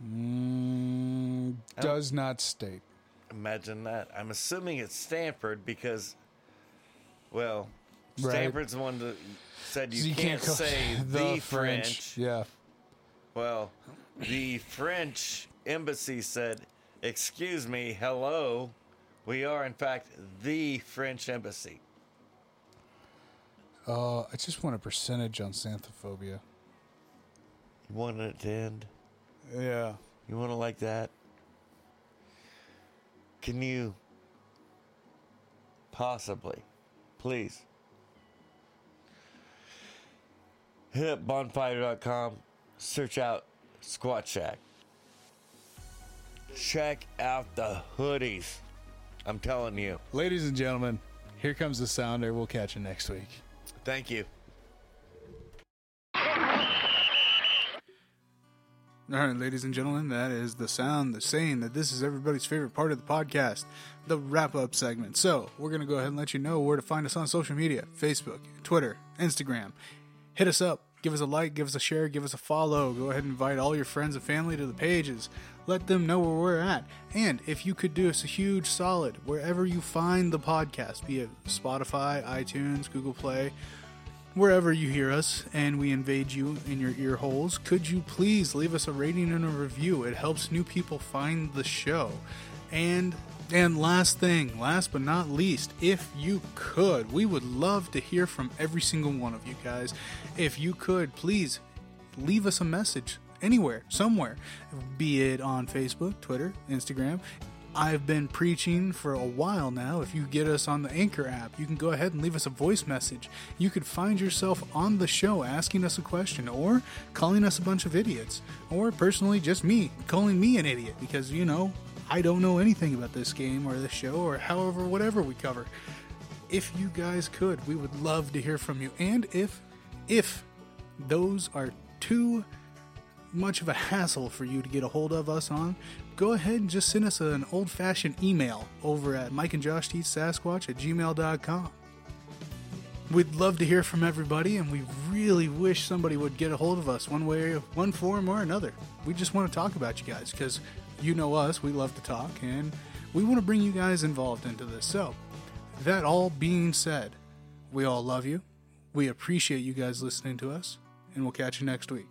S2: Mm,
S3: Oh.
S2: does not state.
S3: Imagine that. I'm assuming it's Stanford because, well,
S2: Right.
S3: Stanford's the one that said you,
S2: So
S3: can't,
S2: call-
S3: say the, French.
S2: Yeah.
S3: Well, the French embassy said, "Excuse me, hello, we are in fact the French embassy."
S2: Uh, I just want a percentage on xanthophobia.
S3: You want it to end?
S2: Yeah.
S3: You want to like that? Can you possibly, please, hit up bonfire.com, search out Squat Shack. Check out the hoodies. I'm telling you.
S2: Ladies and gentlemen, here comes the sounder. We'll catch you next week.
S3: Thank you.
S2: All right, ladies and gentlemen, that is the sound, the saying that this is everybody's favorite part of the podcast, the wrap up segment. So, we're going to go ahead and let you know where to find us on social media Facebook, Twitter, Instagram. Hit us up, give us a like, give us a share, give us a follow. Go ahead and invite all your friends and family to the pages. Let them know where we're at. And if you could do us a huge solid, wherever you find the podcast, be it Spotify, iTunes, Google Play, wherever you hear us and we invade you in your ear holes, could you please leave us a rating and a review? It helps new people find the show. And and last thing, last but not least, if you could, we would love to hear from every single one of you guys. If you could, please leave us a message anywhere, somewhere, be it on Facebook, Twitter, Instagram. I've been preaching for a while now. If you get us on the Anchor app, you can go ahead and leave us a voice message. You could find yourself on the show asking us a question or calling us a bunch of idiots, or personally, just me calling me an idiot because, you know, I don't know anything about this game or this show or however, whatever we cover if you guys could we would love to hear from you and if if those are too much of a hassle for you to get a hold of us on go ahead and just send us an old-fashioned email over at mike and josh teach sasquatch at gmail.com We'd love to hear from everybody, and we really wish somebody would get a hold of us one way, one form or another. We just want to talk about you guys because you know us. We love to talk, and we want to bring you guys involved into this. So, that all being said, we all love you. We appreciate you guys listening to us, and we'll catch you next week.